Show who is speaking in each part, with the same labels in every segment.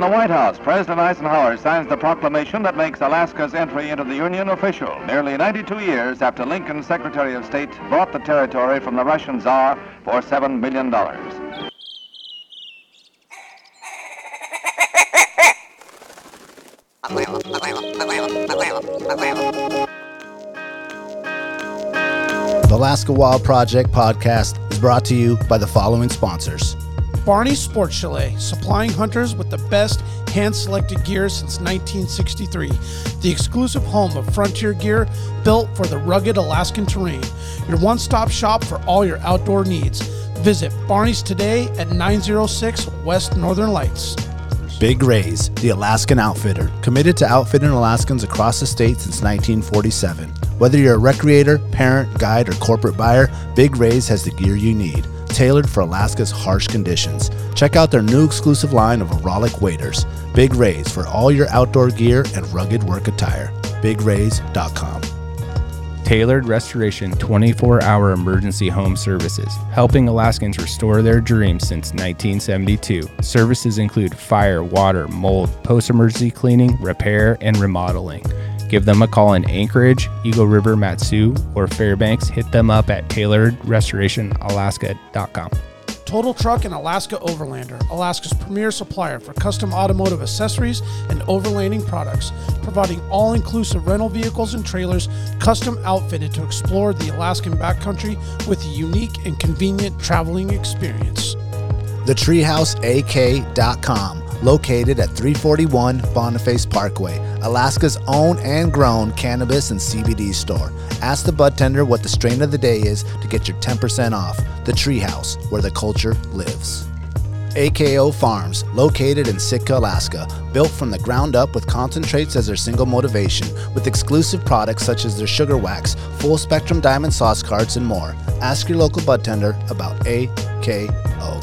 Speaker 1: the White House, President Eisenhower signs the proclamation that makes Alaska's entry into the Union official, nearly 92 years after Lincoln's Secretary of State bought the territory from the Russian Tsar for $7 million.
Speaker 2: The Alaska Wild Project podcast is brought to you by the following sponsors
Speaker 3: Barney Sports Chalet, supplying hunters with the best hand selected gear since 1963. The exclusive home of frontier gear built for the rugged Alaskan terrain. Your one stop shop for all your outdoor needs. Visit Barney's today at 906 West Northern Lights.
Speaker 2: Big Rays, the Alaskan outfitter, committed to outfitting Alaskans across the state since 1947. Whether you're a recreator, parent, guide, or corporate buyer, Big Rays has the gear you need, tailored for Alaska's harsh conditions. Check out their new exclusive line of Arolic waders. Big Rays for all your outdoor gear and rugged work attire. BigRays.com.
Speaker 4: Tailored Restoration 24 hour emergency home services, helping Alaskans restore their dreams since 1972. Services include fire, water, mold, post emergency cleaning, repair, and remodeling. Give them a call in Anchorage, Eagle River, Matsu, or Fairbanks. Hit them up at tailoredrestorationalaska.com.
Speaker 3: Total Truck and Alaska Overlander, Alaska's premier supplier for custom automotive accessories and overlanding products, providing all inclusive rental vehicles and trailers custom outfitted to explore the Alaskan backcountry with a unique and convenient traveling experience.
Speaker 2: TheTreehouseAK.com, located at 341 Boniface Parkway, Alaska's own and grown cannabis and CBD store. Ask the bud tender what the strain of the day is to get your 10% off. The Treehouse, where the culture lives. AKO Farms, located in Sitka, Alaska, built from the ground up with concentrates as their single motivation, with exclusive products such as their sugar wax, full spectrum diamond sauce carts, and more. Ask your local bud tender about AKO.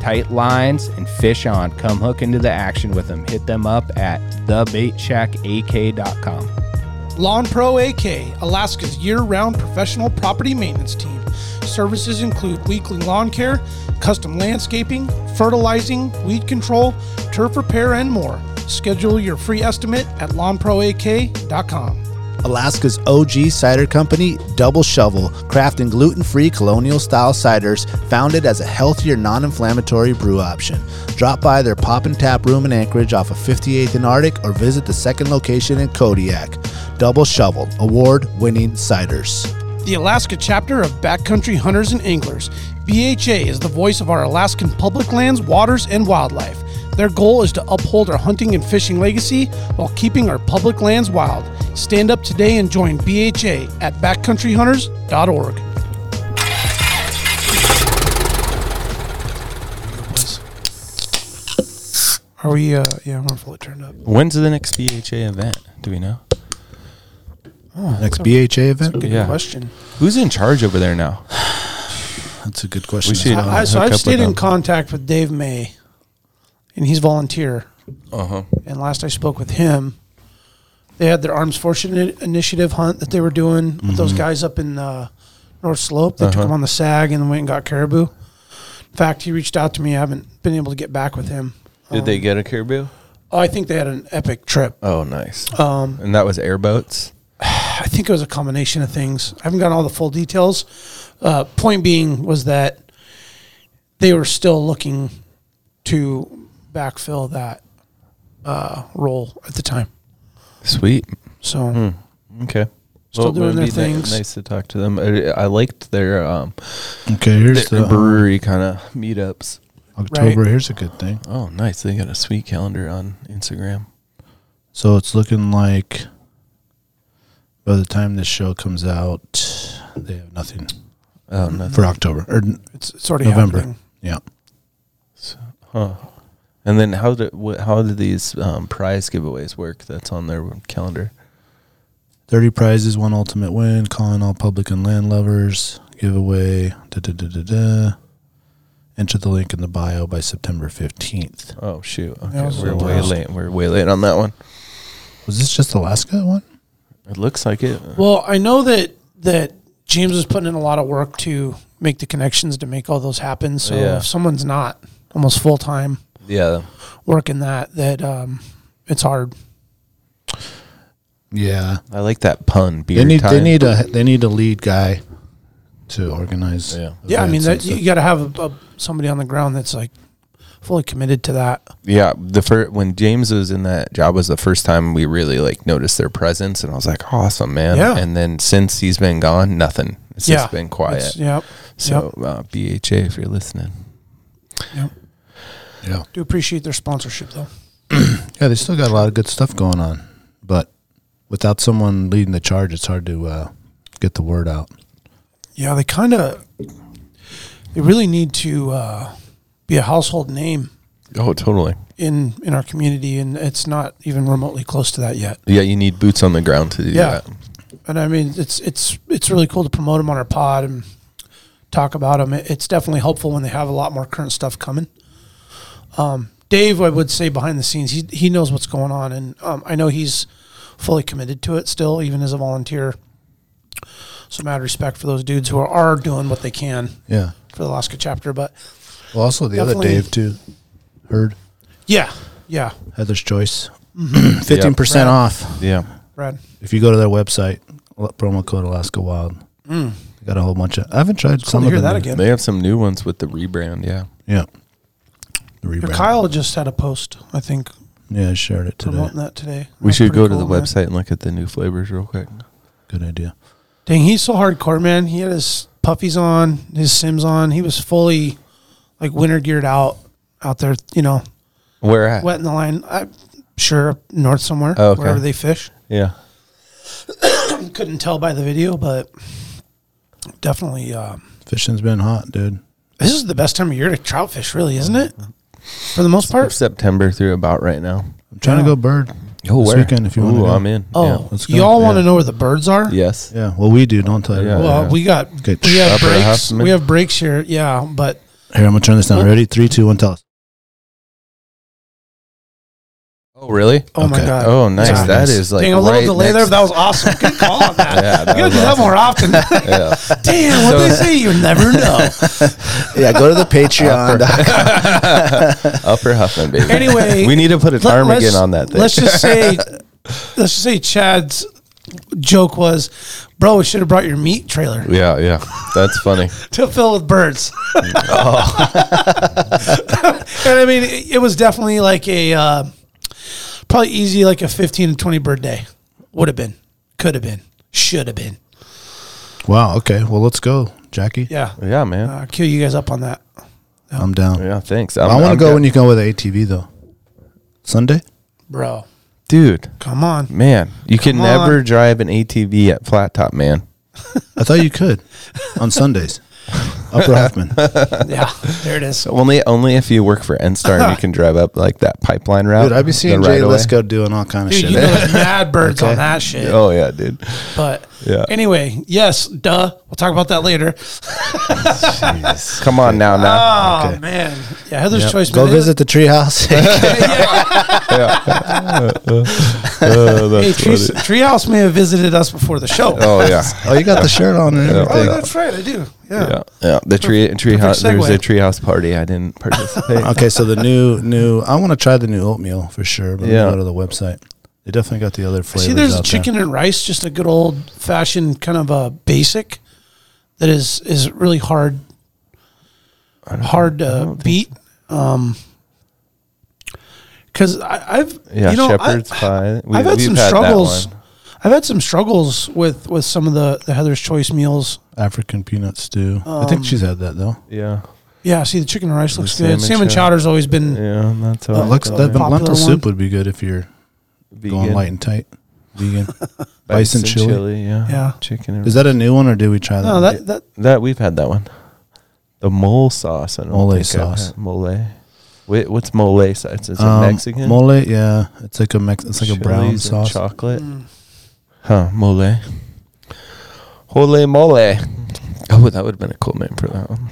Speaker 4: Tight lines and fish on. Come hook into the action with them. Hit them up at thebaitshackak.com.
Speaker 3: Lawn Pro AK, Alaska's year round professional property maintenance team. Services include weekly lawn care, custom landscaping, fertilizing, weed control, turf repair, and more. Schedule your free estimate at lawnproak.com.
Speaker 2: Alaska's OG cider company, Double Shovel, crafting gluten free colonial style ciders founded as a healthier, non inflammatory brew option. Drop by their Pop and Tap Room in Anchorage off of 58th and Arctic or visit the second location in Kodiak. Double Shovel, award winning ciders.
Speaker 3: The Alaska chapter of Backcountry Hunters and Anglers, BHA is the voice of our Alaskan public lands, waters, and wildlife. Their goal is to uphold our hunting and fishing legacy while keeping our public lands wild. Stand up today and join BHA at backcountryhunters.org. Are we, uh, yeah, we're fully turned up.
Speaker 5: When's the next BHA event? Do we know?
Speaker 2: Next BHA event?
Speaker 3: Good
Speaker 5: Yeah.
Speaker 3: question.
Speaker 5: Who's in charge over there now?
Speaker 2: That's a good question.
Speaker 5: We should-
Speaker 3: I, so
Speaker 5: Uh, hook up
Speaker 3: I've
Speaker 5: with
Speaker 3: stayed in
Speaker 5: them.
Speaker 3: contact with Dave May, and he's volunteer.
Speaker 5: Uh huh.
Speaker 3: And last I spoke with him, they had their Arms Force Ini- Initiative hunt that they were doing with those guys up in uh, North Slope. They took him on the SAG and went and got caribou. In fact, he reached out to me. I haven't been able to get back with him.
Speaker 5: Did they get a caribou?
Speaker 3: Oh, I think they had an epic trip.
Speaker 5: Oh, nice. Um, and that was airboats.
Speaker 3: I think it was a combination of things. I haven't gotten all the full details. Uh, point being was that they were still looking to backfill that uh, role at the time.
Speaker 5: Sweet.
Speaker 3: So
Speaker 5: Okay.
Speaker 3: Still doing
Speaker 5: it'd
Speaker 3: their
Speaker 5: be ni-
Speaker 3: things.
Speaker 5: Nice to talk to them. Er, I, I liked their um
Speaker 6: Uh, Okay, here's
Speaker 5: their
Speaker 6: the uh,
Speaker 5: brewery kind of meetups.
Speaker 6: October.
Speaker 3: Right.
Speaker 6: Here's a good thing.
Speaker 5: Oh, nice. They got a sweet calendar on Instagram.
Speaker 6: So it's looking like by the time this show comes out, they have nothing
Speaker 5: Oh, nothing.
Speaker 6: for October or n-
Speaker 3: it's, it's already
Speaker 6: November.
Speaker 3: happening.
Speaker 6: Yeah,
Speaker 5: And then how did wh- how do these um, prize giveaways work? That's on their calendar.
Speaker 2: 30 prizes, one ultimate win, calling all public and land lovers, giveaway, da da da da da. Enter the link in the bio by September 15th.
Speaker 5: Oh shoot. Okay.
Speaker 3: was
Speaker 5: We're
Speaker 3: the
Speaker 5: way
Speaker 2: last.
Speaker 5: late. We're way late on that one.
Speaker 2: Was this just Alaska one?
Speaker 5: It looks like it.
Speaker 3: Well, I know that that James is putting in a lot of work to make the connections to make all those happen. So
Speaker 5: Yeah.
Speaker 3: if someone's not almost full time
Speaker 5: Yeah.
Speaker 3: working that, that um, it's hard.
Speaker 2: Yeah.
Speaker 5: I like that pun. Beer
Speaker 2: They need
Speaker 5: time.
Speaker 2: they need a they need a lead guy to organize.
Speaker 5: Yeah.
Speaker 3: Yeah, I mean, that,
Speaker 2: events and
Speaker 3: you got to have a, a, somebody on the ground that's like fully committed to that.
Speaker 5: Yeah, the first when James was in that job was the first time we really like noticed their presence, and I was like, awesome, man.
Speaker 3: Yeah.
Speaker 5: And then since he's been gone, nothing. It's
Speaker 3: yeah,
Speaker 5: just been quiet.
Speaker 3: It's- Yep.
Speaker 5: so uh, BHA, if you're listening,
Speaker 2: stuff. Yeah.
Speaker 3: Do appreciate their sponsorship though.
Speaker 2: Yeah, they still got a lot of good stuff going on, but without someone leading the charge, it's hard to uh, get the word out.
Speaker 3: Yeah, they kind of they really need to uh, be a household name
Speaker 5: oh totally.
Speaker 3: in in our community, and it's not even remotely close to that yet.
Speaker 5: Yeah, you need boots on the ground to do
Speaker 3: Yeah.
Speaker 5: that.
Speaker 3: And I mean, it's it's it's really cool to promote them on our pod and talk about them. It's definitely helpful when they have a lot more current stuff coming. Um, Dave, I would say behind the scenes, he he knows what's going on, and um, I know he's fully committed to it still, even as a volunteer. So, mad respect for those dudes who are, are doing what they can
Speaker 2: Yeah.
Speaker 3: for the Alaska chapter. But
Speaker 2: Well, also the
Speaker 3: Definitely.
Speaker 2: other Dave too, heard
Speaker 3: yeah, yeah,
Speaker 2: Heather's Choice,
Speaker 3: Mm-hmm.
Speaker 2: fifteen percent
Speaker 3: Right.
Speaker 2: off
Speaker 5: Yeah.
Speaker 3: Brad.
Speaker 2: if you go to their website. l- Promo code Alaska Wild. They Got a whole bunch of. I haven't tried
Speaker 3: Hmm. Cool
Speaker 2: some
Speaker 3: to
Speaker 2: of
Speaker 3: hear
Speaker 2: them
Speaker 3: that
Speaker 2: yet.
Speaker 3: again.
Speaker 5: They have some new ones with the rebrand. Yeah.
Speaker 2: Yeah. The
Speaker 3: Your
Speaker 2: rebrand.
Speaker 3: Kyle just had a post, I think,
Speaker 2: Yeah, I shared it today.
Speaker 3: promoting that today.
Speaker 5: We
Speaker 3: That's
Speaker 5: should
Speaker 3: pretty
Speaker 5: go to
Speaker 3: cool,
Speaker 5: the
Speaker 3: man.
Speaker 5: website and look at the new flavors real quick.
Speaker 2: Good idea.
Speaker 3: Dang, he's so hardcore, man. He had his puffies on, his Sims on. He was fully like winter geared out out there, you know,
Speaker 5: Where at?
Speaker 3: wet in the line. I'm sure up north somewhere,
Speaker 5: Oh, okay.
Speaker 3: wherever they fish.
Speaker 5: Yeah.
Speaker 3: Couldn't tell by the video, but definitely. Um,
Speaker 2: Fishing's been hot, dude.
Speaker 3: this is the best time of year to trout fish, really, isn't it? For the most part.
Speaker 5: September through about right now.
Speaker 2: I'm trying to go bird.
Speaker 5: Oh,
Speaker 2: This weekend if you want
Speaker 5: Ooh,
Speaker 2: to.
Speaker 5: I'm in.
Speaker 3: Oh,
Speaker 2: let's go.
Speaker 3: you all want to
Speaker 5: Yeah.
Speaker 3: know where the birds are?
Speaker 5: Yeah. Yes.
Speaker 2: Yeah. Well, we do. Don't tell
Speaker 5: Yeah.
Speaker 2: everybody.
Speaker 3: Well, we got
Speaker 2: Okay.
Speaker 3: we have
Speaker 5: Upper
Speaker 3: breaks.
Speaker 5: Huffman.
Speaker 3: We have breaks here. Yeah, but
Speaker 2: Here, I'm gonna turn this down. Ready? Three, two, one. Tell us.
Speaker 5: Oh, really?
Speaker 3: oh my
Speaker 2: Okay.
Speaker 3: god.
Speaker 5: Oh, nice.
Speaker 3: Yeah.
Speaker 5: That is like
Speaker 3: Dang, a little
Speaker 5: right
Speaker 3: delay there.
Speaker 5: next-
Speaker 3: but That was awesome. Good call on that.
Speaker 5: Yeah, that
Speaker 3: you gotta
Speaker 5: was
Speaker 3: do that more often.
Speaker 5: Yeah.
Speaker 3: Damn, what they say? You never know.
Speaker 2: Yeah. Go to the Patreon.
Speaker 5: Upper Huffman, baby.
Speaker 3: Anyway,
Speaker 5: we need to put an
Speaker 3: Let-
Speaker 5: arm
Speaker 3: let's-
Speaker 5: again on that thing.
Speaker 3: Let's just say, let's just say Chad's joke was, "Bro, we should have brought your meat trailer
Speaker 5: yeah, yeah, that's funny.
Speaker 3: to fill with birds."
Speaker 5: Oh.
Speaker 3: and I mean, it, it was definitely like a uh, probably easy like a fifteen to twenty bird day. Would have been, could have been, should have been.
Speaker 2: wow. Okay. Well, let's go, Jackie.
Speaker 3: Yeah,
Speaker 5: Yeah, man.
Speaker 3: uh, cue you guys up on that.
Speaker 2: I'm down.
Speaker 5: yeah, thanks.
Speaker 2: I want to go when you go with the ATV though. Sunday.
Speaker 3: Bro,
Speaker 5: dude,
Speaker 3: come on.
Speaker 5: man. You can
Speaker 3: Come
Speaker 5: never
Speaker 3: on.
Speaker 5: drive an ATV at Flat Top, man.
Speaker 2: I thought you could on Sundays. Upper Hoffman.
Speaker 3: Yeah, there it is.
Speaker 5: Only, only if you work for NSTAR and you can drive up like that pipeline route.
Speaker 2: Dude, I'd be
Speaker 5: the
Speaker 2: seeing
Speaker 5: right
Speaker 2: Jay
Speaker 5: of way.
Speaker 2: Lisco doing all kind of
Speaker 3: Dude,
Speaker 2: shit.
Speaker 3: you know there's mad birds on that shit.
Speaker 5: Oh yeah, dude.
Speaker 3: But
Speaker 5: Yeah.
Speaker 3: anyway, yes, duh. We'll talk about that later.
Speaker 5: Come on now, now.
Speaker 3: Oh
Speaker 2: Okay.
Speaker 3: man. Yeah, Heather's
Speaker 2: Yep.
Speaker 3: choice.
Speaker 2: Go
Speaker 3: man.
Speaker 2: visit the treehouse.
Speaker 5: Uh,
Speaker 3: Hey, Tree, Treehouse may have visited us before the show.
Speaker 5: Oh yeah.
Speaker 2: oh, you got the shirt on and
Speaker 3: Oh,
Speaker 2: everything.
Speaker 3: that's right. I do. Yeah.
Speaker 5: Yeah, yeah. The tree, tree house. There was a
Speaker 3: segue.
Speaker 5: treehouse party. I didn't participate.
Speaker 2: Okay, so the new new I want to try the new oatmeal for sure, but
Speaker 5: Yeah.
Speaker 2: let me go to the website. They definitely got the other flavors.
Speaker 3: See, there's
Speaker 2: out
Speaker 3: chicken and rice, just a good old fashioned kind of a basic that is is really hard, hard to beat. Um, because I've
Speaker 5: Yeah,
Speaker 3: you know, I-
Speaker 5: shepherd's pie. We,
Speaker 3: I've had
Speaker 5: we've
Speaker 3: some
Speaker 5: that
Speaker 3: struggles.
Speaker 5: one.
Speaker 3: I've had some struggles with with some of the the Heather's Choice meals.
Speaker 2: There. African peanut stew. I think she's had that though.
Speaker 5: Yeah,
Speaker 3: Yeah, see the chicken and rice looks
Speaker 5: salmon
Speaker 3: good. Salmon
Speaker 5: chowder.
Speaker 3: chowder's always been
Speaker 5: yeah. That's all.
Speaker 2: It looks that
Speaker 3: Oh, popular
Speaker 2: lentil soup
Speaker 3: one.
Speaker 2: would be good if you're going
Speaker 5: Vegan.
Speaker 2: light and tight. Vegan. Bison
Speaker 5: Bison
Speaker 2: chili.
Speaker 5: yeah.
Speaker 3: Yeah.
Speaker 5: Chicken. And
Speaker 2: Is that a new one or did we try that?
Speaker 3: no
Speaker 2: one?
Speaker 3: that that
Speaker 5: that we've had that one? The mole sauce and
Speaker 2: Mole sauce.
Speaker 5: Mole. Wait, what's mole sauce? It's, it's
Speaker 2: Um,
Speaker 5: a Mexican.
Speaker 2: mole. Yeah, it's like a Mex- It's like a brown
Speaker 5: Chilies and
Speaker 2: sauce.
Speaker 5: Chocolate. Huh, mole. Holy mole. Oh, that would have been a cool name for that one.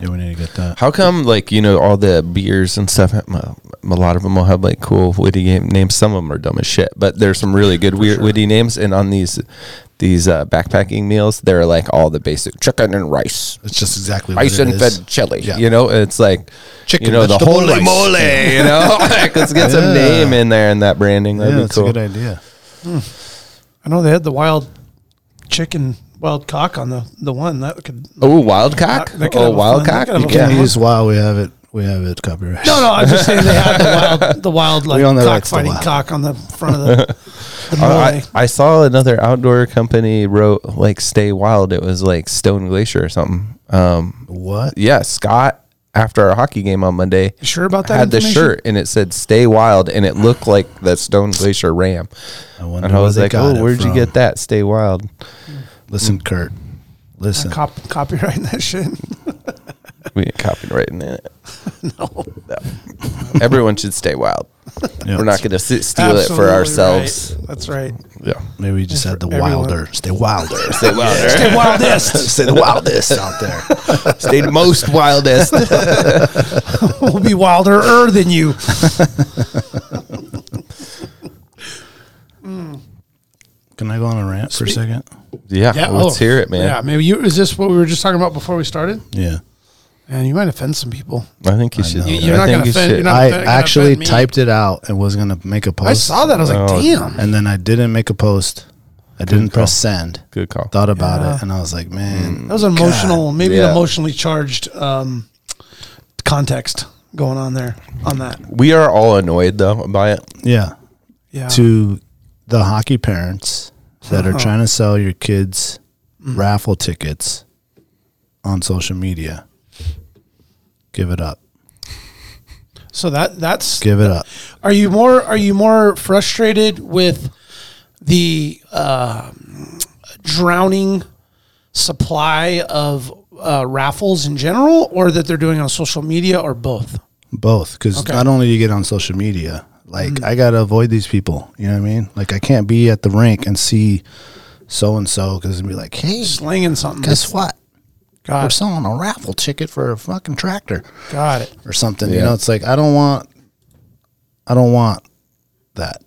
Speaker 2: Yeah, we need to get that.
Speaker 5: How come, like, you know, all the beers and stuff, have- a a lot of them will have, like, cool, witty game names. Some of them are dumb as shit, but there's some really good, weird, witty names. And on these these uh, backpacking meals, they're, like, all the basic chicken and rice,
Speaker 2: It's just exactly what
Speaker 5: rice
Speaker 2: it
Speaker 5: and
Speaker 2: is.
Speaker 5: chili.
Speaker 2: Yeah.
Speaker 5: You know, it's like,
Speaker 2: Chicken,
Speaker 5: you know, the
Speaker 2: vegetable,
Speaker 5: holy
Speaker 2: rice.
Speaker 5: mole, you know? like, let's get
Speaker 2: Yeah.
Speaker 5: some name in there in that branding.
Speaker 2: Yeah,
Speaker 5: That'd be
Speaker 2: that's
Speaker 5: cool.
Speaker 2: a good idea.
Speaker 3: I know they had the wild chicken, wild cock on the the one that could.
Speaker 5: Oh, wild cock?
Speaker 3: That- that could
Speaker 5: oh,
Speaker 3: have a fun-
Speaker 5: wild
Speaker 3: that
Speaker 5: cock?
Speaker 3: could have
Speaker 5: You
Speaker 3: a
Speaker 5: can't
Speaker 3: fun-
Speaker 2: Use
Speaker 5: use-
Speaker 2: while we have it. We have it copyright.
Speaker 3: No, no, I'm just saying they had the wild the wild like
Speaker 2: We all know that's the
Speaker 3: cockfighting
Speaker 2: wild.
Speaker 3: cock on the front of the. the
Speaker 5: Oh,
Speaker 3: mole.
Speaker 5: I, I saw another outdoor company wrote like "Stay Wild." It was like Stone Glacier or something. Um,
Speaker 2: What?
Speaker 5: yeah, Scott after our hockey game on Monday,
Speaker 3: You sure about that?
Speaker 5: had the
Speaker 3: information?
Speaker 5: shirt and it said "Stay Wild" and it looked like the Stone Glacier Ram.
Speaker 2: I wonder
Speaker 5: And I
Speaker 2: where
Speaker 5: was
Speaker 2: they
Speaker 5: like,
Speaker 2: got
Speaker 5: "Oh,
Speaker 2: it
Speaker 5: where'd you
Speaker 2: from."
Speaker 5: get that? Stay Wild."
Speaker 2: Listen, Kurt. Listen.
Speaker 3: Cop, copyright that shit.
Speaker 5: We ain't copyrighting it. no, everyone should stay wild.
Speaker 2: Yeah.
Speaker 5: We're not going to steal it
Speaker 3: Absolutely
Speaker 5: for ourselves.
Speaker 3: right. That's right.
Speaker 5: Yeah,
Speaker 2: Maybe we just had the
Speaker 3: everyone.
Speaker 2: wilder. Stay wilder.
Speaker 5: stay wilder.
Speaker 3: Stay wildest.
Speaker 2: Stay the wildest out there.
Speaker 5: stay the most wildest.
Speaker 3: we'll be wilder er than you.
Speaker 2: Can I go on a rant for a second?
Speaker 5: yeah, let's
Speaker 3: oh,
Speaker 5: hear it, man.
Speaker 3: Yeah, maybe you. Is this what we were just talking about before we started?
Speaker 2: Yeah.
Speaker 3: And you might offend some people.
Speaker 5: I think you should.
Speaker 2: know.
Speaker 5: do
Speaker 3: You're
Speaker 5: that.
Speaker 3: not
Speaker 5: I think
Speaker 3: gonna
Speaker 5: you
Speaker 3: offend-
Speaker 5: should-
Speaker 3: you're not
Speaker 2: I
Speaker 3: gonna
Speaker 2: actually
Speaker 3: offend me.
Speaker 2: typed it out and was going to make a post.
Speaker 3: I saw that. I was like,
Speaker 5: Oh.
Speaker 3: damn.
Speaker 2: And then I didn't make a post. I didn't press send.
Speaker 5: Good call. Hmm.
Speaker 2: Thought about it and I was like, man.
Speaker 3: That was an emotional, maybe an
Speaker 5: Yeah.
Speaker 3: emotionally charged um, context going on there on that.
Speaker 5: We are all annoyed though by it.
Speaker 2: Yeah.
Speaker 3: Yeah.
Speaker 2: To the hockey parents that
Speaker 3: Uh-huh.
Speaker 2: are trying to sell your kids
Speaker 3: Mm.
Speaker 2: raffle tickets on social media, give it up.
Speaker 3: So that that's
Speaker 2: Give it up.
Speaker 3: Are you more are you more frustrated with the uh, drowning supply of uh, raffles in general, or that they're doing on social media, or both?
Speaker 2: Both, because
Speaker 3: Okay. Mm-hmm.
Speaker 2: not only do you get on social media, like I gotta avoid these people. You know what I mean? Like I can't be at the rink and see so and so because be like, hey,
Speaker 3: Slinging something.
Speaker 2: guess what? We're
Speaker 3: God,
Speaker 2: selling a raffle ticket for a fucking tractor
Speaker 3: got it.
Speaker 2: or something. You know, it's like I don't want, I don't want that.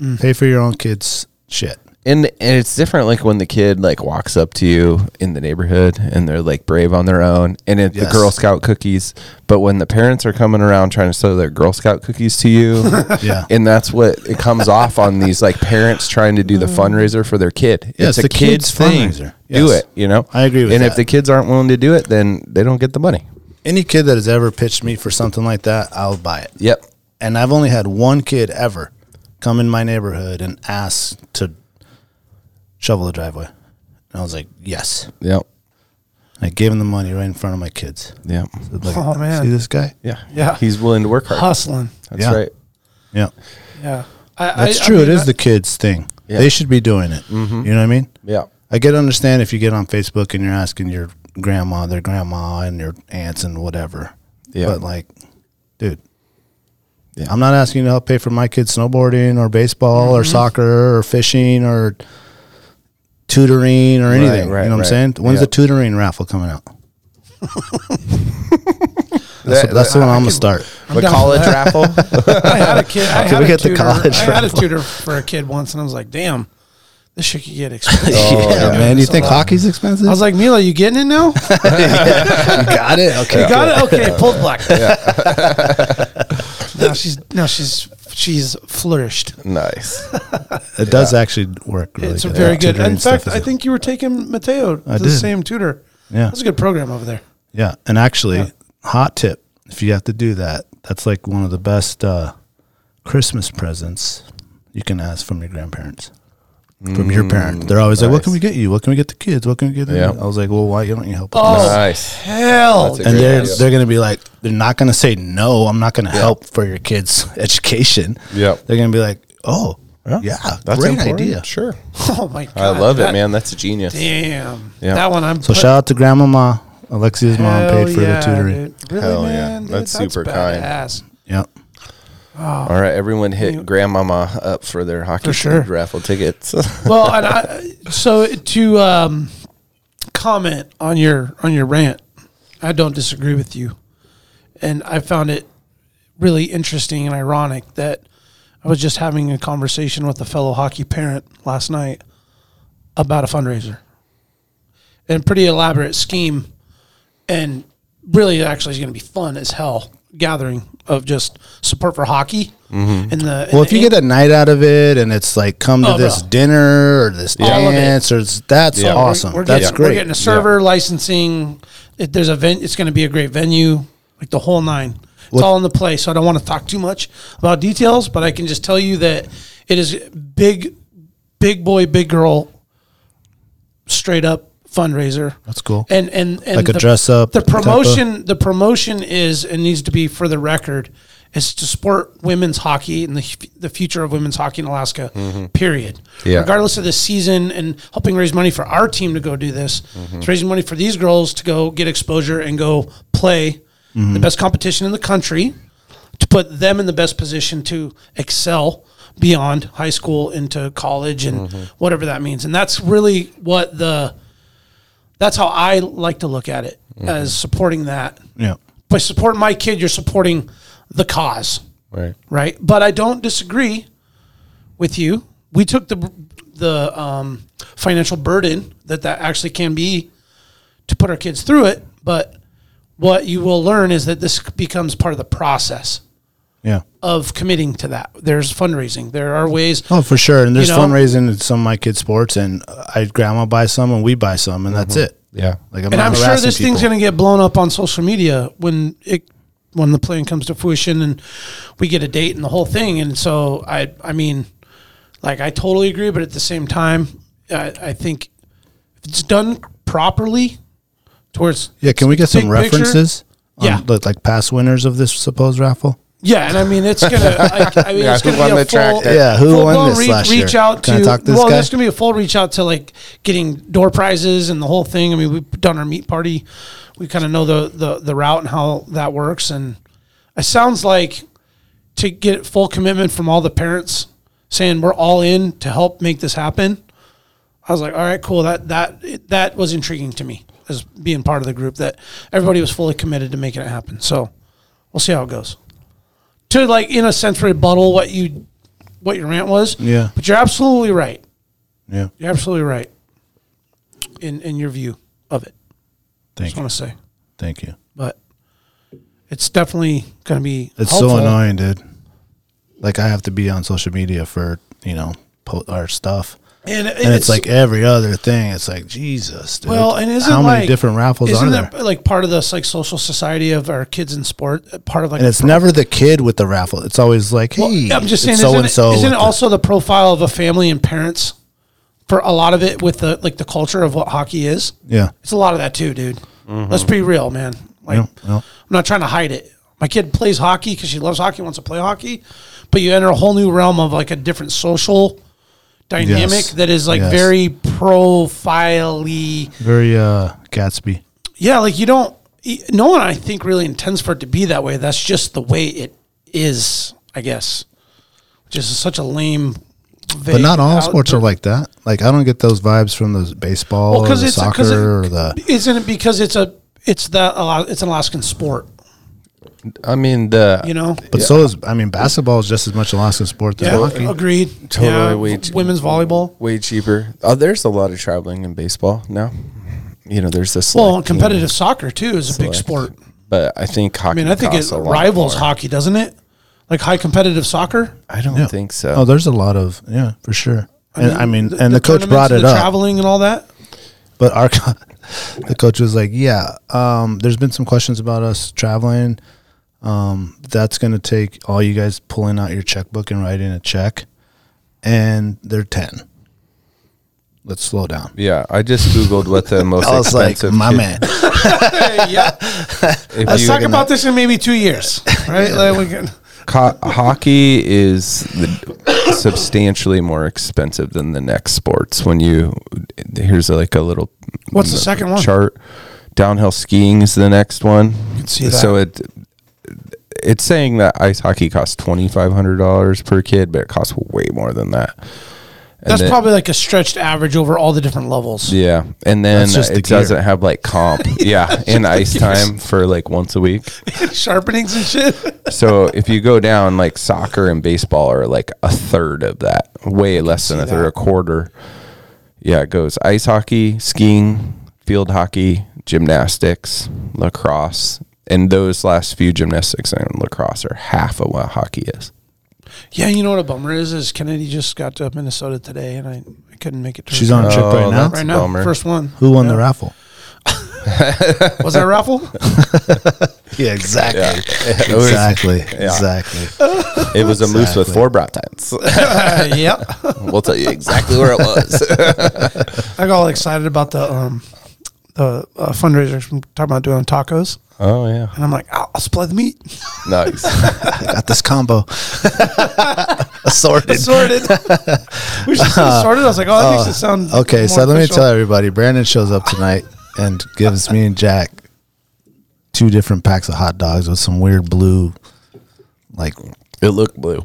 Speaker 3: Mm.
Speaker 2: Pay for your own kids' shit.
Speaker 5: And, and it's different like when the kid like walks up to you in the neighborhood and they're like brave on their own and it's
Speaker 2: Yes.
Speaker 5: the Girl Scout cookies. But when the parents are coming around trying to sell their Girl Scout cookies to you
Speaker 2: Yeah.
Speaker 5: and that's what it comes off on these like parents trying to do the fundraiser for their kid.
Speaker 2: Mm. Yeah, it's
Speaker 5: it's a
Speaker 2: the kid's
Speaker 5: kid's, thing.
Speaker 2: fundraiser.
Speaker 5: Do
Speaker 2: Yes.
Speaker 5: it, you know?
Speaker 2: I agree with
Speaker 5: And
Speaker 2: that.
Speaker 5: if the kids aren't willing to do it, then they don't get the money.
Speaker 2: Any kid that has ever pitched me for something like that, I'll buy it.
Speaker 5: Yep.
Speaker 2: and I've only had one kid ever come in my neighborhood and ask to shovel the driveway. And I was like, yes.
Speaker 5: Yep.
Speaker 2: And I gave him the money right in front of my kids.
Speaker 5: Yep.
Speaker 2: Like,
Speaker 3: Oh, man.
Speaker 2: See this guy?
Speaker 5: Yeah.
Speaker 3: Yeah.
Speaker 5: He's willing to work hard.
Speaker 3: Hustling.
Speaker 5: That's
Speaker 2: Yeah.
Speaker 5: right.
Speaker 2: Yeah.
Speaker 3: Yeah, I,
Speaker 2: That's
Speaker 3: I- I
Speaker 2: true.
Speaker 3: mean,
Speaker 2: it is
Speaker 3: I-
Speaker 2: the kids' thing.
Speaker 5: Yeah.
Speaker 2: They should be doing it. You know what I mean?
Speaker 5: Yeah.
Speaker 2: I get understand if you get on Facebook and you're asking your grandma, their grandma, and your aunts and whatever.
Speaker 5: Yeah.
Speaker 2: But like, dude,
Speaker 5: Yeah.
Speaker 2: I'm not asking you to help pay for my kids snowboarding or baseball or soccer or fishing or tutoring or anything.
Speaker 5: right,
Speaker 2: you know what
Speaker 5: right.
Speaker 2: I'm saying? When's the
Speaker 5: Yeah.
Speaker 2: tutoring raffle coming out? that's
Speaker 5: That-
Speaker 2: that's the one
Speaker 5: I
Speaker 2: I'm gonna start.
Speaker 3: down
Speaker 5: The
Speaker 3: for
Speaker 5: college
Speaker 3: that.
Speaker 5: raffle.
Speaker 3: I had a kid.
Speaker 2: Can
Speaker 3: I had
Speaker 2: we
Speaker 3: a
Speaker 2: get the
Speaker 3: tutor,
Speaker 2: college
Speaker 3: I had a
Speaker 2: raffle?
Speaker 3: tutor for a kid once, and I was like, damn, this shit could get expensive.
Speaker 2: Oh, yeah, man. You think hockey's expensive?
Speaker 3: I was like, Mila, you getting it now?
Speaker 2: you got it. Okay,
Speaker 3: You got it. Okay, pulled black. now she's now she's she's flourished.
Speaker 5: nice.
Speaker 2: It does actually work. Really
Speaker 3: it's
Speaker 2: good.
Speaker 3: very
Speaker 2: Yeah.
Speaker 3: good.
Speaker 2: Tutoring
Speaker 3: In
Speaker 2: stuff
Speaker 3: fact,
Speaker 2: is
Speaker 3: I
Speaker 2: a-
Speaker 3: think you were taking Mateo to
Speaker 2: I
Speaker 3: the
Speaker 2: did.
Speaker 3: same tutor.
Speaker 2: Yeah.
Speaker 3: that's a good program over there.
Speaker 2: Yeah, and actually, hot tip: if you have to do that, that's like one of the best uh, Christmas presents you can ask from your grandparents, from your parent. They're always like, "What can we get you? What can we get the kids? What can we get?" Them?
Speaker 5: Mm, Yeah.
Speaker 2: I was like, "Well, why don't you help?" us?"
Speaker 3: Oh,
Speaker 5: Nice.
Speaker 3: Hell,
Speaker 5: That's a
Speaker 2: And
Speaker 5: great
Speaker 2: they're
Speaker 5: idea.
Speaker 2: they're gonna be like, they're not gonna say no. I'm not gonna help for your kids' education.
Speaker 5: Yep.
Speaker 2: They're gonna be like, "Oh, yeah,
Speaker 5: That's
Speaker 2: great
Speaker 5: important.
Speaker 2: idea."
Speaker 5: Sure.
Speaker 3: oh my god!
Speaker 5: I love
Speaker 3: that-
Speaker 5: it, man. That's a genius.
Speaker 3: Damn,
Speaker 5: Yeah.
Speaker 3: that one I'm.
Speaker 2: So shout out to Grandmama Alexia's mom paid for the tutoring.
Speaker 3: Really,
Speaker 5: Hell yeah.
Speaker 3: man, dude,
Speaker 5: That's super kind.
Speaker 3: badass.
Speaker 2: Yep.
Speaker 5: All right, everyone hit grandmama up for their hockey
Speaker 3: sure.
Speaker 5: league raffle tickets.
Speaker 3: Well, and I, so to um, comment on your on your rant, I don't disagree with you, and I found it really interesting and ironic that I was just having a conversation with a fellow hockey parent last night about a fundraiser and pretty elaborate scheme, and really actually is going to be fun as hell gathering of just support for hockey and the
Speaker 2: Mm-hmm. Well, if you get a night out of it and it's like come to
Speaker 3: Oh,
Speaker 2: this
Speaker 3: no.
Speaker 2: dinner or this
Speaker 3: All of it.
Speaker 2: dance or it's, that's
Speaker 5: Yeah.
Speaker 3: We're-
Speaker 2: awesome.
Speaker 3: We're,
Speaker 2: that's
Speaker 3: getting,
Speaker 2: great.
Speaker 3: We're getting a server licensing. It, there's a ven- It's going to be a great venue, like the whole nine. It's all in the play. So I don't want to talk too much about details, but I can just tell you that it is big, big boy, big girl, straight up fundraiser.
Speaker 2: That's cool.
Speaker 3: And and and
Speaker 2: Like a dress up
Speaker 3: The
Speaker 2: type of-
Speaker 3: promotion, the promotion is and needs to be for the record is to support women's hockey and the f- the future of women's hockey in Alaska. Period.
Speaker 5: Yeah.
Speaker 3: Regardless of the season and helping raise money for our team to go do this, it's raising money for these girls to go get exposure and go play the best competition in the country to put them in the best position to excel beyond high school into college and whatever that means. And that's really what the that's how I like to look at it as supporting that.
Speaker 2: yeah.
Speaker 3: By supporting my kid, you're supporting the cause,
Speaker 5: right.
Speaker 3: right? But I don't disagree with you. We took the the um, financial burden that that actually can be to put our kids through it. But what you will learn is that this becomes part of the process
Speaker 2: Yeah.
Speaker 3: of committing to that. There's fundraising. There are ways.
Speaker 2: Oh, for sure. And there's
Speaker 3: You know?
Speaker 2: fundraising in some of my kids' sports, and I grandma buys some, and we buy some, and that's it.
Speaker 5: Yeah.
Speaker 2: Like I'm
Speaker 3: and
Speaker 2: not
Speaker 3: I'm sure
Speaker 2: harassing
Speaker 3: this thing's
Speaker 2: people.
Speaker 3: going to get blown up on social media when it when the plan comes to fruition and we get a date and the whole thing. And so I I mean, like I totally agree, but at the same time, I, I think if it's done properly, towards
Speaker 2: Yeah, can we get some
Speaker 3: big picture-
Speaker 2: references? on
Speaker 3: Yeah.
Speaker 2: the, like past winners of this supposed raffle.
Speaker 3: Yeah, and I mean it's gonna. I, I mean,
Speaker 5: Yeah,
Speaker 3: it's
Speaker 5: who
Speaker 3: gonna
Speaker 5: won
Speaker 3: be a
Speaker 5: the track
Speaker 3: full,
Speaker 5: there?
Speaker 2: Yeah, who
Speaker 3: full
Speaker 2: won
Speaker 3: blown
Speaker 2: this
Speaker 3: reach,
Speaker 2: last year?
Speaker 3: reach out
Speaker 2: Can I
Speaker 3: to.
Speaker 2: talk to this
Speaker 3: well,
Speaker 2: guy?
Speaker 3: there's gonna be a full reach out to like getting door prizes and the whole thing. I mean, we've done our meat party. We kind of know the, the the route and how that works, and it sounds like to get full commitment from all the parents saying we're all in to help make this happen. I was like, all right, cool. That that that was intriguing to me as being part of the group that everybody was fully committed to making it happen. So we'll see how it goes. To like in a sense rebuttal what you what your rant was.
Speaker 2: Yeah.
Speaker 3: But you're absolutely right.
Speaker 2: Yeah,
Speaker 3: You're absolutely right. In in your view of it.
Speaker 2: thank you,
Speaker 3: I want to say.
Speaker 2: thank you.
Speaker 3: But it's definitely gonna be
Speaker 2: It's so
Speaker 3: helpful.
Speaker 2: annoying, dude. Like I have to be on social media for you know po- our stuff,
Speaker 3: And,
Speaker 2: and it's, like every other thing. It's like Jesus, dude.
Speaker 3: Well, and isn't
Speaker 2: how many
Speaker 3: like-
Speaker 2: different raffles
Speaker 3: isn't
Speaker 2: are there?
Speaker 3: that like part of this like social society of our kids in sport? Part of like
Speaker 2: and it's never the kid with the raffle. It's always like, hey,
Speaker 3: Well, I'm just saying,
Speaker 2: so
Speaker 3: isn't,
Speaker 2: and so.
Speaker 3: it, isn't it also the profile of a family and parents for a lot of it with the like the culture of what hockey is?
Speaker 2: yeah,
Speaker 3: It's a lot of that too, dude. Let's be real, man. Like,
Speaker 2: Mm-hmm. Yeah, yeah.
Speaker 3: I'm not trying to hide it. My kid plays hockey because she loves hockey, wants to play hockey, but you enter a whole new realm of like a different social dynamic
Speaker 2: Yes,
Speaker 3: that is like
Speaker 2: yes.
Speaker 3: very profile-y.
Speaker 2: very uh, Gatsby.
Speaker 3: Yeah, like you don't. e- No one, I think, really intends for it to be that way. That's just the way it is, I guess. Which is such a lame.
Speaker 2: But not all sports are like that. Like I don't get those vibes from the baseball
Speaker 3: Well,
Speaker 2: or
Speaker 3: because
Speaker 2: the
Speaker 3: it's
Speaker 2: soccer
Speaker 3: because it,
Speaker 2: or the.
Speaker 3: isn't it because it's a it's the Ala- it's an Alaskan sport,
Speaker 5: I mean the
Speaker 3: you know?
Speaker 2: But so is I mean basketball is just as much Alaskan sport as
Speaker 3: Yeah,
Speaker 2: hockey.
Speaker 3: agreed.
Speaker 5: Totally,
Speaker 3: Yeah,
Speaker 5: we-
Speaker 3: f- women's volleyball.
Speaker 5: way cheaper. Oh, there's a lot of traveling in baseball now. You know, there's this
Speaker 3: Well, and competitive soccer too is a big sport.
Speaker 5: but I think
Speaker 3: I
Speaker 5: hockey.
Speaker 3: mean, I think it
Speaker 5: costs a lot
Speaker 3: rivals
Speaker 5: more.
Speaker 3: hockey, doesn't it? Like high competitive soccer.
Speaker 5: I don't
Speaker 2: Yeah.
Speaker 5: think so.
Speaker 2: Oh, there's a lot of yeah, for sure. and I mean, and the, coach
Speaker 3: tournaments,
Speaker 2: brought it
Speaker 3: the
Speaker 2: up,
Speaker 3: traveling and all that.
Speaker 2: but our co- the coach was like, "Yeah, um, there's been some questions about us traveling. Um, that's going to take all you guys pulling out your checkbook and writing a check, and they're ten. Let's slow down."
Speaker 5: yeah, I just googled what the most
Speaker 2: I was like,
Speaker 5: expensive.
Speaker 2: "My
Speaker 5: kid-
Speaker 2: man,
Speaker 3: yeah.
Speaker 5: if
Speaker 3: Let's
Speaker 5: you-
Speaker 3: talk about this in maybe two years, right? Like we can,
Speaker 5: Co- hockey is the, substantially more expensive than the next sports. When you here's like a little
Speaker 3: What's the second one?
Speaker 5: chart? Downhill skiing is the next one.
Speaker 3: see that.
Speaker 5: So it it's saying that ice hockey costs twenty five hundred dollars per kid, but it costs way more than that. And
Speaker 3: That's
Speaker 5: then-
Speaker 3: probably like a stretched average over all the different levels.
Speaker 5: yeah, and then
Speaker 2: That's just the
Speaker 5: it
Speaker 2: gear.
Speaker 5: doesn't have like comp. yeah, in ice time for like once a week.
Speaker 3: Sharpenings and shit.
Speaker 5: So if you go down, like soccer and baseball are like a third of that, way less than a third, a quarter. Yeah, it goes ice hockey, skiing, field hockey, gymnastics, lacrosse, and those last few gymnastics and lacrosse are half of what hockey is.
Speaker 3: Yeah, you know what a bummer is? Is Kennedy just got to Minnesota today and I, I couldn't make it to her
Speaker 2: She's on a
Speaker 3: tournament.
Speaker 2: trip right now.
Speaker 5: that's-
Speaker 3: right now.
Speaker 5: Bummer.
Speaker 3: First one.
Speaker 2: Who won the raffle?
Speaker 3: Was that a raffle?
Speaker 2: Yeah, exactly.
Speaker 5: It was-
Speaker 2: Exactly. Exactly.
Speaker 5: It was a moose with
Speaker 2: Exactly.
Speaker 5: four bra tents.
Speaker 3: uh, yep.
Speaker 5: we'll tell you exactly where it was.
Speaker 3: I got all excited about the um the uh, fundraiser from talking about doing tacos,
Speaker 5: oh yeah,
Speaker 3: and I'm like, "Ah, I'll, I'll split the meat.
Speaker 5: nice.
Speaker 2: I got this combo. Assorted.
Speaker 3: Sorted. we should have sorted. I was like, oh, that makes it sound
Speaker 2: Okay,
Speaker 3: more
Speaker 2: so let me
Speaker 3: official.
Speaker 2: tell everybody. Brandon shows up tonight and gives me and Jack two different packs of hot dogs with some weird blue, like
Speaker 5: It looked blue.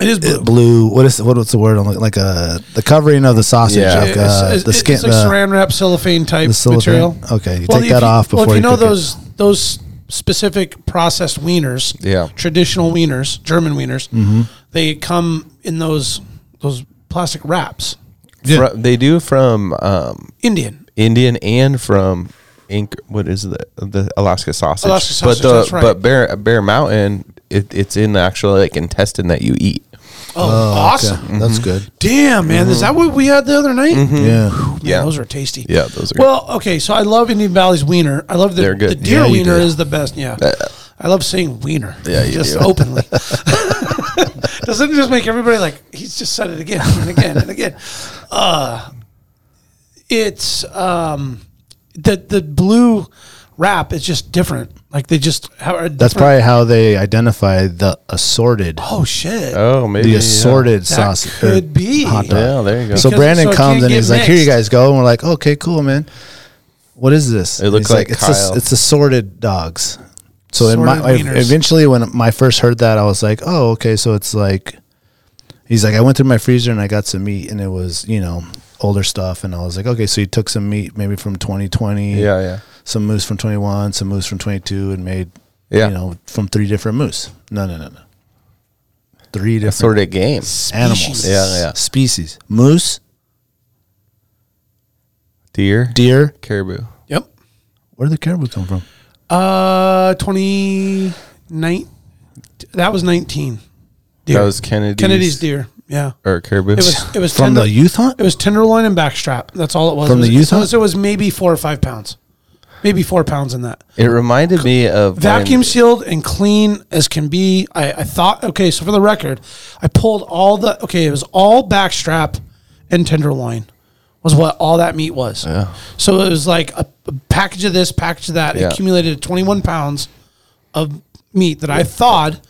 Speaker 3: It is blue.
Speaker 2: blue. What is what is the word on like, like a the covering of the sausage?
Speaker 5: Yeah.
Speaker 2: like, uh,
Speaker 3: it's, it's,
Speaker 2: the skin.
Speaker 3: it's like
Speaker 2: the-
Speaker 3: saran wrap cellophane type
Speaker 2: the cellophane?
Speaker 3: material.
Speaker 2: Okay, you take
Speaker 3: if
Speaker 2: that off
Speaker 3: Well,
Speaker 2: before
Speaker 3: if you
Speaker 2: you
Speaker 3: know
Speaker 2: cook it.
Speaker 3: those those specific processed wieners,
Speaker 5: Yeah.
Speaker 3: traditional wieners, German wieners,
Speaker 2: Mm-hmm.
Speaker 3: they come in those those plastic wraps.
Speaker 5: Fro- they do from um,
Speaker 3: Indian.
Speaker 5: Indian and from Inc. What is the the Alaska sausage?
Speaker 3: Alaska sausage,
Speaker 5: But the
Speaker 3: that's right.
Speaker 5: but Bear Bear Mountain, it, it's in the actual like intestine that you eat.
Speaker 3: Oh, awesome.
Speaker 2: Okay, Mm-hmm. that's good.
Speaker 3: Damn, man. Is that what we had the other night?
Speaker 2: Mm-hmm. Yeah,
Speaker 3: Man,
Speaker 5: Yeah.
Speaker 3: Those are tasty.
Speaker 5: Yeah, those are good.
Speaker 3: Well, okay. So I love Indian Valley's wiener. I love the,
Speaker 5: They're good.
Speaker 3: the deer
Speaker 5: Yeah, you
Speaker 3: wiener
Speaker 5: do.
Speaker 3: is the best. Yeah. I love saying wiener.
Speaker 5: Yeah, you
Speaker 3: Just
Speaker 5: do.
Speaker 3: openly. Doesn't it just make everybody like, he's just said it again and again and again. Uh, it's um, the, the blue wrap is just different. Like they just have a
Speaker 2: that's
Speaker 3: different-
Speaker 2: probably how they identify the assorted,
Speaker 3: Oh, shit.
Speaker 5: Oh, maybe
Speaker 2: the
Speaker 5: yeah.
Speaker 2: assorted
Speaker 3: That
Speaker 2: sausage. or
Speaker 3: could be.
Speaker 2: hot dog.
Speaker 5: Yeah, there you go.
Speaker 2: So
Speaker 3: Because-
Speaker 2: Brandon
Speaker 3: so it
Speaker 2: comes
Speaker 3: can't
Speaker 2: and
Speaker 3: get
Speaker 2: he's like, "Here you
Speaker 3: mixed."
Speaker 2: guys go," and we're like, "Okay, cool, man. What is this?"
Speaker 5: It
Speaker 2: And
Speaker 5: looked
Speaker 2: he's
Speaker 5: like
Speaker 2: "It's a,
Speaker 5: Kyle.
Speaker 2: it's assorted dogs." So in my
Speaker 3: Assorted wieners.
Speaker 2: eventually, when I first heard that, I was like, "Oh, okay." So it's like, he's like, "I went through my freezer and I got some meat, and it was you know older stuff," and I was like, "Okay." So he took some meat maybe from 2020,
Speaker 5: Yeah, yeah.
Speaker 2: some moose from 21, some moose from 22, and made
Speaker 5: Yeah.
Speaker 2: you know from three different moose. No, no, no, no. Three different
Speaker 5: assorted game.
Speaker 2: animals.
Speaker 5: Yeah, yeah.
Speaker 2: Species: moose,
Speaker 5: Deer,
Speaker 2: deer,
Speaker 5: caribou.
Speaker 3: Yep.
Speaker 2: Where did the caribou come from?
Speaker 3: Uh, 29. That was 19. Deer.
Speaker 5: That was Kennedy's,
Speaker 3: Kennedy's deer. Yeah.
Speaker 5: or caribou.
Speaker 3: It was, it was
Speaker 2: From
Speaker 3: tender-
Speaker 2: the youth hunt?
Speaker 3: It was tenderloin and backstrap. That's all it was.
Speaker 2: From
Speaker 3: It was-
Speaker 2: the youth
Speaker 3: so,
Speaker 2: hunt?
Speaker 3: so it was maybe four or five pounds, maybe four pounds in that
Speaker 5: It reminded me of when-
Speaker 3: vacuum sealed and clean as can be. I, I thought okay. So for the record, I pulled all the okay. It was all backstrap and tenderloin was what all that meat was. So it was like a, a package of this, package of that. It
Speaker 5: Yeah.
Speaker 3: Accumulated twenty one pounds of meat that I thawed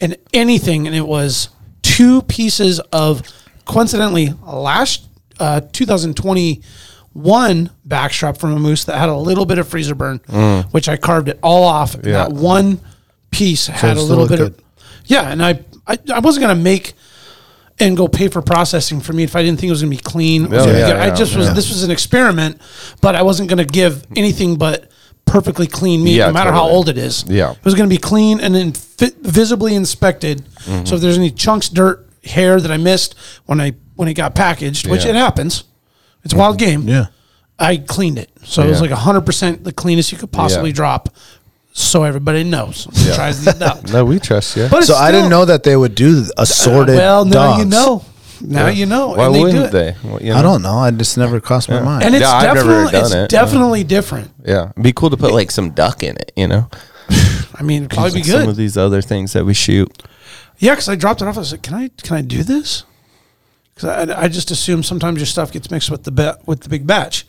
Speaker 3: and anything, and it was two pieces of coincidentally last uh, 2021 backstrap from a moose that had a little bit of freezer burn, which I carved it all off. And
Speaker 5: Mm. Yeah.
Speaker 3: that one piece had a
Speaker 2: still
Speaker 3: little
Speaker 2: looked
Speaker 3: bit of
Speaker 2: good.
Speaker 3: yeah, and I, I I wasn't gonna make and go pay for processing for me if I didn't think it was gonna be clean. it was
Speaker 5: Yeah,
Speaker 3: gonna be
Speaker 5: yeah,
Speaker 3: good. I
Speaker 5: yeah,
Speaker 3: just was
Speaker 5: yeah.
Speaker 3: this was an experiment, but I wasn't gonna give anything but perfectly clean meat,
Speaker 5: Yeah,
Speaker 3: no matter how
Speaker 5: totally.
Speaker 3: old it is.
Speaker 5: Yeah.
Speaker 3: It was going to be clean and then fit, visibly inspected. So if there's any chunks, dirt, hair that I missed when I when it got packaged, which
Speaker 5: Yeah. Mm-hmm.
Speaker 3: it happens, it's a wild game.
Speaker 2: Yeah.
Speaker 3: I cleaned it, so it was
Speaker 5: Yeah.
Speaker 3: like hundred percent the cleanest you could possibly
Speaker 5: Yeah.
Speaker 3: drop. So everybody knows. Tries these out.
Speaker 5: No, we trust you.
Speaker 3: But
Speaker 2: So I didn't know that they would do assorted
Speaker 3: Well, now
Speaker 2: dogs.
Speaker 3: you know. Now uh, you know.
Speaker 5: why
Speaker 3: and they do
Speaker 5: wouldn't
Speaker 3: it.
Speaker 5: they? Well, you
Speaker 2: I
Speaker 5: know,
Speaker 2: don't know. I just never crossed my mind.
Speaker 3: And it's
Speaker 5: Yeah, I've never
Speaker 3: definitely
Speaker 5: done
Speaker 3: it's
Speaker 5: it.
Speaker 3: definitely different.
Speaker 5: Yeah, it'd be cool to put like some duck in it. You know,
Speaker 3: I mean, it'd probably be
Speaker 5: Some
Speaker 3: good.
Speaker 5: of these other things that we shoot.
Speaker 3: Yeah, because I dropped it off. I was like, "Can I can I do this?" Because I, I just assume sometimes your stuff gets mixed with the ba- with the big batch.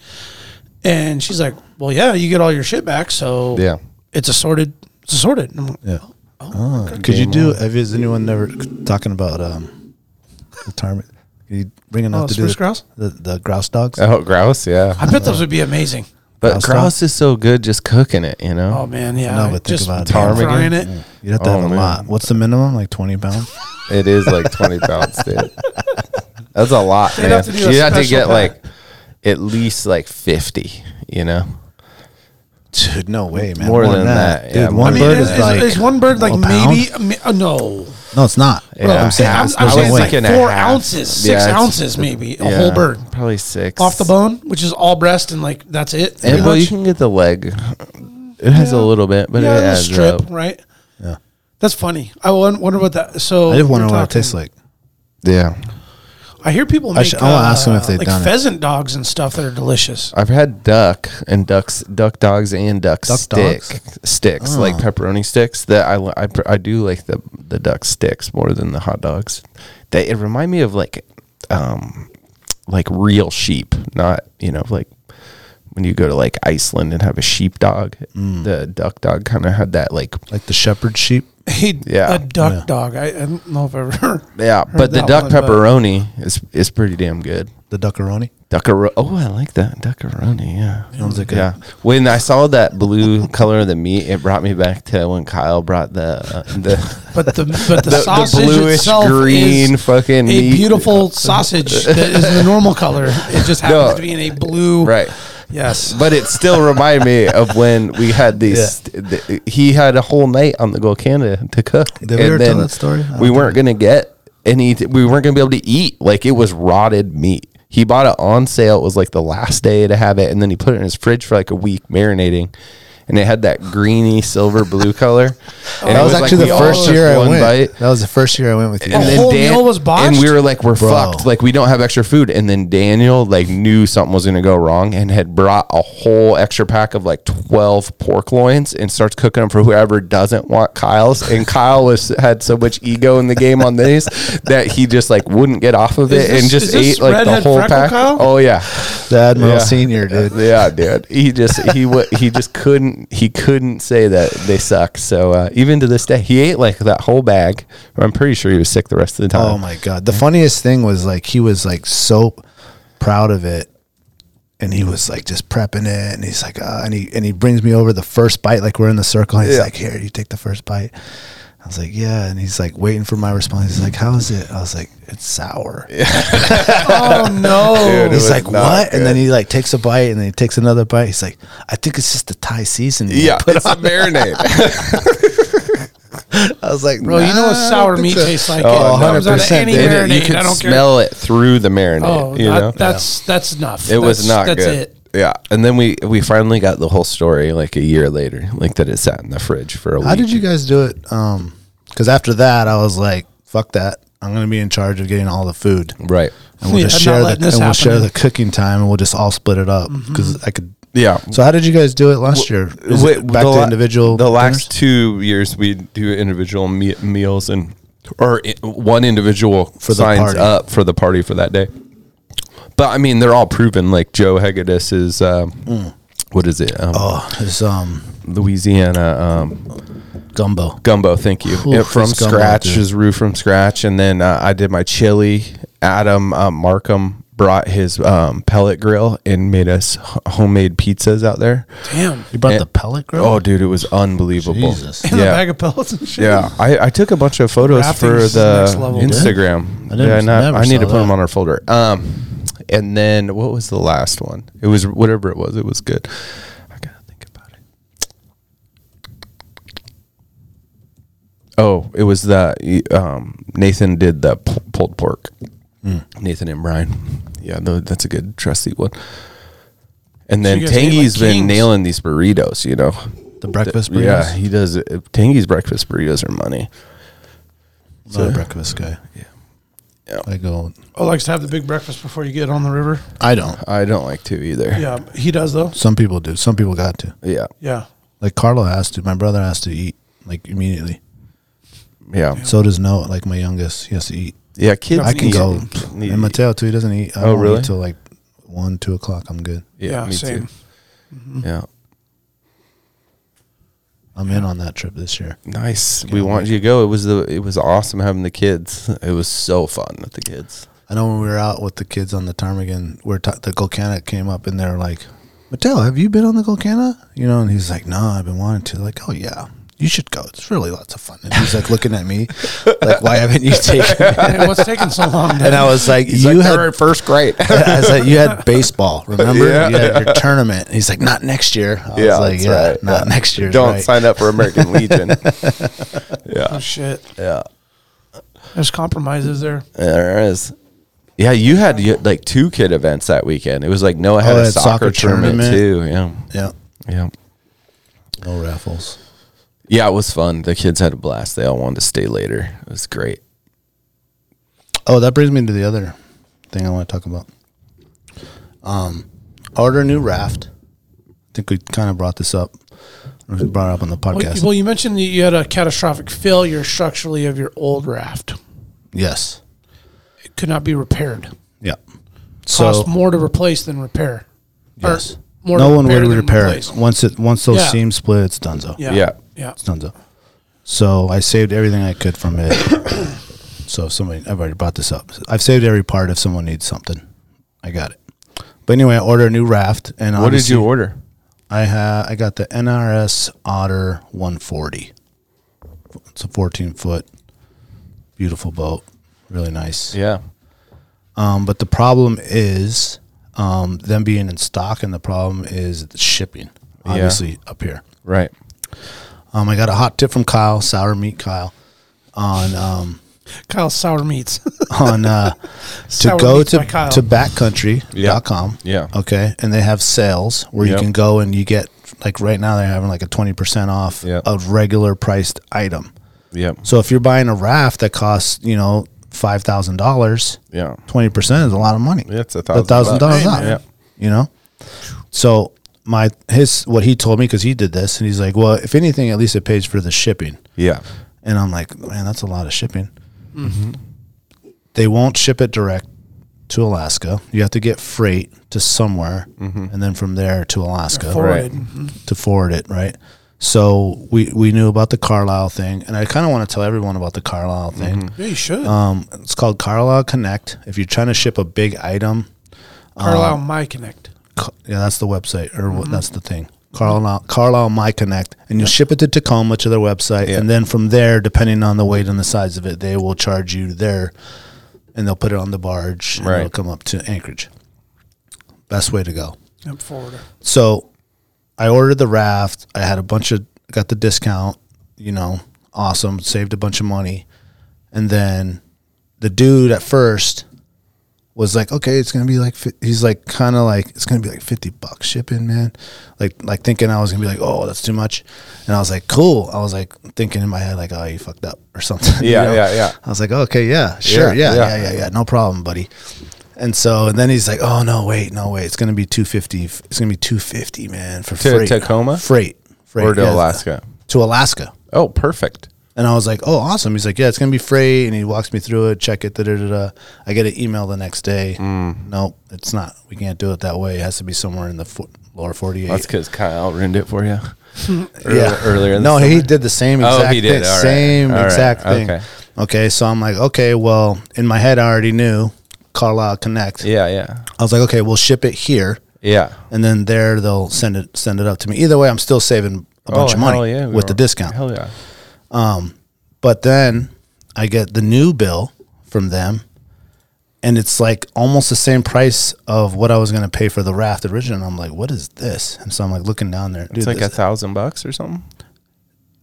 Speaker 3: And she's like, "Well, yeah, you get all your shit back, so
Speaker 5: Yeah.
Speaker 3: it's assorted. It's assorted." And I'm like,
Speaker 2: yeah.
Speaker 3: Oh,
Speaker 2: Ah, Could you do? Have is anyone never talking about um, retirement? Could you bring enough
Speaker 3: Oh,
Speaker 2: to do
Speaker 3: spruce
Speaker 2: the,
Speaker 3: grouse?
Speaker 2: The, the grouse dogs?
Speaker 5: Oh, grouse. Yeah.
Speaker 3: I bet those would be amazing.
Speaker 5: But Kraus is so good just cooking it, you know?
Speaker 3: Oh man, yeah.
Speaker 2: No, but think
Speaker 3: just
Speaker 2: about it.
Speaker 5: Ptarmigan?
Speaker 3: frying it.
Speaker 2: You'd have to
Speaker 5: Oh,
Speaker 2: have a
Speaker 5: man.
Speaker 2: lot. What's the minimum? Like twenty pounds?
Speaker 5: It is like 20 pounds, dude. That's a lot,
Speaker 3: They'd
Speaker 5: man.
Speaker 3: have to do a
Speaker 5: you have to
Speaker 3: special
Speaker 5: get
Speaker 3: pack.
Speaker 5: like at least like 50, you know?
Speaker 2: Dude, no way, man.
Speaker 5: More than that, yeah,
Speaker 2: dude.
Speaker 5: more
Speaker 2: One
Speaker 5: than
Speaker 2: bird
Speaker 5: that.
Speaker 2: is,
Speaker 3: is,
Speaker 2: like
Speaker 3: is one bird like
Speaker 2: a pound?
Speaker 3: maybe a mi- uh, no.
Speaker 2: No, it's not.
Speaker 5: Yeah.
Speaker 2: I'm saying
Speaker 5: I'm-
Speaker 2: it's
Speaker 5: I'm
Speaker 2: no
Speaker 5: saying
Speaker 2: way.
Speaker 5: it's like
Speaker 3: four
Speaker 5: and a half.
Speaker 3: ounces, six
Speaker 5: Yeah, it's-
Speaker 3: ounces maybe a
Speaker 5: Yeah,
Speaker 3: whole bird
Speaker 5: Probably six.
Speaker 3: off the bone, which is all breast and like that's it. pretty
Speaker 5: And well, you
Speaker 3: much.
Speaker 5: can get the leg. It has a little bit, but
Speaker 3: yeah,
Speaker 5: it
Speaker 3: the
Speaker 5: adds
Speaker 3: strip,
Speaker 5: up.
Speaker 3: right? Yeah, that's funny. I won- wonder what that. So
Speaker 2: I did wonder
Speaker 3: you're
Speaker 2: what it
Speaker 3: talking-
Speaker 2: tastes like.
Speaker 5: Yeah.
Speaker 3: I hear people make. I
Speaker 2: should- I wanna ask them if they've
Speaker 3: like
Speaker 2: done it.
Speaker 3: pheasant dogs and stuff that are delicious.
Speaker 5: I've had duck and ducks, duck dogs and duck,
Speaker 2: Duck
Speaker 5: stick
Speaker 2: dogs?
Speaker 5: sticks,
Speaker 3: Oh.
Speaker 5: like pepperoni sticks. That I, li- I pr- I do like the the duck sticks more than the hot dogs. They it remind me of like um like real sheep, not you know like when you go to like Iceland and have a sheep dog.
Speaker 3: Mm.
Speaker 5: The duck dog kind of had that like
Speaker 2: Like the shepherd sheep.
Speaker 3: Hey,
Speaker 5: Yeah.
Speaker 3: a duck dog. I, I don't know if I've ever.
Speaker 5: yeah,
Speaker 3: heard
Speaker 5: but the
Speaker 3: that
Speaker 5: duck
Speaker 3: one, but-
Speaker 5: pepperoni is is pretty damn good.
Speaker 2: The duckaroni.
Speaker 5: Duckaro- oh, I like that duckaroni. Yeah,
Speaker 2: Sounds like a-
Speaker 5: yeah. When I saw that blue color of the meat, it brought me back to when Kyle brought the uh, the,
Speaker 3: But the but the,
Speaker 5: the, the
Speaker 3: sausage
Speaker 5: bluish
Speaker 3: itself
Speaker 5: green
Speaker 3: is
Speaker 5: fucking
Speaker 3: a
Speaker 5: meat.
Speaker 3: beautiful sausage that is the normal color. It just happens
Speaker 5: No.
Speaker 3: to be in a blue.
Speaker 5: right.
Speaker 3: Yes.
Speaker 5: But it still reminded me of when we had these. th- he had a whole night on the Gold Canada to cook,
Speaker 2: Did we ever tell that story? I
Speaker 5: we
Speaker 2: don't
Speaker 5: weren't gonna get any. We weren't gonna be able to eat. Like it was rotted meat. He bought it on sale. It was like the last day to have it, and then he put it in his fridge for like a week marinating. And it had that greeny silver blue color. And
Speaker 2: Oh, That
Speaker 5: it
Speaker 2: was, actually
Speaker 5: we
Speaker 2: the
Speaker 5: all
Speaker 2: first
Speaker 5: took
Speaker 2: year I
Speaker 5: one
Speaker 2: went.
Speaker 5: bite.
Speaker 2: That was the first year I went with you.
Speaker 5: And
Speaker 3: The
Speaker 5: then
Speaker 3: whole
Speaker 5: Dan-
Speaker 3: meal was
Speaker 5: And we
Speaker 3: botched?
Speaker 5: were like, we're
Speaker 2: Bro.
Speaker 5: fucked. Like we don't have extra food. And then Daniel like knew something was gonna go wrong and had brought a whole extra pack of like twelve pork loins and starts cooking them for whoever doesn't want Kyle's. And Kyle was had so much ego in the game on these that he just like wouldn't get off of it
Speaker 3: Is this-
Speaker 5: and
Speaker 3: is
Speaker 5: just
Speaker 3: this
Speaker 5: ate like the
Speaker 3: redhead
Speaker 5: whole
Speaker 3: freckle
Speaker 5: pack.
Speaker 3: Kyle?
Speaker 5: Oh yeah.
Speaker 2: the Admiral
Speaker 5: Yeah.
Speaker 2: Senior, dude.
Speaker 5: Yeah, dude. He just he wa he just couldn't he couldn't say that they suck. So uh, even to this day, he ate like that whole bag. I'm pretty sure he was sick the rest of the time.
Speaker 2: Oh my god. The funniest thing was like he was like so proud of it. And he was like just prepping it, and he's like, uh, and he and he brings me over the first bite, like we're in the circle. And he's
Speaker 5: Yeah.
Speaker 2: like, here, you take the first bite. I was like, yeah, and he's like waiting for my response. He's like, how is it? I was like, it's sour.
Speaker 3: Oh no.
Speaker 5: Dude, it
Speaker 2: He's
Speaker 5: was
Speaker 2: like,
Speaker 5: not
Speaker 2: what? And then
Speaker 5: good.
Speaker 2: he like takes a bite, and then he takes another bite. He's like, I think it's just the Thai seasoning. I
Speaker 5: Yeah,
Speaker 2: put
Speaker 5: it's a marinade.
Speaker 2: on." I was like,
Speaker 3: Bro, you know what
Speaker 2: "Nah."
Speaker 3: sour meat tastes like.
Speaker 5: Oh,
Speaker 3: it comes out of
Speaker 2: 100%,
Speaker 3: any
Speaker 2: dude.
Speaker 5: And it-
Speaker 3: marinade.
Speaker 5: you
Speaker 3: I
Speaker 5: could
Speaker 3: don't care.
Speaker 5: smell it through the marinade.
Speaker 3: Oh,
Speaker 5: you
Speaker 3: that-
Speaker 5: know,
Speaker 3: that's that's enough.
Speaker 5: it was
Speaker 3: That's-
Speaker 5: not
Speaker 3: that's
Speaker 5: good.
Speaker 3: it.
Speaker 5: Yeah, and then we we finally got the whole story like a year later, like that it sat in the fridge for a
Speaker 2: How
Speaker 5: week.
Speaker 2: did you guys do it? Um, because after that, I was like, fuck that. I'm gonna be in charge of getting all the food,
Speaker 5: right?
Speaker 2: and we'll
Speaker 3: Yeah,
Speaker 2: just
Speaker 3: I'm not
Speaker 2: share the
Speaker 3: letting
Speaker 2: and
Speaker 3: this
Speaker 2: we'll
Speaker 3: happen. Mm-hmm.
Speaker 2: share the cooking time, and we'll just all split it up because I could.
Speaker 5: Yeah.
Speaker 2: So how did you guys do it last year? Is
Speaker 5: Wait,
Speaker 2: it back
Speaker 5: the
Speaker 2: to
Speaker 5: la-
Speaker 2: individual.
Speaker 5: The
Speaker 2: dinners?
Speaker 5: last two years, we do individual me- meals and or i- one individual
Speaker 2: For the
Speaker 5: signs
Speaker 2: party.
Speaker 5: up for the party for that day. But I mean, they're all proven. Like Joe Hegedus is um, what is it? Um,
Speaker 2: Mm. oh, it's um
Speaker 5: Louisiana. Um,
Speaker 2: gumbo.
Speaker 5: gumbo. Thank you.
Speaker 2: Ooh,
Speaker 5: It from
Speaker 2: it's gumbo,
Speaker 5: scratch,
Speaker 2: dude.
Speaker 5: his roux from scratch, and then uh, I did my chili. Adam uh, Markham brought his um, pellet grill and made us h- homemade pizzas out there.
Speaker 3: Damn.
Speaker 2: You brought
Speaker 5: And-
Speaker 2: the pellet grill.
Speaker 5: Oh, dude, it was unbelievable.
Speaker 2: Jesus.
Speaker 3: And a
Speaker 5: Yeah.
Speaker 3: bag of pellets and shit.
Speaker 5: Yeah, I, I took a bunch of photos
Speaker 3: Rafting
Speaker 5: for
Speaker 3: is the
Speaker 5: the
Speaker 3: next level.
Speaker 5: Instagram.
Speaker 2: I didn't-
Speaker 5: yeah, and I-
Speaker 2: never
Speaker 5: I need
Speaker 2: saw
Speaker 5: to put them
Speaker 2: that.
Speaker 5: on our folder. Um, and then what was the last one? It was whatever it was. It was good. I gotta think about it. Oh, it was the um, Nathan did the p- pulled pork.
Speaker 2: Hmm.
Speaker 5: Nathan and Brian. Yeah, tho- that's a good trusty one. And then
Speaker 3: you guys ate like
Speaker 5: Tangy's been
Speaker 3: kings.
Speaker 5: nailing these burritos, you know.
Speaker 2: the breakfast burritos.
Speaker 5: Yeah, he does. Tangy's breakfast burritos are money.
Speaker 2: Not a breakfast guy. Yeah. I go.
Speaker 3: Oh, likes to have the big breakfast before you get on the river.
Speaker 2: I don't.
Speaker 5: I don't like to either.
Speaker 3: Yeah, he does though.
Speaker 2: Some people do. Some people got to.
Speaker 5: Yeah.
Speaker 3: Yeah.
Speaker 2: Like Carlo has to. My brother has to eat like immediately.
Speaker 5: Yeah. Yeah.
Speaker 2: So does Noah. Like my youngest, he has to eat.
Speaker 5: kids
Speaker 2: I can
Speaker 5: need-
Speaker 2: go.
Speaker 5: need-
Speaker 2: And Mateo too. He doesn't eat. I
Speaker 5: Oh,
Speaker 2: don't eat
Speaker 5: really?
Speaker 2: Till like one, two o'clock. I'm good.
Speaker 5: Yeah,
Speaker 3: Yeah,
Speaker 5: me
Speaker 3: same.
Speaker 5: too. Yeah.
Speaker 2: I'm in on that trip this year.
Speaker 5: Nice. we want you to go. It was the it was awesome having the kids. It was so fun with the kids.
Speaker 2: I know when we were out with the kids on the ptarmigan, where t- the Golcanic came up and they're like, Mattel, have you been on the Golcana? You know, and he's like, no, I've been wanting to. Like, oh yeah, you should go. It's really lots of fun. And he's like looking at me, like, why haven't you taken? me?
Speaker 3: Hey, what's taking so long?
Speaker 2: And I was like, you
Speaker 5: like,
Speaker 2: had
Speaker 5: "They're in first grade.
Speaker 2: I was like, you had baseball, remember?
Speaker 5: Yeah.
Speaker 2: you had your tournament. He's like, not next year. I was like,
Speaker 5: that's
Speaker 2: yeah,
Speaker 5: right.
Speaker 2: not
Speaker 5: Yeah.
Speaker 2: next year.
Speaker 5: Don't
Speaker 2: right.
Speaker 5: sign up for American Legion. yeah.
Speaker 3: Oh shit.
Speaker 5: Yeah.
Speaker 3: There's compromises there.
Speaker 5: There is. Yeah, you had you had, like two kid events that weekend. It was like Noah had
Speaker 2: Oh, I
Speaker 5: a
Speaker 2: had
Speaker 5: soccer,
Speaker 2: soccer
Speaker 5: tournament,
Speaker 2: Yeah,
Speaker 5: too. Yeah. Yeah.
Speaker 2: no raffles.
Speaker 5: Yeah, it was fun. The kids had a blast. They all wanted to stay later. It was great.
Speaker 2: Oh, that brings me to the other thing I want to talk about. Um, order a new raft. I think we kind of brought this up. We brought it up on the
Speaker 3: Well,
Speaker 2: podcast.
Speaker 3: you- well, you mentioned that you had a catastrophic failure structurally of your old raft.
Speaker 2: yes.
Speaker 3: It could not be repaired.
Speaker 2: Yeah.
Speaker 3: Cost more to replace than repair. Or
Speaker 2: yes.
Speaker 3: more
Speaker 2: no
Speaker 3: to
Speaker 2: one would
Speaker 3: than
Speaker 2: repair
Speaker 3: replace.
Speaker 2: it once it once those
Speaker 3: Yeah.
Speaker 2: seams split. It's donezo.
Speaker 3: Yeah.
Speaker 5: Yeah.
Speaker 3: Yeah.
Speaker 2: It's donezo. So I saved everything I could from it. so if somebody, I've already brought this up. I've saved every part. If someone needs something, I got it. But anyway, I ordered a new raft. And
Speaker 5: What did
Speaker 2: obviously-
Speaker 5: you order?
Speaker 2: I ha- I got the NRS Otter 140. It's a 14 foot, beautiful boat, really nice.
Speaker 5: Yeah.
Speaker 2: Um, but the problem is um, them being in stock, and the problem is the shipping,
Speaker 5: Yeah.
Speaker 2: obviously up here.
Speaker 5: Right.
Speaker 2: Um, I got a hot tip from Kyle, sour meat Kyle, on um,
Speaker 3: Kyle Sour Meats.
Speaker 2: on uh, to
Speaker 3: Sour
Speaker 2: go
Speaker 3: Meats
Speaker 2: to
Speaker 3: by Kyle.
Speaker 2: to backcountry.com.
Speaker 5: Yeah.
Speaker 2: Okay. And they have sales where
Speaker 5: Yep.
Speaker 2: you can go and you get like right now they're having like a 20% off
Speaker 5: Yep.
Speaker 2: of regular priced item.
Speaker 5: Yeah.
Speaker 2: So if you're buying a raft that costs, you know, $5,000,
Speaker 5: Yeah.
Speaker 2: 20% is a lot of money.
Speaker 5: Yeah, it's a
Speaker 2: The
Speaker 5: thousand bucks.
Speaker 2: $1,000 off.
Speaker 5: Yep.
Speaker 2: You know? So my his what he told me cuz he did this and he's like, "Well, if anything, at least it pays for the shipping."
Speaker 5: Yeah.
Speaker 2: And I'm like, man, that's a lot of shipping. They won't ship it direct to Alaska. You have to get freight to somewhere, and then from there to Alaska
Speaker 3: Forwarded.
Speaker 2: to forward it, right? So we, we knew about the Carlisle thing, and I kind of want to tell everyone about the Carlisle thing.
Speaker 3: Yeah, you should.
Speaker 2: Um, it's called Carlisle Connect. If you're trying to ship a big item, uh,
Speaker 3: Carlisle My Connect.
Speaker 2: Ca- yeah, that's the website, or
Speaker 5: Mm-hmm.
Speaker 2: what that's the thing. Carlisle, Carlisle My Connect, and you ship it to Tacoma to their website,
Speaker 5: Yeah.
Speaker 2: and then from there, depending on the weight and the size of it, they will charge you there, and they'll put it on the barge, and
Speaker 5: Right.
Speaker 2: it'll come up to Anchorage. Best way to go.
Speaker 3: Yep, forwarder.
Speaker 2: So, I ordered the raft. I had a bunch of got the discount. You know, awesome. Saved a bunch of money, and then the dude at first was like, okay, it's gonna be like fi- he's like kind of like it's gonna be like fifty bucks shipping, man. Like like thinking I was gonna be like, oh, that's too much, and I was like, cool. I was like thinking in my head like, oh, you fucked up or something. you
Speaker 5: Yeah,
Speaker 2: know?
Speaker 5: yeah, yeah.
Speaker 2: I was like, okay, yeah, sure,
Speaker 5: Yeah,
Speaker 2: yeah,
Speaker 5: yeah.
Speaker 2: yeah, yeah, yeah, no problem, buddy. And so and then he's like, oh no, wait, no wait, it's gonna be two fifty. It's gonna be two fifty, man, for
Speaker 5: To
Speaker 2: freight.
Speaker 5: Tacoma?
Speaker 2: freight, freight
Speaker 5: Or to
Speaker 2: yeah.
Speaker 5: Alaska.
Speaker 2: to Alaska.
Speaker 5: Oh, perfect.
Speaker 2: And I was like, "Oh, awesome!" He's like, "Yeah, it's gonna be free." And he walks me through it, check it. Da da da. da. I get an email the next day.
Speaker 5: Mm.
Speaker 2: Nope, it's not. We can't do it that way. It has to be somewhere in the fo- lower forty-eight.
Speaker 5: That's because Kyle ruined it for you.
Speaker 2: yeah,
Speaker 5: earlier in the
Speaker 2: no, he
Speaker 5: summer?
Speaker 2: did the same
Speaker 5: Oh,
Speaker 2: exact
Speaker 5: he did.
Speaker 2: thing.
Speaker 5: All right.
Speaker 2: Same
Speaker 5: All right.
Speaker 2: exact thing.
Speaker 5: Okay.
Speaker 2: Okay. so I'm like, okay, well, in my head, I already knew Carlisle Connect.
Speaker 5: Yeah. Yeah.
Speaker 2: I was like, okay, we'll ship it here,
Speaker 5: Yeah.
Speaker 2: and then there they'll send it send it up to me. Either way, I'm still saving a bunch of
Speaker 5: Oh, hell
Speaker 2: money
Speaker 5: yeah, we
Speaker 2: with the
Speaker 5: were.
Speaker 2: discount.
Speaker 5: Hell yeah.
Speaker 2: But then I get the new bill from them, and it's like almost the same price of what I was going to pay for the raft original. And I'm like, what is this? And so I'm like looking down there. Dude,
Speaker 5: It's like a
Speaker 2: this-
Speaker 5: thousand bucks or something.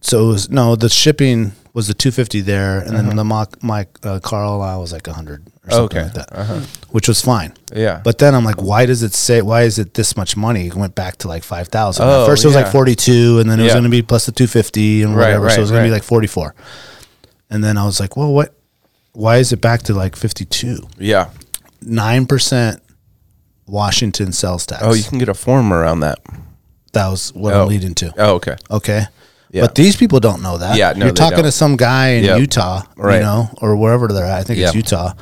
Speaker 2: so it was, no, the shipping was the 250 there, and then the mock, my uh, Carlisle was like 100 or something
Speaker 5: Uh-huh. Okay, Uh-huh.
Speaker 2: like that, which was fine.
Speaker 5: Yeah.
Speaker 2: But then I'm like, why does it say? Why is it this much money? It went back to like five thousand.
Speaker 5: Oh,
Speaker 2: At first it was
Speaker 5: yeah.
Speaker 2: like forty two, and then it was
Speaker 5: Yeah.
Speaker 2: going to be plus the two fifty and
Speaker 5: Right,
Speaker 2: whatever.
Speaker 5: right,
Speaker 2: so it was going to
Speaker 5: right.
Speaker 2: be like forty four. And then I was like, well, what? Why is it back to like fifty two?
Speaker 5: Yeah.
Speaker 2: Nine percent Washington sales tax.
Speaker 5: Oh, you can get a form around that.
Speaker 2: that was what
Speaker 5: Oh.
Speaker 2: I'm leading to.
Speaker 5: Oh, okay.
Speaker 2: Okay.
Speaker 5: Yeah.
Speaker 2: But these people don't know that.
Speaker 5: Yeah, no,
Speaker 2: You're
Speaker 5: they
Speaker 2: talking
Speaker 5: don't.
Speaker 2: to some guy in
Speaker 5: Yep.
Speaker 2: Utah,
Speaker 5: Right.
Speaker 2: you know, or wherever they're at. I think
Speaker 5: Yep.
Speaker 2: it's Utah.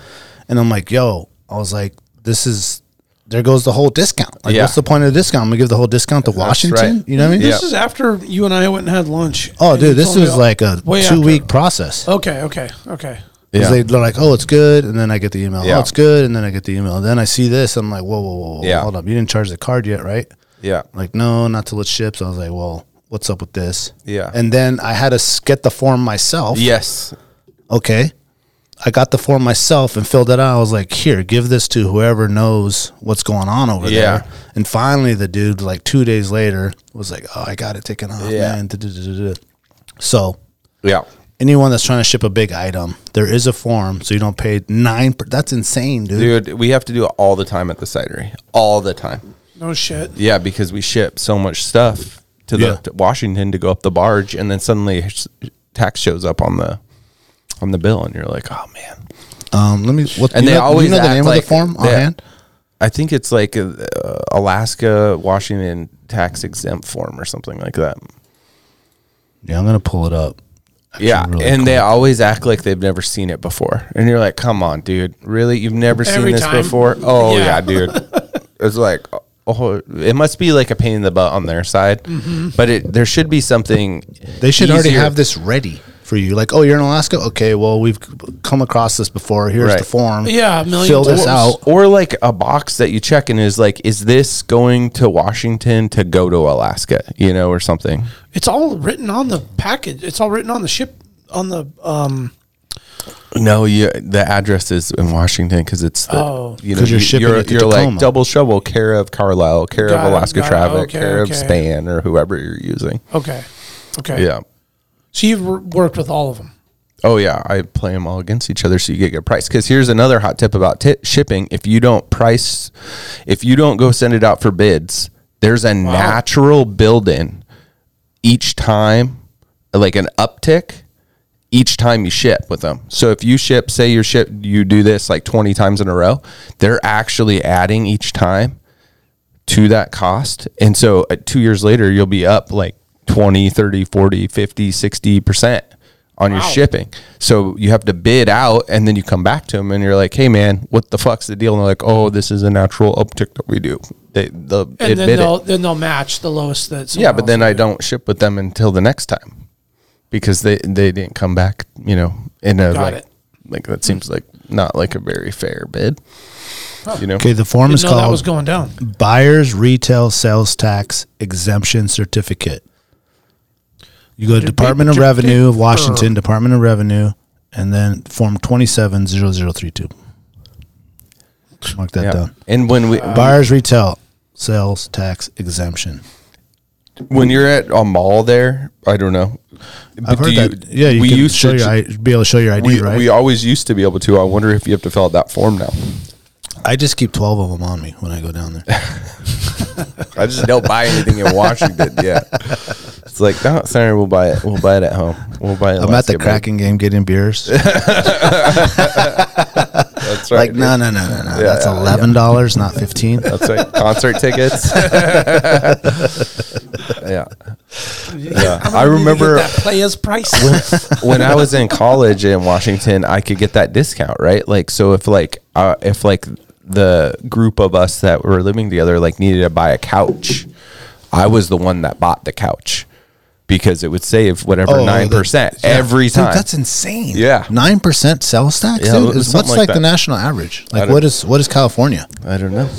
Speaker 2: And I'm like, yo, I was like, this is, there goes the whole discount. Like,
Speaker 5: Yeah.
Speaker 2: what's the point of the discount? I'm going to give the whole discount to Washington.
Speaker 5: right.
Speaker 2: You know what I mean?
Speaker 5: Yeah.
Speaker 3: This is after you and I went and had lunch.
Speaker 2: Oh,
Speaker 3: And you
Speaker 2: dude, this
Speaker 3: told me
Speaker 2: is
Speaker 3: all-
Speaker 2: like a
Speaker 3: way
Speaker 2: two
Speaker 3: after.
Speaker 2: week process.
Speaker 3: Okay, okay, okay.
Speaker 5: Yeah.
Speaker 2: Because they, they're like, oh, it's good. And then I get the email.
Speaker 5: Yeah.
Speaker 2: Oh, it's good. And then I get the email. Then I see this. I'm like, whoa, whoa, whoa, whoa
Speaker 5: Yeah.
Speaker 2: hold up. You didn't charge the card yet, right?
Speaker 5: Yeah.
Speaker 2: Like, no, not to let ships. I was like, well, what's up with this?
Speaker 5: Yeah.
Speaker 2: And then I had to s- get the form myself.
Speaker 5: Yes.
Speaker 2: Okay. I got the form myself and filled it out. I was like, here, give this to whoever knows what's going on over
Speaker 5: Yeah.
Speaker 2: there. And finally, the dude, like two days later, was like, oh, I got it taken off,
Speaker 5: Yeah.
Speaker 2: man. Da-da-da-da-da. So
Speaker 5: Yeah.
Speaker 2: anyone that's trying to ship a big item, there is a form, so you don't pay nine. Per- that's insane, dude.
Speaker 5: Dude, we have to do it all the time at the cidery. All the time.
Speaker 3: No shit.
Speaker 5: Yeah, because we ship so much stuff to the
Speaker 2: Yeah.
Speaker 5: to Washington to go up the barge and then suddenly s- tax shows up on the on the bill and you're like, "Oh man."
Speaker 2: Um, let me. What,
Speaker 5: And
Speaker 2: you
Speaker 5: they
Speaker 2: know, do
Speaker 5: always
Speaker 2: you know the
Speaker 5: act
Speaker 2: name
Speaker 5: like
Speaker 2: of the form on
Speaker 5: that-
Speaker 2: hand.
Speaker 5: I think it's like uh, Alaska Washington tax exempt form or something like that.
Speaker 2: Yeah, I'm gonna pull it up.
Speaker 5: yeah,
Speaker 2: really
Speaker 5: and they always act like they've never seen it before, and you're like, "Come on, dude, really? You've never
Speaker 3: Every
Speaker 5: seen this
Speaker 3: time.
Speaker 5: before?" Oh
Speaker 3: Yeah.
Speaker 5: yeah, dude. it's like, oh, it must be like a pain in the butt on their side,
Speaker 3: Mm-hmm.
Speaker 5: but it there should be something.
Speaker 2: They should already
Speaker 5: easier.
Speaker 2: have this ready for you. Like, oh, you're in Alaska. Okay, well, we've come across this before. Here's the
Speaker 5: Right.
Speaker 2: form.
Speaker 3: Yeah, a million
Speaker 2: fill this
Speaker 3: times.
Speaker 2: out.
Speaker 5: or like a box that you check and is like, "Is this going to Washington to go to Alaska?" You know, or something.
Speaker 3: It's all written on the package. It's all written on the ship on the um
Speaker 5: No, you, the address is in Washington because it's the,
Speaker 3: Oh.
Speaker 5: you know,
Speaker 2: 'Cause
Speaker 5: you're,
Speaker 2: you're shipping
Speaker 5: you're,
Speaker 2: it to
Speaker 5: you're like
Speaker 2: Tacoma.
Speaker 5: double shovel, care of Carlisle, care
Speaker 3: Got
Speaker 5: of
Speaker 3: it,
Speaker 5: Alaska
Speaker 3: got it.
Speaker 5: Travel,
Speaker 3: Okay,
Speaker 5: care
Speaker 3: okay.
Speaker 5: of Span or whoever you're using.
Speaker 3: okay. Okay.
Speaker 5: Yeah.
Speaker 3: So you've wor- worked with all of them.
Speaker 5: Oh yeah, I play them all against each other, so you get a good price. Because here's another hot tip about ti shipping: if you don't price, if you don't go send it out for bids, there's a natural build-in each time, like an uptick each time you ship with them. So if you ship, say your ship, you do this like 20 times in a row, they're actually adding each time to that cost. And so uh, two years later, you'll be up like 20, 30, 40, 50, 60% on your shipping. So you have to bid out and then you come back to them and you're like, hey man, what the fuck's the deal? And they're like, oh, this is a natural uptick that we do. They, the,
Speaker 3: And
Speaker 5: they
Speaker 3: then
Speaker 5: bid it.
Speaker 3: they'll then they'll match the lowest that's
Speaker 5: Yeah, but then I don't ship with them until the next time because they they didn't come back. You know, in a
Speaker 3: Got
Speaker 5: like,
Speaker 3: it.
Speaker 5: like that seems like not like a very fair bid. You know,
Speaker 2: Okay, the form
Speaker 3: didn't
Speaker 2: is
Speaker 3: know that was
Speaker 2: called
Speaker 3: going down.
Speaker 2: Buyer's Retail Sales Tax Exemption Certificate. You go to Department of
Speaker 3: uh,
Speaker 2: Revenue of Washington, Department of Revenue, and then Form 270032. Mark that
Speaker 5: yeah.
Speaker 2: down.
Speaker 5: And when we
Speaker 2: Buyer's Retail Sales Tax Exemption.
Speaker 5: when you're at a mall there, I don't know.
Speaker 2: I've heard that. Yeah, you
Speaker 5: we
Speaker 2: can
Speaker 5: used
Speaker 2: show
Speaker 5: to.
Speaker 2: your, I- be able to show your ID,
Speaker 5: we,
Speaker 2: right?
Speaker 5: we always used to be able to. I wonder if you have to fill out that form now.
Speaker 2: I just keep 12 of them on me when I go down
Speaker 5: Oh,
Speaker 2: there.
Speaker 5: I just don't buy anything in Washington yet. It's like, no, sorry, we'll buy it. We'll buy it at home. We'll buy it.
Speaker 2: I'm at the
Speaker 5: Alaska, babe."
Speaker 2: cracking game getting beers.
Speaker 5: That's right.
Speaker 2: like,
Speaker 5: dude.
Speaker 2: no, no, no, no, no.
Speaker 5: Yeah,
Speaker 2: That's
Speaker 5: yeah, yeah.
Speaker 2: $11, not 15
Speaker 5: That's right. Concert tickets. yeah. Yeah. I
Speaker 3: You need to get
Speaker 5: remember
Speaker 3: that player's price.
Speaker 5: when I was in college in Washington, I could get that discount, right? Like, so if like, uh, if like the group of us that were living together, like needed to buy a couch, I was the one that bought the couch because it would save whatever
Speaker 2: Oh,
Speaker 5: 9%
Speaker 2: that- yeah.
Speaker 5: every
Speaker 2: Dude,
Speaker 5: time.
Speaker 2: that's insane.
Speaker 5: Yeah.
Speaker 2: nine percent sales tax.
Speaker 5: Yeah,
Speaker 2: dude,
Speaker 5: it was
Speaker 2: is, what's
Speaker 5: something
Speaker 2: like,
Speaker 5: like
Speaker 2: the
Speaker 5: that.
Speaker 2: national average? Like
Speaker 5: don't-
Speaker 2: what is what is California?
Speaker 5: I don't know.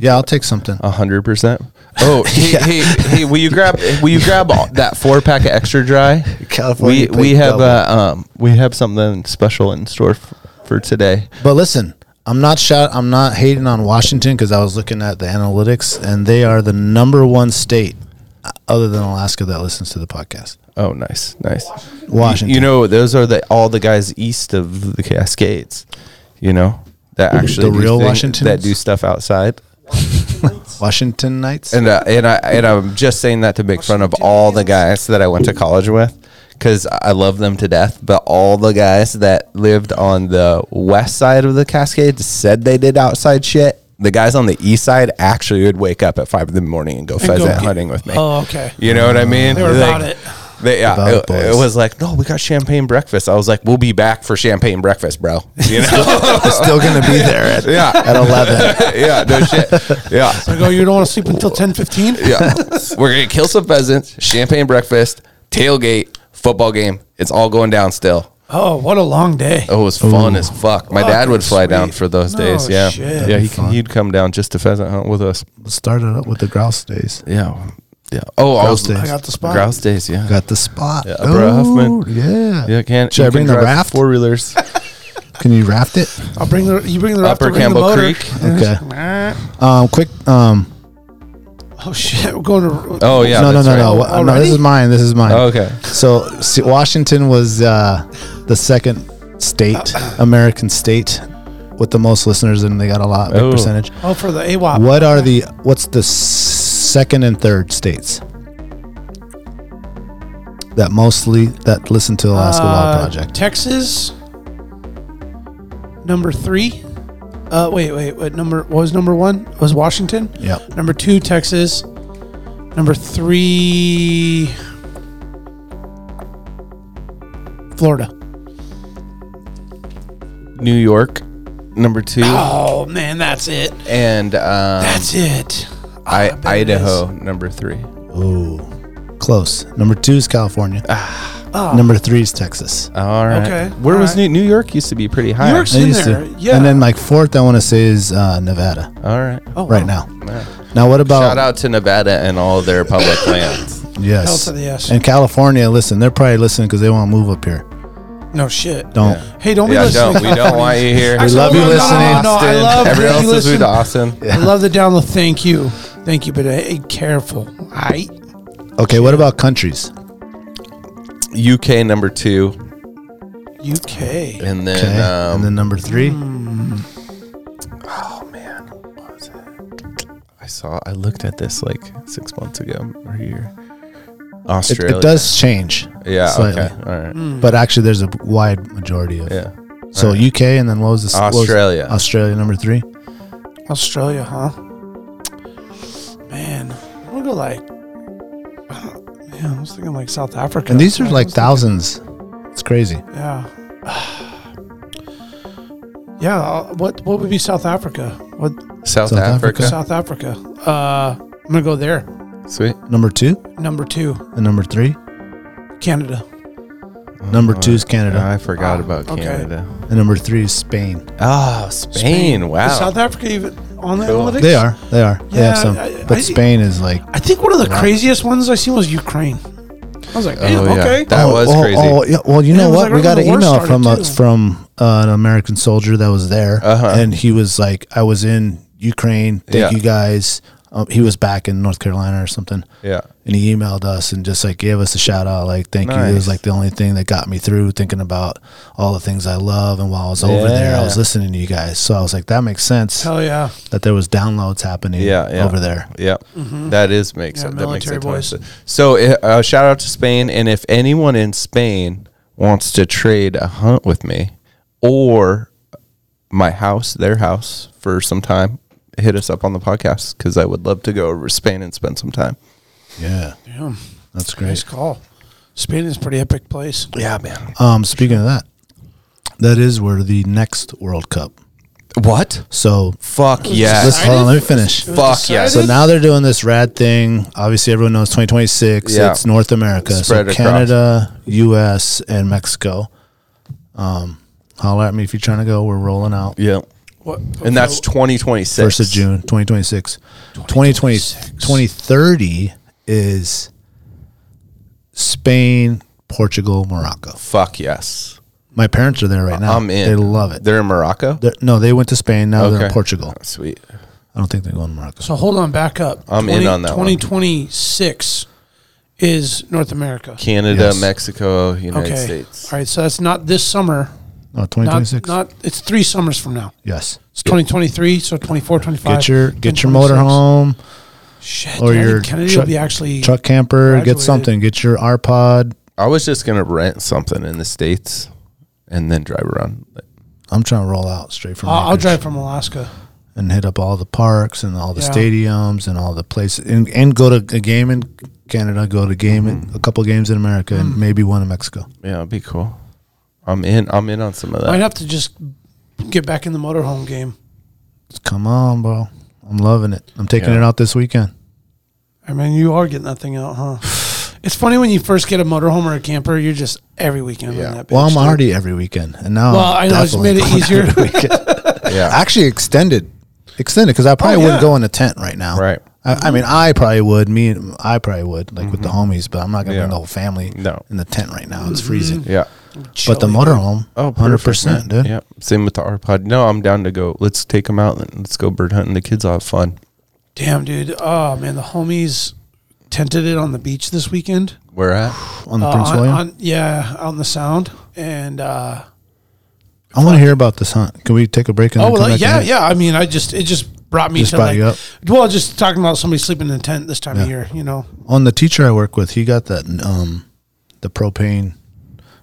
Speaker 2: Yeah, I'll take something.
Speaker 5: A hundred percent. Oh, hey, hey, hey, will you grab? Will you grab all- that four pack of extra dry?
Speaker 2: California
Speaker 5: We we
Speaker 2: pick
Speaker 5: have
Speaker 2: double.
Speaker 5: uh, um we have something special in store f- for today.
Speaker 2: But listen, I'm not shout. I'm not hating on Washington because I was looking at the analytics and they are the number one state uh, other than Alaska that listens to the podcast.
Speaker 5: Oh, nice, nice.
Speaker 2: Washington.
Speaker 5: You know, those are the all the guys east of the Cascades. You know that actually do
Speaker 2: real
Speaker 5: things-
Speaker 2: Washingtons?
Speaker 5: that do stuff outside.
Speaker 2: Washington Knights.
Speaker 5: And uh, and I and I'm just saying that to make fun of all the guys that I went to college with, because I love them to death. But all the guys that lived on the west side of the Cascades said they did outside shit. The guys on the east side actually would wake up at five in the morning and go
Speaker 3: go
Speaker 5: pheasant
Speaker 3: get-
Speaker 5: hunting with me.
Speaker 3: oh, okay.
Speaker 5: You know what I mean?
Speaker 3: They were
Speaker 5: Like,
Speaker 3: about it.
Speaker 5: They, yeah,
Speaker 2: About
Speaker 5: it,
Speaker 2: boys.
Speaker 5: it was like, no, we got champagne breakfast. I was like, we'll be back for champagne breakfast, bro. You know?
Speaker 2: It's still going to be there at,
Speaker 5: yeah.
Speaker 2: at eleven.
Speaker 5: yeah, no shit. Yeah.
Speaker 3: I go, you don't want to sleep until ten fifteen?
Speaker 5: Yeah. We're going to kill some pheasants, champagne breakfast, tailgate, football game. It's all going down still.
Speaker 3: Oh, what a long day.
Speaker 5: Oh, it was fun as fuck. My
Speaker 3: Fuck,
Speaker 5: dad would fly down
Speaker 3: sweet.
Speaker 5: for those
Speaker 3: No
Speaker 5: days. Yeah,
Speaker 3: shit.
Speaker 5: yeah. He,
Speaker 2: That'd be fun.
Speaker 5: he'd come down just to pheasant hunt with us.
Speaker 2: Let's start it up with the grouse days.
Speaker 5: Yeah, yeah. Oh, I
Speaker 2: Grouse days.
Speaker 5: was-
Speaker 3: I got the spot.
Speaker 5: Grouse days. Yeah,
Speaker 2: Got the spot.
Speaker 5: Yeah, Upper Huffman.
Speaker 2: Dude, Yeah.
Speaker 5: yeah. Can
Speaker 2: Should I
Speaker 5: you
Speaker 2: bring
Speaker 5: can
Speaker 2: the
Speaker 5: drive
Speaker 2: raft?
Speaker 5: Four wheelers.
Speaker 2: Can you raft it?
Speaker 3: I'll bring the you bring the
Speaker 5: Upper
Speaker 3: raptor, bring the
Speaker 5: Campbell
Speaker 3: motor.
Speaker 5: Creek.
Speaker 2: Okay.
Speaker 3: Nah.
Speaker 2: Um, quick. Um,
Speaker 3: Oh shit, we're going to
Speaker 5: Oh yeah.
Speaker 2: no, no,
Speaker 5: that's
Speaker 2: no,
Speaker 5: right.
Speaker 2: no,
Speaker 3: Oh,
Speaker 2: no. This
Speaker 3: already?
Speaker 2: is mine. This is mine.
Speaker 5: Oh, okay.
Speaker 2: So see, Washington was uh, the second state, American state, with the most listeners, and they got a lot big
Speaker 5: Oh.
Speaker 2: percentage.
Speaker 3: Oh, for the AWOP.
Speaker 2: What are the? What's the s- second and third states that mostly that listen to Alaska Wild
Speaker 3: Uh,
Speaker 2: Project?
Speaker 3: Texas. Number three. Uh, wait, wait, what number? What was number one? Was Washington?
Speaker 2: Yep.
Speaker 3: Number two, Texas. Number three, Florida.
Speaker 5: New York, number two,
Speaker 3: Oh man, that's it.
Speaker 5: and um,
Speaker 3: That's it.
Speaker 5: I,
Speaker 3: bet it is.
Speaker 5: Idaho, number three.
Speaker 2: Ooh, close. Number two is California.
Speaker 5: Ah.
Speaker 3: Ah.
Speaker 2: Number three is Texas.
Speaker 5: All right.
Speaker 3: Okay,
Speaker 5: Where
Speaker 3: all
Speaker 5: was
Speaker 3: right.
Speaker 5: New New York? Used to be pretty high.
Speaker 3: New York's
Speaker 2: I
Speaker 3: in
Speaker 2: used to-
Speaker 3: there. Yeah.
Speaker 2: And then like fourth, I want to say is uh, Nevada
Speaker 5: All right.
Speaker 3: oh,
Speaker 2: right
Speaker 3: wow.
Speaker 2: now. Now what about
Speaker 5: Shout out to Nevada and all their public lands.
Speaker 3: Hell
Speaker 2: yes?
Speaker 3: to the yes.
Speaker 2: And California, listen, they're probably listening because they want to move up here.
Speaker 3: No shit.
Speaker 2: Don't.
Speaker 3: Hey, don't be
Speaker 5: Yeah,
Speaker 3: listening.
Speaker 5: don't. We don't want you here.
Speaker 3: Actually,
Speaker 2: love you
Speaker 3: no, no,
Speaker 2: listening,
Speaker 3: No, no, I
Speaker 5: Austin.
Speaker 3: love that
Speaker 5: Everyone
Speaker 3: you
Speaker 5: else is moved to
Speaker 3: listen.
Speaker 5: Austin.
Speaker 3: I love the down low. Thank you. Thank you, but hey, careful. I
Speaker 2: Okay, what about countries?
Speaker 5: UK number two,
Speaker 3: UK.
Speaker 5: and then
Speaker 2: Okay,
Speaker 5: um,
Speaker 2: and then number three.
Speaker 3: Hmm.
Speaker 5: I saw. I looked at this like six months ago or a year.
Speaker 2: It,
Speaker 5: Australia.
Speaker 2: it does change.
Speaker 5: Yeah.
Speaker 2: slightly.
Speaker 5: Okay. All right.
Speaker 3: Hmm.
Speaker 2: But actually, there's a wide majority of.
Speaker 5: Yeah.
Speaker 2: So UK and then what was this? what was-
Speaker 5: Australia.
Speaker 2: Australia number three.
Speaker 3: Australia, huh? Man, I'm gonna go like. Man, I was thinking like South Africa.
Speaker 2: And these are
Speaker 3: I
Speaker 2: like
Speaker 3: was thinking-
Speaker 2: thousands. It's crazy.
Speaker 3: Yeah. Yeah. uh, What What would be South Africa? What
Speaker 5: South,
Speaker 2: South
Speaker 5: Africa.
Speaker 2: Africa.
Speaker 3: South Africa? Uh, I'm gonna go there.
Speaker 5: Sweet.
Speaker 2: Number two
Speaker 3: Number two,
Speaker 2: and number three.
Speaker 3: Canada.
Speaker 5: Oh
Speaker 2: Number two is Canada.
Speaker 5: I forgot about
Speaker 3: Ah, okay.
Speaker 5: Canada.
Speaker 2: And number three is Spain.
Speaker 5: Ah, Spain. Wow.
Speaker 3: Is South Africa even on the
Speaker 5: Cool.
Speaker 3: analytics?
Speaker 2: They are. They are. they
Speaker 3: Yeah,
Speaker 2: have some.
Speaker 3: I-
Speaker 2: but
Speaker 3: I-
Speaker 2: Spain is like.
Speaker 3: I think one of the craziest ones I seen was Ukraine. I was like,
Speaker 5: Oh,
Speaker 3: damn,
Speaker 5: yeah.
Speaker 3: okay.
Speaker 5: That was crazy.
Speaker 2: oh, yeah, well, you
Speaker 3: Yeah, it
Speaker 2: know
Speaker 3: was
Speaker 2: what?
Speaker 3: like
Speaker 2: we
Speaker 3: right
Speaker 2: got an
Speaker 3: when the war
Speaker 2: email
Speaker 3: started,
Speaker 2: from a,
Speaker 3: too.
Speaker 2: from uh, an American soldier that was there,
Speaker 5: Uh-huh.
Speaker 2: and he was like, "I was in Ukraine. Thank
Speaker 5: Yeah.
Speaker 2: you guys." Um, he was back in North Carolina or something,
Speaker 5: yeah.
Speaker 2: and he emailed us and just like gave us a shout out, like, "Thank you." It was
Speaker 5: Nice.
Speaker 2: like the only thing that got me through thinking about all the things I love, and while I was over there, I was
Speaker 5: Yeah.
Speaker 2: listening to you guys, so I was like, "That makes sense
Speaker 3: Hell yeah.
Speaker 2: that there was downloads happening
Speaker 5: Yeah, yeah.
Speaker 2: over there."
Speaker 5: Yeah, that is makes
Speaker 3: Mm-hmm. Yeah,
Speaker 5: sense. that makes
Speaker 3: military
Speaker 5: a ton of
Speaker 3: boys.
Speaker 5: sense. So uh, uh, shout out to Spain, and if anyone in Spain wants to trade a hunt with me or my house, their house for some time, hit us up on the podcast because I would love to go over to Spain and spend some time.
Speaker 2: Yeah,
Speaker 3: Damn.
Speaker 2: that's great.
Speaker 3: Nice call. Spain is a pretty epic place.
Speaker 5: Yeah, man.
Speaker 2: Um, speaking of that, that is where the next World Cup.
Speaker 5: What?
Speaker 2: So
Speaker 5: Fuck
Speaker 2: let's
Speaker 5: yes.
Speaker 2: hold on, let me finish.
Speaker 3: It was
Speaker 5: Fuck yeah.
Speaker 2: So
Speaker 3: decided-
Speaker 2: now they're doing this rad thing. Obviously, everyone knows 2026.
Speaker 5: Yeah.
Speaker 2: It's North America,
Speaker 5: Spread
Speaker 2: so
Speaker 5: across.
Speaker 2: Canada, U.S., and Mexico. Um, holler at me if you're trying to go. We're rolling out
Speaker 5: Yeah.
Speaker 3: What-
Speaker 5: And that's 2026.
Speaker 2: first of June, 2026. 2020, 2030 is Spain, Portugal, Morocco.
Speaker 5: Fuck yes.
Speaker 2: My parents are there right now.
Speaker 5: I'm in.
Speaker 2: They love it.
Speaker 5: They're in Morocco.
Speaker 2: They're- no, they went to Spain. Now they're in
Speaker 5: Okay.
Speaker 2: Portugal.
Speaker 5: Sweet.
Speaker 2: I don't think they're going to Morocco.
Speaker 3: So hold on, back up.
Speaker 5: I'm in on that one.
Speaker 3: 2026 is North America.
Speaker 5: Canada,
Speaker 2: Yes.
Speaker 5: Mexico, United
Speaker 3: okay.
Speaker 5: States.
Speaker 3: All right. So that's not this summer.
Speaker 2: No,
Speaker 3: Not,
Speaker 2: 2026.
Speaker 3: not it's three summers from now.
Speaker 2: yes.
Speaker 3: It's 2023, so 24, 25.
Speaker 2: Get your get your
Speaker 3: 26.
Speaker 2: motorhome.
Speaker 3: Shit,
Speaker 2: or
Speaker 3: or
Speaker 2: your
Speaker 3: your Kennedy
Speaker 2: truck-
Speaker 3: will be actually
Speaker 2: truck camper,
Speaker 3: graduated.
Speaker 2: get something, get your R pod.
Speaker 5: I was just gonna rent something in the states, and then drive around.
Speaker 2: I'm trying to roll out straight from.
Speaker 3: I'll, I'll
Speaker 2: Anchorage
Speaker 3: drive from Alaska.
Speaker 2: and hit up all the parks and all the
Speaker 3: Yeah.
Speaker 2: stadiums and all the places, and, and go to a game in Canada, go to a game
Speaker 5: Mm-hmm.
Speaker 2: in a couple games in America,
Speaker 3: Mm.
Speaker 2: and maybe one in Mexico.
Speaker 5: Yeah, it'd be cool. I'm in. I'm in on some of
Speaker 3: I'd
Speaker 5: that.
Speaker 3: have to just get back in the motorhome game.
Speaker 2: Come on, bro, I'm loving it. I'm taking
Speaker 5: Yeah.
Speaker 2: it out this weekend.
Speaker 3: I mean, you are getting that thing out, huh? It's funny when you first get a motorhome or a camper, you're just every weekend on that. Bitch,
Speaker 7: Well, I'm
Speaker 3: dude.
Speaker 7: already every weekend, and now
Speaker 3: Well,
Speaker 7: I'm
Speaker 3: I know, it's
Speaker 7: definitely
Speaker 3: made it
Speaker 7: going
Speaker 3: easier.
Speaker 7: every weekend.
Speaker 5: Yeah.
Speaker 7: actually extended, extended because I probably
Speaker 3: Oh,
Speaker 7: wouldn't
Speaker 3: yeah.
Speaker 7: go in a tent right now.
Speaker 5: Right.
Speaker 7: I, I mean, I probably would. Me, and I probably would, like with the homies, but I'm not gonna bring the whole family.
Speaker 5: Mm-hmm. No.
Speaker 7: in the tent right now, it's
Speaker 3: Mm-hmm.
Speaker 7: freezing.
Speaker 5: Yeah.
Speaker 7: But the
Speaker 3: Chilly.
Speaker 7: motorhome,
Speaker 5: Oh,
Speaker 7: 100
Speaker 5: perfect, man.
Speaker 7: percent, dude.
Speaker 5: Yeah. Same with the R pod. No, I'm down to go. Let's take them out and let's go bird hunting. The kids will have fun.
Speaker 3: damn dude. Oh man, the homies tented it on the beach this weekend.
Speaker 5: Where at?
Speaker 7: On the
Speaker 3: Uh,
Speaker 7: Prince
Speaker 3: on-
Speaker 7: William.
Speaker 3: on- yeah, on the sound and. uh
Speaker 7: I want to hear about this hunt. Can we take a break? And
Speaker 3: Oh
Speaker 7: then come
Speaker 3: well,
Speaker 7: back
Speaker 3: yeah,
Speaker 7: and-
Speaker 3: yeah. I mean, I just it just brought me
Speaker 7: Just
Speaker 3: to
Speaker 7: brought
Speaker 3: like
Speaker 7: you up.
Speaker 3: well, just talking about somebody sleeping in a tent this time
Speaker 7: Yeah.
Speaker 3: of year. You know,
Speaker 7: On the teacher I work with, he got that um, the propane.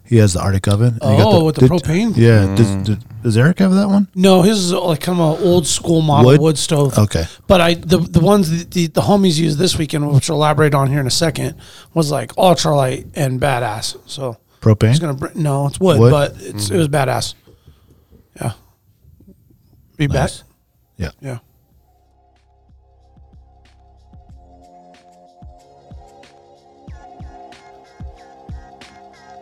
Speaker 7: He has the Arctic oven. and he got
Speaker 3: Oh, with the
Speaker 7: did-
Speaker 3: propane?
Speaker 7: Yeah. Does,
Speaker 5: Mm.
Speaker 7: does, does Eric have that one?
Speaker 3: no, his is like kind of an old school model
Speaker 7: Wood?
Speaker 3: wood, stove.
Speaker 7: Okay.
Speaker 3: but I the the ones that the, the homies used this weekend, which I'll elaborate on here in a second, was like ultralight and badass. So
Speaker 7: Propane.
Speaker 3: it's gonna br- no, it's wood,
Speaker 7: Wood?
Speaker 3: but it's it was badass. Yeah, be back.
Speaker 7: Yeah.
Speaker 3: Yeah.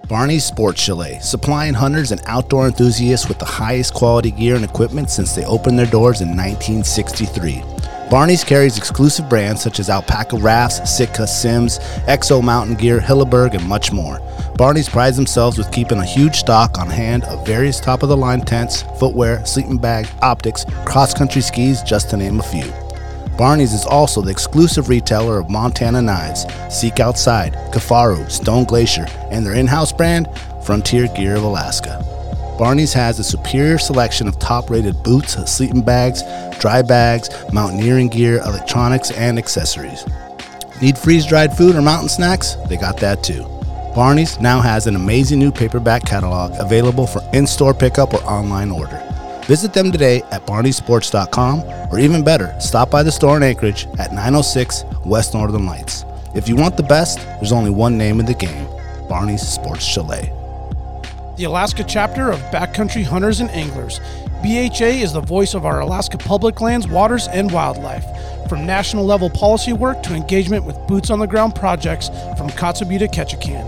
Speaker 2: Barney's Sports Chalet, supplying hunters and outdoor enthusiasts with the highest quality gear and equipment since they opened their doors in 1963. Barney's carries exclusive brands such as Alpaca Rafts, Sitka Sims, Exo Mountain Gear, Hilleberg, and much more. Barney's prides themselves with keeping a huge stock on hand of various top of the line tents, footwear, sleeping bags, optics, cross country skis, just to name a few. Barney's is also the exclusive retailer of Montana knives. Seek outside, Kafaru, Stone Glacier, and their in house brand, Frontier Gear of Alaska. Barney's has a superior selection of top rated boots, sleeping bags, dry bags, mountaineering gear, electronics, and accessories. Need freeze dried food or mountain snacks? They got that too. Barney's now has an amazing new paperback catalog available for in store pickup or online order. Visit them today at barneysports.com or even better, stop by the store in Anchorage at 906 West Northern Lights. If you want the best, there's only one name in the game Barney's Sports Chalet.
Speaker 3: the Alaska chapter of Backcountry Hunters and Anglers. BHA is the voice of our Alaska public lands, waters, and wildlife. From national level policy work to engagement with boots on the ground projects from Kotzebue to Ketchikan,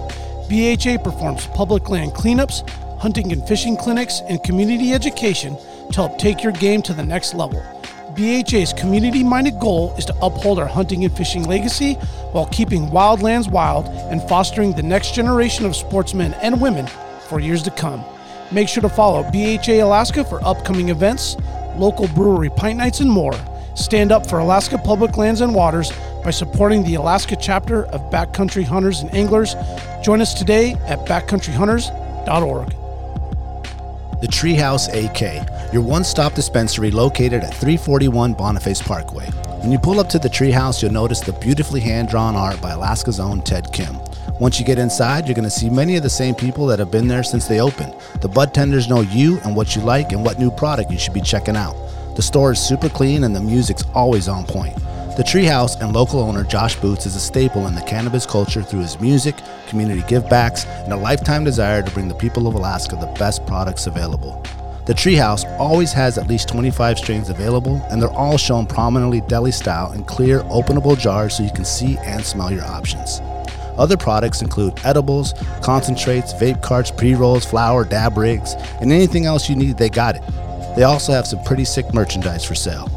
Speaker 3: BHA performs public land cleanups, hunting and fishing clinics, and community education to help take your game to the next level. BHA's community minded goal is to uphold our hunting and fishing legacy while keeping wildlands wild and fostering the next generation of sportsmen and women for years to come. Make sure to follow BHA Alaska for upcoming events, local brewery pint nights, and more. Stand up for Alaska public lands and waters by supporting the Alaska chapter of Backcountry Hunters and Anglers. Join us today at backcountryhunters.org.
Speaker 2: The Treehouse AK, your one stop dispensary located at 341 Boniface Parkway. When you pull up to the Treehouse, you'll notice the beautifully hand drawn art by Alaska's own Ted Kim. Once you get inside, you're going to see many of the same people that have been there since they opened. The bud tenders know you and what you like and what new product you should be checking out. The store is super clean and the music's always on point. The Treehouse and local owner Josh Boots is a staple in the cannabis culture through his music, community givebacks, and a lifetime desire to bring the people of Alaska the best products available. The Treehouse always has at least 25 strains available, and they're all shown prominently deli style in clear, openable jars so you can see and smell your options. Other products include edibles, concentrates, vape carts, pre rolls, flour, dab rigs, and anything else you need, they got it. They also have some pretty sick merchandise for sale.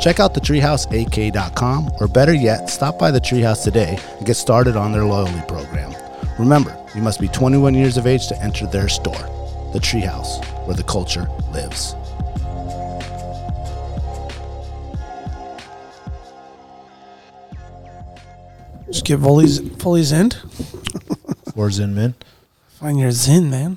Speaker 2: Check out thetreehouseak.com or better yet, stop by the Treehouse today and get started on their loyalty program. Remember, you must be 21 years of age to enter their store. The Treehouse, where the culture lives.
Speaker 3: Just get Foley's, Foley's end.
Speaker 7: Or Zinman.
Speaker 3: Find your zen, man.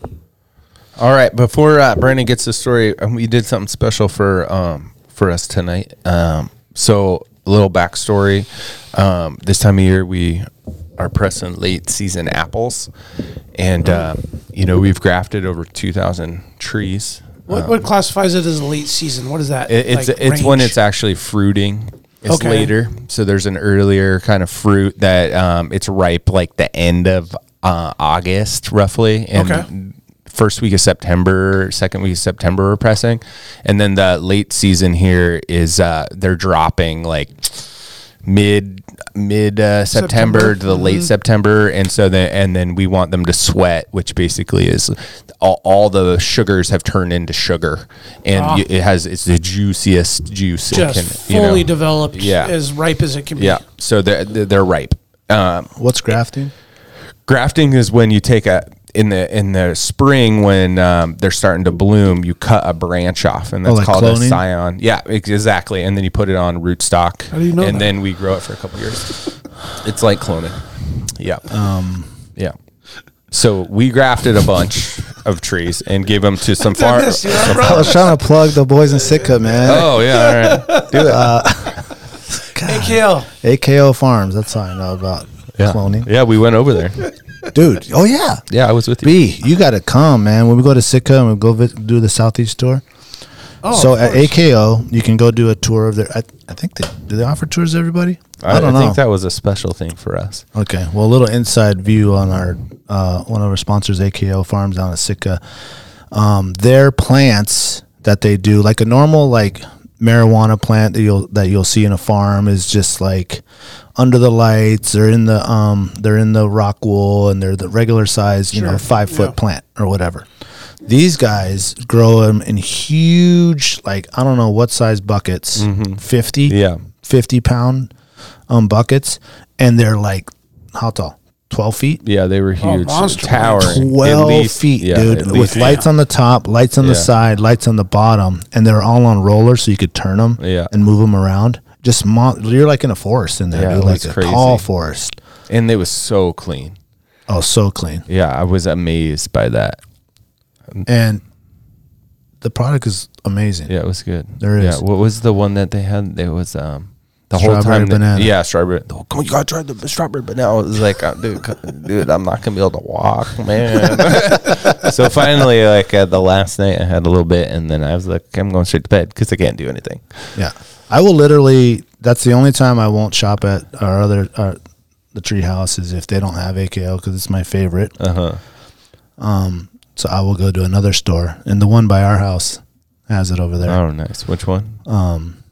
Speaker 5: All right, before uh, Brandon gets the story, um, we did something special for um, for us tonight. Um, so, a little backstory: um, this time of year, we are pressing late season apples, and uh, you know we've grafted over two thousand trees.
Speaker 3: What, what classifies it as late season? What is that?
Speaker 5: Um, It, it's
Speaker 3: like,
Speaker 5: it's when
Speaker 3: range?
Speaker 5: it's actually fruiting. It's
Speaker 3: Okay.
Speaker 5: later, so there's an earlier kind of fruit that um, it's ripe like the end of uh, August, roughly, and
Speaker 3: Okay.
Speaker 5: first week of September, second week of September are pressing, and then the late season here is uh, they're dropping like mid mid uh,
Speaker 3: September.
Speaker 5: September,
Speaker 3: Mm-hmm.
Speaker 5: to the late September, and so then and then we want them to sweat, which basically is all, all the sugars have turned into sugar, and y it has it's the juiciest juice. it
Speaker 3: Ah. Just
Speaker 5: can- you know.
Speaker 3: fully developed,
Speaker 5: Yeah.
Speaker 3: as ripe as it can be.
Speaker 5: Yeah, so they're they're they're ripe. Um,
Speaker 2: What's grafting?
Speaker 5: grafting is when you take a in the in the spring when um, they're starting to bloom you cut a branch off and that's
Speaker 2: Oh, like
Speaker 5: called a
Speaker 2: cloning?
Speaker 5: scion yeah ex- exactly and then you put it on rootstock
Speaker 3: do you know
Speaker 5: and
Speaker 3: that?
Speaker 5: then we grow it for a couple years it's like cloning yeah
Speaker 2: Um,
Speaker 5: yeah so we grafted a bunch of trees and gave them to some farm
Speaker 3: Yes, you're right, bro.
Speaker 2: I was trying to plug the boys in Sitka, man.
Speaker 5: oh yeah all right
Speaker 2: Do it.
Speaker 3: Hey, Kale.
Speaker 2: AKO Farms. That's all I know about
Speaker 5: yeah.
Speaker 2: cloning,
Speaker 5: yeah we went over there
Speaker 2: dude. Oh yeah,
Speaker 5: yeah i was with you
Speaker 2: B, you got to come, man. When we go to Sitka and we go vi- do the Southeast tour.
Speaker 3: Oh,
Speaker 2: so
Speaker 3: of
Speaker 2: at
Speaker 3: course.
Speaker 2: AKO, you can go do a tour of their. I, I think they do they offer tours to everybody. I, don't know.
Speaker 5: think that was a special thing for us
Speaker 2: Okay, well, a little inside view on our uh, one of our sponsors, AKO Farms down at Sitka. Um, their plants that they do, like a normal like marijuana plant that you'll that you'll see in a farm, is just like under the lights. They're in the um, they're in the rock wool, and they're the regular size, you know, five foot plant or whatever. These guys grow them in huge, like I don't know what size buckets, fifty,
Speaker 5: Yeah.
Speaker 2: fifty pound um, buckets, and they're like how tall? Twelve feet,
Speaker 5: yeah they were huge
Speaker 3: Oh, monster
Speaker 5: towering at
Speaker 2: twelve
Speaker 5: least-
Speaker 2: feet,
Speaker 5: yeah, at
Speaker 2: dude, with
Speaker 5: least-
Speaker 2: lights on the top, lights on the
Speaker 5: Yeah.
Speaker 2: side, lights on the bottom, and they're all on rollers, so you could turn them
Speaker 5: Yeah.
Speaker 2: and move them around. Just mo- you're like in a forest in there,
Speaker 5: Yeah,
Speaker 2: dude,
Speaker 5: it
Speaker 2: like
Speaker 5: was
Speaker 2: a
Speaker 5: crazy.
Speaker 2: tall forest.
Speaker 5: and it was so clean.
Speaker 2: Oh, so clean,
Speaker 5: Yeah, I was amazed by that.
Speaker 2: and the product is amazing.
Speaker 5: Yeah, it was good.
Speaker 2: There
Speaker 5: yeah,
Speaker 2: is.
Speaker 5: What was the one that they had? It was um the whole
Speaker 2: Strawberry
Speaker 5: time. that-
Speaker 2: banana.
Speaker 5: yeah, strawberry. Oh, come on, you gotta try the strawberry banana. It was like, uh, dude, c- dude, I'm not gonna be able to walk, man. so finally, like at the last night, I had a little bit, and then I was like, I'm going straight to bed because I can't do anything.
Speaker 2: Yeah, I will literally. That's the only time I won't shop at our other our, the tree house is if they don't have AKO because it's my favorite. Uh huh. Um,
Speaker 5: Uh-huh.
Speaker 2: so I will go to another store, and the one by our house has it over there.
Speaker 5: Oh, nice. Which one? Um,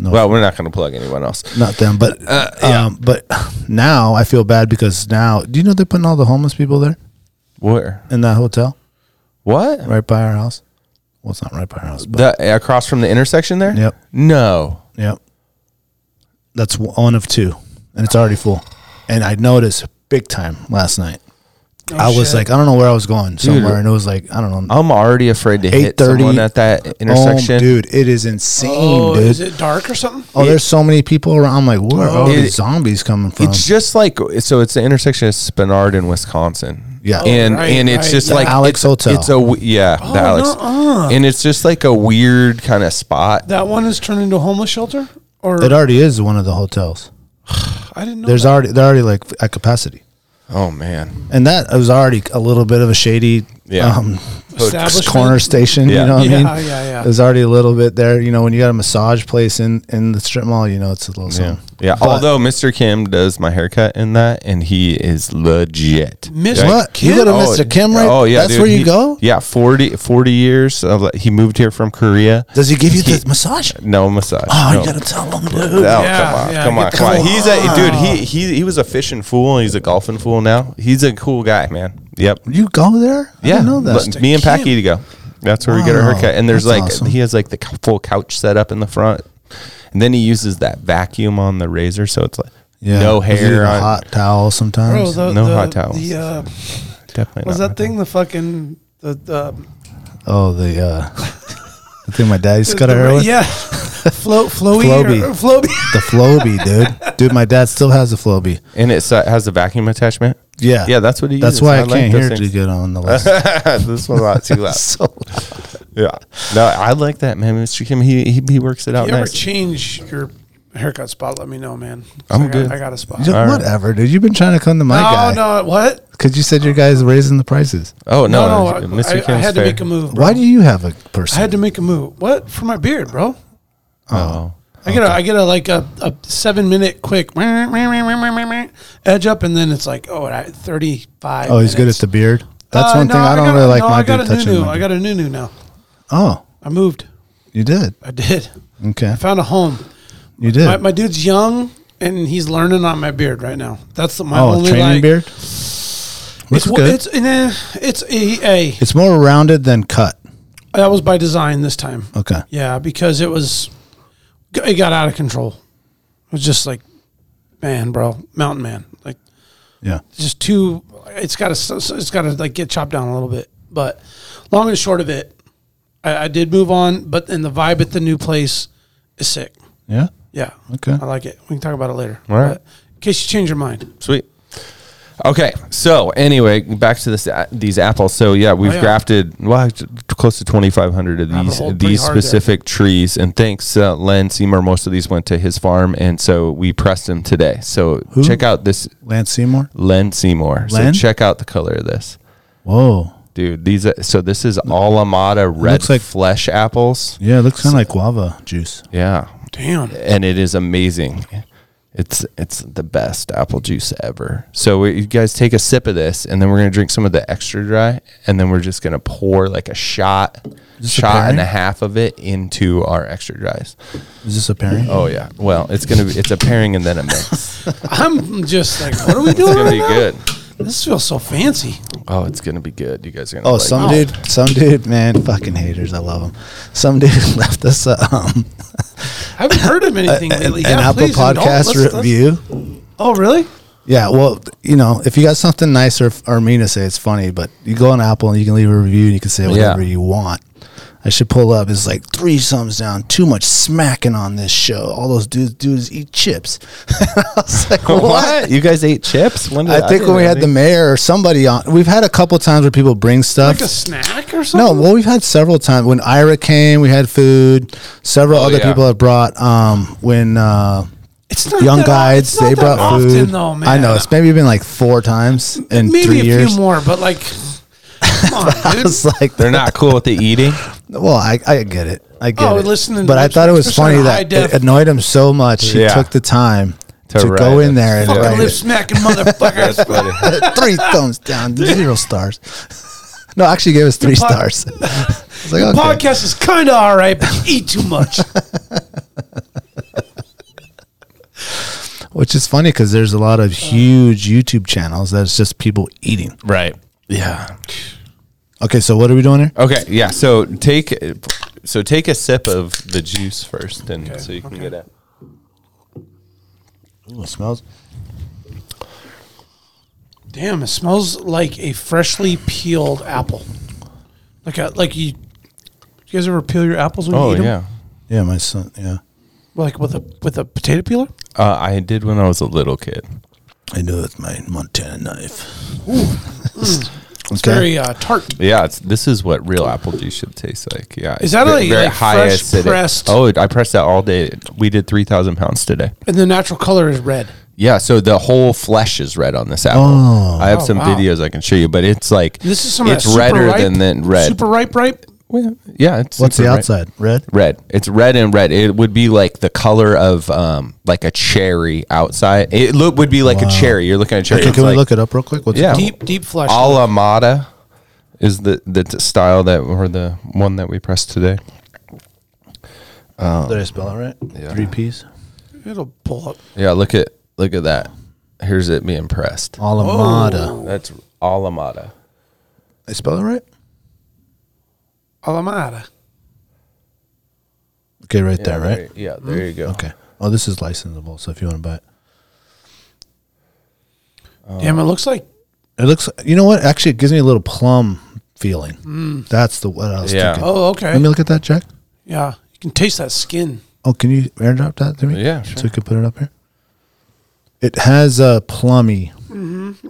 Speaker 5: well, uh, we're not gonna plug anyone else.
Speaker 2: Not them, but um, but now I feel bad because now do you know they're putting all the homeless people there
Speaker 5: Where?
Speaker 2: in that hotel
Speaker 5: What?
Speaker 2: right by our house? Well, it's not right by our house, but
Speaker 5: The across from the intersection there?
Speaker 2: Yep.
Speaker 5: No.
Speaker 2: Yep. That's one of two, and it's already full. And I noticed big time last night. I was
Speaker 3: shit.
Speaker 2: like, I don't know where I was going somewhere, and it was like, I don't know.
Speaker 5: I'm already afraid to hit
Speaker 2: 8:30.
Speaker 5: someone at that Oh, intersection.
Speaker 2: Oh, dude, it is insane,
Speaker 3: Oh,
Speaker 2: dude.
Speaker 3: is it dark or something?
Speaker 2: oh, there's so many people around. I'm like, where are all
Speaker 5: Oh, It-
Speaker 2: these zombies coming from?
Speaker 5: It's just like so. It's the intersection of Spinard and Wisconsin.
Speaker 2: Yeah. Oh,
Speaker 5: and
Speaker 3: right,
Speaker 5: and it's
Speaker 3: right.
Speaker 5: just
Speaker 2: The
Speaker 5: like
Speaker 2: Alex
Speaker 5: it's,
Speaker 2: Hotel. Oh,
Speaker 5: It's a w- yeah, the Alex, and it's just like a weird kind of spot.
Speaker 3: That one has turned into a homeless shelter? Or
Speaker 2: it already is one of the hotels.
Speaker 3: I didn't know.
Speaker 2: There's
Speaker 3: that.
Speaker 2: already they're already like at capacity,
Speaker 5: Oh man,
Speaker 2: and that was already a little bit of a shady
Speaker 5: Yeah.
Speaker 2: um,
Speaker 3: Establishment?
Speaker 2: corner station.
Speaker 5: Yeah.
Speaker 2: You know what
Speaker 3: Yeah,
Speaker 2: I mean?
Speaker 3: yeah, yeah.
Speaker 2: There's already a little bit there. You know, when you got a massage place in in the strip mall, you know it's a little
Speaker 5: yeah,
Speaker 2: something.
Speaker 5: yeah.
Speaker 2: But-
Speaker 5: Although Mr. Kim does my haircut in that, and he is legit.
Speaker 3: Mr.
Speaker 2: What? You go to Mr. Kim, right?
Speaker 5: Oh yeah,
Speaker 2: That's
Speaker 5: dude,
Speaker 2: where you
Speaker 5: he-
Speaker 2: go?
Speaker 5: Yeah, 40, 40 years. Of, he moved here from Korea.
Speaker 2: Does he give you
Speaker 5: He-
Speaker 2: the massage?
Speaker 5: No massage.
Speaker 2: Oh,
Speaker 5: no.
Speaker 2: you gotta tell him, dude.
Speaker 5: No,
Speaker 3: Yeah,
Speaker 5: come on,
Speaker 3: yeah,
Speaker 5: come
Speaker 3: get
Speaker 5: on,
Speaker 3: the
Speaker 5: come on.
Speaker 3: fuck
Speaker 5: He's a dude. He he he was a fishing fool. and He's a golfing fool now. He's a cool guy, man. Yep.
Speaker 2: You go there? I
Speaker 5: yeah.
Speaker 2: didn't know that.
Speaker 5: Look, me and Packy to go. That's where we get our
Speaker 2: Wow,
Speaker 5: haircut. And there's
Speaker 2: that's
Speaker 5: like
Speaker 2: awesome.
Speaker 5: he has like the cou- full couch set up in the front, and then he uses that vacuum on the razor, so it's like no
Speaker 2: Does he
Speaker 5: hair
Speaker 2: have a
Speaker 5: on.
Speaker 2: hot towel
Speaker 3: Bro,
Speaker 2: sometimes.
Speaker 3: the,
Speaker 5: No
Speaker 3: the,
Speaker 5: hot towels.
Speaker 3: The, uh,
Speaker 5: Definitely
Speaker 3: was
Speaker 5: not.
Speaker 3: that thing the fucking. The, the,
Speaker 2: oh, the uh, the thing my dad used to cut
Speaker 3: the-
Speaker 2: our hair with.
Speaker 3: Yeah. Flo, flowy.
Speaker 2: Floby.
Speaker 3: Or, floby.
Speaker 2: The Flowbee, dude. Dude, my dad still has the Flowbee.
Speaker 5: And uh, it has a vacuum attachment.
Speaker 2: Yeah,
Speaker 5: Yeah, that's what he.
Speaker 2: That's
Speaker 5: uses.
Speaker 2: why I,
Speaker 5: like
Speaker 2: can't
Speaker 5: those
Speaker 2: hear too
Speaker 5: things.
Speaker 2: good on the list.
Speaker 5: this one's a lot too loud.
Speaker 2: so
Speaker 5: Yeah. No, I like that man, Mr. Kim. He he, he works it out
Speaker 3: If you ever
Speaker 5: nice.
Speaker 3: change your haircut spot, let me know, man.
Speaker 5: I'm
Speaker 3: I got,
Speaker 5: good.
Speaker 3: I got a spot.
Speaker 2: Dude, whatever, dude. You've been trying to come to my
Speaker 3: Oh
Speaker 2: guy
Speaker 3: no! What?
Speaker 2: because you said your guy's raising the prices.
Speaker 5: Oh
Speaker 3: No,
Speaker 5: no,
Speaker 3: no! I,
Speaker 5: Mr. Kim's
Speaker 3: I, I had
Speaker 5: fair.
Speaker 3: to make a move. Bro.
Speaker 2: Why do you have a
Speaker 3: I
Speaker 2: person?
Speaker 3: had to make a move. What for my beard, bro?
Speaker 5: Oh.
Speaker 3: I get a, I get a like a, a seven minute quick edge up, and then it's like oh, I, thirty five.
Speaker 2: oh, he's good at the beard. That's one thing I don't really like
Speaker 3: Uh, no,
Speaker 2: my
Speaker 3: I got
Speaker 2: dude
Speaker 3: a new
Speaker 2: touching.
Speaker 3: new.
Speaker 2: my
Speaker 3: I got a new new now.
Speaker 2: oh,
Speaker 3: I moved.
Speaker 2: you did.
Speaker 3: I did.
Speaker 2: Okay,
Speaker 3: I found a home.
Speaker 2: you did.
Speaker 3: My, my dude's young. and he's learning on my beard right now. That's the, my
Speaker 2: Oh,
Speaker 3: only
Speaker 2: training
Speaker 3: like,
Speaker 2: beard. Looks
Speaker 3: It's
Speaker 2: good.
Speaker 3: it's eh, it's a, a
Speaker 2: It's more rounded than cut.
Speaker 3: that was by design this time.
Speaker 2: Okay.
Speaker 3: Yeah, because it was it got out of control. It was just like, man, bro, mountain man, like
Speaker 2: Yeah.
Speaker 3: just too. It's got to it's got to like get chopped down a little bit. But long and short of it, I, I did move on. But and the vibe at the new place is sick.
Speaker 2: Yeah.
Speaker 3: Yeah.
Speaker 2: Okay.
Speaker 3: I like it. We can talk about it later.
Speaker 5: All right.
Speaker 3: But in case you change your mind.
Speaker 5: Sweet. Okay, so anyway, back to this uh, these apples. So yeah, we've
Speaker 3: yeah.
Speaker 5: grafted well t- close to twenty five hundred of
Speaker 3: Rabbit
Speaker 5: these
Speaker 3: hole pretty
Speaker 5: these
Speaker 3: hard there.
Speaker 5: specific trees. And thanks, uh, Len Seymour. Most of these went to his farm, and so we pressed them today. So check out this
Speaker 2: Lance Seymour.
Speaker 5: Len Seymour.
Speaker 2: Len?
Speaker 5: So check out the color of this,
Speaker 2: Whoa.
Speaker 5: dude. These are, so this is Alamada red
Speaker 2: looks like-
Speaker 5: flesh apples.
Speaker 2: Yeah, it looks kind of like guava juice.
Speaker 5: Yeah,
Speaker 3: Damn.
Speaker 5: and it is amazing. It's it's the best apple juice ever. So we, you guys take a sip of this, and then we're gonna drink some of the extra dry, and then we're just gonna pour like a shot,
Speaker 2: a
Speaker 5: shot and a
Speaker 2: pairing?
Speaker 5: half of it into our extra dries.
Speaker 2: Is this a pairing?
Speaker 5: Oh yeah. Well, it's gonna be it's a pairing and then a mix.
Speaker 3: I'm just like, what are we
Speaker 5: It's
Speaker 3: doing?
Speaker 5: gonna
Speaker 3: right
Speaker 5: be
Speaker 3: now?
Speaker 5: good.
Speaker 3: This feels so fancy.
Speaker 5: Oh, it's gonna be good. You guys are gonna.
Speaker 2: Oh,
Speaker 5: like
Speaker 2: some
Speaker 5: it.
Speaker 2: dude, some dude, man, fucking haters. I love them. Some dude left us a, um,
Speaker 3: I haven't heard of anything
Speaker 2: an,
Speaker 3: lately.
Speaker 2: Uh, an
Speaker 3: Yeah,
Speaker 2: Apple
Speaker 3: please indulge.
Speaker 2: Podcast
Speaker 3: Let's- let's-
Speaker 2: review.
Speaker 3: Oh, really?
Speaker 2: Yeah, well, you know, if you got something nice or, or mean to say, it's funny. But you go on Apple and you can leave a review. and You can say whatever you want. I should pull up. It's like three thumbs down. Too much smacking on this show. All those dudes, dudes eat chips. I was like,
Speaker 5: What?
Speaker 2: what?
Speaker 5: You guys ate chips? When did
Speaker 2: I think when we had the mayor or somebody on, we've had a couple times where people bring stuff.
Speaker 3: Like a snack or
Speaker 2: No,
Speaker 3: something?
Speaker 2: well, we've had several times. When Ira came, we had food. Several other
Speaker 5: Oh, yeah.
Speaker 2: people have brought. Um, when uh,
Speaker 3: it's not
Speaker 2: Young
Speaker 3: that o-
Speaker 2: Guides,
Speaker 3: it's not
Speaker 2: they
Speaker 3: that
Speaker 2: brought
Speaker 3: often,
Speaker 2: food.
Speaker 3: though, man.
Speaker 2: I know it's maybe been like four times in
Speaker 3: maybe
Speaker 2: three
Speaker 3: a
Speaker 2: years.
Speaker 3: few more, but like, come on, dude.
Speaker 2: It's like
Speaker 5: They're not cool with the eating.
Speaker 2: Well, I, I get it. I get
Speaker 3: Oh,
Speaker 2: it.
Speaker 3: listening
Speaker 2: but
Speaker 3: to
Speaker 2: I thought it was funny
Speaker 3: high
Speaker 2: that
Speaker 3: def-
Speaker 2: it annoyed him so much. He
Speaker 5: Yeah.
Speaker 2: took the time
Speaker 5: To
Speaker 2: to,
Speaker 5: write
Speaker 2: go
Speaker 5: it.
Speaker 2: in there and
Speaker 3: Fucking
Speaker 2: write
Speaker 3: lip
Speaker 2: it.
Speaker 3: smacking motherfucker.
Speaker 2: three thumbs down, zero stars. no, actually, gave us three
Speaker 3: pod-
Speaker 2: stars. I was like, okay.
Speaker 3: Podcast is kind of all right, but you eat too much.
Speaker 2: Which is funny because there's a lot of huge YouTube channels that's just people eating.
Speaker 5: Right. Yeah.
Speaker 2: Okay, so what are we doing here?
Speaker 5: Okay, yeah. So take so take a sip of the juice first, and so you can get it.
Speaker 2: Ooh, it smells.
Speaker 3: Damn, it smells like a freshly peeled apple. Like a like you. You guys ever peel your apples when
Speaker 5: Oh
Speaker 3: you eat them?
Speaker 5: yeah,
Speaker 2: Yeah, my son. Yeah,
Speaker 3: Like with a with a potato peeler.
Speaker 5: uh, I did when I was a little kid.
Speaker 2: I do it with my Montana knife.
Speaker 3: It's very uh, tart.
Speaker 5: Yeah, it's, this is what real apple juice should taste like. Yeah,
Speaker 3: Is
Speaker 5: it's
Speaker 3: that
Speaker 5: ve-
Speaker 3: like- like fresh pressed?
Speaker 5: Oh, I pressed that all day. We did three thousand pounds today.
Speaker 3: And the natural color is red.
Speaker 5: Yeah, so the whole flesh is red on this apple. I have
Speaker 3: Oh,
Speaker 5: some
Speaker 3: wow.
Speaker 5: videos I can show you, but it's like
Speaker 3: This is some
Speaker 5: it's
Speaker 3: of that super
Speaker 5: redder
Speaker 3: ripe,
Speaker 5: than than red.
Speaker 3: Super ripe, ripe.
Speaker 5: Well, yeah, it's
Speaker 2: What's
Speaker 5: super
Speaker 2: the
Speaker 5: red.
Speaker 2: outside? Red.
Speaker 5: Red. It's red and red. It would be like the color of um like a cherry outside. It look would be like a cherry. You're looking at a cherry.
Speaker 2: Okay,
Speaker 5: It's
Speaker 2: can we
Speaker 5: like
Speaker 2: look it up real quick? What's it
Speaker 5: Yeah.
Speaker 2: called?
Speaker 3: Deep, deep flesh.
Speaker 5: Alamada is the the t- style that or the one that we pressed today.
Speaker 2: Did I spell it right?
Speaker 5: Yeah.
Speaker 2: Three P's.
Speaker 3: It'll pull up.
Speaker 5: Yeah, look at look at that. Here's it being pressed.
Speaker 2: Alamada.
Speaker 5: That's Alamada.
Speaker 2: I spell it right?
Speaker 3: Alamada.
Speaker 2: Okay, right there, right?
Speaker 5: Yeah, there you go.
Speaker 2: Okay. Oh, this is licensable. So if you want to buy it, Oh.
Speaker 3: Damn, it looks like
Speaker 2: it looks. You know what? Actually, it gives me a little plum feeling. That's the what I was
Speaker 5: Yeah.
Speaker 2: thinking.
Speaker 3: Oh, okay.
Speaker 2: Let me look at that, Jack.
Speaker 3: yeah, you can taste that skin.
Speaker 2: Oh, can you airdrop that to me?
Speaker 5: Yeah,
Speaker 2: So we can put it up here. It has a plummy.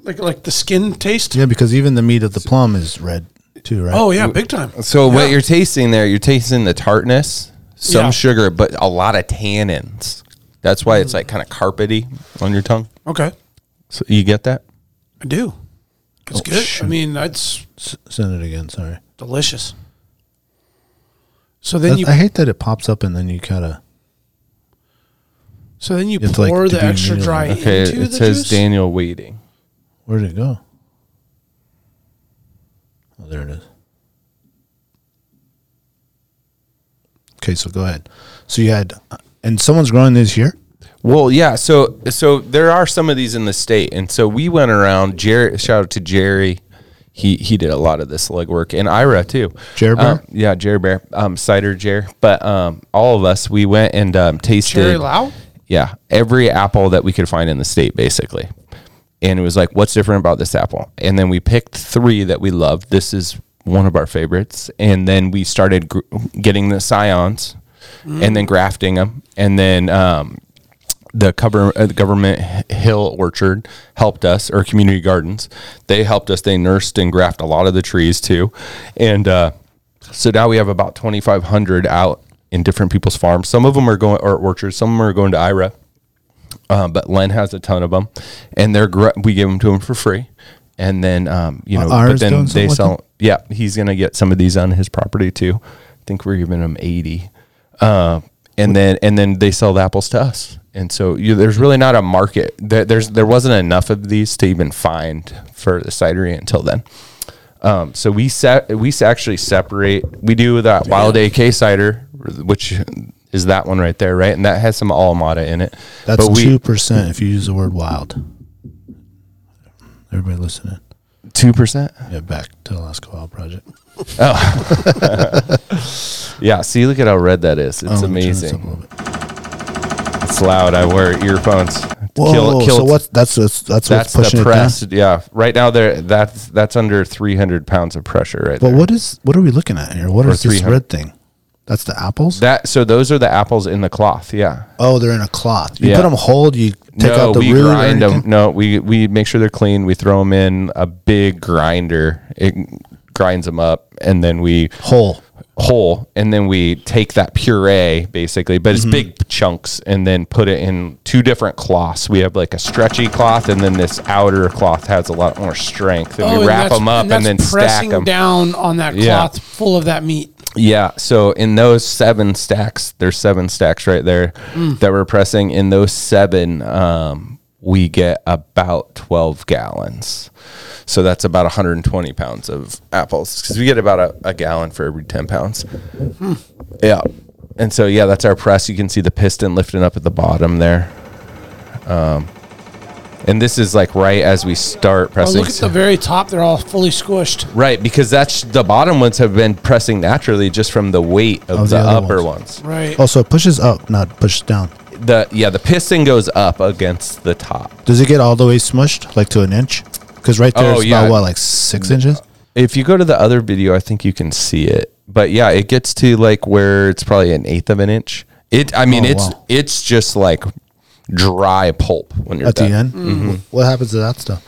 Speaker 3: Like like the skin taste.
Speaker 2: Yeah, because even the meat of the plum is red too, right?
Speaker 3: Oh yeah, big time.
Speaker 2: Uh,
Speaker 5: So what you're tasting there, you're tasting the tartness, some
Speaker 3: Yeah.
Speaker 5: sugar, but a lot of tannins. That's why it's like kind of carpety on your tongue.
Speaker 3: Okay,
Speaker 5: So you get that?
Speaker 3: I do. It's
Speaker 2: Oh,
Speaker 3: good.
Speaker 2: shoot.
Speaker 3: I mean, that's
Speaker 2: S- send it again. Sorry.
Speaker 3: delicious. So then
Speaker 2: That-
Speaker 3: you
Speaker 2: I hate that it pops up and then you kind of.
Speaker 3: so then you
Speaker 2: You have to,
Speaker 3: pour
Speaker 2: like, do
Speaker 3: the
Speaker 2: the
Speaker 3: extra
Speaker 2: noodle.
Speaker 3: dry
Speaker 5: Okay,
Speaker 3: into
Speaker 5: it
Speaker 3: the
Speaker 5: says
Speaker 3: juice.
Speaker 5: Daniel waiting.
Speaker 2: Where did it go? Oh, there it is. Okay, so go ahead. So you had, and uh, someone's growing these here.
Speaker 5: Well, yeah. So so there are some of these in the state, and so we went around. Jerry, shout out to Jerry. He he did a lot of this legwork, and Ira too.
Speaker 2: Jer Bear?
Speaker 5: Um, yeah, Jerry Bear, um, cider Jer. But um, all of us, we went and um, tasted.
Speaker 3: Jerry Lau?
Speaker 5: Yeah, every apple that we could find in the state, basically. And it was like, what's different about this apple? And then we picked three that we loved. This is one of our favorites. And then we started gr- getting the scions, and then grafting them, and then um, the cover uh, the government hill orchard helped us or community gardens they helped us they nursed and grafted a lot of the trees too and uh, so now we have about 2500 out in different people's farms some of them are going or orchards some of them are going to ira uh, but len has a ton of them and they're gr- we give them to him for free and then um, you know
Speaker 2: Ira's
Speaker 5: but then
Speaker 2: doing something
Speaker 5: they
Speaker 2: with
Speaker 5: sell yeah he's gonna get some of these on his property too i think we're giving him 80 uh, and then and then they sell the apples to us. And so you, there's really not a market. There, there's there wasn't enough of these to even find for the cidery until then. Um, so we set we s- actually separate. We do that wild AK cider, which is that one right there, right? And that has some Alamada in it.
Speaker 2: That's
Speaker 5: we-
Speaker 2: two percent if you use the word wild. Everybody listening.
Speaker 5: two percent.
Speaker 2: Yeah, back to Alaska Wild Project.
Speaker 5: Yeah. See, look at how red that is. It's
Speaker 2: Oh, let me turn this up a little
Speaker 5: amazing.
Speaker 2: bit.
Speaker 5: It's loud. I wear earphones.
Speaker 2: Whoa! so
Speaker 5: it.
Speaker 2: what's that's what's that's, what's
Speaker 5: That's
Speaker 2: pushing
Speaker 5: the
Speaker 2: it down.
Speaker 5: press. Yeah. Right now, there. That's that's under three hundred pounds of pressure right
Speaker 2: But
Speaker 5: there.
Speaker 2: what is what are we looking at here? What
Speaker 5: Or
Speaker 2: is this
Speaker 5: 300.
Speaker 2: red thing? That's the apples.
Speaker 5: That so those are the apples in the cloth. Yeah.
Speaker 2: oh, they're in a cloth. You put 'em
Speaker 5: Yeah.
Speaker 2: put them whole. You take
Speaker 5: no,
Speaker 2: out the
Speaker 5: we
Speaker 2: root. or
Speaker 5: grind them.
Speaker 2: anything?
Speaker 5: No, we we make sure they're clean. We throw them in a big grinder. It grinds them up, and then we
Speaker 2: Whole.
Speaker 5: whole, and then we take that puree basically, but
Speaker 2: Mm-hmm.
Speaker 5: it's big chunks, and then put it in two different cloths. We have like a stretchy cloth, and then this outer cloth has a lot more strength,
Speaker 2: Oh,
Speaker 5: and we
Speaker 3: Oh,
Speaker 5: wrap
Speaker 3: that's-
Speaker 5: them up and,
Speaker 3: that's
Speaker 5: then stack
Speaker 3: pressing
Speaker 5: them.
Speaker 3: down on that
Speaker 5: Yeah.
Speaker 3: cloth full of that meat.
Speaker 5: Yeah. So in those seven stacks, there's seven stacks right there
Speaker 3: Mm.
Speaker 5: that we're pressing. In those seven, um, we get about 12 gallons. So that's about 120 pounds of apples because we get about a, a gallon for every 10 pounds.
Speaker 3: Hmm.
Speaker 5: Yeah. And so, yeah, that's our press. You can see the piston lifting up at the bottom there. Um, and this is like right as we start
Speaker 3: Oh,
Speaker 5: pressing.
Speaker 3: look at the very top; they're all fully squished.
Speaker 5: Right, because that's the bottom ones have been pressing naturally just from the weight of,
Speaker 2: Of
Speaker 5: the,
Speaker 2: Oh, the other
Speaker 5: upper
Speaker 2: ones.
Speaker 5: ones.
Speaker 3: Right.
Speaker 2: Oh, so it pushes up, not pushes down.
Speaker 5: The yeah, the piston goes up against the top.
Speaker 2: Does it get all the way smushed, like to an inch? Because right there,
Speaker 5: Oh,
Speaker 2: it's
Speaker 5: yeah.
Speaker 2: about what, like six inches?
Speaker 5: If you go to the other video, I think you can see it. But yeah, it gets to like where it's probably an eighth of an inch. It I mean
Speaker 2: Oh,
Speaker 5: it's
Speaker 2: wow.
Speaker 5: it's just like dry pulp when you're
Speaker 2: At the
Speaker 5: done.
Speaker 2: end.
Speaker 3: Mm-hmm.
Speaker 5: Mm-hmm.
Speaker 2: What happens to that stuff?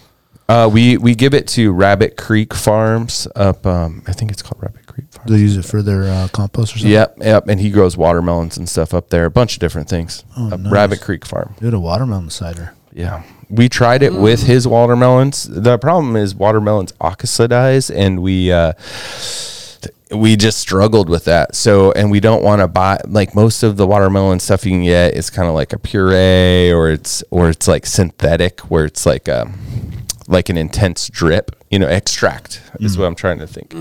Speaker 5: Uh, we we give it to Rabbit Creek Farms up um, I think it's called Rabbit Creek Farms.
Speaker 2: Do they use it for their uh, compost or something?
Speaker 5: Yep, yep, and he grows watermelons and stuff up there, a bunch of different things. Up
Speaker 2: Oh, nice.
Speaker 5: Rabbit Creek Farm.
Speaker 2: Dude, a watermelon cider.
Speaker 5: Yeah. We tried it with his watermelons. The problem is watermelons oxidize and we uh we just struggled with that. So and we don't want to buy like most of the watermelon stuff you can get is kind of like a puree or it's or it's like synthetic where it's like um like an intense drip, you know, extract is what I'm trying to think.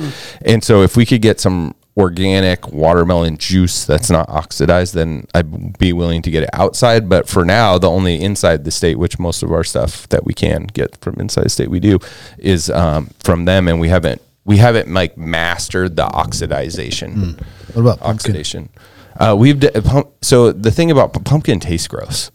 Speaker 5: And so if we could get some organic watermelon juice that's not oxidized, then I'd be willing to get it outside. But for now, the only inside the state, which most of our stuff that we can get from inside the state we do, is um, from them, and we haven't we haven't like mastered the oxidization
Speaker 2: What about pumpkin?
Speaker 5: oxidation. Uh, we've d- pump, so the thing about p- pumpkin tastes gross.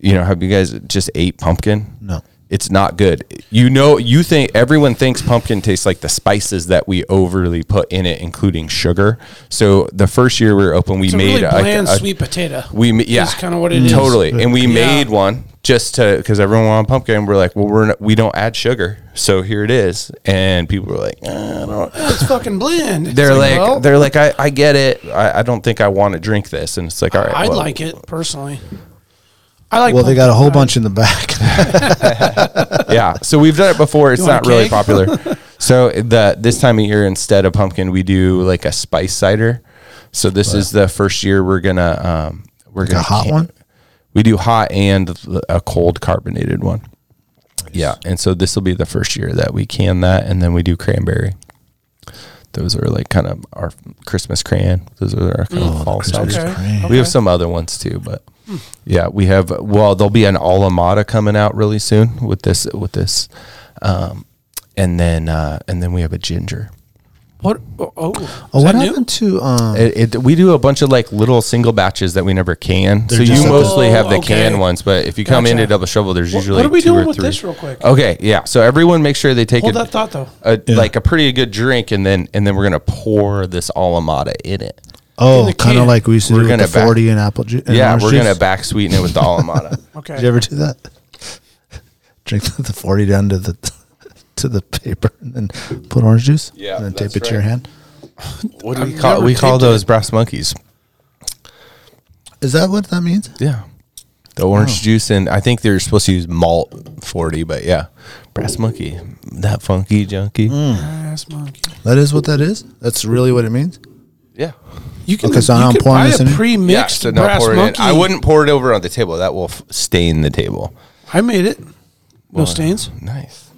Speaker 5: You know, have you guys just ate pumpkin?
Speaker 2: No.
Speaker 5: it's not good. You know, you think everyone thinks pumpkin tastes like the spices that we overly put in it, including sugar. So the first year we were open, we
Speaker 3: It's a really
Speaker 5: made a-
Speaker 3: bland
Speaker 5: a-
Speaker 3: sweet potato.
Speaker 5: we ma- yeah,
Speaker 3: is kind of what it is.
Speaker 5: Totally, and we
Speaker 3: Yeah.
Speaker 5: made one just to because everyone wanted pumpkin. We're like, well, we're not, we don't add sugar, so here it is. And people were like, "Uh, I don't.
Speaker 3: It's fucking bland. It's
Speaker 5: They're like,
Speaker 3: well,
Speaker 5: they're like, I, I get it. I, I don't think I want to drink this. And it's like, all right,
Speaker 3: I'd
Speaker 5: well,
Speaker 3: like it personally. I like.
Speaker 2: Well, they got a whole
Speaker 3: pumpkin
Speaker 2: bunch in the back.
Speaker 5: yeah. So we've done it before. It's
Speaker 3: You want
Speaker 5: not
Speaker 3: a
Speaker 5: really
Speaker 3: cake?
Speaker 5: popular. so the this time of year, instead of pumpkin, we do like a spice cider. So this is the first year we're gonna um, we're
Speaker 2: a
Speaker 5: gonna
Speaker 2: hot
Speaker 5: can-
Speaker 2: one?
Speaker 5: We do hot and a cold carbonated one. Yeah, and so this will be the first year that we can that, and then we do cranberry. Those are like kind of our Christmas crayon. Those are our kind of fall
Speaker 2: Oh, Christmas
Speaker 5: ciders.
Speaker 3: Okay.
Speaker 2: crayon.
Speaker 5: We have some other ones too, but Yeah, we have. Well, there'll be an Alamada coming out really soon with this with this, um, and then uh, and then we have a ginger.
Speaker 3: What? Oh, oh,
Speaker 2: Oh,
Speaker 3: is
Speaker 2: what
Speaker 3: that new?
Speaker 2: happened to um?
Speaker 5: It, it, we do a bunch of like little single batches that we never can.
Speaker 2: They're
Speaker 5: so
Speaker 2: just like
Speaker 5: you
Speaker 2: a-
Speaker 5: mostly have the
Speaker 3: Oh, okay.
Speaker 5: canned ones, but if you come in
Speaker 3: Gotcha.
Speaker 5: to double shovel, there's
Speaker 3: What-
Speaker 5: usually
Speaker 3: what are
Speaker 5: like
Speaker 3: we
Speaker 5: two
Speaker 3: doing
Speaker 5: or
Speaker 3: with
Speaker 5: three.
Speaker 3: this real quick?
Speaker 5: Okay, yeah. So everyone, make sure they take
Speaker 3: Hold
Speaker 5: a,
Speaker 3: that thought though.
Speaker 5: a like a pretty good drink, and then and then we're gonna pour this Alamada in it.
Speaker 2: Oh,
Speaker 3: the
Speaker 2: kind of
Speaker 3: can.
Speaker 2: like we used to
Speaker 5: We're
Speaker 2: do with
Speaker 5: gonna
Speaker 2: the
Speaker 5: back-
Speaker 2: forty and apple juice.
Speaker 5: yeah, we're gonna back sweeten it with the Alamada.
Speaker 3: Okay.
Speaker 2: Did you ever do that? Drink the, the forty down to the to the paper and then put orange juice.
Speaker 5: Yeah,
Speaker 2: and then tape
Speaker 5: that's
Speaker 2: it to your
Speaker 5: right.
Speaker 2: hand.
Speaker 5: what do we call we call those brass monkeys?
Speaker 2: Is that what that means?
Speaker 5: Yeah, the orange juice and I think they're supposed to use malt forty, but yeah, brass monkey, that funky junkie.
Speaker 3: Ass monkey.
Speaker 2: That is what that is. That's really what it means.
Speaker 5: Yeah,
Speaker 3: You can,
Speaker 2: Okay, so now
Speaker 3: you
Speaker 2: I'm
Speaker 3: can
Speaker 2: pouring
Speaker 3: buy
Speaker 2: this
Speaker 3: a
Speaker 2: in.
Speaker 5: yeah.
Speaker 3: pre-mixed
Speaker 5: So now
Speaker 3: brass
Speaker 5: pour it in.
Speaker 3: monkey.
Speaker 5: I wouldn't pour it over on the table. That will f- stain the table.
Speaker 3: I made it. No stains.
Speaker 5: Nice.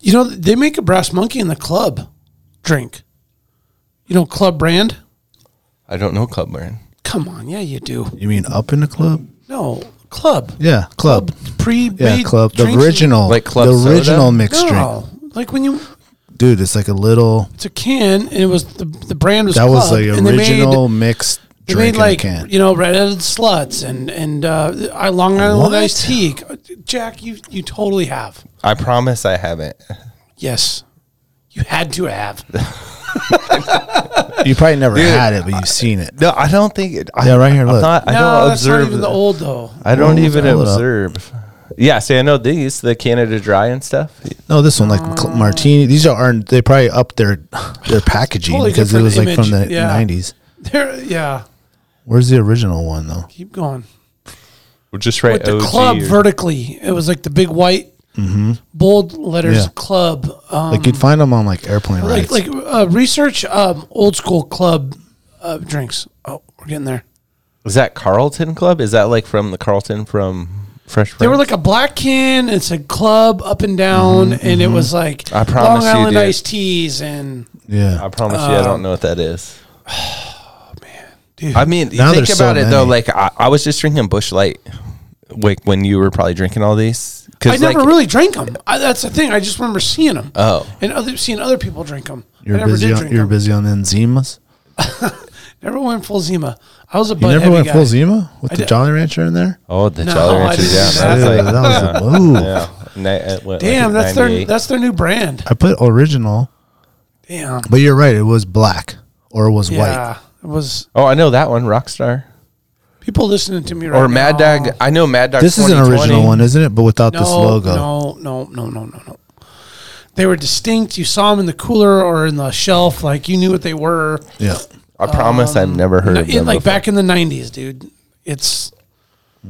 Speaker 3: You know they make a brass monkey in the club drink. You know club brand.
Speaker 5: I don't know club brand.
Speaker 3: Come on, yeah, you do.
Speaker 2: You mean up in the club?
Speaker 3: No club.
Speaker 2: Yeah, club.
Speaker 3: Pre-made
Speaker 2: Yeah, club. The
Speaker 3: drinks-
Speaker 2: original,
Speaker 5: Like club
Speaker 2: the
Speaker 5: soda?
Speaker 2: original mixed drink,
Speaker 3: No, like when you
Speaker 2: dude. It's like a little.
Speaker 3: it's a can, and it was the, the brand was
Speaker 2: That was
Speaker 3: club,
Speaker 2: the
Speaker 3: and they made-
Speaker 2: original mixed
Speaker 3: They
Speaker 2: drink
Speaker 3: made like
Speaker 2: in a can.
Speaker 3: you know redheaded sluts and and uh, I Long Island
Speaker 2: What?
Speaker 3: iced tea. Jack, you you totally have.
Speaker 5: I promise I haven't.
Speaker 3: Yes, you had to have.
Speaker 2: You probably never had it, but you've seen it.
Speaker 5: No, I don't think. It, I,
Speaker 2: Yeah, right here,
Speaker 5: I'm
Speaker 2: look.
Speaker 5: not- I don't
Speaker 3: that's not
Speaker 5: observe.
Speaker 3: even the
Speaker 5: the-
Speaker 3: old though.
Speaker 5: I don't
Speaker 2: Well,
Speaker 5: even
Speaker 2: hold up.
Speaker 5: observe. Yeah, see, I know these, the Canada Dry and stuff.
Speaker 2: No, this one like cl- martini. These are aren't- they probably upped their their packaging
Speaker 3: Totally
Speaker 2: because it
Speaker 3: different
Speaker 2: was like from
Speaker 3: image,
Speaker 2: the
Speaker 3: yeah.
Speaker 2: nineties.
Speaker 3: There, yeah.
Speaker 2: Where's the original one though?
Speaker 3: Keep going.
Speaker 5: We're just right.
Speaker 3: With the club vertically, it was like the big white bold letters
Speaker 2: Mm-hmm. Yeah.
Speaker 3: club. Um,
Speaker 2: Like you'd find them on like airplane
Speaker 3: like
Speaker 2: rides.
Speaker 3: like uh, research um, old school club uh, drinks. Oh, we're getting there.
Speaker 5: is that Carlton Club? Is that like from the Carlton from Fresh?
Speaker 3: They were like a black can. It's a club up and down, and it was like
Speaker 5: Mm-hmm, I promise
Speaker 3: Long
Speaker 5: you,
Speaker 3: Island
Speaker 5: dude.
Speaker 3: iced teas and
Speaker 2: yeah,
Speaker 5: I promise you, I don't know what that is.
Speaker 3: dude.
Speaker 5: I mean, you
Speaker 2: Now
Speaker 5: think about
Speaker 2: there's so
Speaker 5: it though.
Speaker 2: many.
Speaker 5: Like I, I was just drinking Bush Light, like when you were probably drinking all these.
Speaker 3: I
Speaker 5: Because
Speaker 3: never really drank them. I, that's the thing. I just remember seeing them.
Speaker 5: Oh.
Speaker 3: and other seeing other people drink them. I
Speaker 2: you're
Speaker 3: never
Speaker 2: busy.
Speaker 3: did
Speaker 2: On,
Speaker 3: drink
Speaker 2: you're
Speaker 3: 'em.
Speaker 2: busy on the enzymas.
Speaker 3: Never went full Zima. I was a
Speaker 2: You
Speaker 3: Bud
Speaker 2: never
Speaker 3: Heavy
Speaker 2: went
Speaker 3: guy.
Speaker 2: full Zima with
Speaker 3: I
Speaker 2: the
Speaker 3: did-
Speaker 2: Jolly Rancher in there.
Speaker 5: Oh, the
Speaker 3: No,
Speaker 5: Jolly
Speaker 3: I
Speaker 5: Rancher.
Speaker 3: didn't
Speaker 5: Yeah,
Speaker 3: do
Speaker 5: that's
Speaker 2: Dude,
Speaker 5: like
Speaker 2: that was a, ooh.
Speaker 5: yeah. na- it went like
Speaker 3: Damn, that's their
Speaker 5: 98.
Speaker 3: that's their new brand.
Speaker 2: I put original,
Speaker 3: Damn.
Speaker 2: but you're right. It was black or it was
Speaker 3: Yeah,
Speaker 2: white.
Speaker 3: it was
Speaker 5: oh, I know that one, Rockstar
Speaker 3: people listening to me right Oh.
Speaker 5: or Mad
Speaker 3: now.
Speaker 5: Dog. I know Mad Dog.
Speaker 2: This is an
Speaker 5: 2020.
Speaker 2: original one, isn't it? But without
Speaker 3: No,
Speaker 2: this logo.
Speaker 3: no, no, no, no, no, no. They were distinct. You saw them in the cooler or in the shelf, like you knew what they were.
Speaker 2: Yeah.
Speaker 5: I promise, I've never heard
Speaker 3: Um, No,
Speaker 5: of
Speaker 3: in,
Speaker 5: them.
Speaker 3: like
Speaker 5: before.
Speaker 3: back in the '90s, dude. It's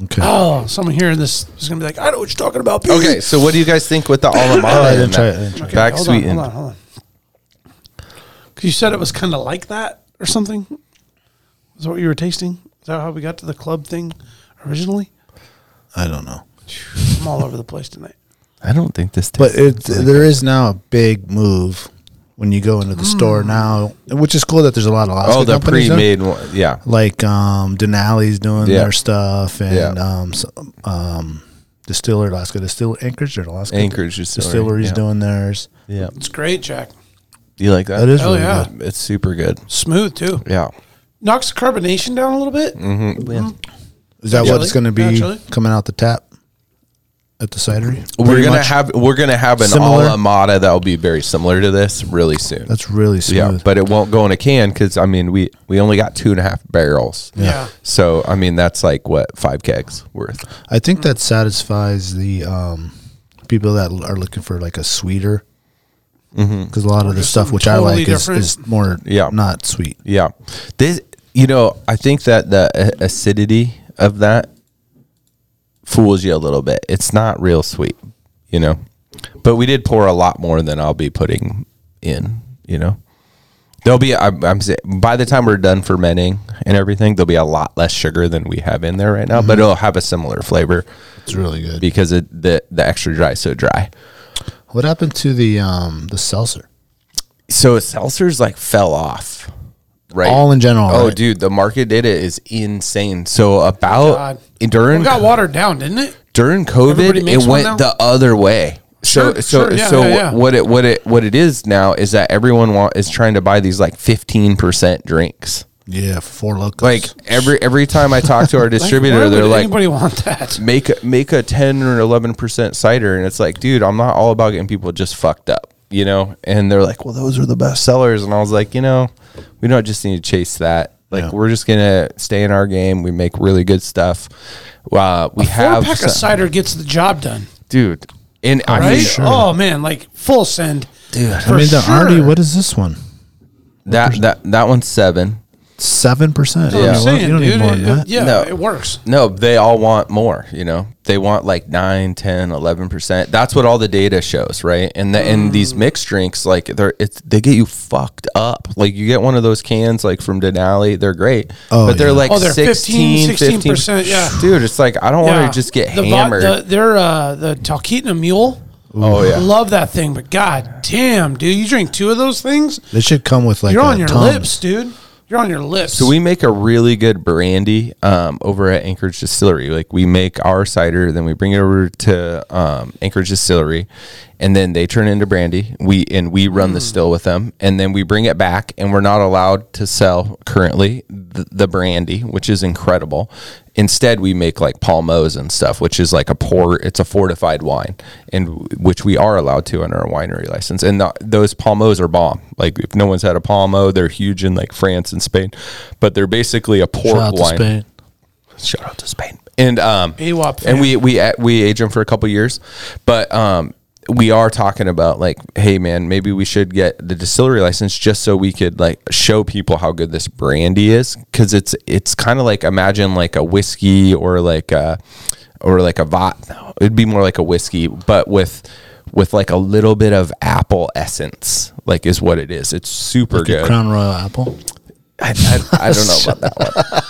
Speaker 2: Okay.
Speaker 3: oh, someone hearing this is gonna be like, I know what you're talking about. Pete."
Speaker 5: Okay, so what do you guys think with the alma mater?
Speaker 2: Oh, I
Speaker 5: in
Speaker 2: didn't try it,
Speaker 5: that?
Speaker 2: I didn't try
Speaker 3: Okay,
Speaker 5: Back
Speaker 3: hold on,
Speaker 5: sweeten.
Speaker 3: hold on, hold on. Because you said it was kind of like that or something. Is that what you were tasting? Is that how we got to the club thing originally?
Speaker 2: I don't know.
Speaker 3: I'm all over the place tonight.
Speaker 5: I don't think this.
Speaker 2: But
Speaker 5: tastes
Speaker 2: it there is now a big move when you go into the store now, which is cool that there's a lot of Alaska
Speaker 5: oh, the
Speaker 2: companies now.
Speaker 5: pre-made one. Yeah,
Speaker 2: like um, Denali's doing
Speaker 5: Yeah.
Speaker 2: their stuff and
Speaker 5: Yeah.
Speaker 2: um, s- um, Distiller Alaska Distiller Anchorage or Alaska
Speaker 5: Anchorage distillery,
Speaker 2: Distillery's
Speaker 5: yeah.
Speaker 2: doing theirs.
Speaker 5: Yeah,
Speaker 3: It's great, Jack.
Speaker 5: you like that?
Speaker 2: That is
Speaker 3: Hell
Speaker 2: really
Speaker 3: Oh, yeah.
Speaker 2: good.
Speaker 5: It's super good.
Speaker 3: Smooth too.
Speaker 5: Yeah.
Speaker 3: Knocks the carbonation down a little bit.
Speaker 5: Mm-hmm.
Speaker 2: Is that what
Speaker 3: Naturally,
Speaker 2: it's going to be
Speaker 3: naturally.
Speaker 2: coming out the tap at the cidery?
Speaker 5: We're
Speaker 2: Pretty
Speaker 5: gonna
Speaker 2: much.
Speaker 5: have we're gonna have an
Speaker 2: Similar?
Speaker 5: alma mater that will be very similar to this really soon.
Speaker 2: That's really
Speaker 5: yeah,
Speaker 2: smooth.
Speaker 5: but it won't go in a can because I mean we we only got two and a half barrels.
Speaker 3: Yeah.
Speaker 5: So I mean that's like what five kegs worth.
Speaker 2: I think that satisfies the um, people that l- are looking for like a sweeter. Because a lot of the stuff which I
Speaker 3: totally
Speaker 2: like is,
Speaker 3: different.
Speaker 2: is more
Speaker 5: Mm-hmm. Yeah.
Speaker 2: not sweet.
Speaker 5: Yeah. This, you know, I think that the a- acidity of that fools you a little bit. It's not real sweet, you know. But we did pour a lot more than I'll be putting in, you know. There'll be I'm, I'm sa- by the time we're done fermenting and everything, there'll be a lot less sugar than we have in there right now, but it'll have a similar flavor
Speaker 2: It's really good.
Speaker 5: because it, the the extra dry is so dry.
Speaker 2: What happened to the um, the seltzer?
Speaker 5: So seltzers like fell off. right?
Speaker 8: All in general,
Speaker 5: Oh,
Speaker 8: right?
Speaker 5: dude, the market data is insane. So about
Speaker 3: God.
Speaker 5: during
Speaker 3: It got watered down, didn't it?
Speaker 5: during
Speaker 3: Everybody
Speaker 5: COVID,
Speaker 3: makes
Speaker 5: it
Speaker 3: one now?
Speaker 5: went the other way. So
Speaker 3: Sure,
Speaker 5: so
Speaker 3: sure, yeah,
Speaker 5: so
Speaker 3: yeah, yeah.
Speaker 5: what it what it what it is now is that everyone wa- is trying to buy these like fifteen percent drinks.
Speaker 2: Yeah, four locos.
Speaker 5: Like every every time I talk to our distributor,
Speaker 3: Why
Speaker 5: they're
Speaker 3: would
Speaker 5: like,
Speaker 3: anybody want that?
Speaker 5: make a- make a 10 or 11% cider and it's like dude i'm not all about getting people just fucked up you know and they're like well those are the best sellers and i was like you know we don't just need to chase that like
Speaker 2: Yeah.
Speaker 5: we're just gonna stay in our game we make really good stuff uh, we
Speaker 3: Four
Speaker 5: have
Speaker 3: pack
Speaker 5: some-
Speaker 3: of cider gets the job done,
Speaker 5: dude and i
Speaker 3: right?
Speaker 5: mean
Speaker 3: Oh man, like full send, dude.
Speaker 2: I mean, the Artie, what is this one?
Speaker 5: that that that one's seven
Speaker 2: Seven percent.
Speaker 3: I'm saying,
Speaker 2: you don't
Speaker 3: dude,
Speaker 2: need more
Speaker 3: it-
Speaker 2: than
Speaker 3: it-
Speaker 2: that.
Speaker 3: yeah,
Speaker 5: No.
Speaker 3: it works.
Speaker 5: no they all want more you know they want like 9 10 11% that's what all the data shows right and the, and these
Speaker 3: Mm.
Speaker 5: mixed drinks like they're it's, they get you fucked up like you get one of those cans like from denali they're great
Speaker 2: Oh,
Speaker 5: but they're
Speaker 2: yeah.
Speaker 5: like
Speaker 3: Oh, they're
Speaker 5: 16
Speaker 3: 15,
Speaker 5: 15
Speaker 3: 16%, yeah.
Speaker 5: dude it's like i don't
Speaker 3: Yeah,
Speaker 5: want to just get
Speaker 3: the, vo-
Speaker 5: hammered
Speaker 3: The, they're uh, the Talkeetna Mule.
Speaker 5: oh yeah
Speaker 3: Love that thing, but god damn, dude, you drink two of those things,
Speaker 2: They should come with like
Speaker 3: you're
Speaker 2: a
Speaker 3: on your
Speaker 2: Tums.
Speaker 3: lips, dude. You're on your lips.
Speaker 5: So we make a really good brandy um, over at Anchorage Distillery. Like we make our cider, then we bring it over to um, Anchorage Distillery, and then they turn it into brandy. We and we run the still with them, and then we bring it back. And we're not allowed to sell currently the, the brandy, which is incredible. Instead, we make like palmos and stuff, which is like a port. It's a fortified wine, and w- which we are allowed to under our winery license. And the, those palmos are bomb. Like if no one's had a palmo, they're huge in like France and Spain, but they're basically a port
Speaker 2: Shout out to
Speaker 5: wine.
Speaker 2: Spain.
Speaker 5: Shout out to Spain. And um,
Speaker 3: AWOP
Speaker 5: and we we a- we age them for a couple years, but um, we are talking about like, hey man, maybe we should get the distillery license just so we could like show people how good this brandy is because it's it's kind of like imagine like a whiskey or like a or like a vodka. No, it'd be more like a whiskey, but with with like a little bit of apple essence, like is what it is. It's super
Speaker 2: Like a
Speaker 5: good.
Speaker 2: Crown Royal apple.
Speaker 5: I, I, I don't know about that one.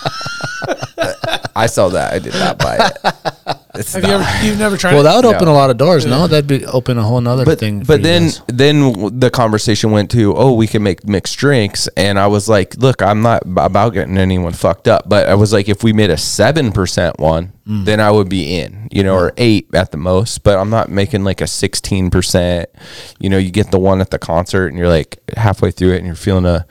Speaker 5: I saw that. I did not buy it. It's
Speaker 3: have
Speaker 5: not-
Speaker 3: you ever you've never tried
Speaker 2: Well,
Speaker 3: it?
Speaker 2: that would
Speaker 5: No.
Speaker 2: open a lot of doors. No, that'd be open a whole nother
Speaker 5: but
Speaker 2: thing. for
Speaker 5: but
Speaker 2: you
Speaker 5: then
Speaker 2: guys.
Speaker 5: then w- the conversation went to oh we can make mixed drinks and I was like look I'm not b- about getting anyone fucked up but I was like if we made a seven percent one
Speaker 2: Mm.
Speaker 5: then I would be in you know or eight at the most but I'm not making like a sixteen percent you know you get the one at the concert and you're like halfway through it and you're feeling a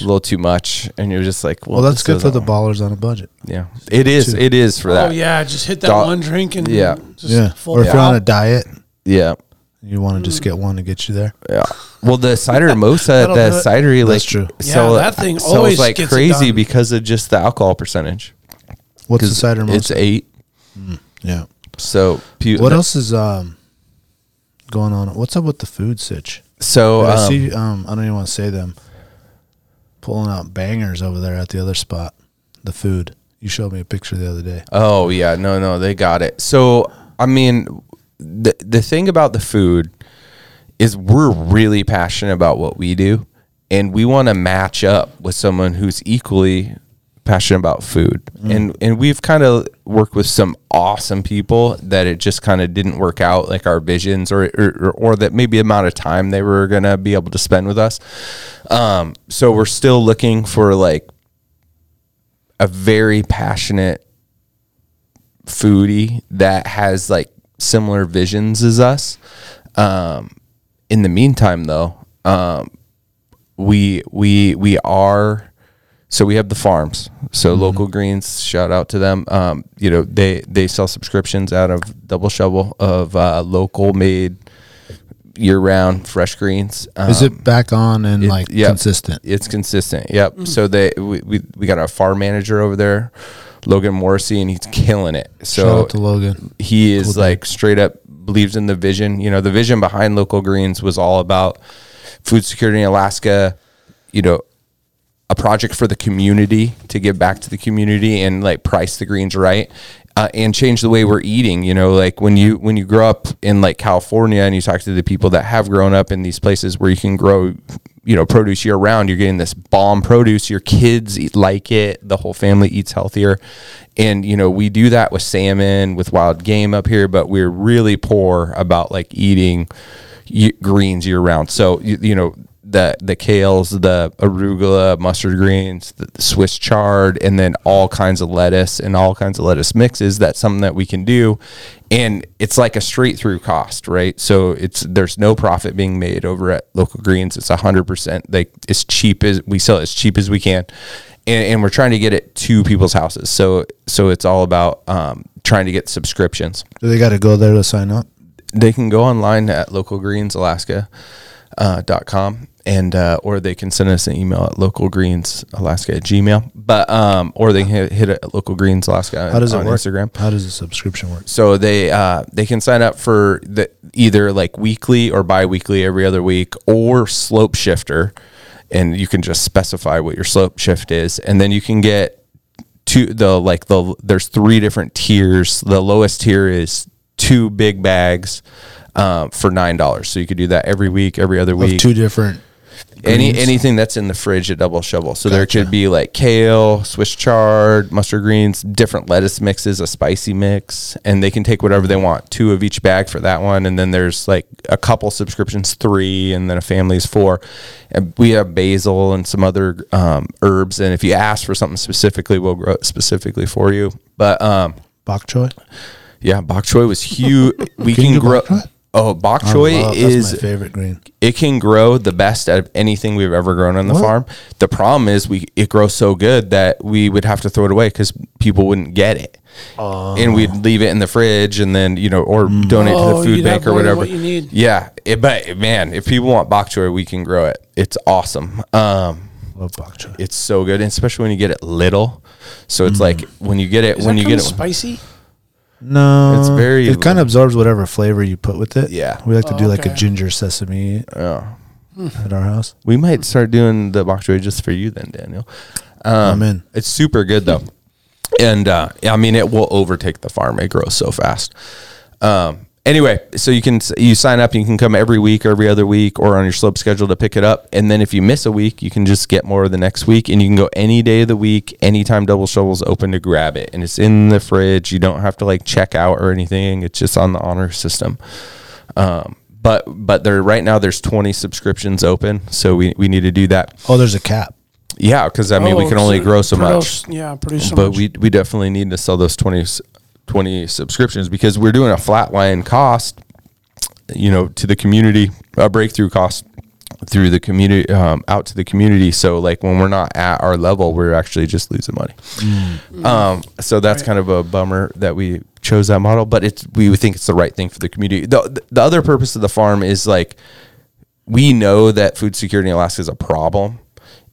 Speaker 5: little too much and you're just like well,
Speaker 2: well, that's
Speaker 5: this
Speaker 2: good for
Speaker 5: isn't-
Speaker 2: the ballers on a budget.
Speaker 5: yeah it is it is for that
Speaker 3: Oh yeah, just hit that
Speaker 5: Dog-
Speaker 3: one drink and
Speaker 5: Yeah.
Speaker 3: just
Speaker 2: yeah.
Speaker 3: full
Speaker 2: Or if you're on a
Speaker 3: out.
Speaker 2: diet,
Speaker 5: yeah.
Speaker 2: you want to just get one to get you there.
Speaker 5: Yeah. Well, the cider mimosa,
Speaker 3: That'll
Speaker 5: the
Speaker 3: do it.
Speaker 5: cidery, like,
Speaker 2: That's true.
Speaker 3: Yeah,
Speaker 5: sell-
Speaker 3: that thing
Speaker 5: sells,
Speaker 3: always
Speaker 5: like
Speaker 3: gets it
Speaker 5: crazy
Speaker 3: done.
Speaker 5: because of just the alcohol percentage.
Speaker 2: What's the
Speaker 5: 'Cause
Speaker 2: cider
Speaker 5: It's
Speaker 2: most?
Speaker 5: eight.
Speaker 2: Yeah.
Speaker 5: So pu-
Speaker 2: What else is um going on? What's up with the food sitch?
Speaker 5: So
Speaker 2: I
Speaker 5: um,
Speaker 2: see. Um, I don't even want to say them. Pulling out bangers over there at the other spot. The food. You showed me a picture the other day.
Speaker 5: Oh yeah, no, no, they got it. So I mean, the the thing about the food is we're really passionate about what we do, and we want to match up with someone who's equally passionate about food. And and we've kind of worked with some awesome people that it just kind of didn't work out like our visions or or, or that maybe the amount of time they were gonna be able to spend with us. Um, so we're still looking for like a very passionate foodie that has like similar visions as us. Um, in the meantime, though, um, we we we are so we have the farms. So
Speaker 2: Mm-hmm.
Speaker 5: local greens, shout out to them. Um, you know they they sell subscriptions out of Double Shovel of uh, local made year round fresh greens. Um,
Speaker 2: Is it back on and
Speaker 5: it-
Speaker 2: like
Speaker 5: yeah,
Speaker 2: consistent?
Speaker 5: It's consistent. Yep. So they we, we we got our farm manager over there, Logan Morrissey, and he's killing it. So
Speaker 2: Shout out to Logan.
Speaker 5: he is
Speaker 2: Cool dude.
Speaker 5: like straight up believes in the vision. You know, the vision behind local greens was all about food security in Alaska, you know, a project for the community to give back to the community and like price the greens right. Uh, and change the way we're eating you know like when you when you grow up in like california and you talk to the people that have grown up in these places where you can grow you know produce year round you're getting this bomb produce your kids eat, like it the whole family eats healthier and you know we do that with salmon with wild game up here but we're really poor about like eating y- greens year round so you, you know the the kales, the arugula, mustard greens, the, the Swiss chard, and then all kinds of lettuce and all kinds of lettuce mixes. That's something that we can do, and it's like a straight through cost, right? So it's there's no profit being made over at local greens. It's hundred percent like as cheap as we sell it as cheap as we can, and, and we're trying to get it to people's houses. So so it's all about um, trying to get subscriptions
Speaker 2: Do they got to go there to sign up?
Speaker 5: they can go online at localgreensalaska.com uh, dot com, and uh, or they can send us an email at localgreensalaska at gmail but um or they can hit, hit it at localgreensalaska
Speaker 2: How does
Speaker 5: on
Speaker 2: it work?
Speaker 5: instagram
Speaker 2: How does the subscription work?
Speaker 5: so they uh, they can sign up for the either like weekly or bi-weekly every other week or slope shifter and you can just specify what your slope shift is and then you can get two the like the there's three different tiers the lowest tier is two big bags um, for nine dollars so you could do that every week every other
Speaker 2: Of
Speaker 5: week
Speaker 2: two different.
Speaker 5: any
Speaker 2: greens?
Speaker 5: anything that's in the fridge at double shovel. So there
Speaker 2: Gotcha.
Speaker 5: could be like kale, Swiss chard, mustard greens, different lettuce mixes, a spicy mix, and they can take whatever they want. Two of each bag for that one, and then there's like a couple subscriptions, three, and then a family's four. And we have basil and some other um, herbs, and if you ask for something specifically, we'll grow it specifically for you. But um,
Speaker 2: Bok choy.
Speaker 5: yeah, bok choy was huge. we
Speaker 2: Can
Speaker 5: can,
Speaker 2: you do
Speaker 5: grow.
Speaker 2: bok choy?
Speaker 5: Oh, bok
Speaker 2: I
Speaker 5: choy
Speaker 2: love-
Speaker 5: is
Speaker 2: that's my favorite green.
Speaker 5: it can grow the best out of anything we've ever grown on the farm. The problem is we it grows so good that we would have to throw it away because people wouldn't get it, and we'd leave it in the fridge and then you know or donate
Speaker 3: Oh,
Speaker 5: to the food
Speaker 3: you'd have
Speaker 5: bank or
Speaker 3: more than
Speaker 5: whatever.
Speaker 3: what you need.
Speaker 5: Yeah, it, but man, if people want bok choy, we can grow it. It's awesome. Um,
Speaker 2: Love bok choy.
Speaker 5: it's so good, and especially when you get it little. So it's like when you get it when you get it.
Speaker 3: spicy,
Speaker 2: No,
Speaker 5: It's very
Speaker 2: It kind of absorbs whatever flavor you put with it.
Speaker 5: Yeah.
Speaker 2: we like to do like a
Speaker 3: okay.
Speaker 2: ginger sesame at our house.
Speaker 5: We might start doing the bok choy just for you then, Daniel. Uh.
Speaker 2: I'm in.
Speaker 5: It's super good though, and uh, I mean it will overtake the farm. It grows so fast. Um, anyway, so you can you sign up. You can come every week, or every other week, or on your slope schedule to pick it up. And then if you miss a week, you can just get more the next week, and you can go any day of the week, anytime Double Shovel's open to grab it, and it's in the fridge. You don't have to like check out or anything. It's just on the honor system. Um, but but there right now there's 20 subscriptions open, so we, we need to do that.
Speaker 2: Oh, there's a cap.
Speaker 5: Yeah, because I mean we
Speaker 3: Oh,
Speaker 5: can only
Speaker 3: so
Speaker 5: grow so much
Speaker 3: produce- Yeah, produce so
Speaker 5: but
Speaker 3: much.
Speaker 5: we we definitely need to sell those 20, s- 20 subscriptions because we're doing a flat line cost you know to the community a breakthrough cost through the community um, out to the community so like when we're not at our level we're actually just losing money
Speaker 3: Mm.
Speaker 5: um, so that's kind of a bummer that we chose that model but it's we think it's the right thing for the community the, the other purpose of the farm is like we know that food security in Alaska is a problem.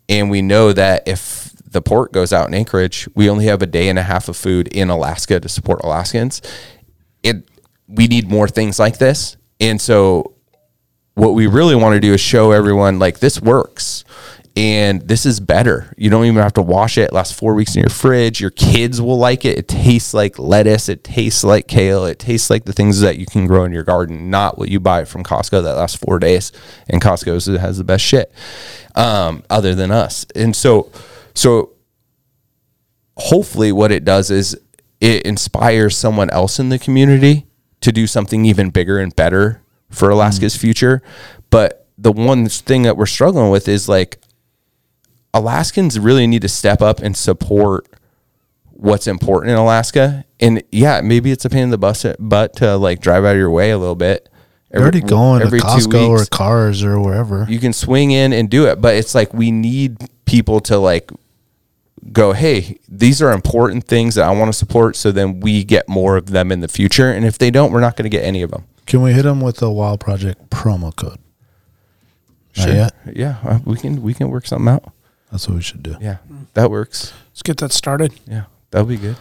Speaker 5: And we know that if the port goes out in Anchorage, we only have a day and a half of food in Alaska to support Alaskans. It we need more things like this. And so what we really want to do is show everyone like this works and this is better. You don't even have to wash it. It lasts four weeks in your fridge. Your kids will like it. It tastes like lettuce. It tastes like kale. It tastes like the things that you can grow in your garden, not what you buy from Costco that lasts four days. And Costco is- has the best shit, um, other than us. And so, so hopefully what it does is it inspires someone else in the community to do something even bigger and better for Alaska's
Speaker 2: Mm-hmm.
Speaker 5: future. But the one thing that we're struggling with is like Alaskans really need to step up and support what's important in Alaska. And yeah, maybe it's a pain in the bus butt to like drive out of your way a little bit.
Speaker 2: You're already going to
Speaker 5: every two
Speaker 2: Costco or
Speaker 5: weeks
Speaker 2: Cars or wherever.
Speaker 5: you can swing in and do it but it's like we need people to like go hey these are important things that i want to support so then we get more of them in the future and if they don't we're not going to get any of them
Speaker 2: Can we hit them with the Wild Project promo code? Not yet.
Speaker 5: yeah uh, we can we can work something out
Speaker 2: That's what we should do.
Speaker 5: yeah that works
Speaker 3: Let's get that started.
Speaker 5: yeah that'll be good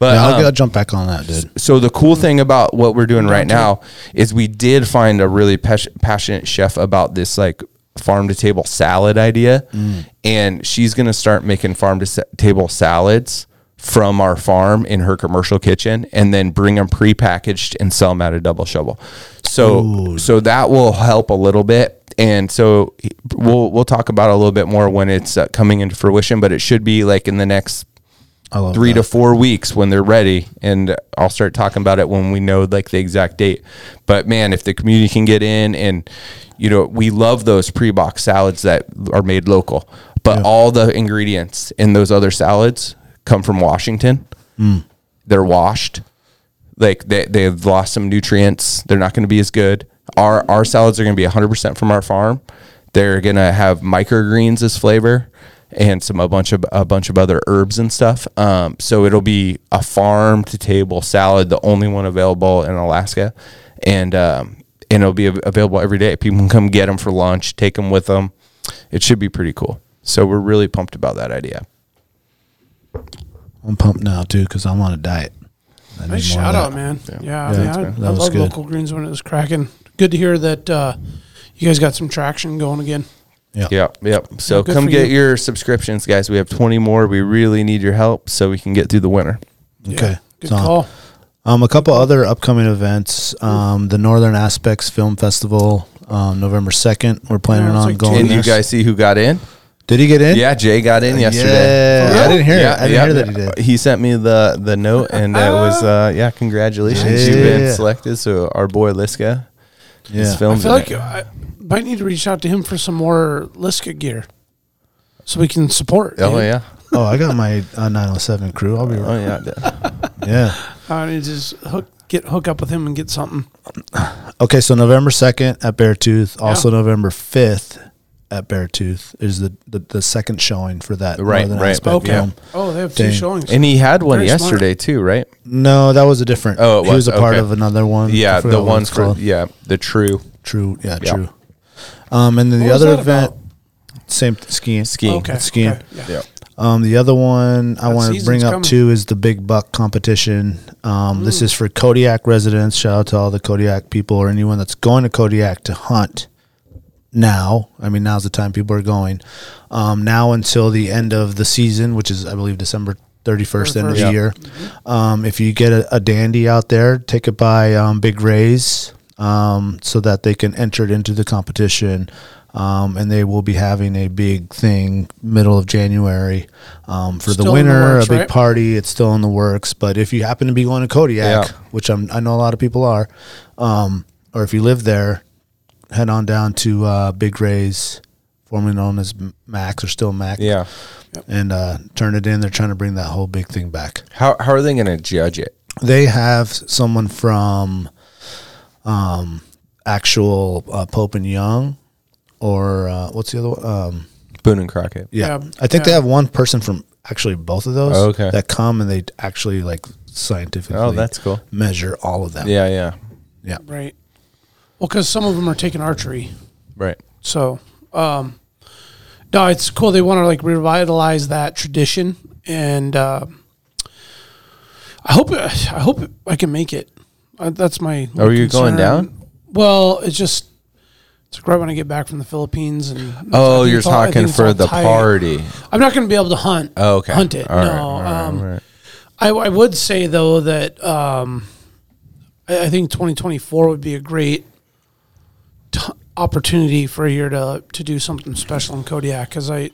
Speaker 5: but
Speaker 2: Yeah, I'll,
Speaker 5: um,
Speaker 2: I'll jump back on that, dude.
Speaker 5: so the cool thing about what we're doing right now is we did find a really pas- passionate chef about this like farm to table salad idea and she's going to start making farm to sa- table salads from our farm in her commercial kitchen and then bring them prepackaged and sell them at a double shovel so so that will help a little bit and so we'll we'll talk about it a little bit more when it's uh, coming into fruition but it should be like in the next
Speaker 2: I love
Speaker 5: three
Speaker 2: that.
Speaker 5: to four weeks when they're ready, and I'll start talking about it when we know like the exact date. But man, if the community can get in, and you know, we love those pre-box salads that are made local, but all the ingredients in those other salads come from Washington.
Speaker 2: Mm.
Speaker 5: They're washed, like they they've lost some nutrients. They're not going to be as good. Our our salads are going to be 100% from our farm. They're going to have microgreens as flavor and some a bunch of a bunch of other herbs and stuff. Um, so it'll be a farm to table salad, the only one available in Alaska, and um, and it'll be av- available every day. People can come get them for lunch, take them with them. It should be pretty cool. So we're really pumped about that idea.
Speaker 2: I'm pumped now too because I'm on a diet. I need
Speaker 3: Nice
Speaker 2: more of
Speaker 3: shout
Speaker 2: that.
Speaker 3: out, man. Yeah, yeah, I,
Speaker 2: That
Speaker 3: I
Speaker 2: was
Speaker 3: love
Speaker 2: good.
Speaker 3: local greens when it was cracking. Good to hear that uh, you guys got some traction going again.
Speaker 5: Yep, yep. So
Speaker 3: good
Speaker 5: come
Speaker 3: for
Speaker 5: get
Speaker 3: you.
Speaker 5: your subscriptions, guys. We have 20 more. We really need your help so we can get through the winter.
Speaker 2: Okay,
Speaker 3: Good
Speaker 2: it's on.
Speaker 3: call.
Speaker 2: Um, a couple other upcoming events. Um, the Northern Aspects Film Festival, um, November second. We're planning
Speaker 3: Yeah, it's
Speaker 2: on
Speaker 3: like
Speaker 2: going.
Speaker 5: And you
Speaker 2: there.
Speaker 5: guys see who got in?
Speaker 2: did he get Oh, in?
Speaker 5: Yeah, Jay got in yesterday.
Speaker 2: Yeah,
Speaker 3: For
Speaker 2: I didn't hear.
Speaker 5: Yeah,
Speaker 2: it. I didn't
Speaker 5: yeah.
Speaker 2: hear that he did.
Speaker 5: He sent me the the note, and
Speaker 3: Uh-huh.
Speaker 5: that was uh, yeah. Congratulations, you've
Speaker 2: Yeah.
Speaker 5: been selected. So our boy Liska, his
Speaker 2: Yeah.
Speaker 5: films.
Speaker 3: I feel
Speaker 5: in
Speaker 3: like
Speaker 5: it.
Speaker 3: I might need to reach out to him for some more Liska gear so we can support.
Speaker 5: oh
Speaker 3: dude.
Speaker 5: yeah,
Speaker 2: Oh, I got my uh, 907 crew. I'll be
Speaker 5: oh
Speaker 2: right.
Speaker 5: yeah.
Speaker 2: Yeah.
Speaker 3: I need to Uh, just hook, get, hook up with him and get something.
Speaker 2: Okay, so November second at Beartooth. Also November fifth at Beartooth is the, the the second showing for that.
Speaker 5: Right,
Speaker 2: Northern
Speaker 5: right.
Speaker 2: Aspect
Speaker 3: Okay.
Speaker 2: film.
Speaker 3: Oh, they have two
Speaker 2: Dang.
Speaker 3: showings.
Speaker 5: And he had one
Speaker 3: Very smart.
Speaker 5: yesterday too, right?
Speaker 2: Mm, No, that was a different.
Speaker 5: Oh, it
Speaker 2: he was
Speaker 5: was,
Speaker 2: a part
Speaker 5: okay.
Speaker 2: of another one. I
Speaker 5: Yeah,
Speaker 2: forgot
Speaker 5: the
Speaker 2: what
Speaker 5: one
Speaker 2: it's
Speaker 5: for
Speaker 2: called.
Speaker 5: yeah, the true
Speaker 2: True. Yeah,
Speaker 5: Yeah.
Speaker 2: true. Um, and then the
Speaker 3: What was
Speaker 2: other
Speaker 3: that
Speaker 2: event, same skiing.
Speaker 5: skiing.
Speaker 3: okay.
Speaker 2: skiing.
Speaker 3: okay, Yeah.
Speaker 5: Yeah.
Speaker 2: Um, the other one I want to
Speaker 3: season's
Speaker 2: bring up
Speaker 3: coming.
Speaker 2: too is the big buck competition. Um,
Speaker 5: Mm.
Speaker 2: This is for Kodiak residents. Shout out to all the Kodiak people or anyone that's going to Kodiak to hunt. Now, I mean, now's the time people are going. Um, now until the end of the season, which is I believe December thirty first, end of the
Speaker 5: Yeah.
Speaker 2: year. Um, if you get a, a dandy out there, take it by um, Big Rays um, so that they can enter it into the competition. Um, and they will be having a big thing middle of January um, for the
Speaker 3: Still in the
Speaker 2: winner,
Speaker 3: works,
Speaker 2: a big
Speaker 3: right?
Speaker 2: party. It's still in the works. But if you happen to be going to Kodiak,
Speaker 5: Yeah.
Speaker 2: which I'm, I know a lot of people are, um, or if you live there, head on down to uh, Big Rays, formerly known as M- Max or still Mac,
Speaker 5: Yeah.
Speaker 2: and uh, turn it in. They're trying to bring that whole big thing back
Speaker 5: How how are they going to judge it?
Speaker 2: they have someone from um actual uh, Pope and Young or uh, what's the other one? Um,
Speaker 5: Boone and Crockett.
Speaker 2: yeah.
Speaker 3: Yeah,
Speaker 2: I think they
Speaker 3: yeah.
Speaker 2: have one person from actually both of those
Speaker 5: Oh, okay.
Speaker 2: that come and they actually like scientifically
Speaker 5: Oh, that's cool.
Speaker 2: measure all of them.
Speaker 5: Yeah, yeah,
Speaker 3: Right. Well, because some of them are taking archery.
Speaker 5: right.
Speaker 3: So, um, no, it's cool. They want to like revitalize that tradition, and uh, I hope I hope I can make it. Uh, that's my.
Speaker 5: Oh, Are you going down?
Speaker 3: Well, it's just it's like right when I get back from the Philippines, and I
Speaker 5: Oh,
Speaker 3: think
Speaker 5: you're
Speaker 3: it's all- I think
Speaker 5: talking
Speaker 3: it's
Speaker 5: for
Speaker 3: all
Speaker 5: the
Speaker 3: tight.
Speaker 5: party.
Speaker 3: I'm not going to be able to hunt.
Speaker 5: Oh, okay.
Speaker 3: hunt it.
Speaker 5: All
Speaker 3: no,
Speaker 5: right, all right,
Speaker 3: um,
Speaker 5: all right.
Speaker 3: I, I would say though that um, I, I think 2024 would be a great t- opportunity for a year to to do something special in Kodiak because I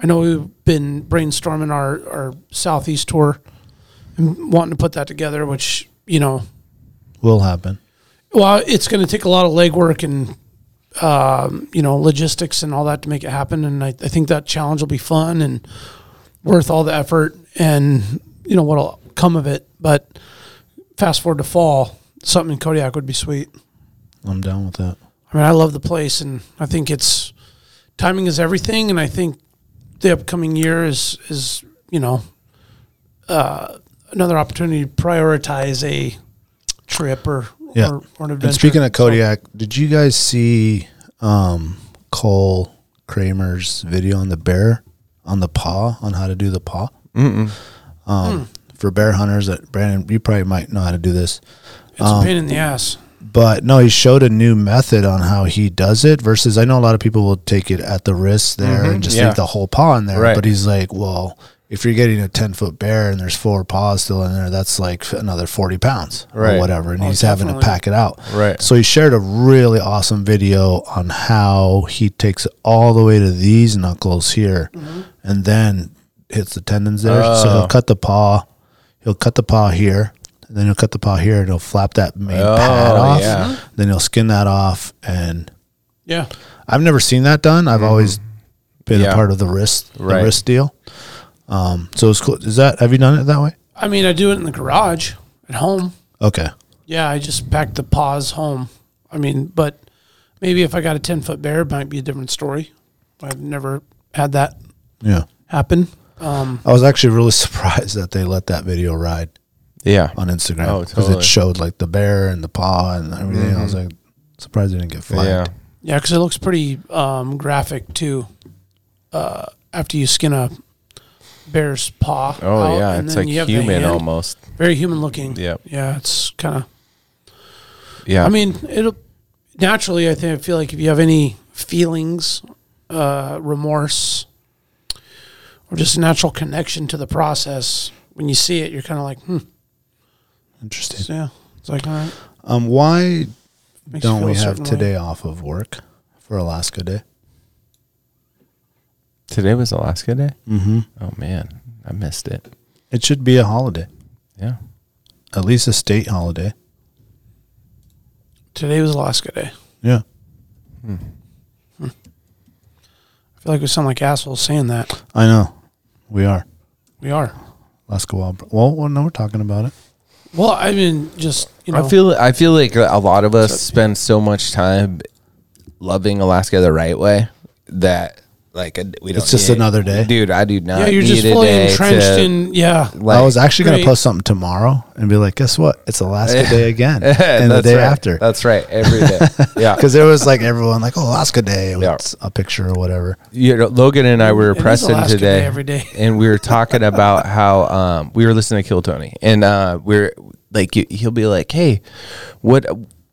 Speaker 3: I know we've been brainstorming our our southeast tour and wanting to put that together, which you know,
Speaker 2: Will happen.
Speaker 3: well, it's going to take a lot of legwork and um, you know logistics and all that to make it happen, and I, I think that challenge will be fun and worth all the effort and you know what'll come of it. But fast forward to fall, something in Kodiak would be sweet.
Speaker 2: I'm down with that.
Speaker 3: I mean, I love the place, and I think it's timing is everything, and I think the upcoming year is is you know uh, another opportunity to prioritize a trip or
Speaker 2: Yeah.
Speaker 3: or, or an adventure.
Speaker 2: And speaking of Kodiak, did you guys see um, Cole Kramer's video on the bear on the paw on how to do the paw? Mm-mm. Um, For bear hunters, that Brandon, you probably might know how to do this,
Speaker 3: It's
Speaker 5: Um,
Speaker 3: a pain in the ass.
Speaker 2: but no, he showed a new method on how he does it. Versus, I know a lot of people will take it at the wrist there and just
Speaker 5: Mm-hmm. yeah.
Speaker 2: leave the whole paw in there.
Speaker 5: Right.
Speaker 2: But he's like, well, if you're getting a ten foot bear and there's four paws still in there, that's like another forty pounds or
Speaker 5: Right.
Speaker 2: whatever, and
Speaker 3: Oh,
Speaker 2: he's having to
Speaker 3: definitely.
Speaker 2: pack it out.
Speaker 5: Right.
Speaker 2: So he shared a really awesome video on
Speaker 3: Mm-hmm.
Speaker 2: how he takes it all the way to these knuckles here, and then hits the tendons there. So
Speaker 5: Oh.
Speaker 2: he'll cut the paw. He'll cut the paw here, and then he'll cut the paw here, and he'll flap that main pad off.
Speaker 5: Oh, yeah.
Speaker 2: Then he'll skin that off, and
Speaker 3: Yeah.
Speaker 2: I've never seen that done. I've always been
Speaker 5: Mm-hmm. Yeah.
Speaker 2: a part of the wrist,
Speaker 5: Right.
Speaker 2: the wrist deal. Um, so it's cool. Is that have you done it that way?
Speaker 3: I mean, I do it in the garage at home.
Speaker 2: Okay.
Speaker 3: Yeah, I just pack the paws home. I mean, but maybe if I got a 10 foot bear, it might be a different story. I've never had that
Speaker 2: Yeah.
Speaker 3: happen. Um,
Speaker 2: I was actually really surprised that they let that video ride
Speaker 5: Yeah.
Speaker 2: on Instagram
Speaker 5: Oh,
Speaker 2: because
Speaker 5: totally. Mm-hmm.
Speaker 2: it showed like the bear and the paw and everything. I was like surprised they didn't get flagged.
Speaker 5: Yeah.
Speaker 3: yeah, because it looks pretty um, graphic too. Uh, after you skin a bear's paw.
Speaker 5: Oh
Speaker 3: out,
Speaker 5: yeah,
Speaker 3: and
Speaker 5: it's
Speaker 3: then
Speaker 5: like
Speaker 3: you have the
Speaker 5: human
Speaker 3: hand.
Speaker 5: almost.
Speaker 3: Very human looking.
Speaker 5: Yep.
Speaker 3: Yeah, it's kind of
Speaker 5: Yeah.
Speaker 3: I mean, it'll naturally. I think I feel like if you have any feelings, uh, remorse, or just natural connection to the process, when you see it, you're kind of like, hmm,
Speaker 2: Interesting.
Speaker 3: so, yeah. It's like, all right.
Speaker 2: Um, why
Speaker 3: makes you
Speaker 2: don't
Speaker 3: feel
Speaker 2: we
Speaker 3: a
Speaker 2: have
Speaker 3: certain way.
Speaker 2: today off of work for Alaska Day?
Speaker 5: today was Alaska Day. Mm-hmm. Oh man, I missed it.
Speaker 2: It should be a holiday,
Speaker 5: Yeah.
Speaker 2: at least a state holiday.
Speaker 3: Today was Alaska Day.
Speaker 2: Yeah.
Speaker 3: I feel like we sound like assholes saying that.
Speaker 2: I know. We are.
Speaker 3: We are.
Speaker 2: Alaska Wild. Bro- Well, well, no, we're talking about it.
Speaker 3: Well, I mean, just you know,
Speaker 5: I feel I feel like a lot of us spend so much time loving Alaska the right way that like uh, we don't.
Speaker 2: It's just
Speaker 5: need-
Speaker 2: another day.
Speaker 5: dude. I do not.
Speaker 3: yeah, you're just
Speaker 5: need a
Speaker 3: fully
Speaker 5: day
Speaker 3: entrenched
Speaker 5: to,
Speaker 3: in, yeah.
Speaker 5: Like,
Speaker 2: I was actually going
Speaker 3: Great.
Speaker 2: to post something tomorrow and be like, guess what? It's Alaska Day again. and the
Speaker 5: That's
Speaker 2: day
Speaker 5: right.
Speaker 2: after.
Speaker 5: That's right. Every day. yeah.
Speaker 2: Because there was like everyone like, oh, Alaska Day with
Speaker 5: Yeah.
Speaker 2: a picture or whatever.
Speaker 5: you know, Logan and I were
Speaker 3: It is
Speaker 5: pressing
Speaker 3: Alaska
Speaker 5: today,
Speaker 3: Day every day.
Speaker 5: and we were talking about how um, we were listening to Kill Tony, and uh, we're like, you- he'll be like, "Hey, what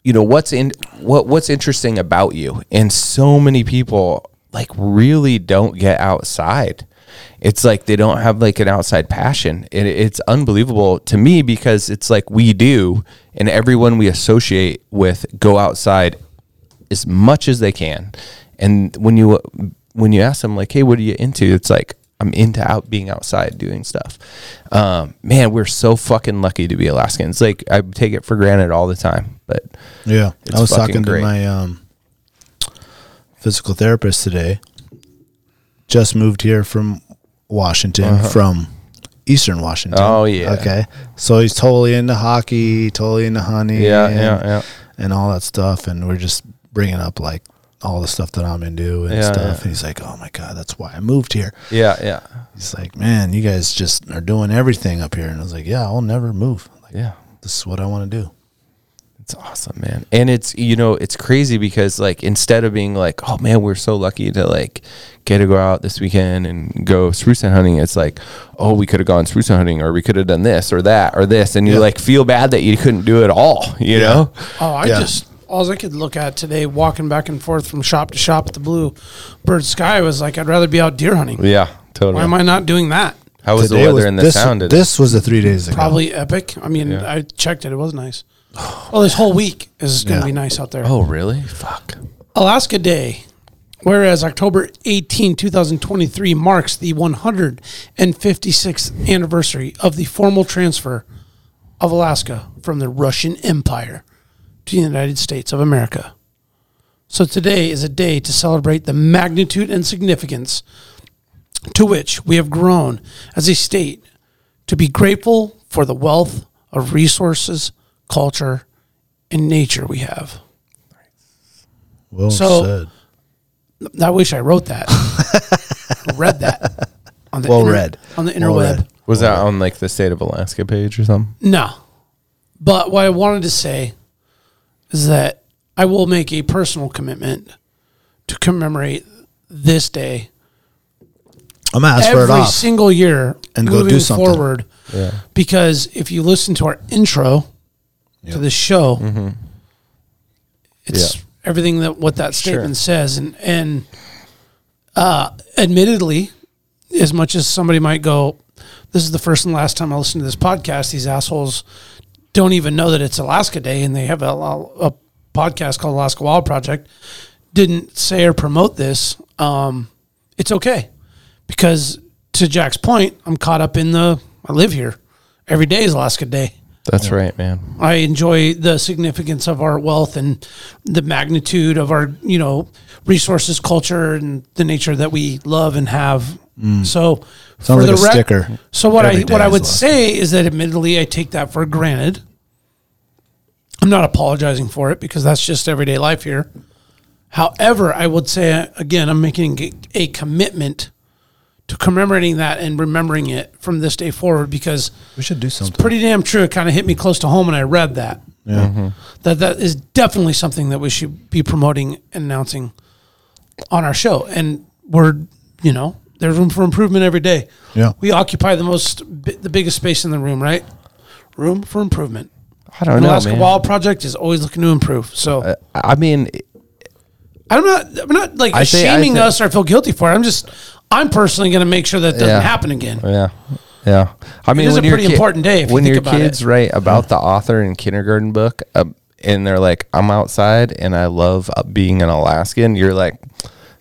Speaker 5: you know? What's in what What's interesting about you?" And so many people like really don't get outside. It's like they don't have like an outside passion. It, it's unbelievable to me because it's like we do, and everyone we associate with go outside as much as they can. And when you when you ask them like, "Hey, what are you into?" It's like I'm into out being outside doing stuff. Um, man, we're so fucking lucky to be Alaskans. Like I take it for granted all the time, but
Speaker 2: Yeah.
Speaker 5: It's
Speaker 2: I was
Speaker 5: fucking
Speaker 2: talking
Speaker 5: great.
Speaker 2: to my um, physical therapist today. Just moved here from Washington, from Eastern Washington.
Speaker 5: Uh-huh. Oh, yeah.
Speaker 2: Okay. So he's totally into hockey, totally into hunting.
Speaker 5: Yeah, yeah, yeah.
Speaker 2: And all that stuff. And we're just bringing up like all the stuff that I'm into and
Speaker 5: Yeah,
Speaker 2: stuff.
Speaker 5: yeah.
Speaker 2: And he's like, oh my God, that's why I moved here.
Speaker 5: yeah, yeah,
Speaker 2: He's like, man, you guys just are doing everything up here. And I was like, yeah, I'll never move. Like,
Speaker 5: yeah.
Speaker 2: this is what I want to do.
Speaker 5: It's awesome, man. And it's you know, it's crazy because like instead of being like, Oh man, we're so lucky to like get to go out this weekend and go spruce hunt hunting, it's like, Oh, we could have gone spruce hunt hunting or we could have done this or that or this and you
Speaker 2: Yeah.
Speaker 5: like feel bad that you couldn't do it all, you know?
Speaker 3: Oh, I
Speaker 2: Yeah.
Speaker 3: just all I could look at today, walking back and forth from shop to shop at the Blue Bird Sky, was like, I'd rather be out deer hunting.
Speaker 5: Yeah, totally.
Speaker 3: Why am I not doing that?
Speaker 5: How was the
Speaker 2: Today
Speaker 5: weather and the
Speaker 2: this,
Speaker 5: sound? today?
Speaker 2: This was the three days ago.
Speaker 3: Probably epic. I mean,
Speaker 5: Yeah.
Speaker 3: I checked it; it was nice. Well, this whole week is going to
Speaker 2: Yeah.
Speaker 3: be nice out there.
Speaker 5: oh really? Fuck.
Speaker 3: Alaska Day, whereas October 18, 2023 marks the 156th anniversary of the formal transfer of Alaska from the Russian Empire to the United States of America. So today is a day to celebrate the magnitude and significance to which we have grown as a state to be grateful for the wealth of resources, culture, and nature we have.
Speaker 2: Well
Speaker 3: So-
Speaker 2: said.
Speaker 3: I wish I wrote that. read that. On the
Speaker 2: Well read.
Speaker 3: On the
Speaker 2: Well
Speaker 3: interweb.
Speaker 2: read.
Speaker 5: Was that on like the state of Alaska page or something?
Speaker 3: No. But what I wanted to say is that I will make a personal commitment to commemorate this day
Speaker 2: I'm gonna ask for it
Speaker 3: every
Speaker 2: off.
Speaker 3: single year
Speaker 2: And go do
Speaker 3: moving
Speaker 2: something.
Speaker 3: forward. Because if you listen to our intro to this show,
Speaker 2: Mm-hmm.
Speaker 3: it's
Speaker 5: Yeah.
Speaker 3: everything that what that statement says, and and uh, admittedly, as much as somebody might go, this is the first and last time I listen to this podcast. These assholes don't even know that it's Alaska Day, and they have a, a podcast called Alaska Wild Project. Didn't say or promote this. Um, it's okay because to Jack's point, I'm caught up in the. I live here. Every day is Alaska Day.
Speaker 5: That's right, man.
Speaker 3: I enjoy the significance of our wealth and the magnitude of our, you know, resources, culture, and the nature that we love and have. So,
Speaker 2: Mm. Sounds like a
Speaker 3: rec-
Speaker 2: sticker.
Speaker 3: So what
Speaker 2: Every
Speaker 3: I what
Speaker 2: day
Speaker 3: I
Speaker 2: is
Speaker 3: would
Speaker 2: Alaska.
Speaker 3: say is that admittedly I take that for granted. I'm not apologizing for it because that's just everyday life here. However, I would say again, I'm making a commitment to commemorating that and remembering it from this day forward because
Speaker 2: We should do something.
Speaker 3: pretty damn true. It kind of hit me close to home, and I read that. Yeah.
Speaker 5: Mm-hmm.
Speaker 3: That that is definitely something that we should be promoting and announcing on our show. And we're, you know, there's room for improvement every day.
Speaker 2: Yeah.
Speaker 3: We occupy the most, bi- the biggest space in the room, right? Room for improvement.
Speaker 5: I don't
Speaker 3: The
Speaker 5: know,
Speaker 3: Alaska
Speaker 5: man.
Speaker 3: Wild Project is always looking to improve. So
Speaker 5: I mean,
Speaker 3: I'm not, I'm not like
Speaker 5: I say- I
Speaker 3: shaming
Speaker 5: say-
Speaker 3: us or feel guilty for it. I'm just, I'm personally going to make sure that doesn't
Speaker 5: Yeah.
Speaker 3: happen again.
Speaker 5: Yeah. Yeah. I mean,
Speaker 3: is
Speaker 5: when
Speaker 3: a
Speaker 5: you're
Speaker 3: pretty important day if you
Speaker 5: when
Speaker 3: think
Speaker 5: your
Speaker 3: about
Speaker 5: kids
Speaker 3: it.
Speaker 5: write about the author in kindergarten book, uh, and they're like, "I'm outside and I love uh, being an Alaskan," you're like,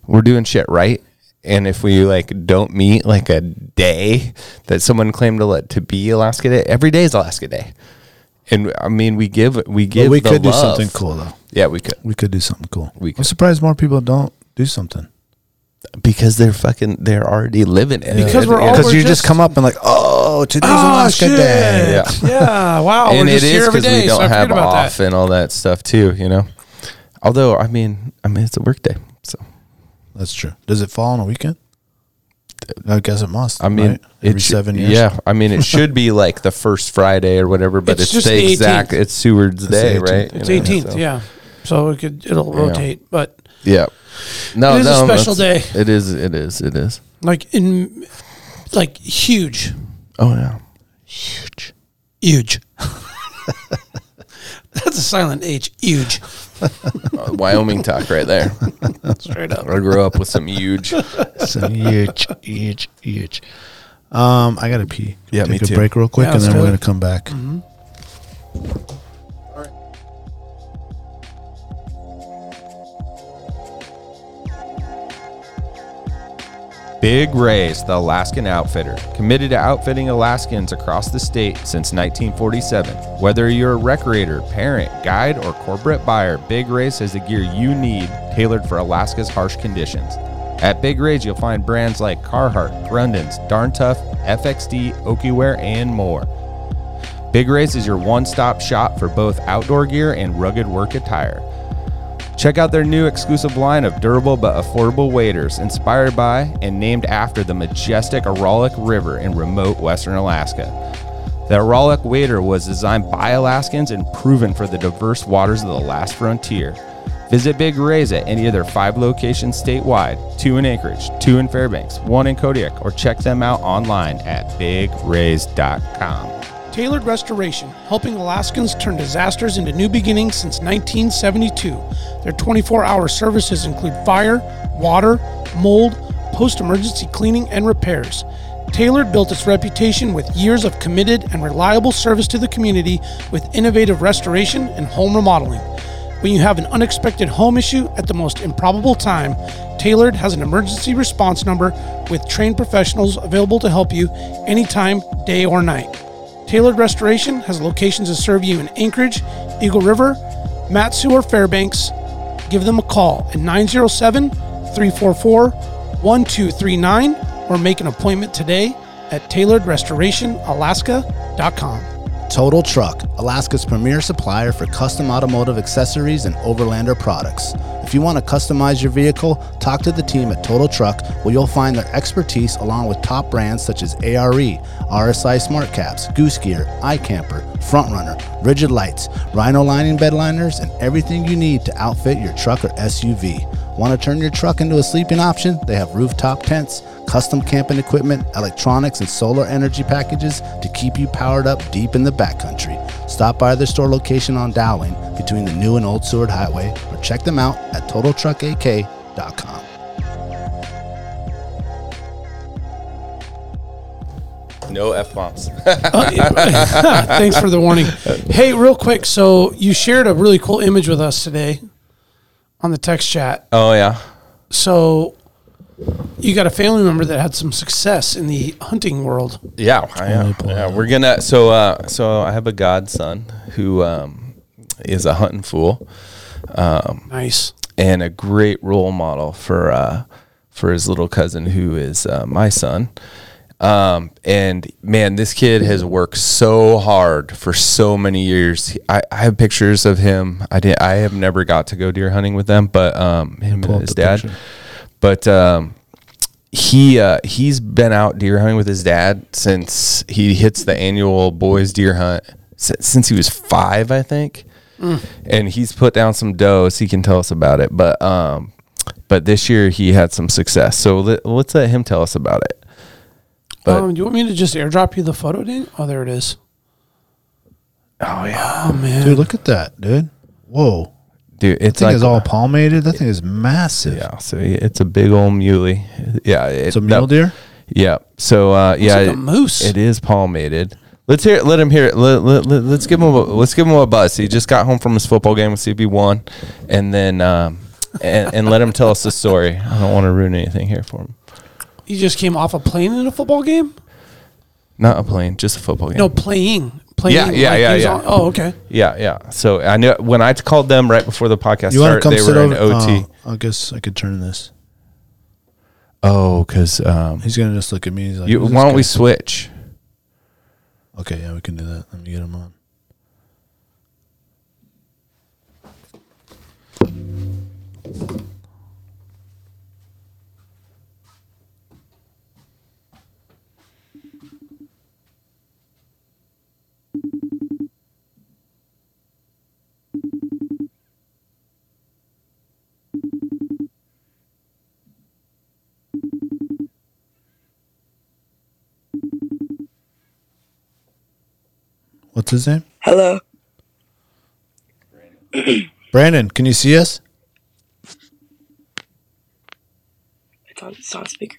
Speaker 5: "We're doing shit right." And if we like don't meet like a day that someone claimed to let to be Alaska Day, every day is Alaska Day. And I mean, we give we give.
Speaker 2: But we
Speaker 5: the
Speaker 2: could do
Speaker 5: love.
Speaker 2: something cool though.
Speaker 5: Yeah, we could
Speaker 2: We could do something cool.
Speaker 5: We
Speaker 2: I'm
Speaker 5: could.
Speaker 2: surprised more people don't do something.
Speaker 5: because they're fucking they're already living it.
Speaker 3: Because Oh, we're all-
Speaker 5: all.
Speaker 2: Because you just
Speaker 3: just-
Speaker 2: come up and like, oh, today's Alaska Day.
Speaker 5: Yeah.
Speaker 3: Ah, Yeah. Wow.
Speaker 5: and
Speaker 3: Oh, we're
Speaker 5: it
Speaker 3: just here
Speaker 5: is
Speaker 3: every
Speaker 5: because
Speaker 3: day.
Speaker 5: we don't
Speaker 3: so I
Speaker 5: have
Speaker 3: forget about
Speaker 5: off
Speaker 3: that.
Speaker 5: and all that stuff too. You know, although I mean, I mean it's a work day, so
Speaker 2: That's true. Does it fall on a weekend? I guess it must.
Speaker 5: I mean
Speaker 2: right? every
Speaker 5: it should-
Speaker 2: seven years.
Speaker 5: Yeah, I mean it should be like the first Friday or whatever, but
Speaker 3: It's
Speaker 5: it's,
Speaker 3: just
Speaker 5: the
Speaker 3: the
Speaker 5: exact
Speaker 3: 18th.
Speaker 5: it's Seward's day,
Speaker 2: the 18th.
Speaker 5: right? You
Speaker 3: It's
Speaker 5: know,
Speaker 3: 18th,
Speaker 5: so-
Speaker 3: yeah. So it could it'll rotate, but
Speaker 5: yeah. No,
Speaker 3: It is a
Speaker 5: no,
Speaker 3: special
Speaker 5: that's-
Speaker 3: day.
Speaker 5: It is, it is, it is.
Speaker 3: like in like huge,
Speaker 5: Oh yeah,
Speaker 3: huge. That's a silent H, huge,
Speaker 5: Uh, Wyoming talk right there.
Speaker 3: straight up.
Speaker 5: I grew up with some huge.
Speaker 2: Some huge, huge, huge. Um, I gotta pee.
Speaker 5: Yeah,
Speaker 2: Take
Speaker 5: me
Speaker 2: a
Speaker 5: too.
Speaker 2: break real quick,
Speaker 3: Yeah,
Speaker 2: and
Speaker 3: let's
Speaker 2: then
Speaker 3: do
Speaker 2: we're
Speaker 3: it.
Speaker 2: gonna come back.
Speaker 5: Big Ray's the Alaskan Outfitter, committed to outfitting Alaskans across the state since 1947. Whether you're a recreator, parent, guide, or corporate buyer, Big Ray's has the gear you need tailored for Alaska's harsh conditions. At Big Ray's, you'll find brands like Carhartt, Grundon's, Darn Tough, FXD, Okiware, and more. Big Ray's is your one stop shop for both outdoor gear and rugged work attire. Check out their new exclusive line of durable but affordable waders inspired by and named after the majestic Aralik River in remote western Alaska. The Aralik wader was designed by Alaskans and proven for the diverse waters of the last frontier. Visit Big Rays at any of their five locations statewide two in Anchorage, two in Fairbanks, one in Kodiak, or check them out online at bigrays.com.
Speaker 3: Tailored Restoration, helping Alaskans turn disasters into new beginnings since 1972. Their 24 hour services include fire, water, mold, post emergency cleaning, and repairs. Tailored built its reputation with years of committed and reliable service to the community with innovative restoration and home remodeling. When you have an unexpected home issue at the most improbable time, Tailored has an emergency response number with trained professionals available to help you anytime, day or night. Tailored Restoration has locations to serve you in Anchorage, Eagle River, Matsu, or Fairbanks. Give them a call at 907 344 1239 or make an appointment today at tailoredrestorationalaska.com.
Speaker 8: Total Truck, Alaska's premier supplier for custom automotive accessories and overlander products. If you want to customize your vehicle, talk to the team at Total Truck, where you'll find their expertise along with top brands such as E, ARE, RSI Smart Caps, Goose Gear, iCamper, Frontrunner, Rigid Lights, Rhino Lining Bed Liners, and everything you need to outfit your truck or SUV. Want to turn your truck into a sleeping option? They have rooftop tents, custom camping equipment, electronics, and solar energy packages to keep you powered up deep in the backcountry. Stop by their store location on Dowling between the new and old Seward Highway or check them out at TotalTruckAK.com.
Speaker 5: No F bombs.
Speaker 3: Thanks for the warning. Hey, real quick. So, you shared a really cool image with us today on the text chat.
Speaker 5: oh, yeah.
Speaker 3: So, You got a family member that had some success in the hunting world.
Speaker 5: Yeah, yeah, yeah. We're gonna. So, uh, so I have a godson who um, is a hunting fool
Speaker 3: Nice.
Speaker 5: and a great role model for uh, for his little cousin who is uh, my son. Um, and man, this kid has worked so hard for so many years. He- I, I have pictures of him. I did. I have never got to go deer hunting with them, but um, him
Speaker 8: pull up
Speaker 5: and his
Speaker 8: the
Speaker 5: dad.
Speaker 8: picture.
Speaker 5: But um, he uh, he's been out deer hunting with his dad since he hits the annual boys deer hunt si- since he was five, I think. And he's put down some does. He can tell us about it, but um, but this year he had some success. So let, let's let him tell us about it. But-
Speaker 3: um, do you want me to just airdrop you the photo, Dan? Oh, there it is.
Speaker 5: Oh yeah,
Speaker 3: Oh man,
Speaker 8: Dude, look at that, dude. Whoa.
Speaker 5: dude,
Speaker 8: That
Speaker 5: it's
Speaker 8: thing
Speaker 5: like
Speaker 8: is all palmated. That thing is massive.
Speaker 5: yeah. So it's a big old muley. Yeah,
Speaker 8: It's a mule
Speaker 5: that-
Speaker 8: deer.
Speaker 5: Yeah. So uh, yeah,
Speaker 3: like a
Speaker 5: it-
Speaker 3: moose.
Speaker 5: It is palmated. Let's hear. it- Let him hear. It. Let, let, us give him. A, let's give him a buzz. He just got home from his football game with CB one, and then um, and, and let him tell us the story. I don't want to ruin anything here for him.
Speaker 3: you just came off a plane in a football game?
Speaker 5: Not a plane, just a football game.
Speaker 3: No, playing, playing.
Speaker 5: Yeah, yeah,
Speaker 3: like
Speaker 5: yeah,
Speaker 3: he was
Speaker 5: yeah.
Speaker 3: on- oh, okay.
Speaker 5: Yeah, yeah. So I knew when I called them right before the podcast
Speaker 8: You want
Speaker 5: started,
Speaker 8: to come
Speaker 5: they
Speaker 8: sit
Speaker 5: were in
Speaker 8: over?
Speaker 5: OT.
Speaker 8: Oh, I guess I could turn this.
Speaker 5: Oh, because um,
Speaker 8: He's gonna just look at me. He's like,
Speaker 5: you,
Speaker 8: "Who's
Speaker 5: why don't we
Speaker 8: this
Speaker 5: switch?
Speaker 8: guy?" Okay, yeah, we can do that. Let me get him on. What's his name?
Speaker 9: Hello.
Speaker 8: Brandon. Can you see us?
Speaker 9: It's on, it's on speaker.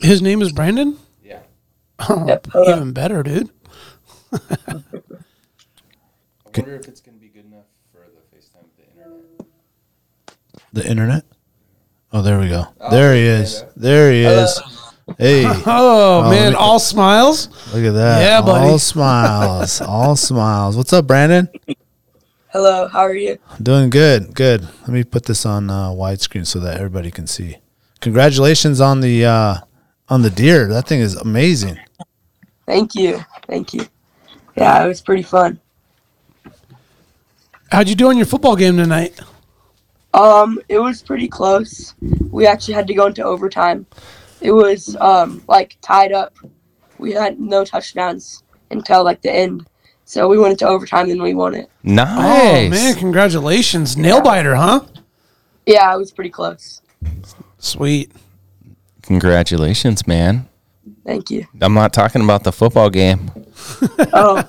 Speaker 3: His name is Brandon. Oh,
Speaker 9: Yep. Hello.
Speaker 3: Even better, dude.
Speaker 5: I wonder if it's gonna be good enough for the FaceTime with the internet.
Speaker 8: The internet. Oh, there we go. there he is. There he is. Hey, look
Speaker 3: Oh, man,
Speaker 8: let me-
Speaker 3: all smiles.
Speaker 8: at that.
Speaker 3: Yeah, buddy.
Speaker 8: All smiles. All smiles. What's up, Brandon?
Speaker 9: Hello. How are you?
Speaker 8: Doing good. Good. Let me put this on uh, widescreen so that everybody can see. Congratulations on the uh, on the deer. That thing is amazing.
Speaker 9: Thank you. Thank you. Yeah, it was pretty fun.
Speaker 3: How'd you do on your football game tonight?
Speaker 9: Um, it was pretty close. We actually had to go into overtime. It was um like tied up. We had no touchdowns until like the end. So we went into overtime and we won it.
Speaker 5: Nice.
Speaker 3: Oh man, congratulations, nail biter, huh?
Speaker 9: Yeah, it was pretty close.
Speaker 3: Sweet.
Speaker 5: Congratulations, man.
Speaker 9: Thank you.
Speaker 5: I'm not talking about the football game.
Speaker 9: Oh,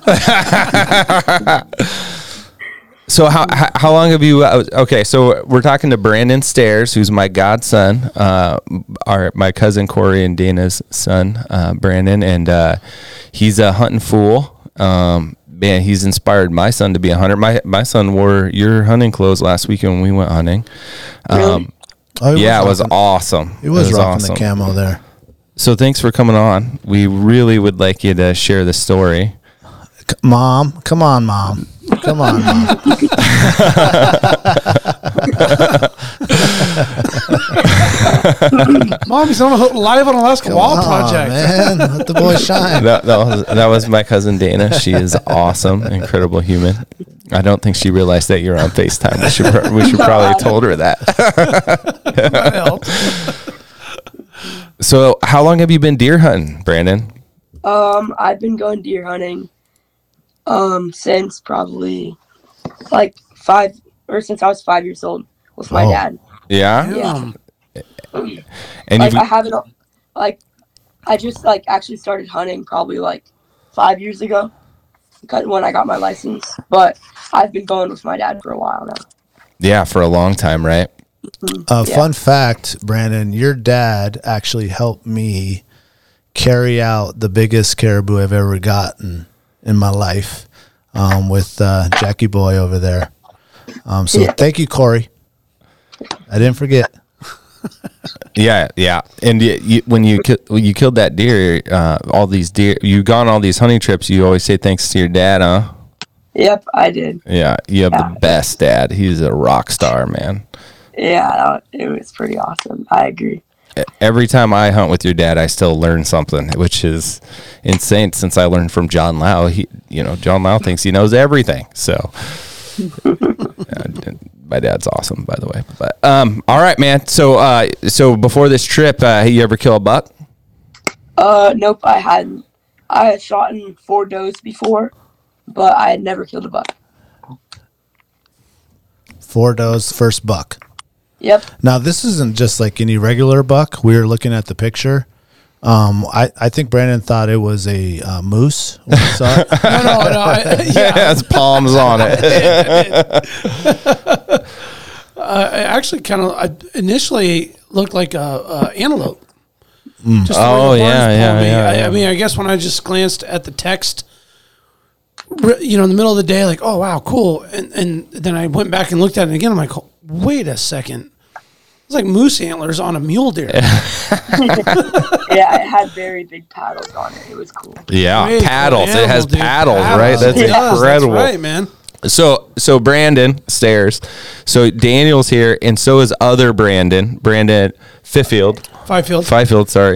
Speaker 5: So how how, how long have you? uh, Okay, so we're talking to Brandon Stairs, who's my godson, uh, our my cousin Corey and Dana's son, uh, Brandon, and uh, he's a hunting fool. Um, man, he's inspired my son to be a hunter. My my son wore your hunting clothes last week when we went hunting.
Speaker 9: really?
Speaker 8: Oh, he
Speaker 5: yeah, it was
Speaker 8: rocking-
Speaker 5: awesome.
Speaker 8: It was, rocking the camo there.
Speaker 5: So thanks for coming on. We really would like you to share the story.
Speaker 8: C- Mom, come on, mom. Come on. Mom.
Speaker 3: Mom, he's on a live on Alaska Wall
Speaker 8: Come on,
Speaker 3: Project.
Speaker 8: man. Let the boy shine.
Speaker 5: that, that was that was my cousin Dana. She is awesome, incredible human. I don't think she realized that you're on Facetime. We should pro- we should probably told her that.
Speaker 3: That helped.
Speaker 5: So, how long have you been deer hunting, Brandon?
Speaker 9: Um, I've been going deer hunting um since probably like five or since I was five years old with my
Speaker 8: Oh.
Speaker 9: dad.
Speaker 5: Yeah,
Speaker 9: Yeah.
Speaker 5: and
Speaker 9: Like
Speaker 5: you've,
Speaker 9: I haven't like I just like actually started hunting probably like five years ago. got- When I got my license. But I've been going with my dad for a while now.
Speaker 5: yeah for a long time, right?
Speaker 8: Uh,
Speaker 9: Yeah.
Speaker 8: Fun fact, Brandon, your dad actually helped me carry out the biggest caribou I've ever gotten in my life um, with uh, Jackie Boy over there. Um, so
Speaker 9: Yeah.
Speaker 8: thank you, Corey. I didn't forget.
Speaker 5: Yeah, yeah. And you, you, when you ki- when you killed that deer, uh, all these deer, you gone all these hunting trips. You always say thanks to your dad, huh?
Speaker 9: Yep, I did.
Speaker 5: Yeah, you have
Speaker 9: Yeah.
Speaker 5: the best dad. He's a rock star, man.
Speaker 9: Yeah, that- it was pretty awesome. I agree.
Speaker 5: Every time I hunt with your dad, I still learn something, which is insane. Since I learned from John Lau, he, you know, John Lau thinks he knows everything. So, Uh, my dad's awesome, by the way. But um, all right, man. So, uh, so before this trip, uh, you ever kill a buck?
Speaker 9: Uh, nope, I hadn't. I had shot in four does before, but I had never killed a buck.
Speaker 8: Four does, first buck.
Speaker 9: Yep.
Speaker 8: Now this isn't just like any regular buck. We were looking at the picture. Um, I, I think Brandon thought it was a uh, moose. When he saw it.
Speaker 3: No, no, no. I, yeah,
Speaker 5: has palms on it.
Speaker 3: I actually kind of initially looked like a, a antelope. Just the way
Speaker 5: Oh,
Speaker 3: the birds pulled
Speaker 5: yeah, yeah,
Speaker 3: me.
Speaker 5: yeah,
Speaker 3: I, I
Speaker 5: yeah.
Speaker 3: mean, I guess when I just glanced at the text, re- you know, in the middle of the day, like, oh wow, cool, and and then I went back and looked at it again. I'm like, wait a second, it's like moose antlers on a mule deer.
Speaker 9: Yeah, it had very big paddles on it. It was cool.
Speaker 5: Yeah,
Speaker 3: Wait,
Speaker 5: paddles. It
Speaker 3: animal,
Speaker 5: has
Speaker 3: dude.
Speaker 5: paddles, right? That's
Speaker 3: It does. That's
Speaker 5: incredible.
Speaker 3: right, man.
Speaker 5: So, so Brandon Stairs, so Daniel's here, and so is other Brandon, Brandon Fifield,
Speaker 3: Five fields.
Speaker 5: Fifield. Sorry,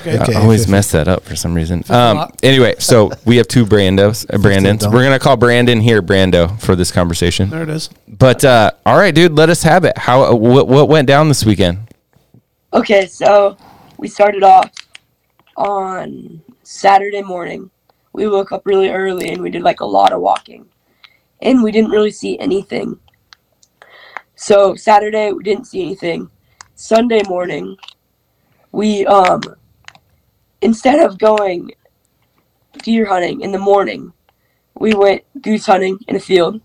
Speaker 3: okay.
Speaker 5: I always mess that up for some reason. Um,
Speaker 3: lot.
Speaker 5: anyway, so we have two Brandos, uh, Brandons. We're gonna call Brandon here Brando for this conversation.
Speaker 3: There it is.
Speaker 5: But uh, all right, dude, let us have it. How uh, what, what went down this weekend?
Speaker 9: Okay, so we started off on Saturday morning. We woke up really early and we did like a lot of walking. And we didn't really see anything. So Saturday we didn't see anything. Sunday morning we um instead of going deer hunting in the morning, we went goose hunting in a field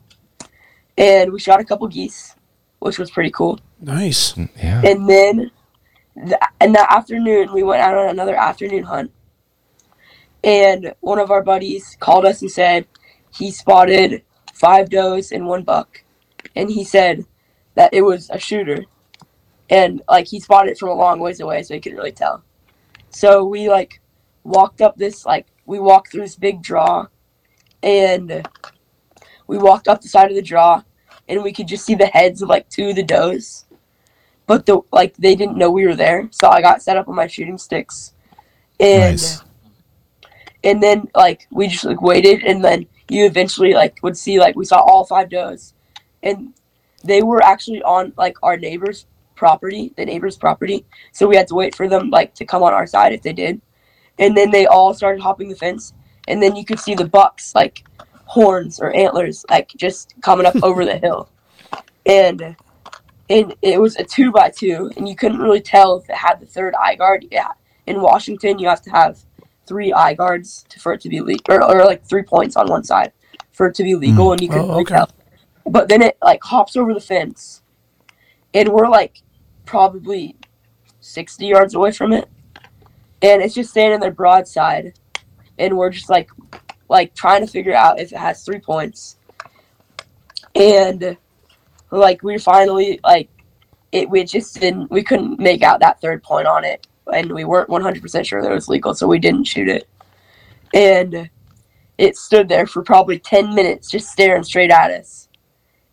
Speaker 9: and we shot a couple geese, which was pretty cool
Speaker 3: Nice.
Speaker 5: Yeah,
Speaker 9: and then th- in the afternoon we went out on another afternoon hunt and one of our buddies called us and said he spotted five does and one buck and he said that it was a shooter and like he spotted it from a long ways away so he couldn't really tell so we like walked up this like we walked through this big draw and we walked up the side of the draw and we could just see the heads of like two of the does but the like they didn't know we were there, so I got set up on my shooting sticks, and
Speaker 2: Nice.
Speaker 9: and then like we just like waited, and then you eventually like would see like we saw all five does, and they were actually on like our neighbor's property, the neighbor's property, so we had to wait for them like to come on our side if they did, and then they all started hopping the fence, and then you could see the bucks like horns or antlers like just coming up over the hill, and and it was a two by two, and you couldn't really tell if it had the third eye guard. Yeah, in Washington, you have to have three eye guards to, for it to be legal, or, or like three points on one side for it to be legal, and you couldn't
Speaker 3: Oh,
Speaker 9: really
Speaker 3: okay.
Speaker 9: tell. But then it like hops over the fence, and we're like probably sixty yards away from it, and it's just standing there broadside, and we're just like like trying to figure out if it has three points, and like we finally like it we just didn't we couldn't make out that third point on it and we weren't 100% sure that it was legal so we didn't shoot it and it stood there for probably 10 minutes just staring straight at us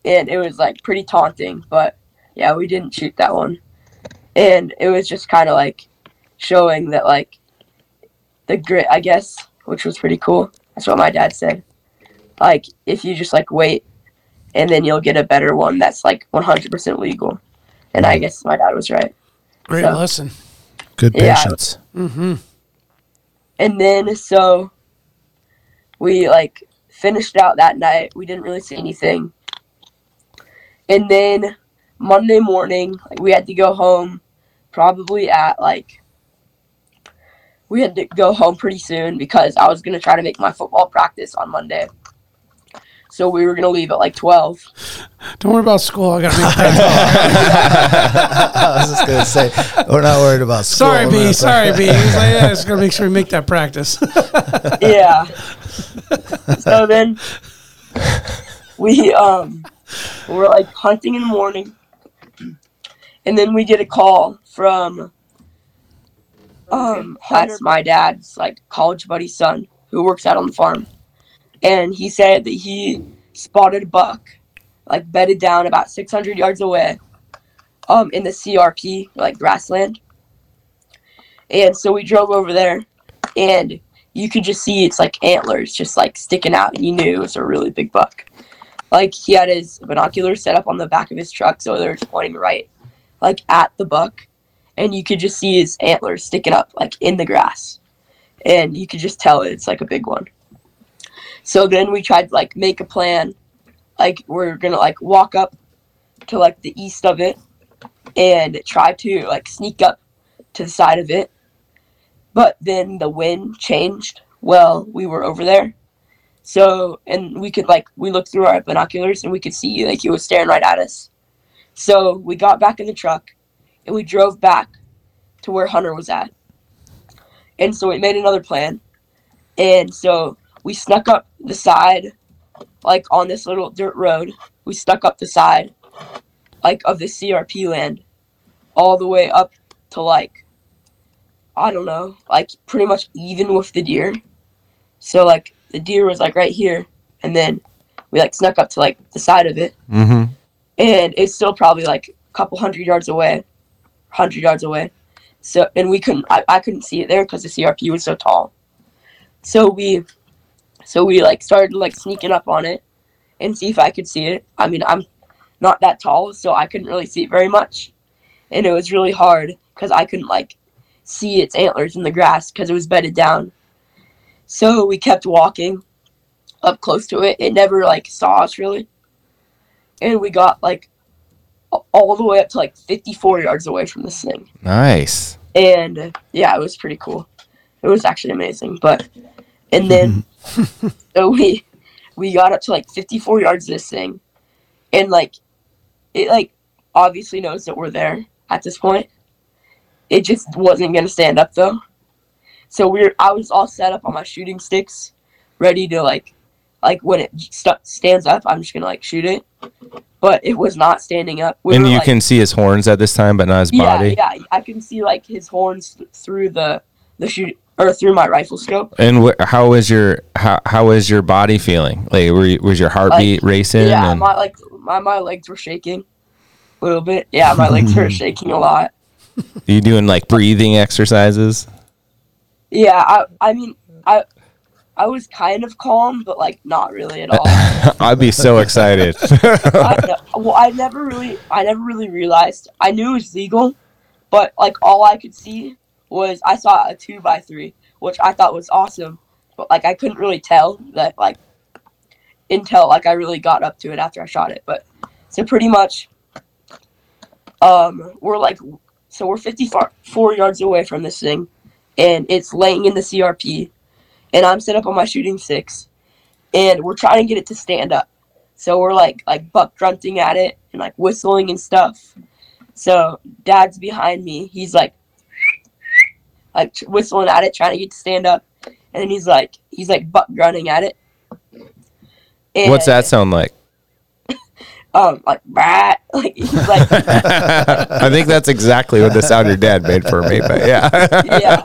Speaker 9: and it was like pretty taunting but yeah we didn't shoot that one and it was just kind of like showing that like the grit i guess which was pretty cool that's what my dad said like if you just like wait and then you'll get a better one that's like 100% legal. And I guess my dad was right.
Speaker 3: Great
Speaker 9: So-
Speaker 3: lesson. Mm-hmm.
Speaker 2: Good
Speaker 9: Yeah.
Speaker 2: patience.
Speaker 9: And then so we like finished out that night. We didn't really see anything. And then Monday morning, like, we had to go home probably at like we had to go home pretty soon because I was going to try to make my football practice on Monday. So we were going to leave at like 12.
Speaker 3: Don't worry about school. I got. to
Speaker 8: I was just gonna say we're not worried about school.
Speaker 3: Sorry,
Speaker 8: We're
Speaker 3: B.
Speaker 8: not-
Speaker 3: Sorry, B. He's like, yeah, just gonna make sure we make that practice.
Speaker 9: yeah. so then we um we're like hunting in the morning, and then we get a call from um that's my dad's like college buddy's son who works out on the farm. And he said that he spotted a buck, like bedded down about six hundred yards away, um, in the CRP, like grassland. And so we drove over there and you could just see it's like antlers just like sticking out and you knew it was a really big buck. Like he had his binoculars set up on the back of his truck so they were pointing right like at the buck and you could just see his antlers sticking up like in the grass and you could just tell it's like a big one so then we tried to like make a plan like we're gonna like walk up to like the east of it and try to like sneak up to the side of it but then the wind changed well we were over there so and we could like we looked through our binoculars and we could see like he was staring right at us so we got back in the truck and we drove back to where Hunter was at. And so we made another plan. And so we snuck up the side, like on this little dirt road. We snuck up the side, like of the CRP land, all the way up to like, I don't know, like pretty much even with the deer. So like the deer was like right here. And then we like snuck up to like the side of it.
Speaker 5: Mm-hmm.
Speaker 9: And it's still probably like a couple hundred yards away hundred yards away. So and we couldn't I, I couldn't see it there because the CRP was so tall. So we so we like started like sneaking up on it and see if I could see it. I mean I'm not that tall, so I couldn't really see it very much. And it was really hard because I couldn't like see its antlers in the grass because it was bedded down. So we kept walking up close to it. It never like saw us really. And we got like a- all the way up to like 54 yards away from this thing
Speaker 5: Nice.
Speaker 9: and uh, yeah, it was pretty cool. It was actually amazing. But and then so we we got up to like 54 yards this thing, and like it like obviously knows that we're there at this point. It just wasn't gonna stand up though. So we are I was all set up on my shooting sticks, ready to like like when it st- stands up, I'm just gonna like shoot it. But it was not standing up. We
Speaker 5: and
Speaker 9: were,
Speaker 5: you
Speaker 9: like-
Speaker 5: can see his horns at this time, but not his body.
Speaker 9: yeah, yeah, I can see like his horns th- through the the shoot or through my rifle scope.
Speaker 5: And wh- how was your how how was your body feeling? Like, were you, was your heartbeat racing?
Speaker 9: yeah,
Speaker 5: and-
Speaker 9: my like my my legs were shaking a little bit. Yeah, my legs were shaking a lot.
Speaker 5: you doing like breathing exercises?
Speaker 9: Yeah, I I mean I I was kind of calm, but like not really at all.
Speaker 5: I'd be so excited.
Speaker 9: I ne- well, I never really I never really realized I knew it was legal, but like all I could see was I saw a two by three, which I thought was awesome, but like I couldn't really tell that like until like I really got up to it after I shot it. But so pretty much, um, we're like so we're fifty four yards away from this thing, and it's laying in the CRP, and I'm set up on my shooting six, and we're trying to get it to stand up. So we're like like buck grunting at it and like whistling and stuff. So dad's behind me. He's like like tr- whistling at it, trying to get to stand up, and then he's like he's like buck grunting at it. And,
Speaker 5: What's that sound like?
Speaker 9: Um, like brat. Like he's like
Speaker 5: I think that's exactly what the sound your dad made for me. But yeah,
Speaker 9: yeah.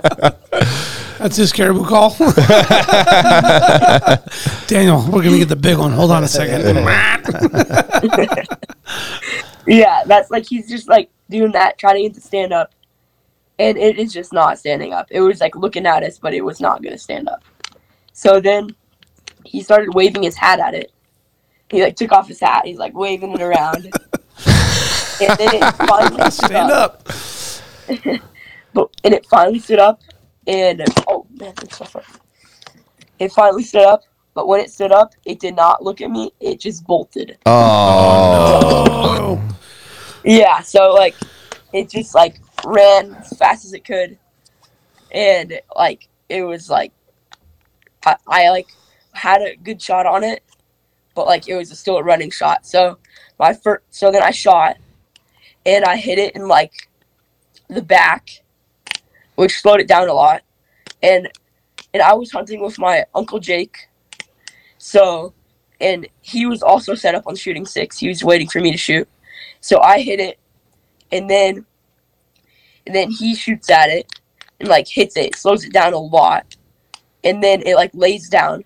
Speaker 3: That's his caribou call. Daniel, we're gonna get the big one. Hold on a second.
Speaker 9: Yeah, that's like he's just like doing that, trying to get to stand up, and it is just not standing up. It was like looking at us, but it was not going to stand up. So then he started waving his hat at it. He like took off his hat. He's like waving it around, and then it finally stood
Speaker 3: Stand
Speaker 9: up.
Speaker 3: up.
Speaker 9: But, and it finally stood up, and oh man, that's so far. It finally stood up, but when it stood up, it did not look at me. It just bolted.
Speaker 3: Oh,
Speaker 9: Yeah, so like it just like ran as fast as it could. And like it was like I, I like had a good shot on it, but like it was still a running shot. So my first so then I shot and I hit it in like the back, which slowed it down a lot. And and I was hunting with my uncle Jake. So and he was also set up on shooting six. He was waiting for me to shoot. So I hit it, and then and then he shoots at it and like hits it, slows it down a lot, and then it like lays down,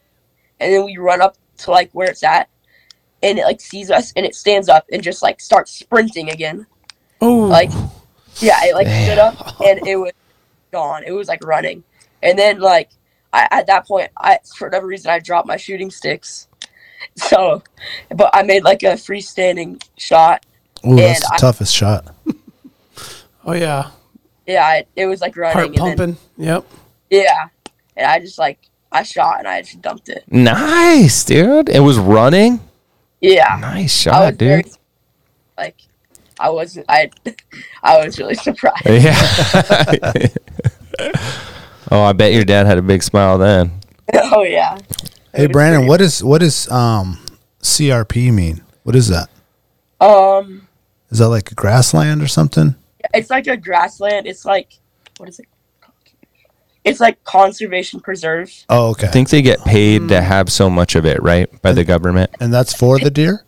Speaker 9: and then we run up to like where it's at, and it like sees us and it stands up and just like starts sprinting again.
Speaker 3: Oh,
Speaker 9: Like, yeah, it like stood up and it was gone. It was like running, and then like I, at that point, I for whatever reason I dropped my shooting sticks, so, but I made like a freestanding shot.
Speaker 2: Ooh, that's
Speaker 9: And
Speaker 2: the
Speaker 9: I-
Speaker 2: toughest shot.
Speaker 3: oh yeah,
Speaker 9: Yeah, I, it was like running.
Speaker 3: heart
Speaker 9: and then-
Speaker 3: pumping. Yep.
Speaker 9: Yeah. And I just like I shot and I just dumped it.
Speaker 5: Nice, dude. It was running.
Speaker 9: Yeah.
Speaker 5: Nice
Speaker 9: I was
Speaker 5: shot,
Speaker 9: very
Speaker 5: dude.
Speaker 9: like I wasn't I I was really surprised.
Speaker 5: yeah. oh, I bet your dad had a big smile then.
Speaker 9: oh yeah.
Speaker 2: Hey, Brandon, what is what is um CRP mean? What is that?
Speaker 9: Um
Speaker 2: Is that like grassland or something?
Speaker 9: it's like a grassland. It's like what is it? It's like conservation preserve.
Speaker 2: Oh, okay.
Speaker 5: I think they get paid to have so much of it, right, by the government
Speaker 2: and that's for the deer.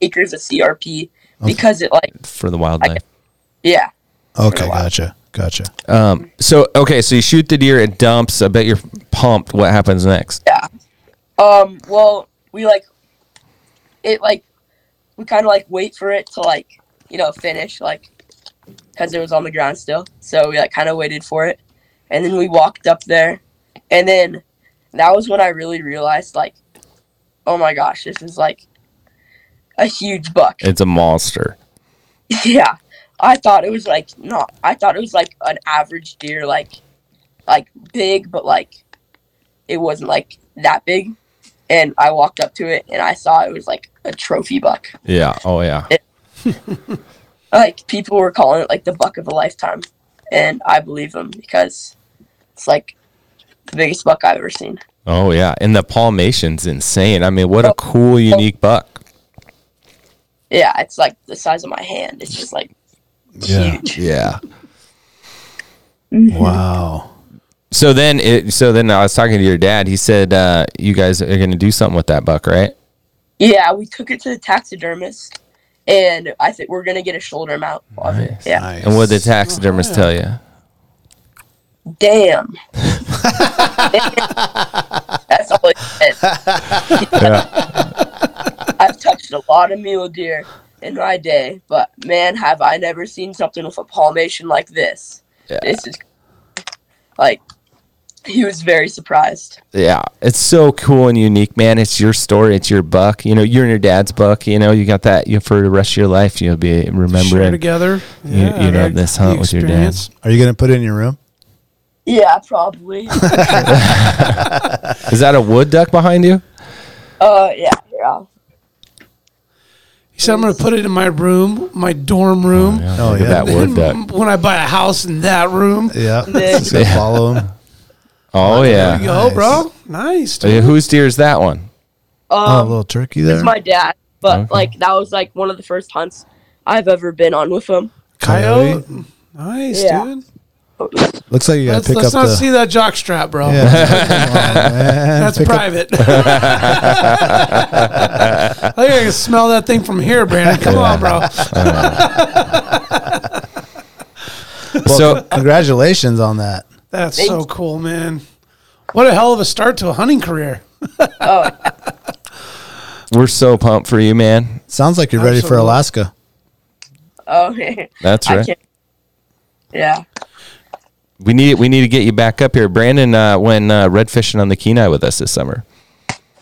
Speaker 9: Acres of CRP because it like
Speaker 5: for the wildlife.
Speaker 9: yeah.
Speaker 2: Okay, gotcha, gotcha.
Speaker 5: So, okay, so you shoot the deer, it dumps. I bet you're pumped. What happens next?
Speaker 9: Um well we like it like we kind of like wait for it to like you know finish like because it was on the ground still so we like kind of waited for it and then we walked up there and then that was when i really realized like oh my gosh this is like a huge buck
Speaker 5: It's a monster.
Speaker 9: yeah i thought it was like not i thought it was like an average deer like like big but like it wasn't like that big and i walked up to it and i saw it was like a trophy buck
Speaker 5: Yeah. Oh, yeah.
Speaker 9: like people were calling it like the buck of a lifetime, and I believe them because it's like the biggest buck I've ever seen.
Speaker 5: Oh, yeah. And the palmation's insane. I mean, what
Speaker 9: Oh,
Speaker 5: a cool, unique buck.
Speaker 9: Yeah, it's like the size of my hand. It's just like huge.
Speaker 5: Yeah.
Speaker 2: Wow.
Speaker 5: So then, it, so then I was talking to your dad. He said, uh, you guys are going to do something with that buck, right?
Speaker 9: Yeah, we took it to the taxidermist, and I think we're gonna get a shoulder mount of it. Yeah,
Speaker 2: Nice.
Speaker 5: And what did the taxidermist tell you?
Speaker 9: damn. That's all it said. I've touched a lot of mule deer in my day, but man, have I never seen something with a palmation like this. This is like he was very surprised.
Speaker 5: Yeah, it's so cool and unique, man. It's your story. It's your buck. You know, you're in your dad's buck. You know, you got that you, for the rest of your life. You'll be
Speaker 3: Share
Speaker 5: remembering.
Speaker 3: together.
Speaker 5: you know, this
Speaker 3: the
Speaker 5: hunt with your dad.
Speaker 3: experience.
Speaker 2: Are you gonna put it in your room?
Speaker 9: Yeah, probably.
Speaker 5: Is that a wood duck behind you?
Speaker 9: uh, yeah, yeah.
Speaker 3: He said, "I'm going to put it in my room, my dorm room.
Speaker 2: Oh
Speaker 5: Look
Speaker 2: yeah,
Speaker 5: at that wood duck.
Speaker 3: When I buy a house in that room,
Speaker 2: yeah.
Speaker 9: Then-
Speaker 2: Just gonna follow him.
Speaker 5: Oh
Speaker 3: There you
Speaker 5: yeah.
Speaker 3: go,
Speaker 2: Nice.
Speaker 3: bro. Nice.
Speaker 5: Uh,
Speaker 3: Dude.
Speaker 5: whose deer is that one?
Speaker 2: Oh, a
Speaker 9: Um,
Speaker 2: little turkey there.
Speaker 9: it's my dad, but
Speaker 5: Okay.
Speaker 9: like that was like one of the first hunts I've ever been on with him.
Speaker 3: Coyote. Nice,
Speaker 9: Yeah.
Speaker 3: dude.
Speaker 2: Looks like you gotta
Speaker 3: Let's,
Speaker 2: pick
Speaker 3: let's
Speaker 2: up
Speaker 3: not
Speaker 2: the.
Speaker 3: see that jock strap, bro.
Speaker 2: That's
Speaker 3: That's private. I think I can smell that thing from here, Brandon. Come on, bro.
Speaker 5: So
Speaker 2: Congratulations on that.
Speaker 3: That's so cool, man. What a hell of a start to a hunting career.
Speaker 5: we're so pumped for you, man.
Speaker 2: Sounds like you're ready for
Speaker 3: Absolutely.
Speaker 2: Alaska.
Speaker 9: Oh,
Speaker 5: That's
Speaker 9: I
Speaker 5: right.
Speaker 9: can't. Yeah.
Speaker 5: We need we need to get you back up here. Brandon uh, went uh, red fishing on the Kenai with us this summer.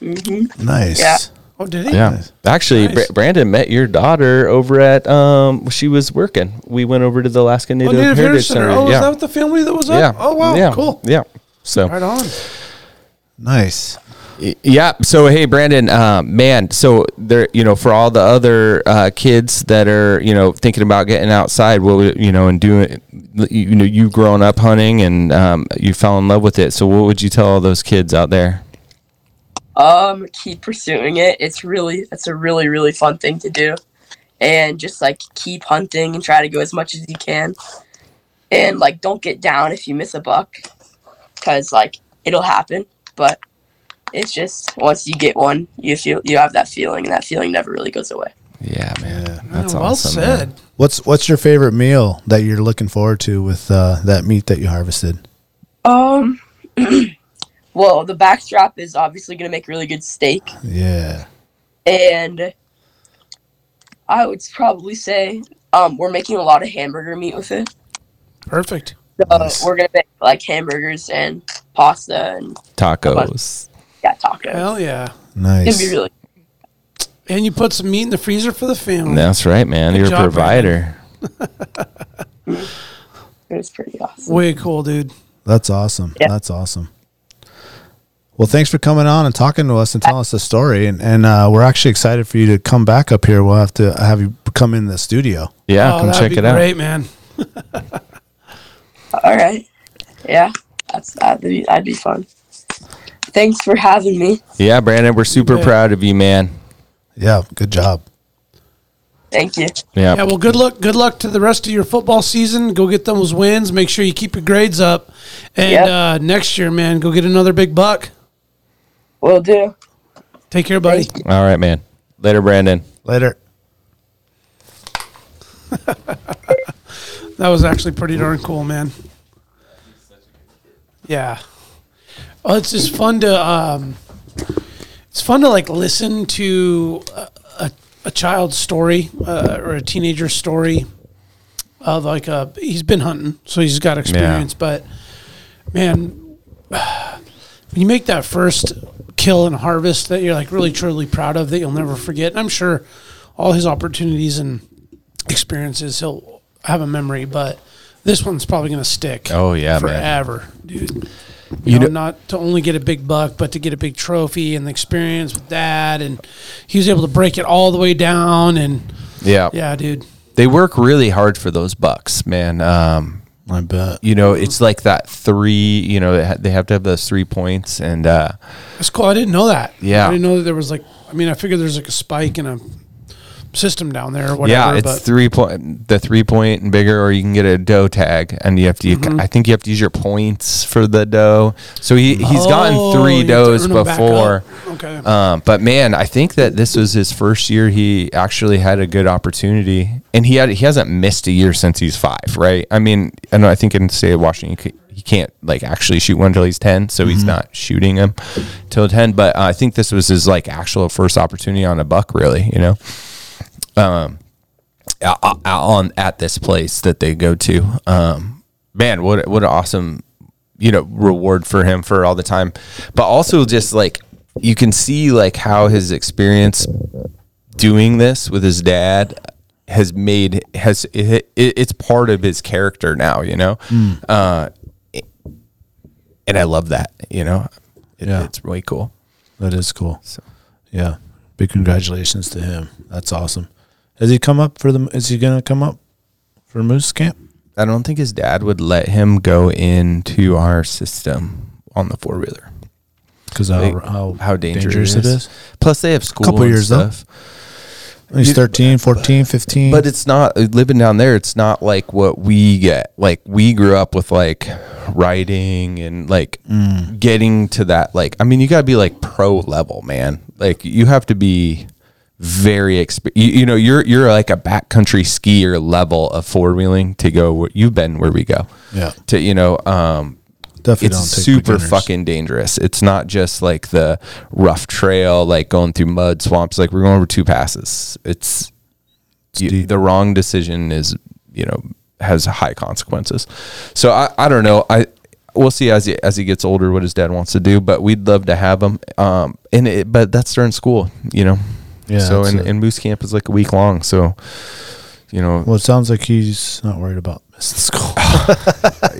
Speaker 2: Nice.
Speaker 9: Yeah.
Speaker 3: Oh, did he?
Speaker 5: Actually, Bra- Brandon met your daughter over at um she was working. We went over to the Alaska
Speaker 3: Oh,
Speaker 5: Native,
Speaker 3: Native
Speaker 5: Heritage
Speaker 3: Heritage Center.
Speaker 5: Center.
Speaker 3: Oh,
Speaker 5: yeah.
Speaker 3: is that the family that was up?
Speaker 5: Yeah.
Speaker 3: Oh, wow.
Speaker 5: Yeah.
Speaker 3: Cool.
Speaker 5: Yeah. So
Speaker 3: Right on.
Speaker 2: Nice.
Speaker 5: yeah. So hey, Brandon, uh, man. So there, you know, for all the other uh, kids that are, you know, thinking about getting outside, what would- you know, and doing, you you know, you growing up hunting and um, you fell in love with it. So what would you tell all those kids out there?
Speaker 9: Um, keep pursuing it. It's really, it's a really, really fun thing to do, and just like keep hunting and try to go as much as you can, and like don't get down if you miss a buck, cause like it'll happen. But it's just once you get one, you feel you have that feeling, and that feeling never really goes away.
Speaker 5: Yeah, man. That's
Speaker 3: well
Speaker 5: awesome. man.
Speaker 3: said.
Speaker 8: What's What's your favorite meal that you're looking forward to with uh, that meat that you harvested?
Speaker 9: Um, well, the backstrap is obviously gonna make really good steak,
Speaker 8: Yeah,
Speaker 9: and I would probably say um we're making a lot of hamburger meat with it.
Speaker 3: Perfect.
Speaker 9: So we're gonna make like hamburgers and pasta and
Speaker 5: Tacos.
Speaker 9: yeah tacos.
Speaker 3: Hell yeah.
Speaker 9: It'd
Speaker 8: nice.
Speaker 9: be really
Speaker 3: And you put some meat in the freezer for the family.
Speaker 5: That's right, man. You're a
Speaker 3: job,
Speaker 5: provider.
Speaker 9: it was pretty awesome.
Speaker 3: Way cool, dude.
Speaker 8: That's awesome.
Speaker 9: Yeah.
Speaker 8: That's awesome. Well, thanks for coming on and talking to us and telling us the story. And, and uh, we're actually excited for you to come back up here. We'll have to have you come in the studio.
Speaker 5: Yeah,
Speaker 3: oh,
Speaker 5: come
Speaker 3: that'd
Speaker 5: check
Speaker 3: be
Speaker 5: it out.
Speaker 3: great, man.
Speaker 9: All right, yeah, that's that'd be, that'd be fun. Thanks for having me.
Speaker 5: Yeah, Brandon, we're super
Speaker 3: Yeah.
Speaker 5: proud of you, man.
Speaker 8: Yeah, good job.
Speaker 9: Thank you.
Speaker 5: Yeah.
Speaker 3: Yeah, well, good luck. Good luck to the rest of your football season. Go get those wins. Make sure you keep your grades up. And
Speaker 9: Yep.
Speaker 3: uh, next year, man, go get another big buck.
Speaker 9: Will do.
Speaker 3: Take care, buddy.
Speaker 9: Thank
Speaker 5: All right, man. Later, Brandon.
Speaker 8: Later.
Speaker 3: That was actually pretty darn cool, man. Yeah. Well, it's just fun to um, it's fun to like listen to a, a, a child's story uh, or a teenager's story of like a he's been hunting, so he's got experience. But man, when you make that first kill and harvest that you're like really truly proud of that you'll never forget, and I'm sure all his opportunities and experiences he'll have a memory, but this one's probably going to stick.
Speaker 5: Oh, yeah, man.
Speaker 3: forever, dude. You, know, not to only get a big buck, but to get a big trophy and the experience with that, and he was able to break it all the way down, and
Speaker 5: Yeah.
Speaker 3: yeah, dude,
Speaker 5: They work really hard for those bucks, man. Um,
Speaker 8: I bet.
Speaker 5: you know, it's like that three, you know, they ha- they have to have those three points. And uh,
Speaker 3: that's cool. I didn't know that.
Speaker 5: Yeah.
Speaker 3: I didn't know that there was like. I mean, I figured there's like a spike in a system down there, or whatever.
Speaker 5: yeah, it's
Speaker 3: but
Speaker 5: three point, the three point and bigger, or you can get a doe tag. And you have to,
Speaker 3: Mm-hmm.
Speaker 5: I think you have to use your points for the doe. So he, he's
Speaker 3: Oh,
Speaker 5: gotten
Speaker 3: you
Speaker 5: three
Speaker 3: have to
Speaker 5: does
Speaker 3: earn 'em back
Speaker 5: before.
Speaker 3: up. Okay.
Speaker 5: Um, but man, I think that this was his first year. He actually had a good opportunity, and he had he hasn't missed a year since he's five, right? I mean, I know I think in the state of Washington, you ca- you can't like actually shoot one until he's ten, so he's not shooting him till ten. But uh, I think this was his like actual first opportunity on a buck, really, you know, um, o- o- on at this place that they go to. Um, man, what what an awesome you know reward for him for all the time but also just like you can see like how his experience doing this with his dad has made has it, it, it's part of his character now you know uh and i love that you know It-
Speaker 8: Yeah.
Speaker 5: it's really cool
Speaker 8: That is cool. Yeah. Big congratulations to him. That's awesome. Has he come up for the? Is he gonna come up for Moose Camp?
Speaker 5: i don't think his dad would let him go into our system on the four-wheeler
Speaker 8: Because how, how
Speaker 5: how dangerous,
Speaker 8: it is.
Speaker 5: plus they have school
Speaker 8: Couple
Speaker 5: and
Speaker 8: years, though.
Speaker 5: stuff
Speaker 8: He's 13, 14, 15.
Speaker 5: But it's not uh, living down there. It's not like what we get. Like we grew up with like riding and like
Speaker 8: Mm.
Speaker 5: getting to that. Like I mean, you gotta be like pro level, man. Like you have to be very exp. You, you know, you're you're like a backcountry skier level of four wheeling to go. Where, you've been where we go.
Speaker 8: Yeah.
Speaker 5: To you know, um,
Speaker 8: definitely
Speaker 5: it's
Speaker 8: don't take
Speaker 5: super
Speaker 8: beginners.
Speaker 5: fucking dangerous. It's not just like the rough trail, like going through mud swamps. Like we're going over two passes. It's, you-
Speaker 8: deep.
Speaker 5: the wrong decision is you know has high consequences. So I I don't know I. We'll see as he, as he gets older what his dad wants to do, but we'd love to have him. Um, and it, but that's during school, you know.
Speaker 8: Yeah,
Speaker 5: So
Speaker 8: that's
Speaker 5: and,
Speaker 8: it.
Speaker 5: and Moose Camp is like a week long, so you know
Speaker 8: Well, it sounds like he's not worried about missing school.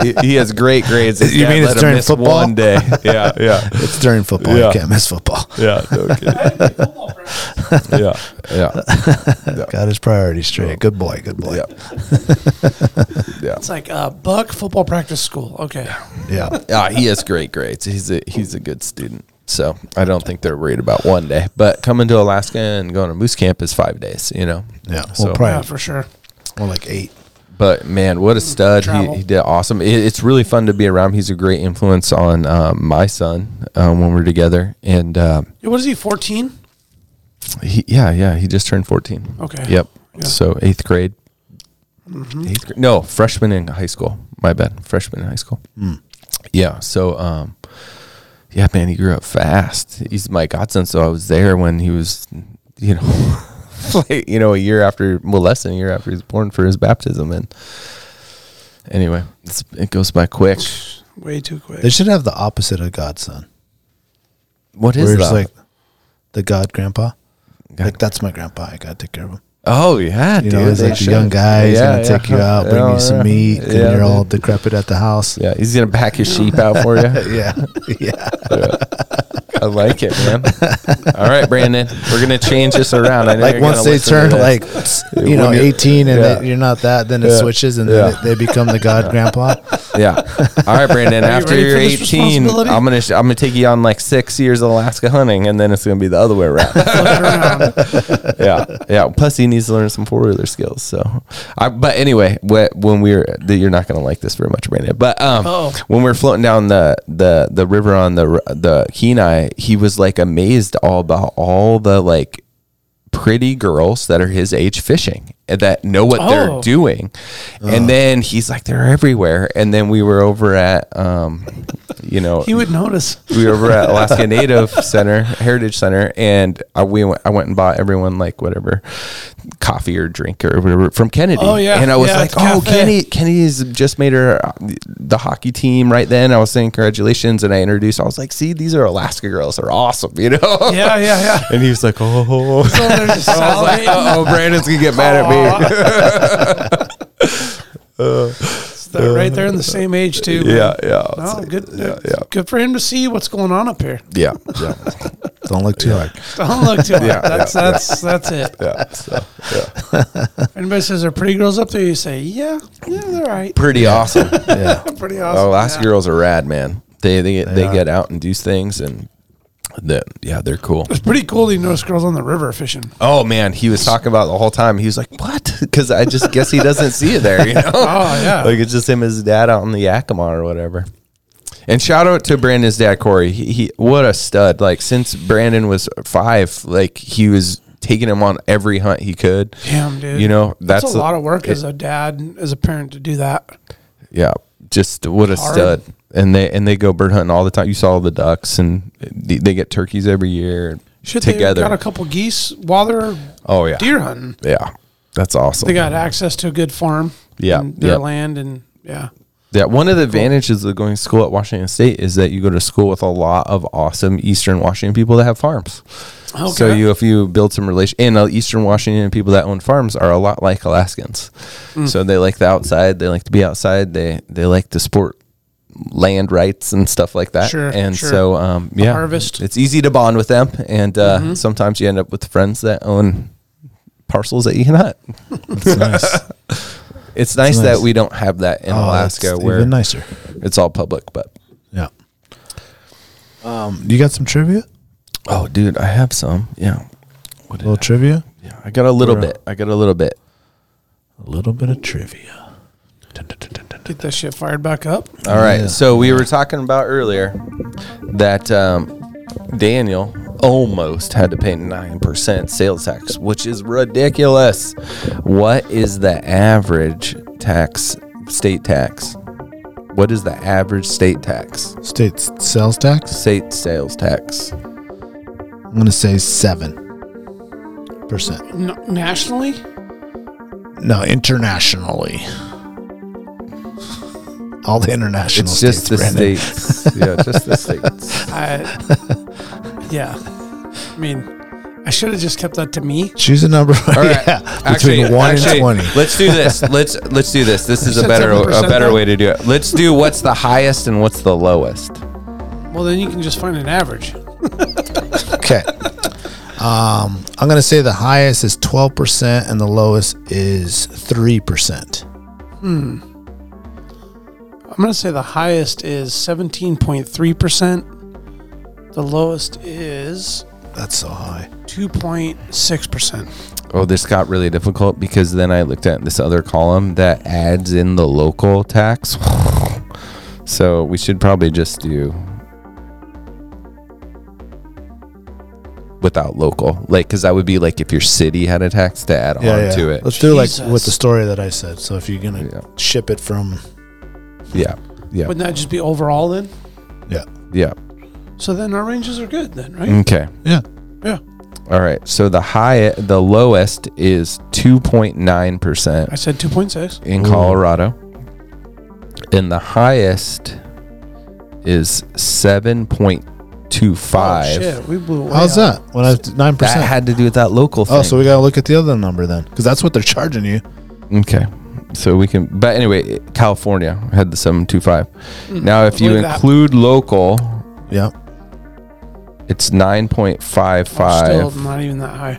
Speaker 5: he, he has great grades. His
Speaker 8: You
Speaker 5: dad
Speaker 8: mean
Speaker 5: let
Speaker 8: it's
Speaker 5: him
Speaker 8: during
Speaker 5: miss
Speaker 8: football?
Speaker 5: One day, yeah, yeah.
Speaker 8: it's during football.
Speaker 5: Yeah.
Speaker 8: You can't miss football.
Speaker 5: Yeah. No kidding. yeah. Yeah.
Speaker 8: Got his priorities straight. Good boy. Good boy.
Speaker 5: Yeah.
Speaker 3: it's like uh, Buck football practice school. Okay,
Speaker 8: Yeah.
Speaker 5: Ah, he has great grades. He's a he's a good student. So I don't think they're worried about one day. But coming to Alaska and going to moose camp is five days, you know.
Speaker 8: Yeah. Well,
Speaker 5: So-
Speaker 3: yeah,
Speaker 8: probably
Speaker 3: for sure.
Speaker 8: more like eight.
Speaker 5: But man, what a stud!
Speaker 3: Travel.
Speaker 5: He, he did awesome. It, it's really fun to be around. He's a great influence uh, on um, my son um, when we're uh, together. And um,
Speaker 3: Yeah, What is he? Fourteen?
Speaker 5: He, yeah, yeah. He just turned 14.
Speaker 3: Okay.
Speaker 5: Yep.
Speaker 3: Yeah. Mm-hmm.
Speaker 5: So eighth grade. Eighth grade. No, freshman in high school. My bad. Freshman in high school.
Speaker 2: Hmm.
Speaker 5: Yeah. So, um, yeah, man, he grew up fast. He's my godson. So I was there when he was, you know, like, you know, a year after, well, less than a year after he was born for his baptism. And anyway, it's, it goes by quick.
Speaker 3: Way too quick.
Speaker 2: They should have the opposite of godson.
Speaker 5: What
Speaker 2: Where
Speaker 5: is
Speaker 2: it's
Speaker 5: that?
Speaker 2: like the god grandpa.
Speaker 5: God-
Speaker 2: Like that's my grandpa. I gotta take care of him.
Speaker 5: oh yeah,
Speaker 2: You
Speaker 5: dude,
Speaker 2: know, he's
Speaker 5: they
Speaker 2: like a
Speaker 5: should.
Speaker 2: young guy. He's
Speaker 5: Yeah,
Speaker 2: gonna
Speaker 5: yeah.
Speaker 2: take you out, bring
Speaker 5: Yeah,
Speaker 2: you some
Speaker 5: yeah.
Speaker 2: meat, and
Speaker 5: Yeah,
Speaker 2: you're all
Speaker 5: dude.
Speaker 2: decrepit at the house.
Speaker 5: Yeah, he's gonna pack his sheep out for you.
Speaker 2: yeah, yeah.
Speaker 5: I like it, man. All right, Brandon, we're gonna change this around. I know
Speaker 2: like
Speaker 5: you're
Speaker 2: once
Speaker 5: gonna
Speaker 2: they
Speaker 5: listen to
Speaker 2: turn
Speaker 5: this.
Speaker 2: like you know
Speaker 5: when you're-
Speaker 2: 18 and
Speaker 5: yeah.
Speaker 2: they, you're not that, then it
Speaker 5: Yeah.
Speaker 2: switches and
Speaker 5: Yeah.
Speaker 2: then they, they become the god grandpa.
Speaker 5: yeah. All right, Brandon. after
Speaker 3: ready
Speaker 5: you're
Speaker 3: for this
Speaker 5: 18,
Speaker 3: responsibility?
Speaker 5: I'm gonna sh- I'm gonna take you on like six years of Alaska hunting, and then it's gonna be the other way around.
Speaker 3: Flip it around.
Speaker 5: yeah, yeah. Plus, he needs to learn some four wheeler skills. So, I, but anyway, wh- when we were, th- you're not gonna like this very much, Brandon. But um,
Speaker 3: Oh.
Speaker 5: when we are floating down the the the river on the r- the Kenai, he was like amazed all about all the like pretty girls that are his age fishing and that know what
Speaker 3: Oh.
Speaker 5: they're doing. And then he's like, they're everywhere. And then we were over at, um, you know,
Speaker 3: He would notice.
Speaker 5: we were over at Alaska Native Center, Heritage Center, and I, we went, I went and bought everyone like whatever coffee or drink or whatever from Kennedy.
Speaker 3: Oh, yeah.
Speaker 5: and I was
Speaker 3: Yeah,
Speaker 5: like,
Speaker 3: at the
Speaker 5: oh,
Speaker 3: cafe."
Speaker 5: Kennedy, Kennedy's just made her uh, the hockey team right then. I was saying congratulations, and I introduced. I was like, see, these are Alaska girls. They're awesome, you know.
Speaker 3: Yeah, yeah, yeah.
Speaker 5: And he was like, oh.
Speaker 3: So there's just
Speaker 5: I was like,
Speaker 3: salivating.
Speaker 5: oh, Brandon's gonna get mad at me.
Speaker 3: They're right there in the same age too. man.
Speaker 5: yeah, yeah. It's
Speaker 3: Oh,
Speaker 5: like,
Speaker 3: good.
Speaker 5: Yeah, yeah,
Speaker 3: Good for him to see what's going on up here.
Speaker 5: yeah, yeah,
Speaker 2: Don't look too hard.
Speaker 3: Don't look too hard.
Speaker 5: Yeah,
Speaker 3: that's
Speaker 5: yeah,
Speaker 3: that's that's it.
Speaker 5: yeah. So, yeah.
Speaker 3: If anybody says there are pretty girls up there, you say, yeah, yeah, they're right.
Speaker 5: Pretty awesome.
Speaker 2: Yeah,
Speaker 3: Pretty
Speaker 5: Oh,
Speaker 3: awesome.
Speaker 5: Alaska girls are rad, man. They they get, they,
Speaker 2: are.
Speaker 5: get out and do things, and the yeah, they're cool.
Speaker 3: It's pretty cool that you notice girls on the river fishing.
Speaker 5: Oh man, he was talking about it the whole time. He was like, "What?" Because I just guess he doesn't see it there, you know.
Speaker 3: Oh yeah.
Speaker 5: Like it's just him, and his dad out in the Yakima or whatever. And shout out to Brandon's dad, Corey. He, he what a stud! Like since Brandon was five, like he was taking him on every hunt he could.
Speaker 3: Damn, dude.
Speaker 5: You know that's,
Speaker 3: that's, a lot of work
Speaker 5: it-
Speaker 3: as a dad, and as a parent to do that.
Speaker 5: Yeah, just what a
Speaker 3: Hard.
Speaker 5: stud. And they and they go bird hunting all the time. You saw the ducks, and they, they get turkeys every year
Speaker 3: Shit,
Speaker 5: together.
Speaker 3: they got a couple geese while they're
Speaker 5: oh yeah,
Speaker 3: deer hunting.
Speaker 5: yeah, that's awesome.
Speaker 3: They got access to a good farm.
Speaker 5: Yeah,
Speaker 3: and their
Speaker 5: yeah.
Speaker 3: land and yeah.
Speaker 5: yeah, one of the advantages of going to school at Washington State is that you go to school with a lot of awesome Eastern Washington people that have farms.
Speaker 3: Okay.
Speaker 5: So you, if you build some relation, and uh, Eastern Washington people that own farms are a lot like Alaskans. So they like the outside. They like to be outside. They they like to sport land rights and stuff like that.
Speaker 3: Sure,
Speaker 5: And
Speaker 3: sure.
Speaker 5: so um, yeah,
Speaker 3: harvest.
Speaker 5: It's easy to bond with them, and uh, sometimes you end up with friends that own parcels that you can hunt.
Speaker 2: it's nice.
Speaker 5: It's nice,
Speaker 2: nice.
Speaker 5: that we don't have that in
Speaker 2: Oh, that's
Speaker 5: Alaska, where
Speaker 2: even nicer.
Speaker 5: it's all public. But
Speaker 2: Yeah. Um, you got some trivia?
Speaker 5: oh, dude, I have some. Yeah,
Speaker 2: A little trivia?
Speaker 5: yeah. I got a little bit. I got a little bit.
Speaker 2: A little bit of trivia. Dun, dun, dun, dun, dun, dun.
Speaker 3: get that shit fired back up.
Speaker 5: All right.
Speaker 2: Yeah.
Speaker 5: So we were talking about earlier that um, Daniel almost had to pay 9% sales tax, which is ridiculous. What is the average tax, state tax? What is the average state tax?
Speaker 2: State s- sales tax?
Speaker 5: State sales tax.
Speaker 2: I'm going to say 7%.
Speaker 3: N- nationally,
Speaker 2: No, internationally. All the international
Speaker 5: It's
Speaker 2: states.
Speaker 5: just the
Speaker 2: Brandon.
Speaker 5: states. yeah, just the states.
Speaker 3: I yeah. I mean, I should have just kept that to me.
Speaker 2: Choose a number.
Speaker 5: All right.
Speaker 2: yeah,
Speaker 5: Actually,
Speaker 2: between 1
Speaker 5: actually,
Speaker 2: and 20.
Speaker 5: Let's do this. Let's let's do this. This is a
Speaker 3: said
Speaker 5: better a
Speaker 3: 7%
Speaker 5: better
Speaker 3: though?
Speaker 5: way to do it. Let's do what's the highest and what's the lowest.
Speaker 3: Well, then you can just find an average.
Speaker 2: Okay. Um, I'm going to say the highest is 12% and the lowest is 3%.
Speaker 3: I'm gonna say the highest is 17.3 percent. The lowest is
Speaker 2: That's so high.
Speaker 3: 2.6 percent.
Speaker 5: Oh, this got really difficult because then I looked at this other column that adds in the local tax. so we should probably just do. without local, like because that would be like if your city had a tax to add on to it.
Speaker 2: Let's do like
Speaker 3: Jesus.
Speaker 2: with the story that I said. So if you're gonna
Speaker 5: Yeah.
Speaker 2: ship it from,
Speaker 5: yeah, yeah,
Speaker 3: Wouldn't that just be overall then?
Speaker 2: yeah,
Speaker 5: yeah.
Speaker 3: So then our ranges are good then, right?
Speaker 5: Okay.
Speaker 2: yeah,
Speaker 3: Yeah.
Speaker 5: All right. So the high, the lowest is 2.9 percent
Speaker 3: I said 2.6.
Speaker 5: in Colorado, and the highest is 7.25.
Speaker 3: Oh, shit. We blew it way
Speaker 2: how's
Speaker 3: out.
Speaker 2: that? When I nine
Speaker 5: That
Speaker 2: percent.
Speaker 5: had to do with that local thing.
Speaker 2: Oh, so we gotta look at the other number then, because that's what they're charging you.
Speaker 5: Okay. So we can, but anyway, California had the 725. Now, if you
Speaker 3: leave Hmm, that.
Speaker 5: include local,
Speaker 2: Yeah,
Speaker 5: it's
Speaker 3: Still
Speaker 5: 9.55
Speaker 3: not even that high. I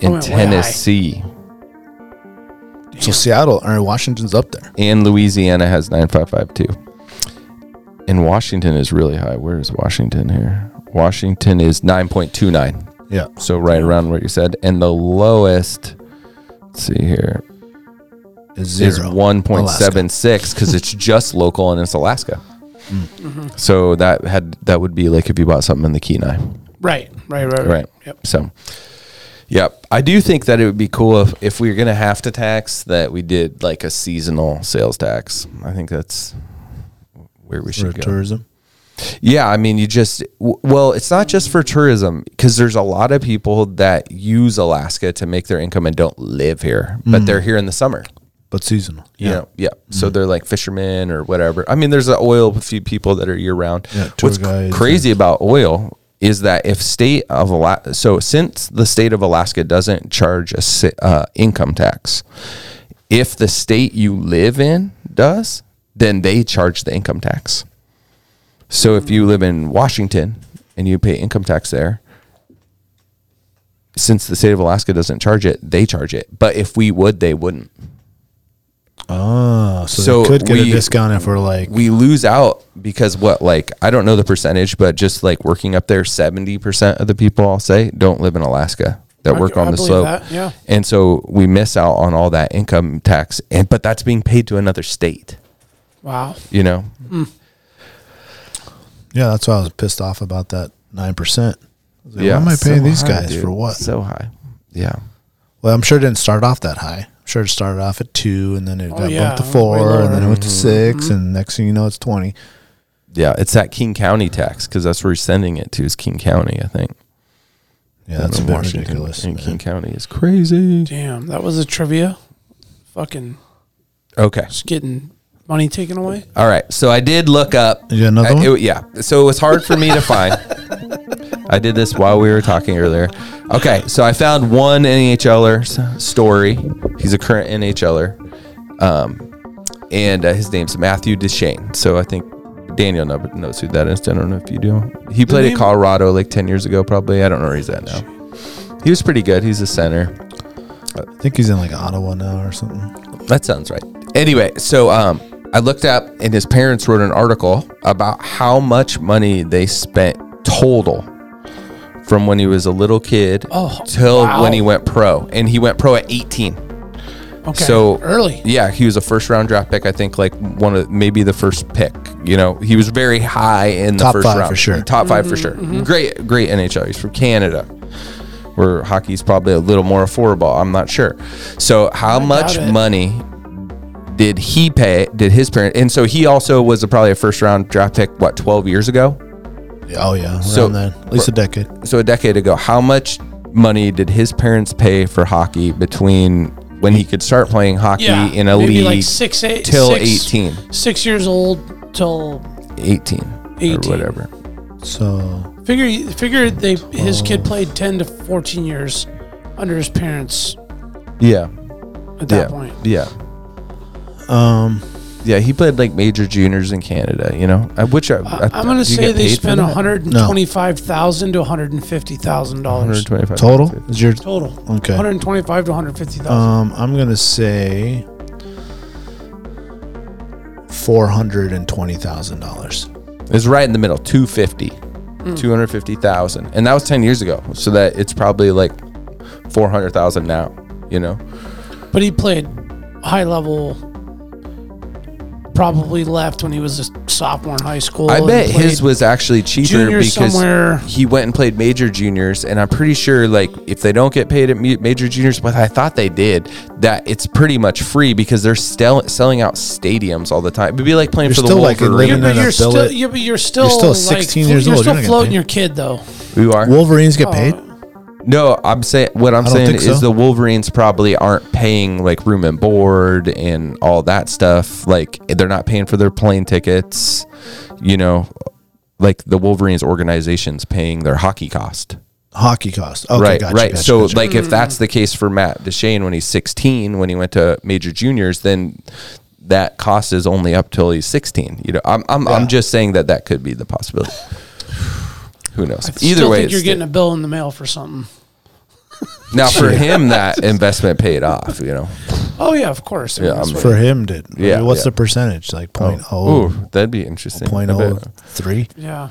Speaker 5: in
Speaker 3: went way
Speaker 5: Tennessee,
Speaker 2: so Seattle or Washington's up there.
Speaker 5: and Louisiana has 9.55 too. And Washington is really high. Where is Washington here? Washington is 9.29.
Speaker 2: Yeah,
Speaker 5: So right around what you said. And the lowest, let's see here,
Speaker 2: is zero.
Speaker 5: is 1.76 because it's just local and it's Alaska. So that had that would be like if you bought something in the Kenai,
Speaker 3: Right, right, right, right.
Speaker 5: right?
Speaker 3: Yep.
Speaker 5: So, yep. I do think that it would be cool if if we were gonna have to tax that we did like a seasonal sales tax. I think that's where we
Speaker 2: for
Speaker 5: should go.
Speaker 2: tourism.
Speaker 5: Yeah, I mean, you just w- well, it's not just for tourism because there's a lot of people that use Alaska to make their income and don't live here, but they're here in the summer.
Speaker 2: but seasonal.
Speaker 5: Yeah. yeah.
Speaker 2: Mm-hmm.
Speaker 5: So they're like fishermen or whatever. I mean, there's a oil a few people that are year round.
Speaker 2: Yeah, tour
Speaker 5: What's c-
Speaker 2: guides
Speaker 5: crazy about oil is that if state of Alaska, so since the state of Alaska doesn't charge a si- uh, income tax, if the state you live in does, then they charge the income tax. So if you live in Washington and you pay income tax there, since the state of Alaska doesn't charge it, they charge it. But if we would, they wouldn't.
Speaker 2: Oh, so,
Speaker 5: So
Speaker 2: they could get
Speaker 5: we-
Speaker 2: a discount if we're like
Speaker 5: we lose out because what like i don't know the percentage but just like working up there 70% of the people i'll say don't live in alaska that
Speaker 3: I-
Speaker 5: work
Speaker 3: I
Speaker 5: on the
Speaker 3: believe
Speaker 5: slope
Speaker 3: that, yeah.
Speaker 5: and so we miss out on all that income tax and but that's being paid to another state
Speaker 3: Wow.
Speaker 5: you know
Speaker 2: Yeah, that's why I was pissed off about that nine percent.
Speaker 5: Yeah,
Speaker 2: why am I
Speaker 5: so
Speaker 2: paying these
Speaker 5: high,
Speaker 2: guys
Speaker 5: dude.
Speaker 2: for what?
Speaker 5: so high yeah
Speaker 2: well, I'm sure it didn't start off that high. I'm sure it started off at two, and then it got
Speaker 3: yeah,
Speaker 2: bumped to
Speaker 3: way
Speaker 2: four, and then it
Speaker 3: lower.
Speaker 2: went to 6 and next thing you know, it's twenty.
Speaker 5: yeah it's that king county tax because that's where you're sending it to is king county i think
Speaker 2: Yeah, that's a
Speaker 5: Down
Speaker 2: bit
Speaker 5: in Washington.
Speaker 2: ridiculous.
Speaker 5: And king
Speaker 2: man.
Speaker 5: county is crazy
Speaker 3: Damn, that was a trivia. Fucking
Speaker 5: okay
Speaker 3: just getting money taken away.
Speaker 5: All right. So I did look up.
Speaker 2: You got another
Speaker 5: I-
Speaker 2: one?
Speaker 5: it- yeah. So it was hard for me to find. I did this while we were talking earlier. Okay. So I found one NHLer s- story. He's a current NHLer. Um, and uh, his name's Matthew Deshane. So I think Daniel know- knows who that is. I don't know if you do. He played
Speaker 3: name-
Speaker 5: at Colorado like 10 years ago, probably. I don't know where he's at now. He was pretty good. He's a center.
Speaker 2: I think he's in like Ottawa now or something.
Speaker 5: That sounds right. Anyway, so um, I looked up, and his parents wrote an article about how much money they spent total from when he was a little kid
Speaker 3: Oh,
Speaker 5: till
Speaker 3: wow.
Speaker 5: when he went pro, and he went pro at 18.
Speaker 3: Okay.
Speaker 5: So
Speaker 3: early.
Speaker 5: yeah, he was a first round draft pick. I think like one of maybe the first pick. You know, he was very high in the
Speaker 2: Top
Speaker 5: first
Speaker 2: five
Speaker 5: round
Speaker 2: for sure.
Speaker 5: Top 5
Speaker 3: Mm-hmm,
Speaker 5: for sure. Great, great NHL. He's from Canada, where hockey's probably a little more affordable. I'm not sure. So how much
Speaker 3: it.
Speaker 5: money? Did he pay? Did his parent? And so he also was a, probably a first round draft pick, what, 12 years ago?
Speaker 2: Yeah, Oh yeah,
Speaker 5: So-
Speaker 2: around then, at least a decade.
Speaker 5: so a decade ago, how much money did his parents pay for hockey between when he could start playing hockey
Speaker 3: Yeah.
Speaker 5: in a
Speaker 3: maybe
Speaker 5: league
Speaker 3: like six, eight,
Speaker 5: till
Speaker 3: six-
Speaker 5: 18,
Speaker 3: Six years old till
Speaker 5: 18,
Speaker 3: 18.
Speaker 5: or whatever?
Speaker 2: So
Speaker 3: figure figure they his
Speaker 5: Oh.
Speaker 3: kid played ten to fourteen years under his parents
Speaker 5: Yeah,
Speaker 3: at that
Speaker 5: yeah,
Speaker 3: point.
Speaker 5: yeah,
Speaker 2: um,
Speaker 5: yeah. He played like major juniors in Canada, you know. I- Which I,
Speaker 3: I'm gonna say they spent one hundred and twenty-five thousand to one hundred and fifty thousand dollars
Speaker 2: total is your
Speaker 3: total.
Speaker 2: Okay.
Speaker 3: one hundred twenty-five to one hundred fifty
Speaker 2: um.
Speaker 3: thousand.
Speaker 2: I'm gonna say four hundred and twenty thousand dollars.
Speaker 5: It was right in the middle, 250,
Speaker 3: Hmm.
Speaker 5: 250,000. And that was 10 years ago. So that it's probably like 400,000 now, you know.
Speaker 3: but he played high level probably left when he was a sophomore in high school.
Speaker 5: I
Speaker 3: and
Speaker 5: bet his
Speaker 3: played
Speaker 5: was actually cheaper
Speaker 3: junior
Speaker 5: because
Speaker 3: somewhere.
Speaker 5: he went and played major juniors, and I'm pretty sure like if they don't get paid at me- major juniors, but I thought they did, that it's pretty much free because they're still selling out stadiums all the time. It'd be like playing
Speaker 8: You're
Speaker 5: for the
Speaker 8: still, like, a
Speaker 5: Wolverines.
Speaker 8: living-
Speaker 3: But
Speaker 8: in a
Speaker 3: you're still,
Speaker 8: billet.
Speaker 3: yeah, but you're still,
Speaker 8: still
Speaker 3: like,
Speaker 8: 16
Speaker 3: fl-
Speaker 8: years
Speaker 3: you're
Speaker 8: old,
Speaker 3: Still
Speaker 8: you're not getting
Speaker 3: floating
Speaker 8: paid.
Speaker 3: your kid though.
Speaker 5: you are.
Speaker 8: Wolverines get paid.
Speaker 3: Oh.
Speaker 5: No, I'm saying what I'm
Speaker 8: don't
Speaker 5: saying
Speaker 8: think
Speaker 5: is
Speaker 8: so.
Speaker 5: the Wolverines probably aren't paying like room and board and all that stuff. Like they're not paying for their plane tickets. You know, like the Wolverines organization's paying their hockey cost.
Speaker 8: Hockey cost. Okay,
Speaker 5: right,
Speaker 8: gotcha,
Speaker 5: right.
Speaker 8: gotcha,
Speaker 5: so
Speaker 8: gotcha.
Speaker 5: like
Speaker 3: Mm-hmm.
Speaker 5: if that's the case for Matt Deshane when he's 16 when he went to major juniors, then that cost is only up till he's 16. You know, I'm I'm, I'm just saying that that could be the possibility. Who knows? Either
Speaker 3: Still
Speaker 5: way,
Speaker 3: think you're
Speaker 5: it's-
Speaker 3: getting a bill in the mail for something.
Speaker 5: now for him that investment paid off. You know.
Speaker 3: Oh yeah, of course. I mean,
Speaker 5: Yeah,
Speaker 3: that's
Speaker 5: I'm-
Speaker 3: what-
Speaker 8: for him, did I mean,
Speaker 5: Yeah,
Speaker 8: what's
Speaker 5: yeah.
Speaker 8: the percentage? Like point
Speaker 5: Oh,
Speaker 8: oh,
Speaker 5: that'd be interesting.
Speaker 8: point
Speaker 5: I bet.
Speaker 8: oh three.
Speaker 3: yeah.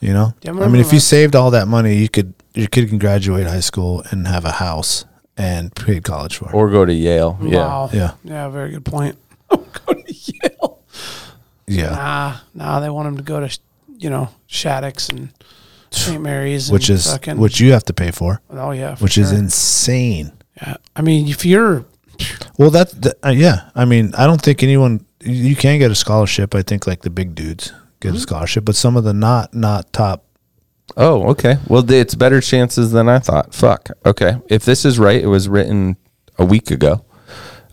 Speaker 8: You know,
Speaker 3: Yeah, I
Speaker 8: I mean, if
Speaker 3: remember
Speaker 8: you
Speaker 3: that.
Speaker 8: saved all that money, you could your kid can graduate high school and have a house and paid college for. it.
Speaker 5: Or go to Yale. Yeah.
Speaker 3: Wow.
Speaker 8: Yeah.
Speaker 3: Yeah. Very good point. Go to Yale.
Speaker 8: yeah,
Speaker 3: Nah, nah. They want him to go to, you know, Shaddix and St. Mary's,
Speaker 8: which
Speaker 3: and
Speaker 8: is
Speaker 3: fucking,
Speaker 8: which you have to pay for,
Speaker 3: Oh yeah. for
Speaker 8: which is
Speaker 3: sure.
Speaker 8: insane.
Speaker 3: Yeah. I mean, if you're
Speaker 8: Well, that, that uh, yeah, I mean, I don't think anyone you- you can get a scholarship. I think like the big dudes get a scholarship, but some of the not not top.
Speaker 5: Oh, okay. Well, th- it's better chances than I thought. Fuck. Okay. If this is right, it was written a week ago.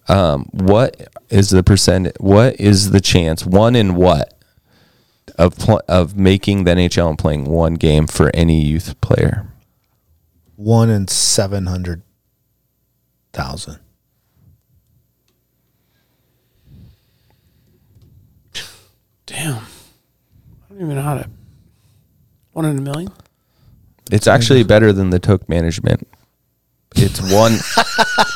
Speaker 5: Um, what is the percent? What is the chance? One in what of pl- of making the NHL and playing one game for any youth player?
Speaker 8: one in seven hundred thousand.
Speaker 3: damn. I don't even know how to. One in a million.
Speaker 5: It's actually better than the Took management. It's one.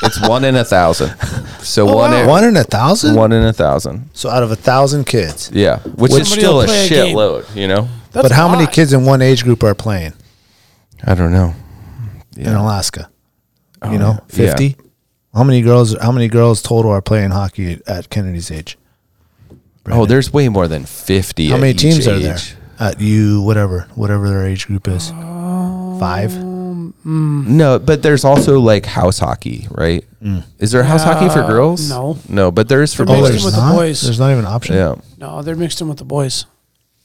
Speaker 5: it's one in a thousand. So one in
Speaker 8: one in a thousand.
Speaker 5: one in a thousand.
Speaker 8: So out of a thousand kids,
Speaker 5: Yeah, which is
Speaker 3: Somebody
Speaker 5: still
Speaker 3: will
Speaker 5: a
Speaker 3: play a game.
Speaker 5: shitload, you know.
Speaker 3: That's
Speaker 8: but how
Speaker 3: a
Speaker 8: many
Speaker 3: lot.
Speaker 8: kids in one age group are playing
Speaker 5: I don't know.
Speaker 8: in Alaska? you know,
Speaker 5: yeah. Yeah.
Speaker 8: fifty. How many girls? How many girls total are playing hockey at Kennedy's age?
Speaker 5: Oh, there's way more than fifty.
Speaker 8: How
Speaker 5: at
Speaker 8: many
Speaker 5: each
Speaker 8: teams are there
Speaker 5: age.
Speaker 8: at you? Whatever, whatever their age group is. Five.
Speaker 5: Mm. No, but there's also like house hockey, right?
Speaker 8: Mm.
Speaker 5: Is there house hockey for girls?
Speaker 3: Uh, no.
Speaker 5: no, but there is for
Speaker 3: They're
Speaker 8: Oh,
Speaker 3: mixed
Speaker 5: boys.
Speaker 3: in with the
Speaker 8: not.
Speaker 3: boys.
Speaker 8: There's not even an option.
Speaker 5: Yeah,
Speaker 3: No, they're mixed in with the boys.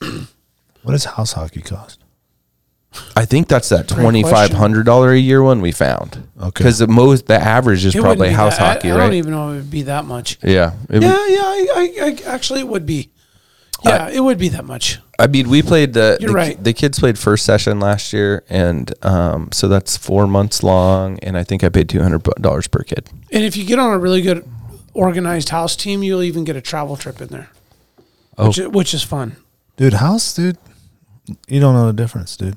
Speaker 8: What does house hocky cost?
Speaker 5: I think that's that twenty five hundred dollar a year one we found.
Speaker 8: Okay.
Speaker 5: because the most the average is
Speaker 3: It wouldn't
Speaker 5: probably
Speaker 3: be
Speaker 5: house
Speaker 3: that- I-
Speaker 5: hockey,
Speaker 3: I,
Speaker 5: right?
Speaker 3: don't even know it would be that much.
Speaker 5: yeah, It-
Speaker 3: Yeah, yeah. I, I, I actually it would be. Yeah, it would be that much.
Speaker 5: I mean, we played the
Speaker 3: You're
Speaker 5: the,
Speaker 3: right.
Speaker 5: the kids played first session last year, and um, so that's four months long, and I think I paid two hundred dollars per kid.
Speaker 3: And if you get on a really good organized house team, you'll even get a travel trip in there, which, i- which is fun.
Speaker 8: Dude, house, dude. You don't know the difference, dude.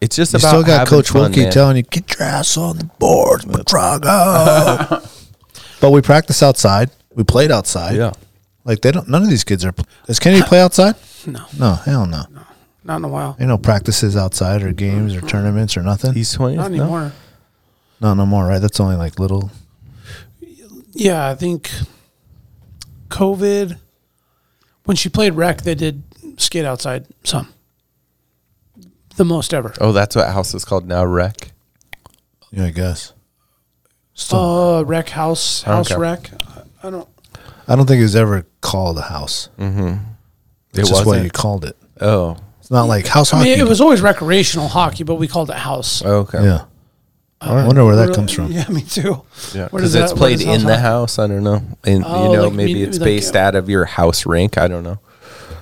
Speaker 5: It's just
Speaker 8: You
Speaker 5: about
Speaker 8: still got
Speaker 5: having
Speaker 8: Coach
Speaker 5: fun,
Speaker 8: Wilkie
Speaker 5: man.
Speaker 8: telling you, get your ass on the board, Matrago. but we practice outside. We played outside.
Speaker 5: Yeah.
Speaker 8: Like they don't. None of these kids are. Does Kennedy play outside?
Speaker 3: No.
Speaker 8: No, hell no.
Speaker 3: Not in a while.
Speaker 8: Ain't no practices outside or games or tournaments or nothing.
Speaker 5: He's 20.
Speaker 3: Not
Speaker 5: No?
Speaker 3: anymore.
Speaker 8: no, no more. Right? That's only like little.
Speaker 3: Yeah, I think COVID. When she played rec, they did skate outside some. The most ever.
Speaker 5: Oh, that's what house is called now, rec.
Speaker 8: Yeah, I guess. Still,
Speaker 3: Uh, rec house, house
Speaker 5: Okay.
Speaker 3: rec. I- I don't.
Speaker 8: I don't think it was ever called a house. Mm-hmm. It's
Speaker 5: Mm. It
Speaker 8: just what
Speaker 5: wasn't?
Speaker 8: you called it.
Speaker 5: Oh,
Speaker 8: It's not like house
Speaker 3: I
Speaker 8: hockey.
Speaker 3: mean, it was always recreational hockey, but we called it house.
Speaker 5: okay.
Speaker 8: Yeah. I wonder where that comes from.
Speaker 3: Yeah, me too. Where does
Speaker 5: Because it's
Speaker 3: that- where
Speaker 5: played
Speaker 3: does
Speaker 5: in the
Speaker 3: hockey-
Speaker 5: house. I don't know. And,
Speaker 3: Oh,
Speaker 5: you know,
Speaker 3: like
Speaker 5: maybe
Speaker 3: mean-
Speaker 5: it's
Speaker 3: like,
Speaker 5: based out of your house rink. I don't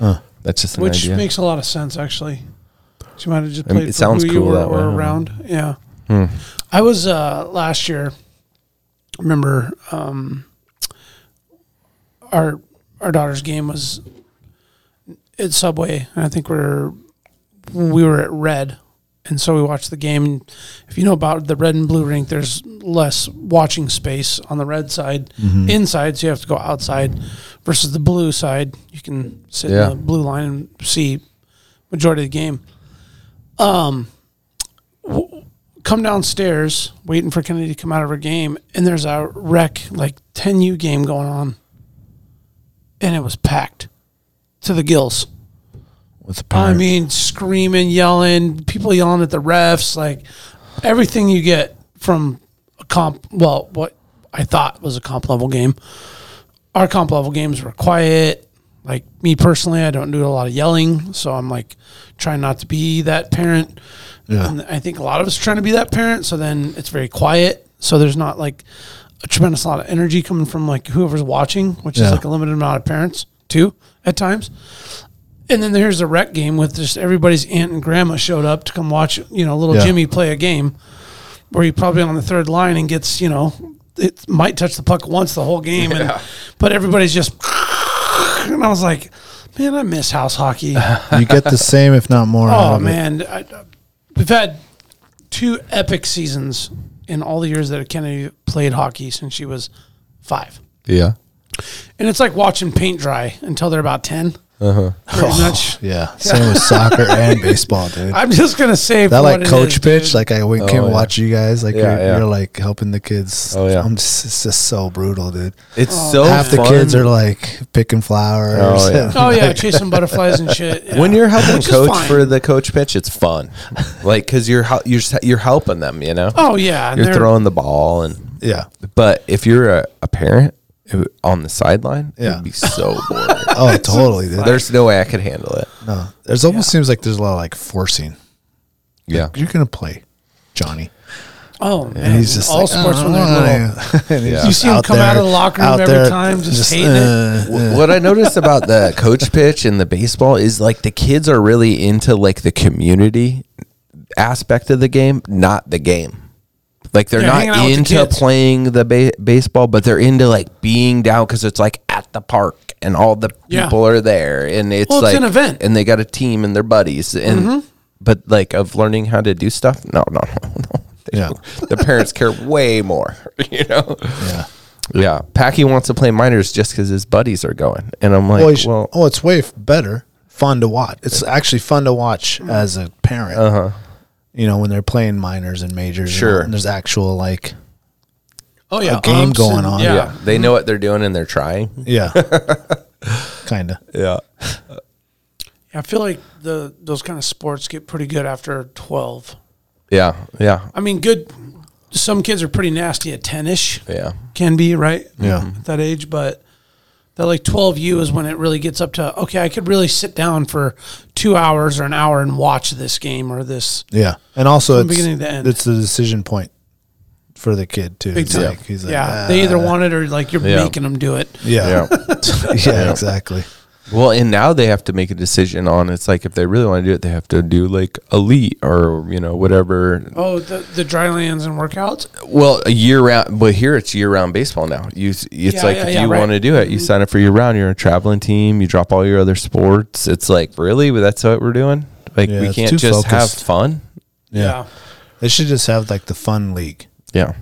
Speaker 5: know. That's just an
Speaker 3: Which
Speaker 5: idea.
Speaker 3: makes a lot of sense, actually. She might have just
Speaker 5: I mean,
Speaker 3: played
Speaker 5: it
Speaker 3: for
Speaker 5: sounds
Speaker 3: who you
Speaker 5: cool
Speaker 3: were,
Speaker 5: that way,
Speaker 3: were
Speaker 5: I don't know. Hmm.
Speaker 3: around. Yeah. I was uh, last year. Remember, um, our our daughter's game was at Subway, and I think we're we were at Red, and so we watched the game. And if you know about the Red and Blue rink, there's less watching space on the Red side inside, so you have to go outside. Versus the Blue side, you can sit
Speaker 5: Yeah.
Speaker 3: in the blue line and see majority of the game. Um, w- come downstairs, waiting for Kennedy to come out of her game, and there's a wreck like 10U game going on and it was packed to the gills.
Speaker 8: with the
Speaker 3: I
Speaker 8: parents.
Speaker 3: mean, screaming, yelling, people yelling at the refs, like everything you get from a comp. Well, what I thought was a comp level game. Our comp level games were quiet. Like me personally, I don't do a lot of yelling, so I'm like trying not to be that parent.
Speaker 8: Yeah.
Speaker 3: And I think a lot of us are trying to be that parent, so then it's very quiet. So there's not like a tremendous lot of energy coming from like whoever's watching, which
Speaker 8: Yeah.
Speaker 3: is like a limited amount of parents too at times. And then there's a rec game with just everybody's aunt and grandma showed up to come watch, you know, little
Speaker 8: Yeah.
Speaker 3: Jimmy play a game where he probably on the third line and gets, you know, it might touch the puck once the whole game. And, but everybody's just, and I was like, man, I miss house hockey.
Speaker 8: you get the same, if not more. out
Speaker 3: oh,
Speaker 8: of it.
Speaker 3: man. I, we've had two epic seasons in all the years that Kennedy played hockey since she was five.
Speaker 5: Yeah.
Speaker 3: And it's like watching paint dry until they're about 10. Uh
Speaker 8: Uh-huh.
Speaker 3: huh.
Speaker 8: Oh.
Speaker 3: Pretty much.
Speaker 8: Yeah, same with soccer and baseball, dude.
Speaker 3: I'm just gonna say
Speaker 8: that
Speaker 3: for
Speaker 8: like
Speaker 3: what it
Speaker 8: coach
Speaker 3: is,
Speaker 8: pitch,
Speaker 3: dude.
Speaker 8: like I went,
Speaker 3: Oh,
Speaker 8: came and
Speaker 5: yeah.
Speaker 8: watch you guys. Like
Speaker 5: Yeah,
Speaker 8: you're,
Speaker 5: yeah.
Speaker 8: you're like helping the kids.
Speaker 5: Oh, yeah.
Speaker 8: I'm just, it's just so brutal, dude.
Speaker 5: It's
Speaker 3: Oh.
Speaker 5: so
Speaker 8: Half the kids are like picking flowers.
Speaker 5: Oh, yeah.
Speaker 3: oh yeah, chasing butterflies and shit. yeah.
Speaker 5: when you're helping
Speaker 3: Which is
Speaker 5: coach
Speaker 3: fine.
Speaker 5: for the coach pitch, it's fun, like because you're hel- you're s- you're helping them, you know.
Speaker 3: oh yeah, and
Speaker 5: you're
Speaker 3: they're-
Speaker 5: throwing the ball, and
Speaker 8: yeah.
Speaker 5: but if you're a, a parent it would- on the sideline,
Speaker 8: Yeah.
Speaker 5: it'd be so boring.
Speaker 8: Oh, totally, dude. There's
Speaker 5: There's no way I could handle it.
Speaker 8: no. There's almost seems like there's a lot of like forcing.
Speaker 5: Yeah,
Speaker 8: You're gonna play, Johnny.
Speaker 3: Oh man,
Speaker 8: And he's just
Speaker 3: all
Speaker 8: like, "Oh,
Speaker 3: sports
Speaker 8: "I
Speaker 3: when
Speaker 8: don't
Speaker 3: they're little.
Speaker 8: wanna." And he's
Speaker 5: You
Speaker 8: just
Speaker 3: see him come out of the locker room
Speaker 8: out uh,
Speaker 3: every time, just hating it.
Speaker 5: Wh- what I noticed about the coach pitch and the baseball is like the kids are really into like the community aspect of the game, not the game. Like they're
Speaker 3: Yeah, hanging out
Speaker 5: not
Speaker 3: with the
Speaker 5: into
Speaker 3: kids.
Speaker 5: playing the ba- baseball, but they're into like being down because it's like at the park and all the
Speaker 3: Yeah.
Speaker 5: people are there and it's,
Speaker 3: Well, it's
Speaker 5: like
Speaker 3: an event. Mm-hmm.
Speaker 5: and they got a team and their buddies and but like of learning how to do stuff. No, no, no, no. They-
Speaker 8: Yeah.
Speaker 5: the parents care way more, you know. Yeah, Packy wants to play minors just because his buddies are going, and I'm like,
Speaker 8: Well,
Speaker 5: well,
Speaker 8: you should- oh, it's way f- better, fun to watch. It's actually fun to watch as a parent. Uh huh. You know when they're playing minors and majors. and all,
Speaker 5: Uh-huh. Sure.
Speaker 8: and there's actual like
Speaker 3: Oh yeah,
Speaker 8: a game
Speaker 3: umps
Speaker 8: going
Speaker 3: and-
Speaker 8: on.
Speaker 3: Yeah.
Speaker 5: yeah, they know what they're doing and they're trying.
Speaker 8: yeah, kind of.
Speaker 5: Yeah,
Speaker 3: I feel like the those kind of sports get pretty good after twelve.
Speaker 5: yeah, yeah,
Speaker 3: I mean, good. Some kids are pretty nasty at ten ish.
Speaker 5: yeah.
Speaker 3: Can be right.
Speaker 5: Mm-hmm.
Speaker 8: Yeah.
Speaker 3: at that age, but that like twelve U is when it really gets up to okay. I could really sit down for two hours or an hour and watch this game or this.
Speaker 8: Yeah, and also
Speaker 3: From
Speaker 8: it's
Speaker 3: beginning to end.
Speaker 8: it's the decision point for the kid too.
Speaker 3: Big
Speaker 8: It's
Speaker 3: time.
Speaker 8: like- he's like,
Speaker 3: yeah,
Speaker 8: "Ah."
Speaker 3: they either want it or like you're
Speaker 5: Yeah.
Speaker 3: making them do it.
Speaker 8: yeah,
Speaker 5: Yeah.
Speaker 8: yeah, exactly.
Speaker 5: Well, and now they have to make a decision on it's like if they really want to do it, they have to do like elite or you know whatever.
Speaker 3: Oh, the the dry lands and workouts.
Speaker 5: Well, a year round, but here it's year round baseball now. You, s- it's
Speaker 3: Yeah,
Speaker 5: like
Speaker 3: yeah,
Speaker 5: if
Speaker 3: yeah,
Speaker 5: you
Speaker 3: right. Mm-hmm.
Speaker 5: want to do it, you sign up for year round. You're a traveling team. You drop all your other sports. It's like really, that's what we're doing. Like
Speaker 8: Yeah,
Speaker 5: we
Speaker 8: it's
Speaker 5: can't
Speaker 8: too
Speaker 5: just have
Speaker 8: focused.
Speaker 5: fun.
Speaker 3: Yeah.
Speaker 8: They should just have like the fun league.
Speaker 5: Yeah,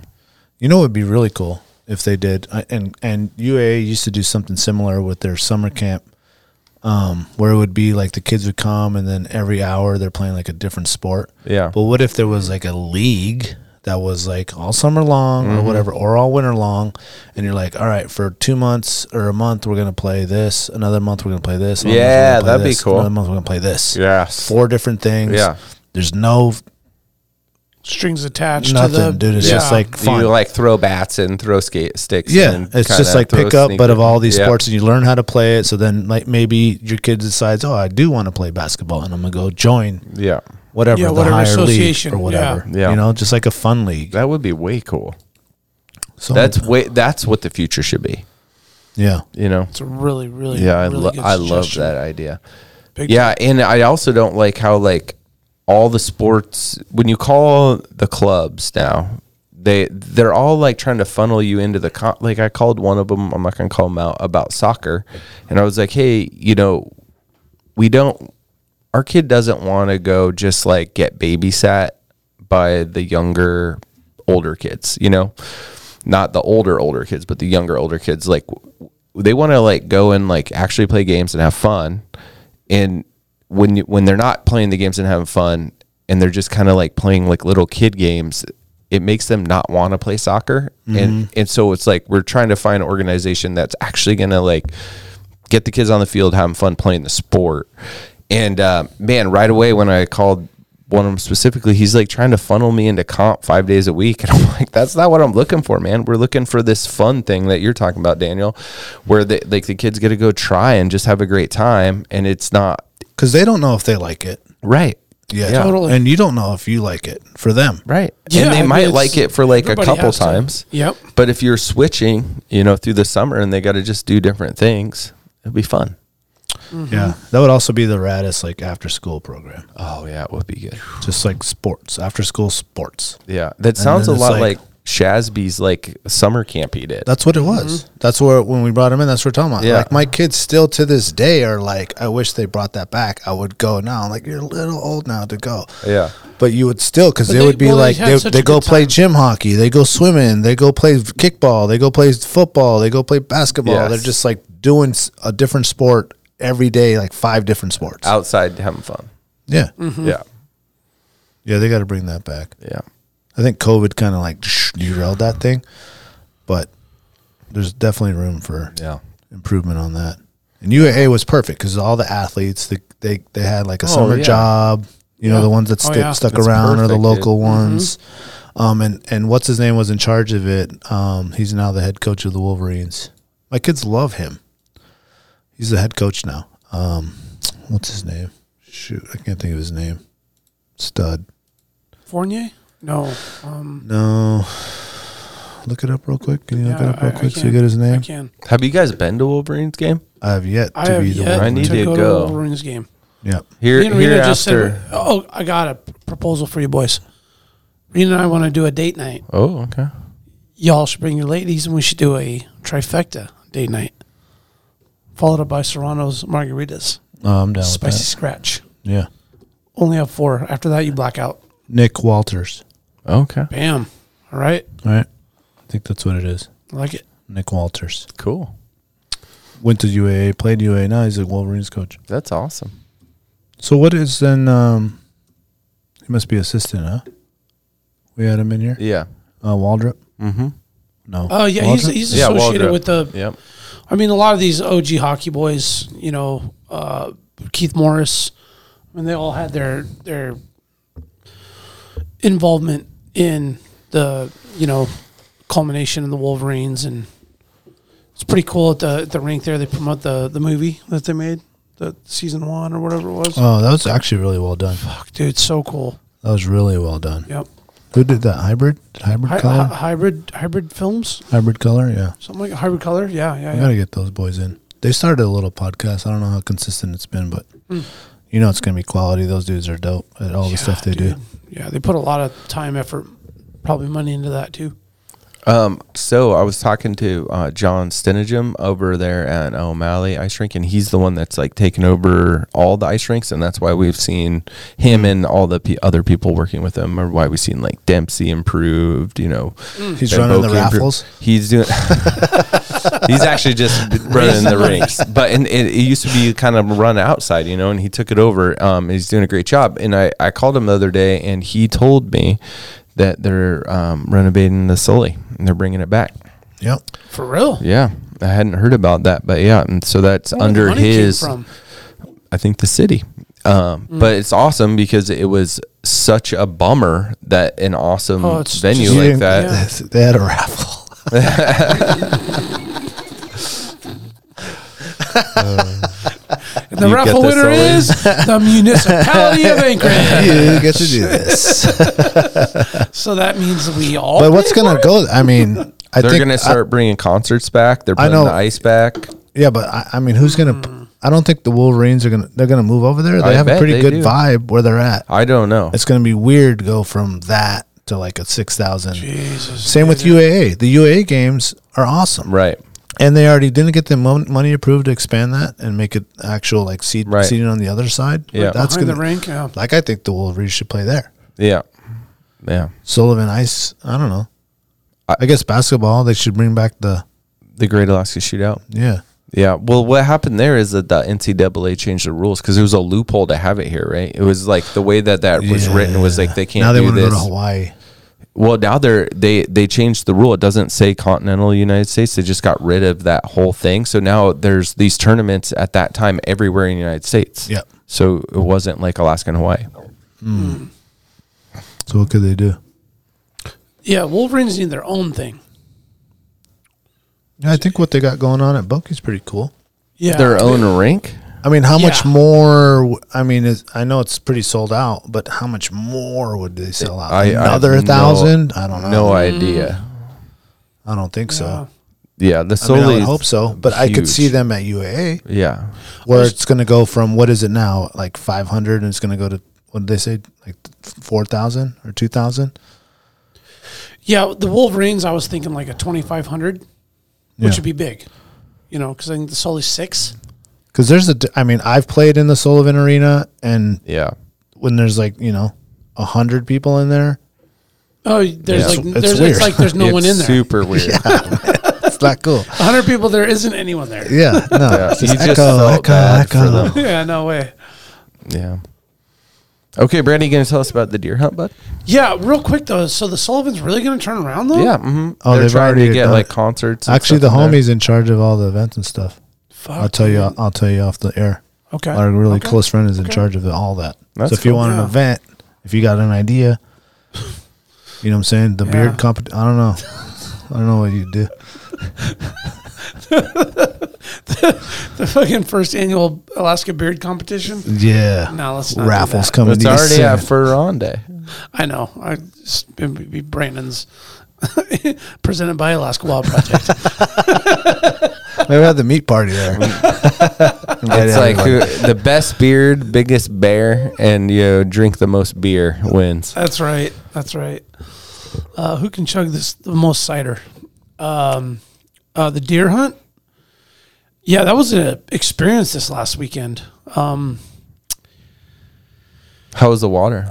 Speaker 8: You know, it would be really cool if they did. I- And and UAA used to do something similar with their summer camp, um, where it would be like the kids would come, and then every hour they're playing like a different sport.
Speaker 5: Yeah.
Speaker 8: But what if there was like a league that was like all summer long
Speaker 5: Mm-hmm.
Speaker 8: or whatever, or all winter long, and you're like, all right, for two months or a month we're gonna play this, another month we're gonna play this. another month we're
Speaker 5: Yeah,
Speaker 8: gonna play
Speaker 5: that'd be
Speaker 8: this,
Speaker 5: cool.
Speaker 8: Another month we're gonna play this.
Speaker 5: Yes.
Speaker 8: Four different things.
Speaker 5: Yeah.
Speaker 8: There's no
Speaker 3: strings attached
Speaker 8: nothing,
Speaker 3: to the
Speaker 8: dude. It's
Speaker 3: Yeah.
Speaker 8: just like fun.
Speaker 5: You like throw bats and throw skate sticks.
Speaker 8: Yeah,
Speaker 5: and
Speaker 8: it's
Speaker 5: kinda
Speaker 8: just like
Speaker 5: throw
Speaker 8: pick up, but of
Speaker 5: sneaker.
Speaker 8: all these
Speaker 5: Yeah.
Speaker 8: sports, and you learn how to play it. So then, like maybe your kid decides, oh, I do want to play basketball, and I'm gonna go join
Speaker 5: Yeah,
Speaker 8: whatever
Speaker 3: Yeah,
Speaker 8: the
Speaker 3: whatever
Speaker 8: higher
Speaker 3: association,
Speaker 8: league or whatever.
Speaker 5: yeah. Yeah.
Speaker 8: you know, just like a fun league.
Speaker 5: that would be way cool.
Speaker 8: So
Speaker 5: That's way. That's what the future should be.
Speaker 8: yeah,
Speaker 5: You know.
Speaker 3: It's a really, really
Speaker 5: Yeah, I,
Speaker 3: really
Speaker 5: lo-
Speaker 3: good
Speaker 5: I love
Speaker 3: suggestion.
Speaker 5: that idea.
Speaker 3: Big
Speaker 5: Yeah, and I also don't like how like all the sports when you call the clubs now they they're all like trying to funnel you into the con- like I called one of them I'm not gonna call them out about soccer, and I was like, hey, you know, we don't our kid doesn't want to go just like get babysat by the younger older kids you know not the older older kids but the younger older kids like w- they want to like go and like actually play games and have fun and when you, when they're not playing the games and having fun and they're just kind of like playing like little kid games it makes them not want to play soccer and and so it's like we're trying to find an organization that's actually going to like get the kids on the field, having fun playing the sport. And uh, man, right away when I called one of them specifically, he's like trying to funnel me into comp five days a week. And I'm like, that's not what I'm looking for, man. We're looking for this fun thing that you're talking about, Daniel, where they, like the kids get to go try and just have a great time. And it's not
Speaker 8: because they don't know if they like it.
Speaker 5: right.
Speaker 8: Yeah,
Speaker 5: Yeah.
Speaker 3: Totally.
Speaker 8: And you don't know if you like it for them.
Speaker 5: Right.
Speaker 3: Yeah,
Speaker 5: and
Speaker 3: I
Speaker 5: they
Speaker 3: mean,
Speaker 5: might
Speaker 3: it's-
Speaker 5: like it for like a
Speaker 3: everybody
Speaker 5: couple
Speaker 3: has to.
Speaker 5: times.
Speaker 3: Yep.
Speaker 5: But if you're switching, you know, through the summer and they got to just do different things, it'll be fun.
Speaker 3: Mm-hmm.
Speaker 8: Yeah, that would also be the raddest like after school program,
Speaker 5: Oh, yeah, it would be good.
Speaker 8: just like sports after school sports.
Speaker 5: Yeah. That sounds a
Speaker 8: then it's
Speaker 5: lot
Speaker 8: like-
Speaker 5: like, Shazby's like summer camp he did.
Speaker 8: That's what it was.
Speaker 3: Mm-hmm.
Speaker 8: That's where when we brought him in, that's what we're talking about.
Speaker 5: Yeah.
Speaker 8: Like my kids still to this day are like, I wish they brought that back. I would go now. I'm like, you're a little old now to go.
Speaker 5: Yeah.
Speaker 8: But you would still, because
Speaker 3: But
Speaker 8: they,
Speaker 3: they-
Speaker 8: would be
Speaker 3: well, they
Speaker 8: like,
Speaker 3: had
Speaker 8: they,
Speaker 3: such
Speaker 8: they
Speaker 3: a
Speaker 8: go
Speaker 3: good
Speaker 8: play
Speaker 3: time.
Speaker 8: gym hockey, they go swimming, they go play kickball, they go play football, they go play basketball.
Speaker 5: Yes.
Speaker 8: They're just like doing s- a different sport every day, like five different sports.
Speaker 5: Outside having fun.
Speaker 8: Yeah.
Speaker 3: Mm. Mm-hmm.
Speaker 5: Yeah.
Speaker 8: Yeah, they got to bring that back.
Speaker 5: Yeah.
Speaker 8: I think COVID kind of like derailed that thing, but there's definitely room for
Speaker 5: Yeah.
Speaker 8: improvement on that. And UAA was perfect because all the athletes the, they they had like a summer
Speaker 5: yeah.
Speaker 8: job. You know the ones that
Speaker 3: Oh,
Speaker 8: sti-
Speaker 3: yeah.
Speaker 8: stuck
Speaker 5: That's
Speaker 8: around or the
Speaker 5: perfect,
Speaker 8: local
Speaker 3: Mm-hmm.
Speaker 8: ones. Um and and what's his name was in charge of it. Um he's now the head coach of the Wolverines. My kids love him. He's the head coach now. Um what's his name? Shoot, I can't think of his name. Stud.
Speaker 3: Fournier? No. Um,
Speaker 8: No. Look it up real quick. Can you look
Speaker 3: yeah,
Speaker 8: it up real
Speaker 3: I- I
Speaker 8: quick so you
Speaker 3: can't-
Speaker 8: get his
Speaker 3: I
Speaker 8: name?
Speaker 3: can.
Speaker 5: Have you guys been to Wolverines game?
Speaker 8: I have yet to
Speaker 3: I have
Speaker 8: be the
Speaker 3: yet
Speaker 8: one.
Speaker 5: I need
Speaker 3: to
Speaker 5: to
Speaker 3: go,
Speaker 5: go.
Speaker 3: to Wolverines game.
Speaker 8: Yeah.
Speaker 5: Here,
Speaker 3: Me and Rena
Speaker 5: here
Speaker 3: just said,
Speaker 5: after.
Speaker 3: oh, I got a proposal for you boys. Rena and I want to do a date night.
Speaker 5: Oh, okay.
Speaker 3: Y'all should bring your ladies, and we should do a trifecta date night, followed up by Serrano's margaritas,
Speaker 8: Oh, I'm down
Speaker 3: spicy
Speaker 8: with
Speaker 3: scratch.
Speaker 8: that. Yeah.
Speaker 3: Only have four. After that, you black out.
Speaker 8: Nick Walters.
Speaker 5: Okay.
Speaker 3: Bam. All right,
Speaker 8: All right. I think that's what it is.
Speaker 3: I like it.
Speaker 8: Nick Walters.
Speaker 5: Cool.
Speaker 8: Went to UAA, played UAA. Now he's a Wolverines coach.
Speaker 5: That's awesome.
Speaker 8: So what is then? Um, he must be assistant, huh? We had him in here.
Speaker 5: Yeah.
Speaker 8: Uh, Waldrop. Mm-hmm. No.
Speaker 3: Oh yeah, he's,
Speaker 8: Waldrop?
Speaker 3: he's
Speaker 5: Yeah,
Speaker 3: associated
Speaker 5: Waldrop.
Speaker 3: with the.
Speaker 5: Yep.
Speaker 3: I mean, a lot of these OG hockey boys, you know, uh, Keith Morris, I mean, they all had their their involvement in the you know culmination in the Wolverines, and it's pretty cool at the at the rink there. They promote the the movie that they made, the season one or whatever it was.
Speaker 8: Oh, that was actually really well done.
Speaker 3: Fuck, dude, so cool.
Speaker 8: That was really well done.
Speaker 3: Yep,
Speaker 8: Who did that? Hybrid? Did hybrid
Speaker 3: Hy-
Speaker 8: color?
Speaker 3: hy- hybrid hybrid films,
Speaker 8: hybrid color? Yeah.
Speaker 3: something like hybrid color. Yeah, yeah,
Speaker 8: I
Speaker 3: yeah.
Speaker 8: gotta get those boys in. They started a little podcast. I don't know how consistent it's been, but
Speaker 3: Hmm.
Speaker 8: you know it's gonna be quality. Those dudes are dope at all the stuff they do.
Speaker 3: Yeah, they put a lot of time, effort, probably money into that too.
Speaker 5: Um, so I was talking to uh, John Stenigem over there at O'Malley Ice Rink, and he's the one that's like taken over all the ice rinks, and that's why we've seen him and all the pe other people working with him, or why we've seen like Dempsey improved. You know,
Speaker 3: Mm.
Speaker 8: He's
Speaker 5: Ben
Speaker 8: running the
Speaker 5: Bochy improved.
Speaker 8: raffles.
Speaker 5: He's doing. he's actually just running the rinks, but and it, it used to be kind of run outside, you know, and he took it over. Um, he's doing a great job, and I I called him the other day, and he told me. That they're um, renovating the Sully and they're bringing it back.
Speaker 8: Yep.
Speaker 3: For real?
Speaker 5: Yeah, I hadn't heard about that, but yeah, and so that's
Speaker 3: Where did the
Speaker 5: under
Speaker 3: money came
Speaker 5: his.
Speaker 3: from? Mm.
Speaker 5: I think the city, um, but it's awesome because it was such a bummer that an awesome
Speaker 3: Oh, it's
Speaker 5: venue
Speaker 3: just-
Speaker 5: like
Speaker 8: didn't-
Speaker 5: that.
Speaker 3: yeah.
Speaker 8: they had a raffle.
Speaker 3: And the
Speaker 5: You
Speaker 3: raffle
Speaker 5: get this,
Speaker 3: winner
Speaker 5: Ollie?
Speaker 3: is the municipality of Anchorage.
Speaker 8: you get to do this.
Speaker 3: So that means we all.
Speaker 8: But what's
Speaker 3: pay for
Speaker 8: gonna
Speaker 3: it?
Speaker 8: go? I mean, I
Speaker 5: They're
Speaker 8: think
Speaker 5: gonna start bringing concerts back. They're
Speaker 8: I
Speaker 5: putting
Speaker 8: know.
Speaker 5: the ice back.
Speaker 8: I- yeah, but I, I mean, who's gonna? I don't think the Wolverines are gonna. They're gonna move over there. They
Speaker 5: I
Speaker 8: have a
Speaker 5: bet
Speaker 8: pretty
Speaker 5: they
Speaker 8: good
Speaker 5: do.
Speaker 8: vibe where they're at.
Speaker 5: I don't know.
Speaker 8: It's gonna be weird to go from that to like a six thousand.
Speaker 3: Jesus.
Speaker 8: Same with UAA. The UAA games are awesome.
Speaker 5: right.
Speaker 8: And they already didn't get the mon- money approved to expand that and make it actual like seat
Speaker 5: Right.
Speaker 8: seating on the other side. But
Speaker 5: Yeah.
Speaker 8: that's
Speaker 3: Behind
Speaker 8: gonna
Speaker 3: the rink. Yeah.
Speaker 8: like I think the Wolverines should play there.
Speaker 5: Yeah. Yeah.
Speaker 8: Sullivan Ice. I don't know. I, guess basketball. They should bring back the
Speaker 5: The Great Alaska Shootout.
Speaker 8: yeah.
Speaker 5: Yeah. Well, what happened there is that the NCAA changed the rules because it was a loophole to have it here, right? It was like the way that that was
Speaker 8: Yeah.
Speaker 5: written was like they can't
Speaker 8: now they
Speaker 5: do
Speaker 8: want to
Speaker 5: this.
Speaker 8: go to Hawaii.
Speaker 5: Well, now they're they they changed the rule. It doesn't say continental United States. They just got rid of that whole thing. So now there's these tournaments at that time everywhere in the United States.
Speaker 8: Yep.
Speaker 5: So it wasn't like Alaska and Hawaii.
Speaker 8: So what could they do?
Speaker 3: Yeah, Wolverines need their own thing.
Speaker 8: Yeah, I think what they got going on at Bucky's pretty cool.
Speaker 3: Yeah,
Speaker 5: Their own rink.
Speaker 8: I mean, how much
Speaker 3: Yeah.
Speaker 8: more? w- I mean, is, I know it's pretty sold out, but how much more would they sell out?
Speaker 5: I- I
Speaker 8: Another
Speaker 5: have no-
Speaker 8: thousand? I don't know.
Speaker 5: No
Speaker 3: Mm.
Speaker 5: idea.
Speaker 8: I don't think so.
Speaker 5: Yeah, the
Speaker 8: I mean, I
Speaker 5: Solis.
Speaker 8: would hope so, but I could see
Speaker 5: huge.
Speaker 8: them at UAA
Speaker 5: Yeah,
Speaker 8: where it's going to go from what is it now, like five hundred, and it's going to go to what did they say, like four thousand or two thousand?
Speaker 3: yeah. The Wolverines, I was thinking like a twenty five hundred, which
Speaker 8: Yeah.
Speaker 3: would be big, you know, because I think the Sully six.
Speaker 8: Because there's a, d- I mean, I've played in the Sullivan Arena, and
Speaker 5: yeah.
Speaker 8: when there's like you know a hundred people in there,
Speaker 3: Oh, there's
Speaker 8: Yeah.
Speaker 3: like
Speaker 8: It's
Speaker 3: there's
Speaker 8: weird.
Speaker 3: it's like there's no
Speaker 5: It's
Speaker 3: one in there.
Speaker 5: Super weird.
Speaker 8: it's not cool.
Speaker 3: hundred people, there isn't anyone there.
Speaker 8: Yeah, no, it's
Speaker 5: You
Speaker 8: just
Speaker 5: just
Speaker 8: echo,
Speaker 5: felt
Speaker 8: echo,
Speaker 5: bad for
Speaker 8: echo.
Speaker 5: them.
Speaker 3: Yeah, no way.
Speaker 5: Yeah. Okay, Brandy, you gonna tell us about the deer hunt, bud?
Speaker 3: Yeah, real quick though. So the Sullivan's really going to turn around though.
Speaker 5: Yeah. Mm-hmm.
Speaker 8: Oh,
Speaker 5: They're
Speaker 8: they've
Speaker 5: trying
Speaker 8: already
Speaker 5: to get
Speaker 8: done
Speaker 5: like
Speaker 8: it.
Speaker 5: concerts. and
Speaker 8: Actually, the
Speaker 5: stuff in there.
Speaker 8: homie's in charge of all the events and stuff.
Speaker 3: Fuck.
Speaker 8: I'll tell you. I'll tell you off the air.
Speaker 3: Okay.
Speaker 8: Our really
Speaker 3: Okay.
Speaker 8: close friend is in charge of all that.
Speaker 5: That's
Speaker 8: so if you
Speaker 5: cool.
Speaker 8: want an
Speaker 3: Yeah.
Speaker 8: event, if you got an idea, you know what I'm saying. The
Speaker 3: Yeah.
Speaker 8: beard comp. I don't know. I don't know what you do.
Speaker 3: The fucking first annual Alaska beard competition.
Speaker 8: Yeah.
Speaker 3: No, let's not do
Speaker 8: Raffles
Speaker 3: that.
Speaker 8: coming.
Speaker 5: It's
Speaker 8: to you
Speaker 5: already
Speaker 8: soon.
Speaker 5: at Ferron Day.
Speaker 3: I know. I it's- it would be Brandon's presented by Alaska Wild Project.
Speaker 8: Maybe at the meat party there.
Speaker 5: It's like who, the best beard, biggest bear, and you know, drink the most beer wins.
Speaker 3: That's right. That's right. Uh, who can chug this the most cider? Um, uh, the deer hunt. Yeah, that was an experience this last weekend. Um,
Speaker 5: How was the water?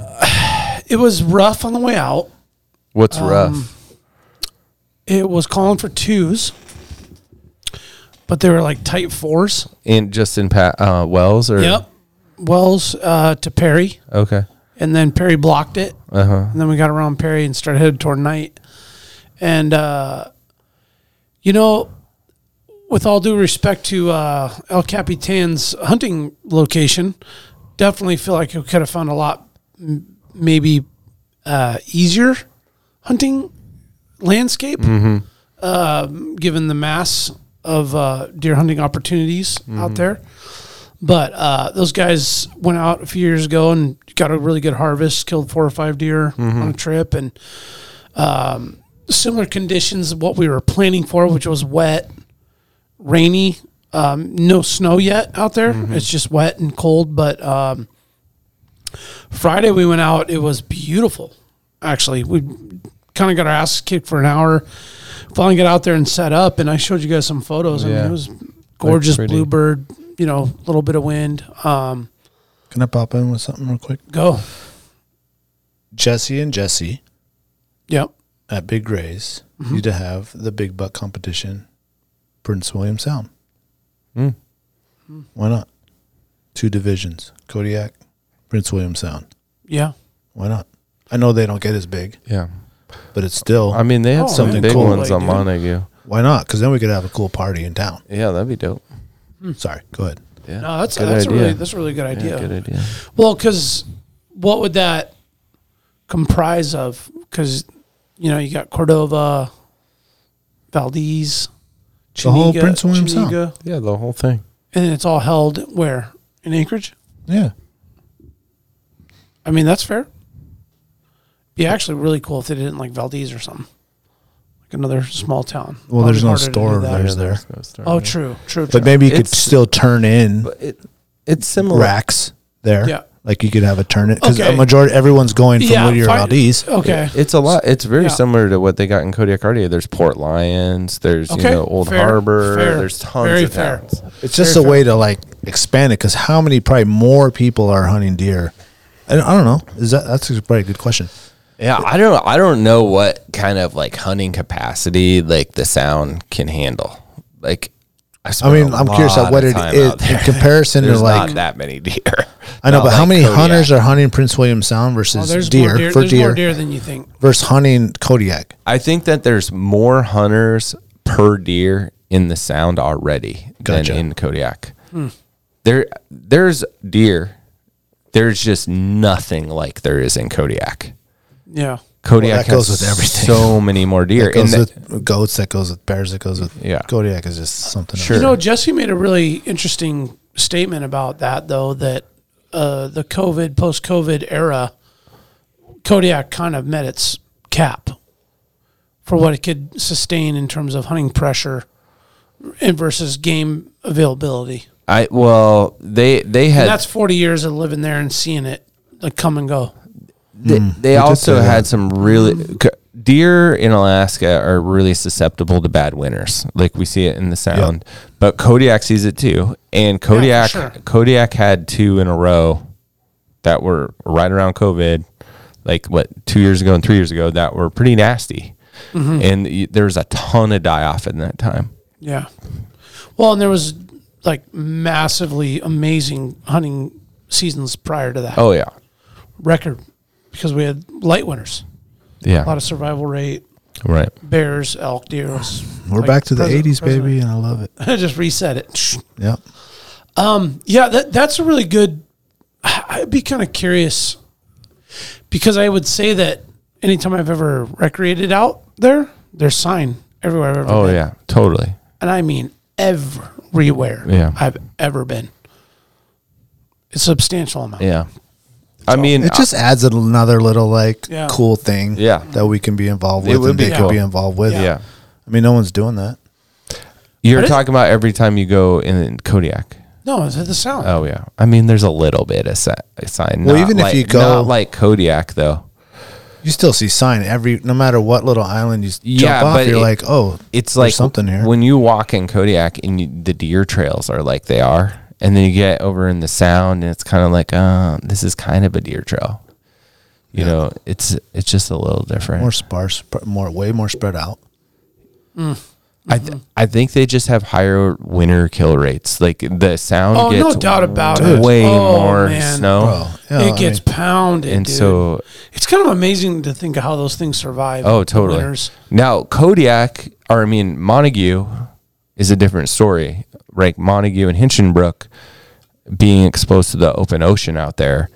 Speaker 3: it was rough on the way out.
Speaker 5: What's
Speaker 3: Um,
Speaker 5: rough?
Speaker 3: It was calling for twos, but they were like tight fours.
Speaker 5: In just in pa- uh, Wells or
Speaker 3: Yep. Wells uh, to Perry,
Speaker 5: Okay.
Speaker 3: and then Perry blocked it. And then we got around Perry and started headed toward night. And, uh, you know, with all due respect to uh, El Capitan's hunting location, definitely feel like you could have found a lot m- maybe uh, easier hunting landscape, um, given the mass of uh, deer hunting opportunities out there. But uh, those guys went out a few years ago and got a really good harvest, killed four or five deer on a trip, and um, similar conditions of what we were planning for, which was wet, rainy, um, no snow yet out there. It's just wet and cold. But um, Friday we went out; it was beautiful. Actually, we kind of got our ass kicked for an hour. Finally, got out there and set up, and I showed you guys some photos. I
Speaker 5: Yeah.
Speaker 3: mean, it was gorgeous
Speaker 5: pretty.
Speaker 3: bluebird. You know, a little bit of wind. Um,
Speaker 8: Can I pop in with something real quick?
Speaker 3: go.
Speaker 8: Jesse and Jesse
Speaker 3: Yep.
Speaker 8: at Big Gray's
Speaker 3: Mm-hmm.
Speaker 8: used to have the Big Buck competition, Prince William Sound.
Speaker 3: Mm.
Speaker 8: Why not? Two divisions: Kodiak, Prince William Sound.
Speaker 3: Yeah.
Speaker 8: Why not? I know they don't get as big,
Speaker 5: Yeah.
Speaker 8: but it's still.
Speaker 5: I mean, they have
Speaker 3: Oh,
Speaker 5: some
Speaker 8: man.
Speaker 5: big
Speaker 8: Cool.
Speaker 5: ones
Speaker 3: Like,
Speaker 5: on
Speaker 3: dude.
Speaker 5: Montague.
Speaker 8: why not? Because then we could have a cool party in town.
Speaker 5: Yeah, that'd be dope.
Speaker 3: Hmm.
Speaker 8: Sorry, go ahead.
Speaker 5: Yeah.
Speaker 3: No, that's
Speaker 5: Good
Speaker 3: that's
Speaker 5: idea.
Speaker 3: a really that's a really good idea.
Speaker 5: Yeah, good idea.
Speaker 3: Well, because what would that comprise of? Because you know you got Cordova, Valdez,
Speaker 8: The whole Prince William Sound.
Speaker 3: Chiniga,
Speaker 5: Yeah, the whole thing.
Speaker 3: and it's all held where in Anchorage.
Speaker 8: Yeah,
Speaker 3: I mean, that's fair. Be actually really cool if they didn't like Valdez or something, like another small town.
Speaker 8: Well, there's no
Speaker 3: Probably harder to do
Speaker 8: store
Speaker 3: that.
Speaker 8: theirs there.
Speaker 5: No story.
Speaker 3: Oh, true, true, true.
Speaker 8: but maybe you could
Speaker 5: It's-
Speaker 8: still turn in
Speaker 5: It, it's similar.
Speaker 8: racks there.
Speaker 3: Yeah.
Speaker 8: like you could have a turn in because
Speaker 3: Okay.
Speaker 8: a majority everyone's going from
Speaker 3: Yeah,
Speaker 8: Whittier
Speaker 3: fine.
Speaker 8: Valdez.
Speaker 3: Okay.
Speaker 5: It's a lot. It's very
Speaker 3: Yeah.
Speaker 5: similar to what they got in Kodiak already. There's Port Lyons. There's you
Speaker 3: Okay,
Speaker 5: know Old
Speaker 3: fair,
Speaker 5: Harbor.
Speaker 3: fair,
Speaker 5: There's tons
Speaker 3: very
Speaker 5: of
Speaker 3: fair.
Speaker 5: towns.
Speaker 8: It's just a way to like expand it because how many probably more people are hunting deer? I don't, I don't know. Is that that's probably a good question?
Speaker 5: Yeah, I don't. I don't know what kind of like hunting capacity like the sound can handle. Like spent
Speaker 8: I mean,
Speaker 5: a
Speaker 8: I'm curious
Speaker 5: lot
Speaker 8: at what
Speaker 5: of
Speaker 8: it
Speaker 5: time
Speaker 8: is
Speaker 5: out there.
Speaker 8: in comparison to
Speaker 5: There's
Speaker 8: like.
Speaker 5: not that many deer.
Speaker 8: I know,
Speaker 5: Not
Speaker 8: but how
Speaker 5: like
Speaker 8: many
Speaker 5: Kodiak.
Speaker 8: hunters are hunting Prince William Sound
Speaker 3: Oh,
Speaker 8: versus
Speaker 3: there's
Speaker 8: deer,
Speaker 3: more deer.
Speaker 8: for
Speaker 3: There's more
Speaker 8: deer,
Speaker 3: deer than you think.
Speaker 8: versus hunting Kodiak?
Speaker 5: I think that there's more hunters per deer in the sound already
Speaker 8: Gotcha.
Speaker 5: than in Kodiak.
Speaker 3: Hmm.
Speaker 5: There, there's deer. There's just nothing like there is in Kodiak.
Speaker 3: Yeah.
Speaker 5: Kodiak
Speaker 8: that goes
Speaker 5: has
Speaker 8: with everything.
Speaker 5: so many more deer.
Speaker 8: That goes
Speaker 5: And the-
Speaker 8: with goats. That goes with bears. That goes with
Speaker 5: Yeah.
Speaker 8: Kodiak is just something.
Speaker 5: Sure.
Speaker 8: Else.
Speaker 3: You know, Jesse made a really interesting statement about that, though, that uh, the COVID, post COVID era, Kodiak kind of met its cap for what it could sustain in terms of hunting pressure and versus game availability.
Speaker 5: I well, they they had
Speaker 3: And that's 40 years of living there and seeing it like come and go.
Speaker 5: they, they also had some really c- deer in Alaska are really susceptible to bad winters. Like we see it in the sound, but Kodiak sees it too. And Kodiak
Speaker 3: sure.
Speaker 5: Kodiak had two in a row that were right around COVID, like what two years ago and three years ago that were pretty nasty.
Speaker 3: Mm-hmm.
Speaker 5: And y- there was a ton of die off in that time.
Speaker 3: Yeah. Well, and there was like massively amazing hunting seasons prior to that.
Speaker 5: Oh yeah,
Speaker 3: Record because we had light winters,
Speaker 5: yeah,
Speaker 3: a lot of survival rate,
Speaker 5: right.
Speaker 3: bears, elk, deer. was,
Speaker 8: We're
Speaker 3: like,
Speaker 8: back to the
Speaker 3: present-
Speaker 8: '80s,
Speaker 3: present.
Speaker 8: baby, and I love it.
Speaker 3: Just reset it.
Speaker 8: Yep.
Speaker 3: Yeah, that that's a really good. I- I'd be kind of curious because I would say that anytime I've ever recreated out there, there's sign everywhere I've ever
Speaker 5: Oh
Speaker 3: been.
Speaker 5: yeah, totally.
Speaker 3: and I mean everywhere
Speaker 5: Yeah.
Speaker 3: I've ever been. It's a substantial amount.
Speaker 5: Yeah, I mean,
Speaker 8: It just adds another little like
Speaker 3: Yeah.
Speaker 8: cool thing.
Speaker 5: Yeah.
Speaker 8: That we can be involved
Speaker 5: It
Speaker 8: with.
Speaker 5: would
Speaker 8: and
Speaker 5: be
Speaker 8: they
Speaker 3: cool.
Speaker 8: could be involved with.
Speaker 5: I- yeah.
Speaker 8: I mean, no one's doing that.
Speaker 5: You're
Speaker 3: But it-
Speaker 5: talking about every time you go in Kodiak.
Speaker 3: No, it's the sound.
Speaker 5: Oh yeah, I mean, there's a little bit of si- a sign.
Speaker 8: Well,
Speaker 5: Not
Speaker 8: even if
Speaker 5: like-
Speaker 8: you go-
Speaker 5: not like Kodiak though,
Speaker 8: You still see sign every no matter what little island you s-
Speaker 5: Yeah,
Speaker 8: jump off.
Speaker 5: but
Speaker 8: You're
Speaker 5: it-
Speaker 8: like, oh,
Speaker 5: it's
Speaker 8: there's
Speaker 5: like
Speaker 8: something here.
Speaker 5: When you walk in Kodiak, and you, the deer trails are like they are, and then you get over in the Sound, and it's kind of like, uh, this is kind of a deer trail. You know, it's it's just a little different.
Speaker 8: more sparse, sp- more way more spread out.
Speaker 5: I th- I think they just have higher winter kill rates. Like the Sound.
Speaker 3: Oh, no
Speaker 5: gets
Speaker 3: doubt about it.
Speaker 5: way
Speaker 3: Oh,
Speaker 5: more
Speaker 3: man.
Speaker 5: snow,
Speaker 8: Bro, yeah, I
Speaker 3: it gets pounded,
Speaker 5: and
Speaker 3: dude.
Speaker 5: so
Speaker 3: it's kind of amazing to think of how those things survive.
Speaker 5: Oh,
Speaker 3: the
Speaker 5: totally.
Speaker 3: winters.
Speaker 5: Now Kodiak, or I mean Montague, is a different story. Like Montague and Hinchinbrook being exposed to the open ocean out there,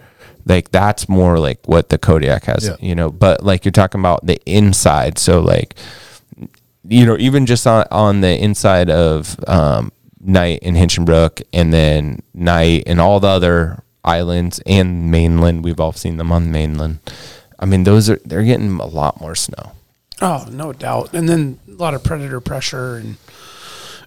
Speaker 5: like that's more like what the Kodiak has,
Speaker 8: Yeah.
Speaker 5: you know. But like you're talking about the inside, so like you know, even just on on the inside of um, Knight and Hinchinbrook, and then Knight and all the other islands and mainland. We've all seen them on mainland. I mean, those are they're getting a lot more snow.
Speaker 3: Oh, no doubt. And then a lot of predator pressure and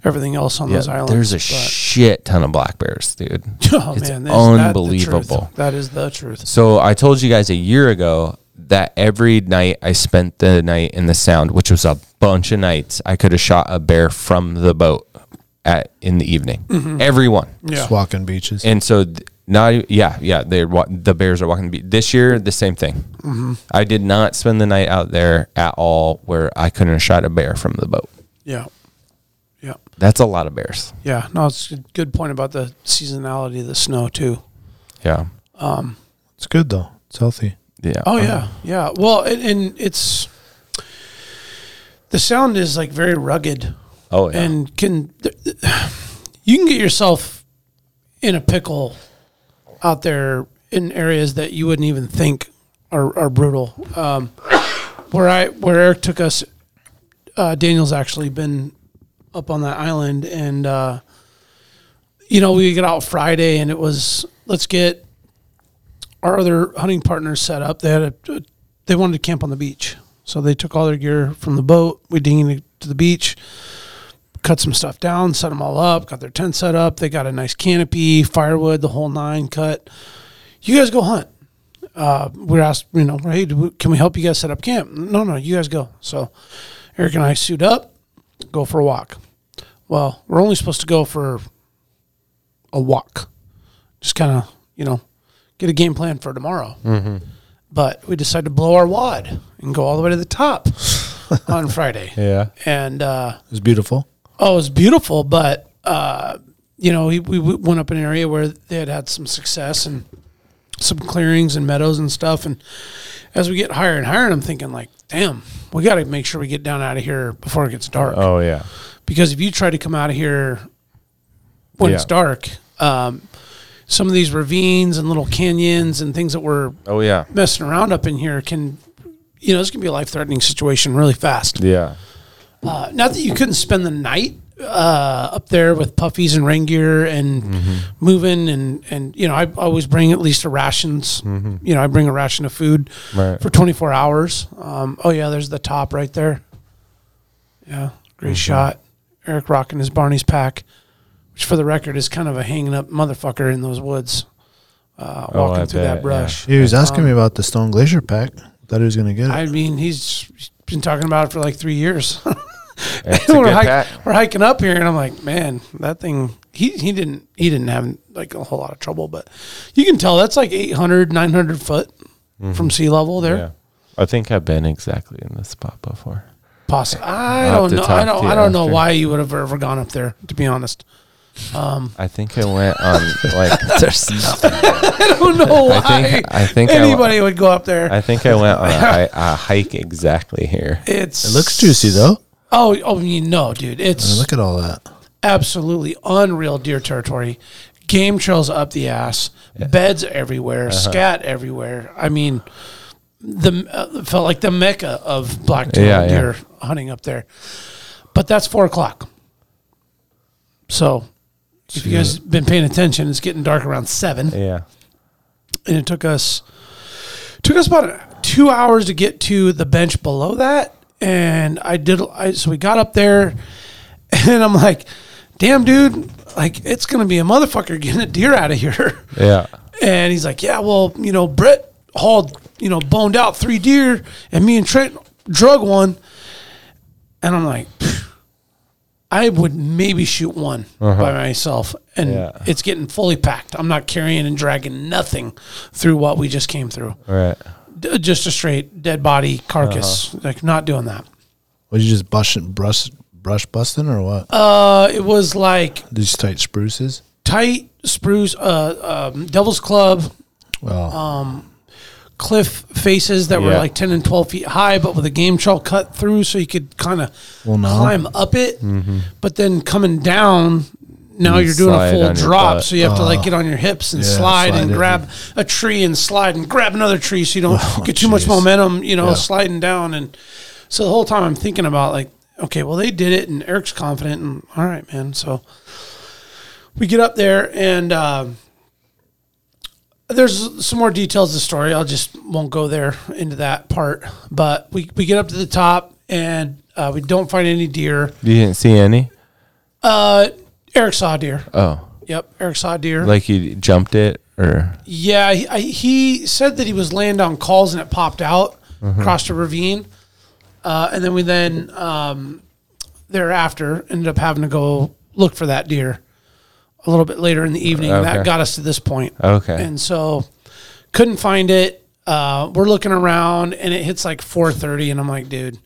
Speaker 3: everything else on those islands.
Speaker 5: there's a
Speaker 3: but-
Speaker 5: shit ton of black bears, dude.
Speaker 3: oh,
Speaker 5: it's
Speaker 3: man, is that the truth?
Speaker 5: unbelievable.
Speaker 3: That is the truth.
Speaker 5: So I told you guys a year ago that every night I spent the night in the sound, which was a bunch of nights, I could have shot a bear from the boat at in the evening. Everyone.
Speaker 3: Mm-hmm. Yeah.
Speaker 8: Just walking beaches.
Speaker 5: And so th- not e, yeah, yeah, they wa- the bears are walking the beach. This year the same thing.
Speaker 3: Mm-hmm.
Speaker 5: I did not spend the night out there at all where I couldn't have shot a bear from the boat.
Speaker 3: Yeah. Yeah.
Speaker 5: That's a lot of bears.
Speaker 3: Yeah. No, it's a good point about the seasonality of the snow, too.
Speaker 5: Yeah.
Speaker 8: it's good though. It's healthy.
Speaker 5: Yeah.
Speaker 3: Oh yeah, yeah. Well, and, and it's the sound is like very rugged
Speaker 5: Oh yeah.
Speaker 3: and can you can get yourself in a pickle out there in areas that you wouldn't even think are, are brutal. Um, where I where Eric took us, uh, Daniel's actually been up on that island, and uh, you know we get out Friday, and it was let's get our other hunting partners set up. They had a, they wanted to camp on the beach, so they took all their gear from the boat. We dinged it to the beach, cut some stuff down, set them all up, got their tent set up. They got a nice canopy, firewood, the whole nine. Cut. You guys go hunt. Uh, we are asked, you know, hey, do we, can we help you guys set up camp? No, no, you guys go. So Eric and I suit up, go for a walk. Well, we're only supposed to go for a walk, just kind of, you know, get a game plan for tomorrow. But we decided to blow our wad and go all the way to the top on Friday.
Speaker 5: yeah.
Speaker 3: And uh,
Speaker 8: It's beautiful.
Speaker 3: oh, it was beautiful, but you know, he, we w- went up an area where they had had some success and some clearings and meadows and stuff. And as we get higher and higher, I'm thinking like, damn, we got to make sure we get down out of here before it gets dark.
Speaker 4: Oh yeah.
Speaker 3: Because if you try to come out of here when it's
Speaker 4: Yeah.
Speaker 3: dark, um, some of these ravines and little canyons and things that were
Speaker 5: Oh yeah.
Speaker 3: messing around up in here can, you know, this can be a life threatening situation really fast.
Speaker 4: Yeah.
Speaker 3: Uh, not that you couldn't spend the night uh, up there with puffies and rain gear and
Speaker 4: Mm-hmm.
Speaker 3: moving and and you know I always bring at least a rations.
Speaker 4: Mm-hmm.
Speaker 3: You know I bring a ration of food
Speaker 5: Right.
Speaker 3: for 24 hours. Um, oh yeah, there's the top right there. Yeah,
Speaker 4: Mm-hmm.
Speaker 3: great shot. Eric rocking his Barney's pack, which for the record is kind of a hanging up motherfucker in those woods, uh,
Speaker 4: Oh,
Speaker 3: walking
Speaker 4: I
Speaker 3: through
Speaker 4: bet,
Speaker 3: that brush.
Speaker 2: He was asking me about the Stone Glacier pack. Thought he was going to get it.
Speaker 3: I mean, he's been talking about it for like three years.
Speaker 5: It's a
Speaker 3: we're,
Speaker 5: good
Speaker 3: hik-
Speaker 5: pack.
Speaker 3: we're hiking up here, and I'm like, man, that thing. He, he didn't he didn't have like a whole lot of trouble, but you can tell that's like 800, 900 foot from sea level there.
Speaker 5: Mm-hmm. Yeah. I think I've been exactly in this spot before.
Speaker 3: Possible. I
Speaker 5: I'll have
Speaker 3: don't
Speaker 5: to
Speaker 3: know.
Speaker 5: talk
Speaker 3: I don't.
Speaker 5: to you
Speaker 3: I don't know
Speaker 5: after.
Speaker 3: why you would have ever gone up there. To be honest,
Speaker 5: I think I went on like there's nothing.
Speaker 3: I don't know why
Speaker 5: I think I think I,
Speaker 3: anybody
Speaker 5: went-
Speaker 3: would go up there.
Speaker 5: I think I went on a, hi- a hike exactly here.
Speaker 3: it's
Speaker 2: it looks juicy though.
Speaker 3: Oh, oh, you know, dude,
Speaker 2: I mean,
Speaker 3: it's
Speaker 2: look at all that.
Speaker 3: absolutely unreal deer territory. Game trails up the ass, beds everywhere, scat everywhere. I mean, the uh, felt like the mecca of black tail
Speaker 5: Yeah, yeah.
Speaker 3: deer hunting up there. But that's four o'clock. So, if you guys been paying attention, it's getting dark around seven,
Speaker 5: Yeah.
Speaker 3: and it took us took us about two hours to get to the bench below that. And I did. I, so we got up there, and I'm like, "Damn, dude! Like it's gonna be a motherfucker getting a deer out of here."
Speaker 5: Yeah.
Speaker 3: And he's like, "Yeah, well, you know, Brett hauled, you know, boned out three deer, and me and Trent drug one." And I'm like, "Phew, "I would maybe shoot one by myself, and
Speaker 5: Yeah.
Speaker 3: it's getting fully packed. I'm not carrying and dragging nothing through what we just came through.
Speaker 5: Right.
Speaker 3: D- just a straight dead body carcass. Like, not doing that.
Speaker 2: Was you just brushing, brush, brush busting or what?
Speaker 3: Uh, it was like
Speaker 2: These tight spruces.
Speaker 3: tight spruce, uh, um, Devil's Club."
Speaker 2: Well,
Speaker 3: cliff faces that were
Speaker 5: Yeah.
Speaker 3: like 10 and 12 feet high, but with a game trail cut through so you could kind of
Speaker 2: Well, no.
Speaker 3: climb up it. But then coming down, now
Speaker 5: Mm-hmm. You
Speaker 3: you are doing
Speaker 5: slide
Speaker 3: a full
Speaker 5: on your
Speaker 3: drop.
Speaker 5: butt. Oh.
Speaker 3: So you have to like get on your hips and
Speaker 2: Yeah,
Speaker 3: slide,
Speaker 2: slide
Speaker 3: and
Speaker 2: it.
Speaker 3: grab a tree and slide and grab another tree so you don't get too much
Speaker 2: jeez.
Speaker 3: momentum, you know, sliding down. And so the whole time I'm thinking about like, okay, well, they did it and Eric's confident and all right, man. So we get up there and, um, there's some more details of the story. I'll just won't go there into that part. But we, we get up to the top and uh, we don't find any deer.
Speaker 5: You didn't see any?
Speaker 3: Uh, Eric saw a deer.
Speaker 5: Oh.
Speaker 3: Yep, Eric saw a deer.
Speaker 5: Like you jumped it or
Speaker 3: yeah, he, I, he said that he was laying down calls and it popped out,
Speaker 5: Mm-hmm.
Speaker 3: crossed a ravine, uh, and then we then um, thereafter ended up having to go look for that deer a little bit later in the evening. and That
Speaker 5: Okay.
Speaker 3: got us to this point.
Speaker 5: Okay.
Speaker 3: and so couldn't find it. Uh, we're looking around, and it hits like 4:30, and I'm like, dude,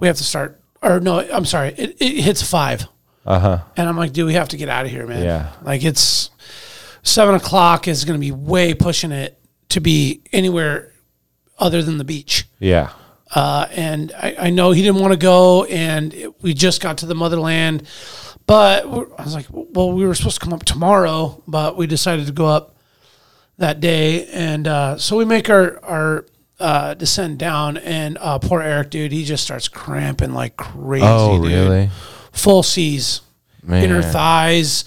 Speaker 3: we have to start. Or no, I'm sorry, it, it hits five,
Speaker 5: uh-huh.
Speaker 3: and I'm like, dude, we have to get out of here, man.
Speaker 5: Yeah.
Speaker 3: like it's seven o'clock is going to be way pushing it to be anywhere other than the beach.
Speaker 5: Yeah.
Speaker 3: Uh, and I, I know he didn't want to go, and it, we just got to the motherland. But we're- I was like, well, we were supposed to come up tomorrow, but we decided to go up that day. And uh, so we make our, our uh, descent down, and uh, poor Eric, dude, he just starts cramping like crazy.
Speaker 5: Oh,
Speaker 3: dude.
Speaker 5: really?
Speaker 3: Full C's,
Speaker 5: Man.
Speaker 3: inner thighs,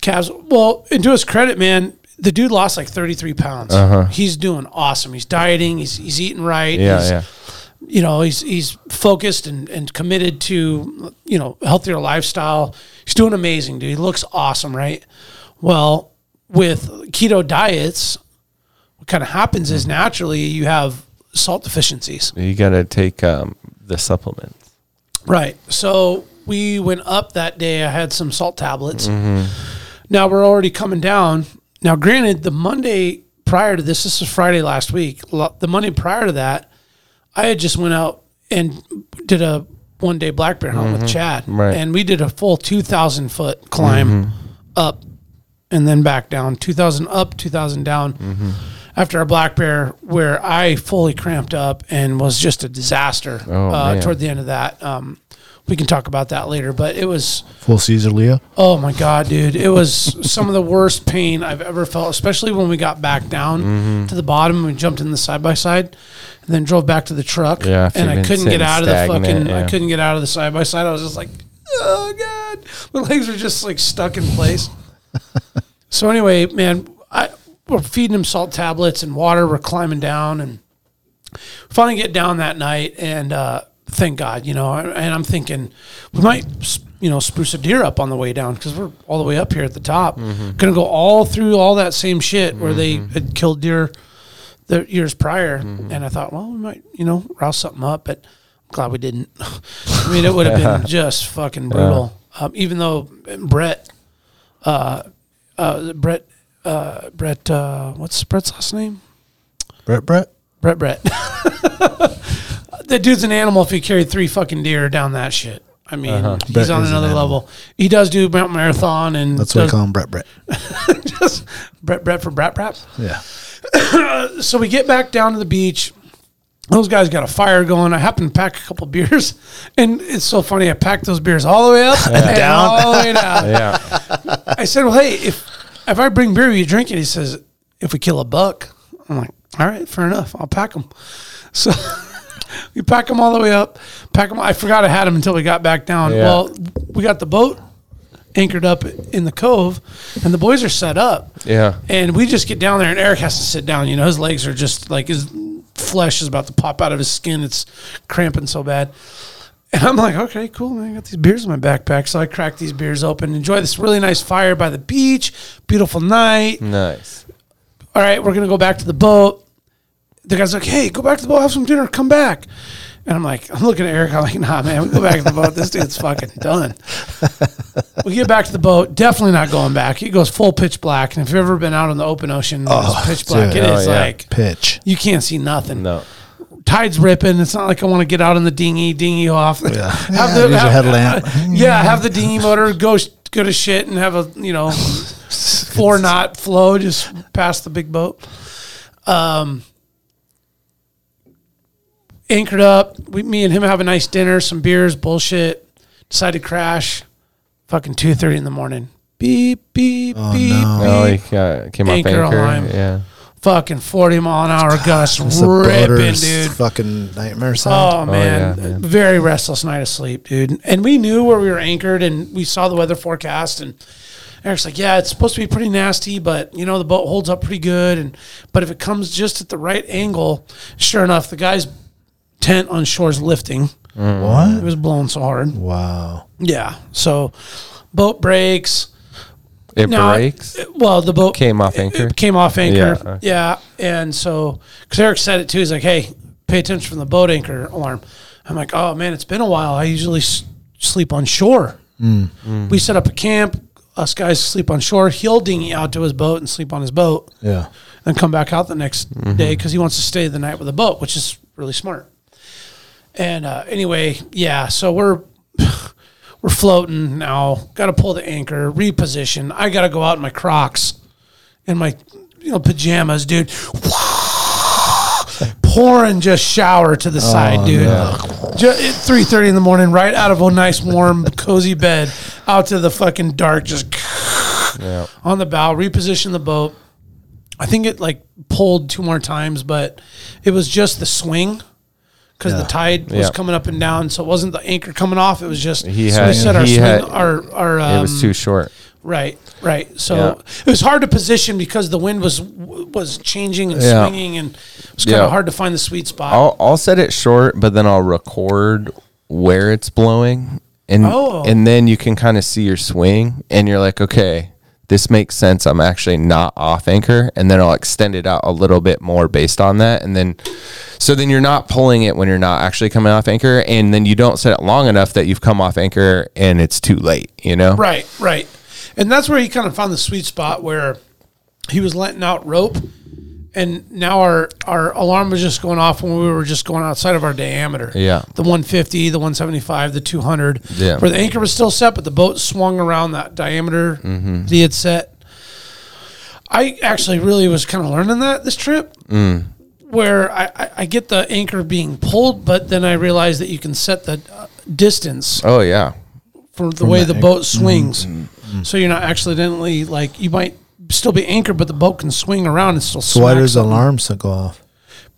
Speaker 3: calves. Well, and to his credit, man, the dude lost like 33 pounds. He's doing awesome. He's dieting, he's, he's eating right.
Speaker 5: Uh-huh. Yeah,
Speaker 3: he's-
Speaker 5: yeah.
Speaker 3: you know he's he's focused and, and committed to you know healthier lifestyle he's doing amazing dude he looks awesome right well with keto diets what kind of happens is naturally you have salt deficiencies
Speaker 5: You got to take um, the supplements.
Speaker 3: Right. So we went up that day. I had some salt tablets. Now we're already coming down. Now, granted, the Monday prior to this, this is Friday last week. lo- The Monday prior to that, I had just went out and did a one day black bear hunt with Chad,
Speaker 5: Right.
Speaker 3: and we did a full two thousand foot climb up and then back down, two thousand up, two thousand down. After a black bear, where I fully cramped up and was just a disaster
Speaker 5: Oh,
Speaker 3: uh,
Speaker 5: man.
Speaker 3: toward the end of that. Um, we can talk about that later, but it was
Speaker 2: Full Caesar Leo.
Speaker 3: Oh my god, dude! It was some of the worst pain I've ever felt, especially when we got back down
Speaker 5: Mm-hmm.
Speaker 3: to the bottom and we jumped in the side by side, and then drove back to the truck.
Speaker 5: Yeah, if
Speaker 3: and
Speaker 5: you've
Speaker 3: I
Speaker 5: been
Speaker 3: couldn't get
Speaker 5: sitting
Speaker 3: out of the fucking.
Speaker 5: stagnant,
Speaker 3: I
Speaker 5: yeah.
Speaker 3: couldn't get out of the side by side. I was just like, oh god, my legs were just like stuck in place. so anyway, man, I we're feeding him salt tablets and water. We're climbing down and finally get down that night and uh, thank God, you know. And I'm thinking we might, you know, spruce a deer up on the way down because we're all the way up here at the top. Gonna go all through all that same shit where they had killed deer the years prior. And I thought, well, we might, you know, rouse something up, but I'm glad we didn't. I mean, it would have been just fucking brutal. Um, even though Brett, uh, uh, Brett, uh, Brett, uh, what's Brett's last name?
Speaker 2: Brett, Brett.
Speaker 3: Brett Brett. that dude's an animal if he carried three fucking deer down that shit. I mean, he's
Speaker 2: Brett
Speaker 3: on
Speaker 2: is an
Speaker 3: another
Speaker 2: animal.
Speaker 3: level. He does do mountain marathon and
Speaker 2: That's what I
Speaker 3: does-
Speaker 2: call him, Brett, Brett.
Speaker 3: does Brett Brett for Brat Prap.
Speaker 2: Yeah.
Speaker 3: So we get back down to the beach. Those guys got a fire going. I happen to pack a couple beers, and it's so funny. I packed those beers all the way up and down, all the way down.
Speaker 5: Yeah.
Speaker 3: I said, "Well, hey, if if I bring beer, will you drink it." He says, "If we kill a buck," I'm like, "All right, fair enough. I'll pack them." So we pack them all the way up. Pack them. I forgot I had them until we got back down.
Speaker 5: Yeah.
Speaker 3: Well, we got the boat anchored up in the cove, and the boys are set up.
Speaker 5: Yeah.
Speaker 3: And we just get down there, and Eric has to sit down. You know, his legs are just like his flesh is about to pop out of his skin. It's cramping so bad. And I'm like, okay, cool, man. I got these beers in my backpack. So I crack these beers open, enjoy this really nice fire by the beach, beautiful night.
Speaker 5: Nice.
Speaker 3: All right, we're going to go back to the boat. The guy's like, hey, go back to the boat, have some dinner, come back. And I'm like, I'm looking at Eric. I'm like, nah, man, we go back to the boat. This dude's fucking done. We get back to the boat. Definitely not going back. It goes full pitch black. And if you've ever been out on the open ocean, when it's pitch black.
Speaker 2: dude.
Speaker 3: It
Speaker 5: Oh,
Speaker 3: is
Speaker 5: yeah.
Speaker 3: like,
Speaker 2: Pitch.
Speaker 3: you can't see nothing
Speaker 5: No.
Speaker 3: tide's ripping. It's not like I want to get out on the dinghy, dinghy off. have
Speaker 2: use your headlamp.
Speaker 3: yeah, have the dinghy motor go sh- go to shit and have a you know four knot flow just past the big boat. Um, anchored up. We, me and him have a nice dinner, some beers, bullshit. Decide to crash. Fucking two thirty in the morning. Beep beep beep
Speaker 2: no.
Speaker 5: Oh,
Speaker 3: beep.
Speaker 5: he uh, came off
Speaker 3: Anchor
Speaker 5: anchor.
Speaker 3: lime.
Speaker 5: Yeah.
Speaker 3: Fucking forty mile an hour gusts
Speaker 2: It's a
Speaker 3: ripping,
Speaker 2: boater's
Speaker 3: dude.
Speaker 2: fucking nightmare sound.
Speaker 3: Oh, man.
Speaker 5: yeah, yeah.
Speaker 3: very restless night of sleep, dude. And we knew where we were anchored, and we saw the weather forecast. And Eric's like, "Yeah, it's supposed to be pretty nasty, but you know the boat holds up pretty good. And but if it comes just at the right angle, sure enough, the guy's tent on shore's lifting.
Speaker 5: Mm.
Speaker 3: It
Speaker 2: What?
Speaker 3: was blowing so hard.
Speaker 2: Wow.
Speaker 3: Yeah, so boat breaks.
Speaker 5: It
Speaker 3: No,
Speaker 5: breaks.
Speaker 3: it- Well, the boat
Speaker 5: Came off
Speaker 3: it- it
Speaker 5: anchor?
Speaker 3: came off anchor.
Speaker 5: Yeah, Uh-huh.
Speaker 3: Yeah.
Speaker 5: okay.
Speaker 3: And so, because Eric said it too, he's like, hey, pay attention from the boat anchor alarm. I'm like, oh man, it's been a while. I usually s- sleep on shore.
Speaker 5: Mm.
Speaker 3: We set up a camp. Us guys sleep on shore. He'll dinghy out to his boat and sleep on his boat
Speaker 2: Yeah.
Speaker 3: and come back out the next day
Speaker 5: Mm-hmm.
Speaker 3: 'cause day because he wants to stay the night with a boat, which is really smart. And uh, anyway, yeah, so we're we're floating now. Got to pull the anchor, reposition. I got to go out in my Crocs and my you know pajamas, dude. Pouring just shower to
Speaker 5: Oh,
Speaker 3: the side, dude. Ju- at three thirty in the morning, right out of a nice, warm, cozy bed, out to the fucking dark, just on the bow, reposition the boat. I think it like pulled two more times, but it was just the swing because the tide was
Speaker 5: Yeah.
Speaker 3: coming up and down, so it wasn't the anchor coming off. It was just
Speaker 5: He
Speaker 3: so we
Speaker 5: had-
Speaker 3: set our
Speaker 5: he
Speaker 3: swing,
Speaker 5: had-
Speaker 3: our our
Speaker 5: it
Speaker 3: um,
Speaker 5: was too short.
Speaker 3: right, right. So
Speaker 5: Yeah.
Speaker 3: it was hard to position because the wind was was changing and
Speaker 5: Yeah.
Speaker 3: swinging, and it was kind of
Speaker 5: Yeah.
Speaker 3: hard to find the sweet spot.
Speaker 5: I'll I'll set it short, but then I'll record where it's blowing, and
Speaker 3: Oh.
Speaker 5: and then you can kind of see your swing, and you're like, okay, this makes sense. I'm actually not off anchor, and then I'll extend it out a little bit more based on that, and then so then you're not pulling it when you're not actually coming off anchor, and then you don't set it long enough that you've come off anchor and it's too late, you know?
Speaker 3: Right, right. And that's where he kind of found the sweet spot where he was letting out rope and now our our alarm was just going off when we were just going outside of our diameter.
Speaker 5: Yeah.
Speaker 3: the 150, the 175, the 200.
Speaker 5: Yeah.
Speaker 3: where the anchor was still set, but the boat swung around that diameter
Speaker 5: Mm-hmm.
Speaker 3: that he had set. I actually really was kind of learning that this trip.
Speaker 5: Mm.
Speaker 3: Where I, I, I get the anchor being pulled, but then I realize that you can set the uh, distance
Speaker 5: Oh yeah.
Speaker 3: for the way the boat
Speaker 2: Mm-hmm.
Speaker 3: swings. So you're not accidentally like you might still be anchored, but the boat can swing around and still.
Speaker 2: So why
Speaker 3: smack
Speaker 2: does the
Speaker 3: something.
Speaker 2: alarm so go off?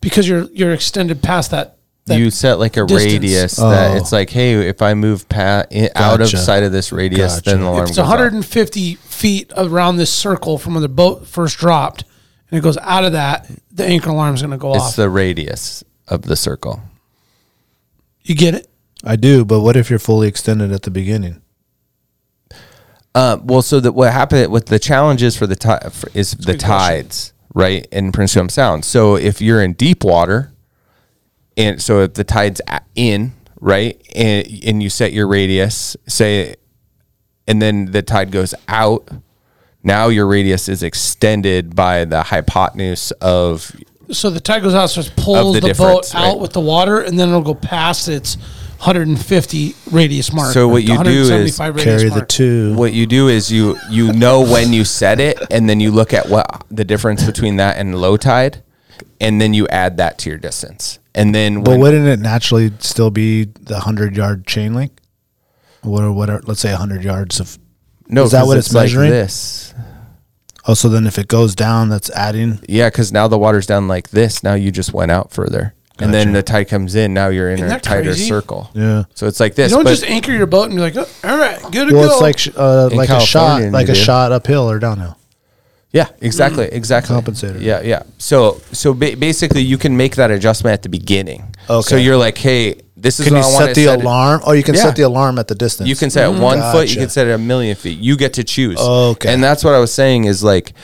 Speaker 3: Because you're you're extended past that. that
Speaker 5: you set like a
Speaker 3: distance.
Speaker 5: radius that
Speaker 2: Oh.
Speaker 5: it's like, hey, if I move pa- i- out of
Speaker 2: Gotcha.
Speaker 5: side of this radius,
Speaker 2: Gotcha.
Speaker 5: then the alarm
Speaker 3: it's
Speaker 5: goes off.
Speaker 3: 150 feet around this circle from when the boat first dropped, and it goes out of that. The anchor alarm's going to go
Speaker 5: It's
Speaker 3: off.
Speaker 5: the radius of the circle.
Speaker 3: you get it?
Speaker 2: I do, but what if you're fully extended at the beginning?
Speaker 5: Uh, well, so that what happened with the challenges for the tide is the tides, right, in Prince William Sound. So if you're in deep water, and so if the tide's a- in, right, and, and you set your radius, say, and then the tide goes out, now your radius is extended by the hypotenuse of
Speaker 3: So the tide goes out, so it pulls
Speaker 5: the
Speaker 3: the,
Speaker 5: difference,
Speaker 3: boat out
Speaker 5: right.
Speaker 3: with the water, and then it'll go past its 150 radius mark.
Speaker 5: So
Speaker 3: or
Speaker 5: what you do is
Speaker 3: 175 radius
Speaker 2: Carry the
Speaker 3: mark.
Speaker 2: two.
Speaker 5: what you do is you you know when you set it and then you look at what the difference between that and low tide and then you add that to your distance and then
Speaker 2: But
Speaker 5: when-
Speaker 2: wouldn't it naturally still be the hundred yard chain link? What are what are let's say hundred yards of?
Speaker 5: no
Speaker 2: is that
Speaker 5: 'cause
Speaker 2: what it's measuring?
Speaker 5: like this
Speaker 2: Oh, so then if it goes down, that's adding.
Speaker 5: yeah because now the water's down like this now you just went out further and then
Speaker 2: Gotcha.
Speaker 5: the tide comes in now you're in
Speaker 3: Isn't
Speaker 5: a
Speaker 3: that
Speaker 5: tighter
Speaker 3: crazy?
Speaker 5: circle
Speaker 2: Yeah.
Speaker 5: so it's like this
Speaker 3: You don't
Speaker 5: but
Speaker 3: just anchor your boat and be like, oh, all right, good to
Speaker 2: Well,
Speaker 3: go.
Speaker 2: it's like sh- uh,
Speaker 5: In
Speaker 2: like a shot,
Speaker 5: California,
Speaker 2: like
Speaker 5: you
Speaker 2: a
Speaker 5: do.
Speaker 2: shot uphill or downhill.
Speaker 5: yeah exactly
Speaker 3: Mm.
Speaker 5: exactly
Speaker 2: Compensator.
Speaker 5: yeah yeah so so ba- basically you can make that adjustment at the beginning so
Speaker 2: Okay.
Speaker 5: you're like hey this is
Speaker 2: Can
Speaker 5: what
Speaker 2: you
Speaker 5: I
Speaker 2: set
Speaker 5: wanna
Speaker 2: the
Speaker 5: it-
Speaker 2: alarm? Oh, you can
Speaker 5: Yeah.
Speaker 2: set the alarm at the distance.
Speaker 5: You can set
Speaker 3: Mm.
Speaker 5: it one foot. You
Speaker 2: Gotcha.
Speaker 5: can set it a million feet. You get to choose.
Speaker 2: Okay.
Speaker 5: And that's what I was saying is like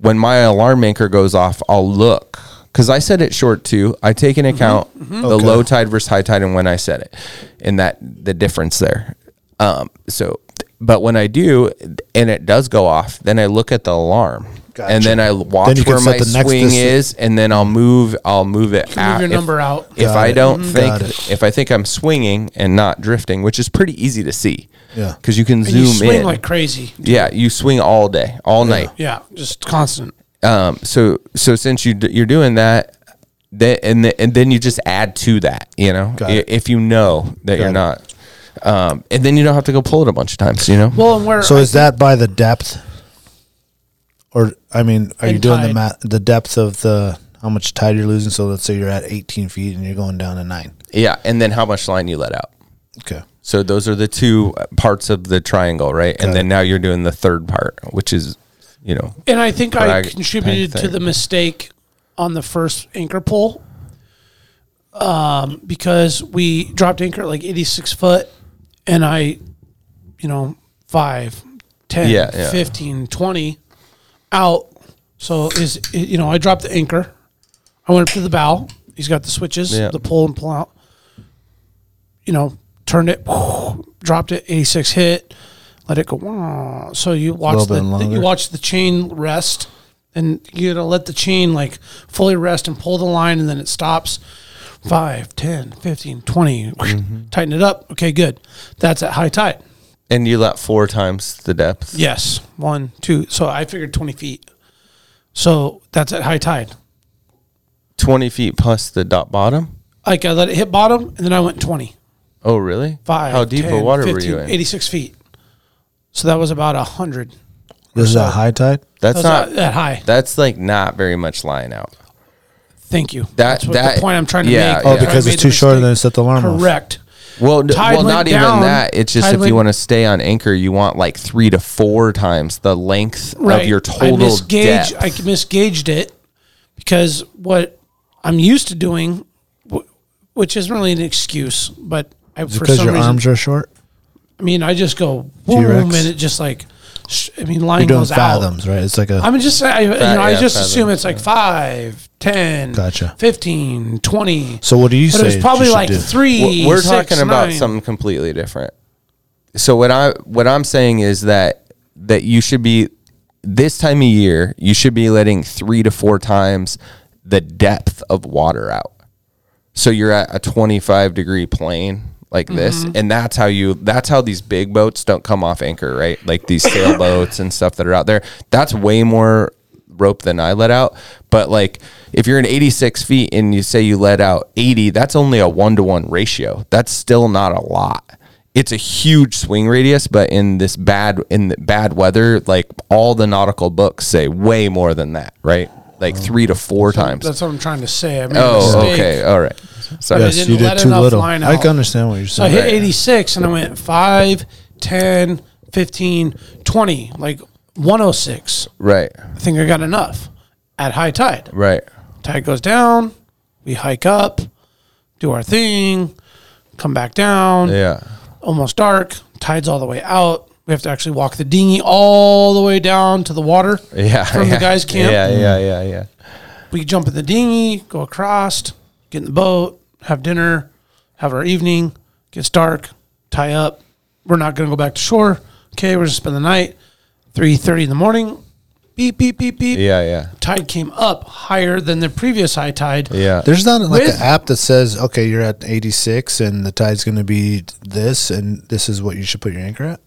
Speaker 5: when my alarm anchor goes off, I'll look because I set it short too. I take
Speaker 3: Mm-hmm.
Speaker 5: into account the
Speaker 2: Okay.
Speaker 5: low tide versus high tide and when I set it, and that the difference there. Um. So, but when I do, and it does go off, then I look at the alarm.
Speaker 2: Gotcha.
Speaker 5: And then I watch
Speaker 2: Then you can
Speaker 5: where
Speaker 2: set
Speaker 5: my
Speaker 2: the next
Speaker 5: swing
Speaker 2: distance.
Speaker 5: is, and then I'll move. I'll move it.
Speaker 3: can move
Speaker 5: out.
Speaker 3: your
Speaker 5: If-
Speaker 3: number out. Mm-hmm.
Speaker 5: if
Speaker 2: Got
Speaker 5: I
Speaker 2: it.
Speaker 5: don't
Speaker 2: Mhm. Got
Speaker 5: think
Speaker 2: it.
Speaker 5: if I think I'm swinging and not drifting, which is pretty easy to see.
Speaker 2: Yeah.
Speaker 5: Because you can
Speaker 3: And
Speaker 5: zoom
Speaker 3: you swing
Speaker 5: in.
Speaker 3: like crazy.
Speaker 5: yeah, you swing all day, all night.
Speaker 3: Yeah, just constant.
Speaker 5: Um. So so since you d- you're doing that. Then, and, the, and then you just add to that, you know,
Speaker 2: Got
Speaker 5: I-
Speaker 2: it.
Speaker 5: if you know that you're
Speaker 2: it.
Speaker 5: not, um, and then you don't have to go pull it a bunch of times, you know.
Speaker 3: Well, and where
Speaker 2: So
Speaker 3: I
Speaker 2: is that by the depth? Or I mean, are you
Speaker 3: And
Speaker 2: doing the
Speaker 3: tide.
Speaker 2: math? The depth of the how much tide you're losing? So let's say you're at 18 feet and you're going down to nine.
Speaker 5: yeah, and then how much line you let out.
Speaker 2: Okay.
Speaker 5: So those are the two uh, parts of the triangle, right? and then now you're doing the third part, which is, you know,
Speaker 3: And I think I
Speaker 5: Brag-
Speaker 3: contributed
Speaker 5: thank-
Speaker 3: to the
Speaker 5: thank-
Speaker 3: mistake on the first anchor pull um, because we dropped anchor at like 86 foot and I, you know, 5, 10,
Speaker 5: Yeah, yeah.
Speaker 3: 15, 20 out. So is, you know, I dropped the anchor. I went up to the bow. He's got the switches,
Speaker 5: Yeah.
Speaker 3: the pull and pull out. You know, turned it, dropped it, 86 hit, let it go. "Wah." So you watch
Speaker 2: Little
Speaker 3: the,
Speaker 2: bit
Speaker 3: the- you
Speaker 2: longer.
Speaker 3: watch the chain rest and you know let the chain like fully rest and pull the line and then it stops 5 10 15 20
Speaker 5: Mm-hmm.
Speaker 3: tighten it up okay good that's at high tide
Speaker 5: and you let four times the depth.
Speaker 3: yes one two so i figured 20 feet so that's at high tide
Speaker 5: 20 feet plus the dot bottom?
Speaker 3: like i let it hit bottom and then i went 20
Speaker 5: Oh, really?
Speaker 3: 5
Speaker 5: How deep
Speaker 3: 10,
Speaker 5: of water
Speaker 3: 15,
Speaker 5: were you in?
Speaker 3: 86 feet so that was about 100
Speaker 2: This is a high tide.
Speaker 3: that's
Speaker 5: That's not,
Speaker 3: not that high
Speaker 5: that's like not very much line out.
Speaker 3: thank you
Speaker 5: That-
Speaker 3: that's what
Speaker 5: that-
Speaker 3: the point i'm trying to
Speaker 5: yeah,
Speaker 3: make That's
Speaker 5: Oh,
Speaker 3: why I
Speaker 2: because
Speaker 3: made
Speaker 2: it's
Speaker 3: the
Speaker 2: too short and
Speaker 3: mistake.
Speaker 2: then set the alarm off.
Speaker 3: correct
Speaker 5: Well, n-
Speaker 3: Tide
Speaker 5: well
Speaker 3: went
Speaker 5: not even
Speaker 3: down.
Speaker 5: that. It's just
Speaker 3: Tide
Speaker 5: if you
Speaker 3: went-
Speaker 5: want to stay on anchor, you want like three to four times the length of your total
Speaker 3: I misgauge,
Speaker 5: depth.
Speaker 3: I misgauged it because what I'm used to doing, wh- which is really an excuse, but I, for
Speaker 2: Because
Speaker 3: some
Speaker 2: your
Speaker 3: reason,
Speaker 2: arms are short.
Speaker 3: I mean, I just go boom
Speaker 2: T-Rex?
Speaker 3: and it just like, sh- I mean, line
Speaker 2: You're doing
Speaker 3: goes out.
Speaker 2: fathoms, right? It's like a
Speaker 3: I mean, just I, you know, I
Speaker 5: yeah,
Speaker 3: just assume
Speaker 5: fathoms,
Speaker 3: it's like five, ten,
Speaker 2: Gotcha.
Speaker 3: fifteen, twenty.
Speaker 2: So what do you
Speaker 3: but
Speaker 2: say
Speaker 3: It
Speaker 2: you
Speaker 3: was probably
Speaker 2: should
Speaker 3: like
Speaker 2: do?
Speaker 3: three.
Speaker 5: We're- we're
Speaker 3: six,
Speaker 5: talking about
Speaker 3: nine.
Speaker 5: something completely different. So what I what I'm saying is that that you should be this time of year, you should be letting three to four times the depth of water out. So you're at a 25 degree plane like this, and that's how you. That's how these big boats don't come off anchor, right? Like these sailboats and stuff that are out there. That's way more rope than I let out. But like if you're in 86 feet and you say you let out 80, that's only a one to one ratio. That's still not a lot. It's a huge swing radius, but in this bad in the bad weather, like all the nautical books say way more than that, right? Like three to four times.
Speaker 3: That's what I'm trying to say. I made a
Speaker 5: Oh,
Speaker 3: mistake.
Speaker 5: okay. All right. Sorry.
Speaker 3: Yes. didn't let enough line
Speaker 2: I
Speaker 3: out.
Speaker 2: can understand what you're
Speaker 3: So I
Speaker 2: saying.
Speaker 3: hit 86 and I went 5, 10, 15, 20, like 106.
Speaker 5: Right.
Speaker 3: I think I got enough at high tide.
Speaker 5: Right.
Speaker 3: Tide goes down, we hike up, do our thing, come back down,
Speaker 5: Yeah.
Speaker 3: almost dark, tide's all the way out. We have to actually walk the dinghy all the way down to the water
Speaker 5: Yeah.
Speaker 3: from
Speaker 5: yeah.
Speaker 3: the guys' camp.
Speaker 5: Yeah. Yeah. Yeah. Yeah.
Speaker 3: We jump in the dinghy, go across, get in the boat, have dinner, have our evening, gets dark, tie up. We're not gonna go back to shore. Okay, we're just spend the night. Three thirty in the morning. Beep beep beep beep.
Speaker 5: Yeah. Yeah.
Speaker 3: Tide came up higher than the previous high tide.
Speaker 5: Yeah.
Speaker 2: There's not like
Speaker 3: With-
Speaker 2: an app that says, okay, you're at 86 and the tide's going to be this, and this is what you should put your anchor at.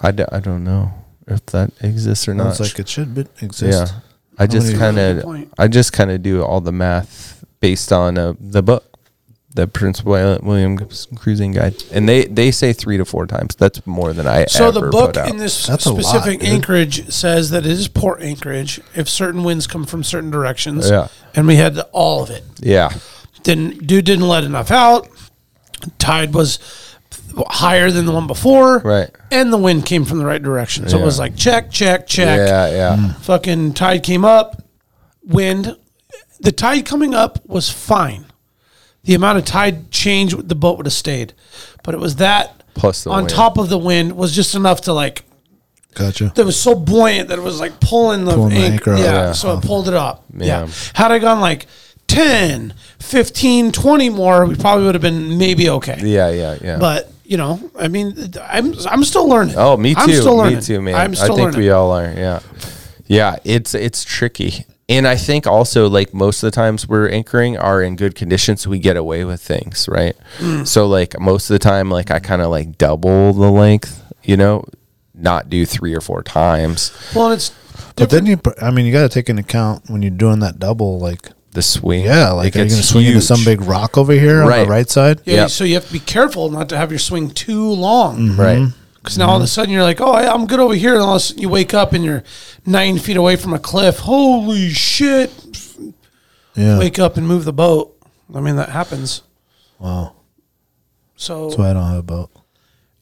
Speaker 5: I, d- I don't know if that exists or not.
Speaker 2: Sounds like it should be,
Speaker 5: yeah.
Speaker 2: exist.
Speaker 5: I just
Speaker 2: many-
Speaker 5: kind
Speaker 3: Good
Speaker 5: of
Speaker 3: point.
Speaker 5: I just kind of do all the math based on uh, the book, the Prince Wi- William Cruising Guide, and they they say three to four times. That's more than I
Speaker 3: So
Speaker 5: ever
Speaker 3: the book
Speaker 5: put out.
Speaker 3: in this
Speaker 2: That's a lot,
Speaker 3: specific
Speaker 2: dude.
Speaker 3: anchorage says that it is port anchorage if certain winds come from certain directions.
Speaker 5: Yeah.
Speaker 3: And we had all of it.
Speaker 5: yeah
Speaker 3: Didn't dude didn't let enough out. Tide was higher than the one before.
Speaker 5: Right.
Speaker 3: And the wind came from the right direction. So it was
Speaker 5: Yeah.
Speaker 3: like check, check, check.
Speaker 5: yeah yeah
Speaker 3: Mm. Fucking tide came up, wind. The tide coming up was fine. The amount of tide change, the boat would have stayed, but it was that
Speaker 5: Plus the
Speaker 3: on
Speaker 5: wind.
Speaker 3: top of the wind was just enough to like.
Speaker 2: Gotcha.
Speaker 3: That was so buoyant that it was like pulling the,
Speaker 2: Pulling the anchor up.
Speaker 3: Yeah,
Speaker 2: Yeah.
Speaker 3: so it pulled it up. Yeah.
Speaker 5: Yeah.
Speaker 3: Had I gone like 10, 15, 20 more, we probably would have been maybe okay.
Speaker 5: yeah yeah yeah.
Speaker 3: But you know, I mean, I'm I'm still learning.
Speaker 5: oh, me too.
Speaker 3: I'm still learning.
Speaker 5: me too, man.
Speaker 3: I'm still
Speaker 5: I think
Speaker 3: learning.
Speaker 5: we uh, all are. Yeah, yeah. It's it's tricky, and I think also like most of the times we're anchoring are in good condition, so we get away with things, right?
Speaker 3: Mm.
Speaker 5: So like most of the time, like I kind of like double the length, you know, not do three or four times
Speaker 3: well, it's
Speaker 2: But then you, pr- I mean, you got to take into account when you're doing that double, like,
Speaker 5: the swing.
Speaker 2: yeah, like,
Speaker 5: it
Speaker 2: are you
Speaker 5: gets
Speaker 2: going to swing into
Speaker 5: huge.
Speaker 2: some big rock over here on
Speaker 5: Right.
Speaker 2: the right side?
Speaker 3: Yeah,
Speaker 5: Yep.
Speaker 3: so you have to be careful not to have your swing too
Speaker 2: Mm-hmm.
Speaker 3: long.
Speaker 5: right?
Speaker 3: Because now all of a sudden you're like, oh, I- I'm good over here. And all of a sudden you wake up and you're nine feet away from a cliff. Holy shit.
Speaker 2: Yeah.
Speaker 3: Wake up and move the boat. I mean, that happens.
Speaker 2: Wow.
Speaker 3: So,
Speaker 2: That's why I don't have a boat.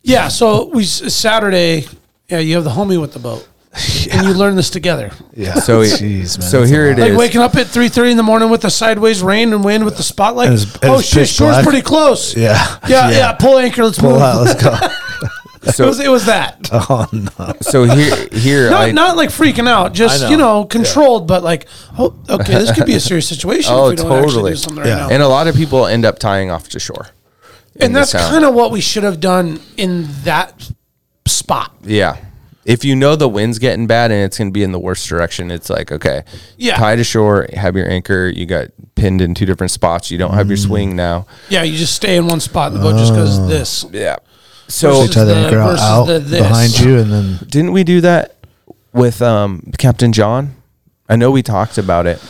Speaker 3: yeah, so we s- Saturday, yeah, you have the homie with the boat. And you learn this together.
Speaker 2: Yeah.
Speaker 5: So it-
Speaker 2: Jeez, man,
Speaker 5: so
Speaker 2: that's a
Speaker 5: here
Speaker 2: lot.
Speaker 5: it
Speaker 3: Like
Speaker 5: is.
Speaker 3: waking up at 3.30 in the morning with the sideways rain and wind with the spotlight.
Speaker 2: And it's- and
Speaker 3: oh,
Speaker 2: it's
Speaker 3: shit,
Speaker 2: pitch
Speaker 3: shore's
Speaker 2: black.
Speaker 3: pretty close.
Speaker 2: Yeah.
Speaker 3: Yeah, yeah, pull anchor, let's
Speaker 2: Pull
Speaker 3: move.
Speaker 2: out. Let's go.
Speaker 3: It, was, it was that.
Speaker 2: Oh, no.
Speaker 5: So here here
Speaker 3: not,
Speaker 5: I
Speaker 3: not like freaking out, just
Speaker 2: I know.
Speaker 3: you know, controlled, but like, oh, okay, this could be a serious situation
Speaker 5: Oh,
Speaker 3: if we don't actually
Speaker 5: totally.
Speaker 3: do something
Speaker 2: Yeah.
Speaker 3: right now.
Speaker 5: and a lot of people end up tying off to shore. in
Speaker 3: And
Speaker 5: the
Speaker 3: that's
Speaker 5: sound.
Speaker 3: kind of what we should have done in that spot.
Speaker 5: Yeah. If you know the wind's getting bad and it's going to be in the worst direction, it's like, okay,
Speaker 3: Yeah.
Speaker 5: tie to shore, have your anchor. You got pinned in two different spots. You don't have your swing
Speaker 2: Mm.
Speaker 5: now.
Speaker 3: Yeah, you just stay in one spot in the boat just
Speaker 2: Oh.
Speaker 3: because this.
Speaker 5: Yeah. So
Speaker 3: Versus-
Speaker 2: Tie the
Speaker 3: the-
Speaker 2: anchor out,
Speaker 3: versus
Speaker 2: out
Speaker 3: the this.
Speaker 2: behind you, and then
Speaker 5: didn't we do that with um, Captain John? I know we talked about it.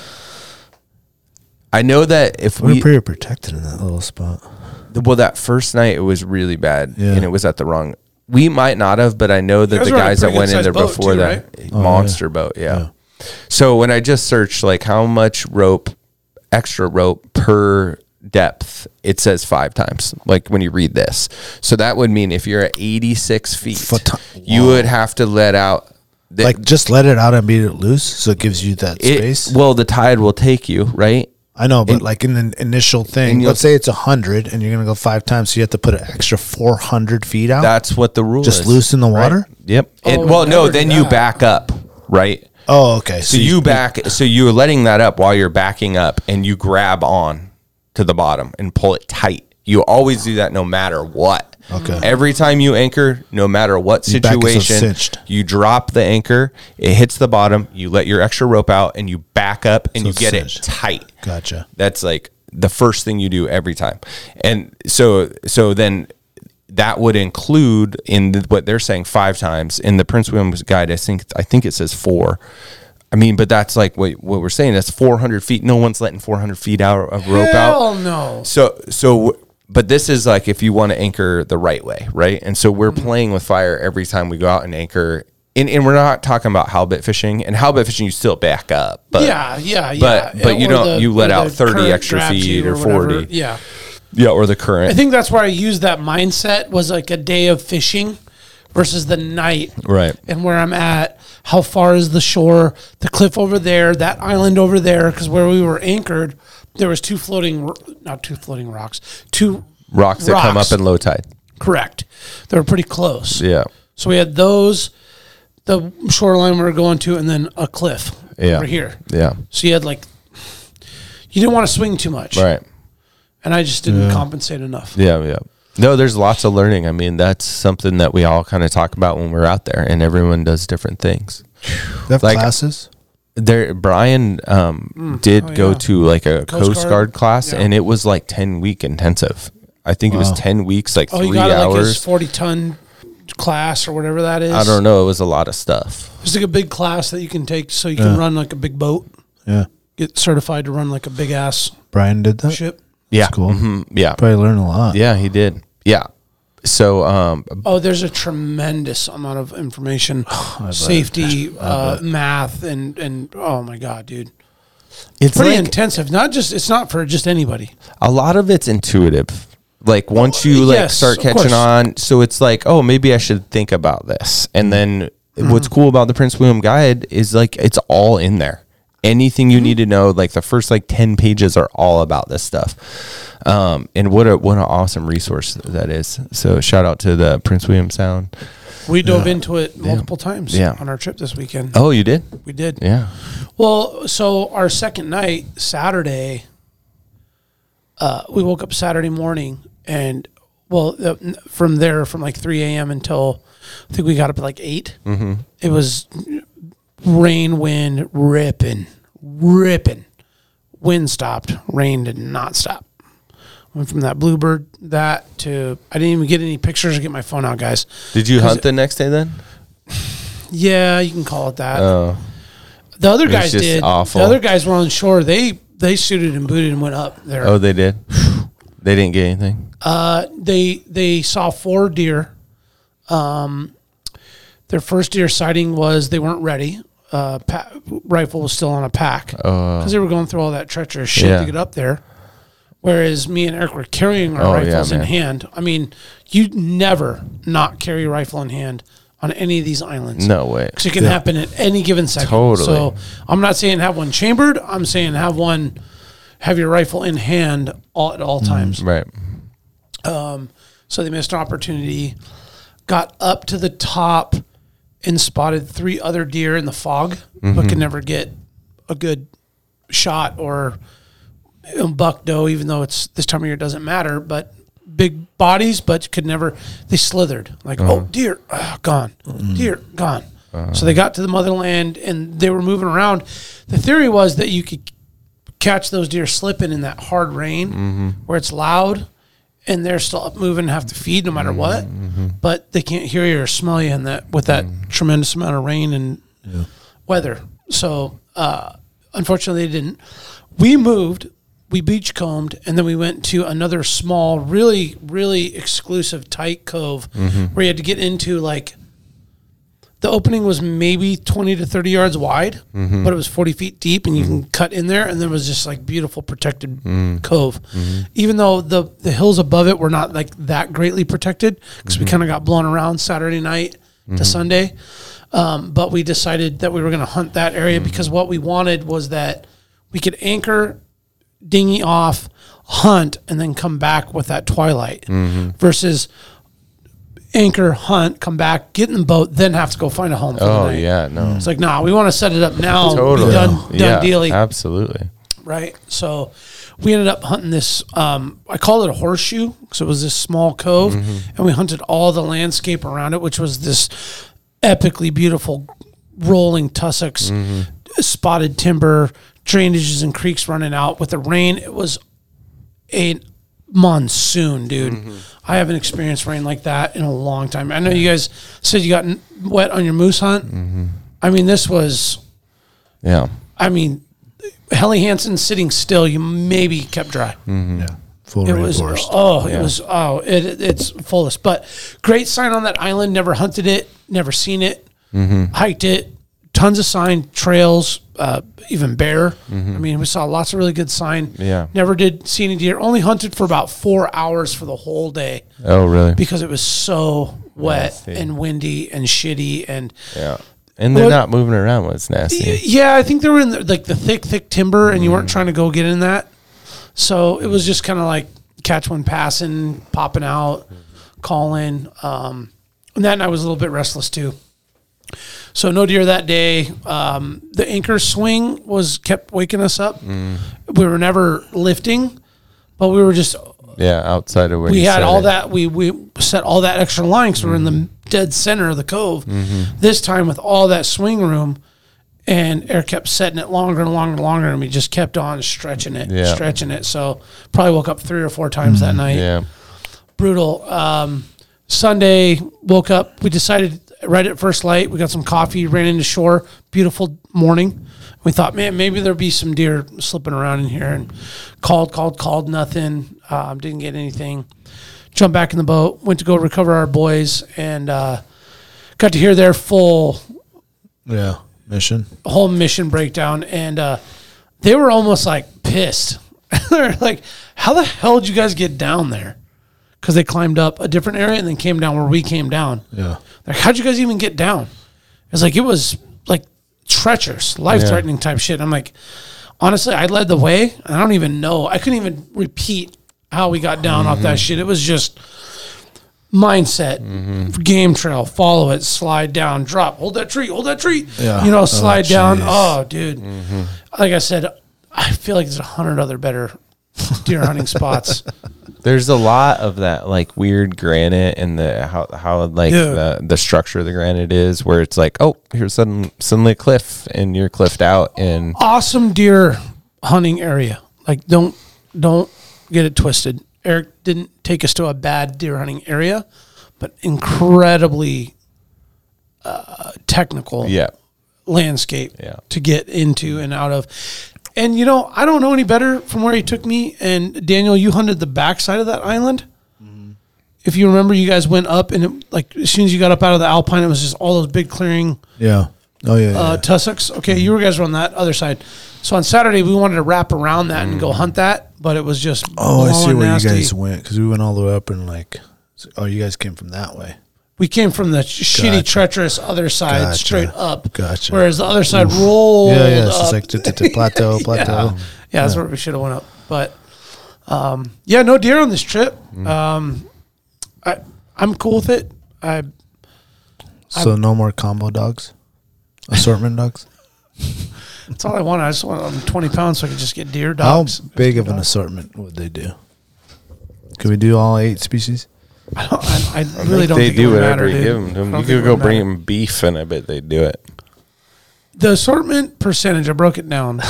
Speaker 5: I know that if
Speaker 2: we're
Speaker 5: we,
Speaker 2: pretty protected in that little spot.
Speaker 5: well, that first night it was really bad
Speaker 2: Yeah.
Speaker 5: and it was at the wrong, we might not have, but I know that
Speaker 3: guys
Speaker 5: the
Speaker 3: were on a
Speaker 5: guys that
Speaker 3: pretty
Speaker 5: went in
Speaker 3: good-sized
Speaker 5: there
Speaker 3: boat
Speaker 5: before
Speaker 3: too,
Speaker 5: that
Speaker 2: Oh,
Speaker 5: monster boat. yeah. So when I just searched like how much rope, extra rope per depth, it says five times. Like when you read this, so that would mean if you're at 86 feet,
Speaker 2: Foot-
Speaker 5: you would have to let out. The,
Speaker 2: Like, just let it out and beat it loose, so it gives you that
Speaker 5: it,
Speaker 2: space.
Speaker 5: Well, the tide will take you right.
Speaker 2: I know, but like in the initial thing,
Speaker 5: you'll-
Speaker 2: let's say it's hundred, and you're gonna go five times, so you have to put an extra four hundred feet out.
Speaker 5: That's what the rule
Speaker 2: Oh. Just
Speaker 5: is.
Speaker 2: loose in the water?
Speaker 5: Yep. And,
Speaker 3: Oh,
Speaker 5: well, no,
Speaker 3: never do
Speaker 5: then you
Speaker 3: that.
Speaker 5: back up, right?
Speaker 2: oh, okay.
Speaker 5: So you back, so you're letting that up while you're backing up, and you grab on to the bottom and pull it tight. You always do that no matter what.
Speaker 2: Okay.
Speaker 5: Every time you anchor, no matter what
Speaker 2: Your back is so
Speaker 5: situation,
Speaker 2: cinched.
Speaker 5: you drop the anchor, it hits the bottom, you let your extra rope out, and you back up and
Speaker 2: So
Speaker 5: you
Speaker 2: it's
Speaker 5: get
Speaker 2: cinched.
Speaker 5: it tight.
Speaker 2: Gotcha.
Speaker 5: That's like the first thing you do every time. And so so then that would include in th- what they're saying five times in the Prince William's guide. I think I think it says four. I mean, but that's like what, what we're saying. That's 400 feet. No one's letting 400 feet out of rope
Speaker 3: Hell
Speaker 5: out.
Speaker 3: no.
Speaker 5: So so but this is like if you want to anchor the right way, right? And so
Speaker 3: Mm-hmm.
Speaker 5: we're playing with fire every time we go out and anchor. And, and we're not talking about halibut fishing. And halibut fishing, you still back up. But
Speaker 3: yeah, yeah, yeah.
Speaker 5: but- but you
Speaker 3: Or
Speaker 5: don't- you let
Speaker 3: or
Speaker 5: out
Speaker 3: the
Speaker 5: 30
Speaker 3: current
Speaker 5: extra
Speaker 3: grabs
Speaker 5: feet
Speaker 3: you
Speaker 5: or
Speaker 3: whatever.
Speaker 5: 40.
Speaker 3: Yeah.
Speaker 5: yeah, or the current.
Speaker 3: I think that's where I used that mindset was like a day of fishing versus the night.
Speaker 5: Right.
Speaker 3: And where I'm at, how far is the shore, the cliff over there, that island over there cuz where we were anchored, there was two floating ro- not two floating rocks, two
Speaker 5: rocks that come up in low tide.
Speaker 3: correct. They were pretty close.
Speaker 5: Yeah.
Speaker 3: So we had those the shoreline we were going to and then a cliff
Speaker 5: Yeah.
Speaker 3: over here.
Speaker 5: Yeah.
Speaker 3: So you had like you didn't want to swing too much.
Speaker 5: Right.
Speaker 3: And I just didn't compensate enough.
Speaker 5: Yeah. Yeah. No, there's lots of learning. I mean, that's something that we all kind of talk about when we're out there, and everyone does different things.
Speaker 2: Do they have
Speaker 5: Like-
Speaker 2: classes?
Speaker 5: There, Brian um, did
Speaker 3: oh,
Speaker 5: go
Speaker 3: yeah.
Speaker 5: to like a Coast,
Speaker 3: Coast
Speaker 5: Guard,
Speaker 3: Guard?
Speaker 5: class,
Speaker 3: Yeah.
Speaker 5: and it was like ten week intensive. I think it was ten weeks, like
Speaker 3: Oh,
Speaker 5: three
Speaker 3: you got like his
Speaker 5: hours.
Speaker 3: forty ton class or whatever that is.
Speaker 5: I don't know. It was a lot of stuff.
Speaker 3: It's like a big class that you can take so you can run like a big boat.
Speaker 2: Yeah.
Speaker 3: Get certified to run like a big ass
Speaker 2: Brian did that.
Speaker 3: ship.
Speaker 5: Yeah.
Speaker 2: That's cool.
Speaker 5: Mhm. Yeah.
Speaker 2: Probably learned a lot.
Speaker 5: Yeah, he did. Yeah. So, um,
Speaker 3: Oh, there's a tremendous amount of information, safety, uh, math, and and oh my god, dude,
Speaker 5: it's
Speaker 3: pretty
Speaker 5: like-
Speaker 3: intensive. Not just it's not for just anybody.
Speaker 5: a lot of it's intuitive like once you like
Speaker 3: yes,
Speaker 5: start
Speaker 3: of
Speaker 5: catching
Speaker 3: course.
Speaker 5: on so it's like oh maybe i should think about this and then
Speaker 3: Mm-hmm.
Speaker 5: what's cool about the prince william guide is like it's all in there anything
Speaker 3: Mm-hmm.
Speaker 5: you need to know like the first like 10 pages are all about this stuff um and what a what an awesome resource that is so shout out to the prince william sound
Speaker 3: We dove into it multiple times
Speaker 5: Yeah.
Speaker 3: on our trip this weekend.
Speaker 5: oh you did
Speaker 3: We did.
Speaker 5: yeah
Speaker 3: Well, so our second night, Saturday, uh, we woke up Saturday morning and, well, uh, n- from there, from like 3 a.m. until I think we got up at like 8. Mm-hmm. It was rain, wind, ripping, ripping. Wind stopped, rain did not stop. Went from that bluebird, that to, I didn't even get any pictures or get my phone out, guys.
Speaker 5: did you hunt the next day then
Speaker 3: Yeah, you can call it that. the other guys
Speaker 5: Oh. just
Speaker 3: did.
Speaker 5: awful.
Speaker 3: The other guys were on shore. They they suited and booted and went up there.
Speaker 5: oh they did they didn't get anything
Speaker 3: They they saw four deer. Um, their first deer sighting was they weren't ready. Uh, pa- rifle was still on a pack because they were going through all that treacherous shit
Speaker 5: Oh. Yeah.
Speaker 3: to get up there. Whereas me and Eric were carrying our
Speaker 5: Oh, yeah,
Speaker 3: rifles in
Speaker 5: man.
Speaker 3: hand. I mean, you never not carry a rifle in hand on any of these islands.
Speaker 5: no way
Speaker 3: because it can happen at any given second.
Speaker 5: Totally.
Speaker 3: So I'm not saying have one chambered. I'm saying have one, have your rifle in hand all, at all times.
Speaker 5: right
Speaker 3: So they missed an opportunity. Got up to the top and spotted three other deer in the fog, but could never get a good shot or a buck doe, even though it's this time of year it doesn't matter. But big bodies, but could never. They slithered like, oh deer, ah, gone, deer, gone. So they got to the motherland and they were moving around. The theory was that you could catch those deer slipping in that hard rain where it's loud and they're still up moving, have to feed no matter what, but they can't hear you or smell you in that with that tremendous amount of rain and weather. So uh, unfortunately, they didn't. We moved, we beachcombed, and then we went to another small, really, really exclusive tight cove where you had to get into like. The opening was maybe twenty to thirty yards wide, but it was forty feet deep, and you can cut in there. And there was just like beautiful protected cove, even though the the hills above it were not like that greatly protected because we kind of got blown around Saturday night to Sunday but we decided that we were going to hunt that area
Speaker 5: Mm-hmm.
Speaker 3: because what we wanted was that we could anchor dinghy off, hunt, and then come back with that twilight
Speaker 5: Mm-hmm.
Speaker 3: versus anchor, hunt, come back, get in the boat, then have to go find a home. For
Speaker 5: oh
Speaker 3: the night.
Speaker 5: yeah no
Speaker 3: It's like, nah, we want to set it up now. be
Speaker 5: totally
Speaker 3: Oh, done, done
Speaker 5: yeah,
Speaker 3: dealing.
Speaker 5: absolutely
Speaker 3: Right. So we ended up hunting this. Um, I call it a horseshoe because it was this small cove, and we hunted all the landscape around it, which was this epically beautiful rolling tussocks, spotted timber, drainages and creeks running out with the rain. It was a monsoon, dude. I haven't experienced rain like that in a long time. I know you guys said you got n- wet on your moose hunt. I mean, this was.
Speaker 5: Yeah.
Speaker 3: I mean, Helly Hansen sitting still, you maybe kept dry.
Speaker 2: Yeah. Full
Speaker 3: It was
Speaker 2: rainforest.
Speaker 3: oh, it was oh, it, it- it's fullest. But great sign on that island. Never hunted it, never seen it, hiked it. Tons of sign trails, uh, even bear. I mean, we saw lots of really good sign.
Speaker 5: Yeah.
Speaker 3: never did see any deer. Only hunted for about four hours for the whole day
Speaker 5: Oh, really?
Speaker 3: because it was so wet and windy and shitty and
Speaker 5: yeah. And they're
Speaker 3: Well-
Speaker 5: not moving around when it's
Speaker 3: Y-
Speaker 5: nasty.
Speaker 3: Yeah, I think they were in the, like the thick, thick timber, and you weren't trying to go get in that. So it was just kind of like catch one passing, popping out, calling. Um, and that night was a little bit restless too. So no deer that day. Um, the anchor swing was kept waking us up. We were never lifting, but we were just
Speaker 5: Yeah, outside of where
Speaker 3: we
Speaker 5: you
Speaker 3: had
Speaker 5: set
Speaker 3: all
Speaker 5: it. Mm-hmm.
Speaker 3: that we we set all that extra line because we were in the dead center of the cove this time with all that swing room and air kept setting it longer and longer and longer and we just kept on stretching it
Speaker 5: Yeah. Mm-hmm.
Speaker 3: stretching it so probably woke up three or four times that night
Speaker 5: Yeah.
Speaker 3: brutal um, sunday woke up we decided right at first light we got some coffee ran into shore beautiful morning we thought man maybe there'll be some deer slipping around in here and called called called nothing um, didn't get anything jumped back in the boat, went to go recover our boys, and uh, got to hear their full
Speaker 2: Yeah. Mission.
Speaker 3: whole mission breakdown. And uh, they were almost like pissed. They're like, "How the hell did you guys get down there?" Because they climbed up a different area and then came down where we came down.
Speaker 2: Yeah.
Speaker 3: Like, how'd you guys even get down? It's like it was like treacherous, life threatening type shit. I'm like, honestly, I led the way. and I don't even know. I couldn't even repeat how we got down off
Speaker 2: Mm-hmm.
Speaker 3: that shit. It was just mindset,
Speaker 2: Mm-hmm.
Speaker 3: game trail, follow it, slide down, drop, hold that tree, hold that tree.
Speaker 2: Yeah.
Speaker 3: You know,
Speaker 2: Oh,
Speaker 3: slide down.
Speaker 2: jeez. Mm-hmm.
Speaker 3: Oh, dude. Like I said, I feel like there's a hundred other better deer hunting spots.
Speaker 5: There's a lot of that like weird granite and the how how like
Speaker 3: Yeah.
Speaker 5: the, the structure of the granite is where it's like, oh, here's sudden suddenly a cliff and you're cliffed out and
Speaker 3: awesome deer hunting area. Like don't don't get it twisted. Eric didn't take us to a bad deer hunting area, but incredibly uh, technical
Speaker 5: yeah.
Speaker 3: landscape
Speaker 5: Yeah.
Speaker 3: to get into and out of. And you know, I don't know any better from where he took me. And Daniel, you hunted the backside of that island. If you remember, you guys went up and it, like as soon as you got up out of the alpine, it was just all those big clearing
Speaker 2: Yeah. Oh yeah. yeah.
Speaker 3: uh, Tussocks. Okay, you guys were on that other side. So on Saturday we wanted to wrap around that and go hunt that, but it was just
Speaker 2: Mm. oh, I see
Speaker 3: blowing
Speaker 2: where
Speaker 3: nasty.
Speaker 2: you guys went because we went all the way up and like, oh, you guys came from that way.
Speaker 3: We came from the sh-
Speaker 2: Gotcha.
Speaker 3: shitty, treacherous other side
Speaker 2: Gotcha.
Speaker 3: straight up.
Speaker 2: Gotcha.
Speaker 3: Whereas the other side rolled
Speaker 2: yeah, yeah. It's
Speaker 3: up.
Speaker 2: just like t- t- t- plateau, plateau.
Speaker 3: yeah, that's where we should have went up. But um, yeah, no deer on this trip.
Speaker 2: Mm.
Speaker 3: Um, I I'm cool with it. I
Speaker 2: So no more combo dogs, assortment dogs.
Speaker 3: that's all I want. I just want um, 20 pounds so I can just get deer
Speaker 2: How
Speaker 3: dogs.
Speaker 2: big of an assortment would they do? Could we do all eight species?
Speaker 3: I, don't, I, I really don't
Speaker 5: they
Speaker 3: think
Speaker 5: do
Speaker 3: it would matter,
Speaker 5: whatever you
Speaker 3: dude.
Speaker 5: give them.
Speaker 3: I don't
Speaker 5: You
Speaker 3: think it
Speaker 5: could go
Speaker 3: would
Speaker 5: bring
Speaker 3: matter.
Speaker 5: them beef and I bet they do it.
Speaker 3: the assortment percentage i broke it down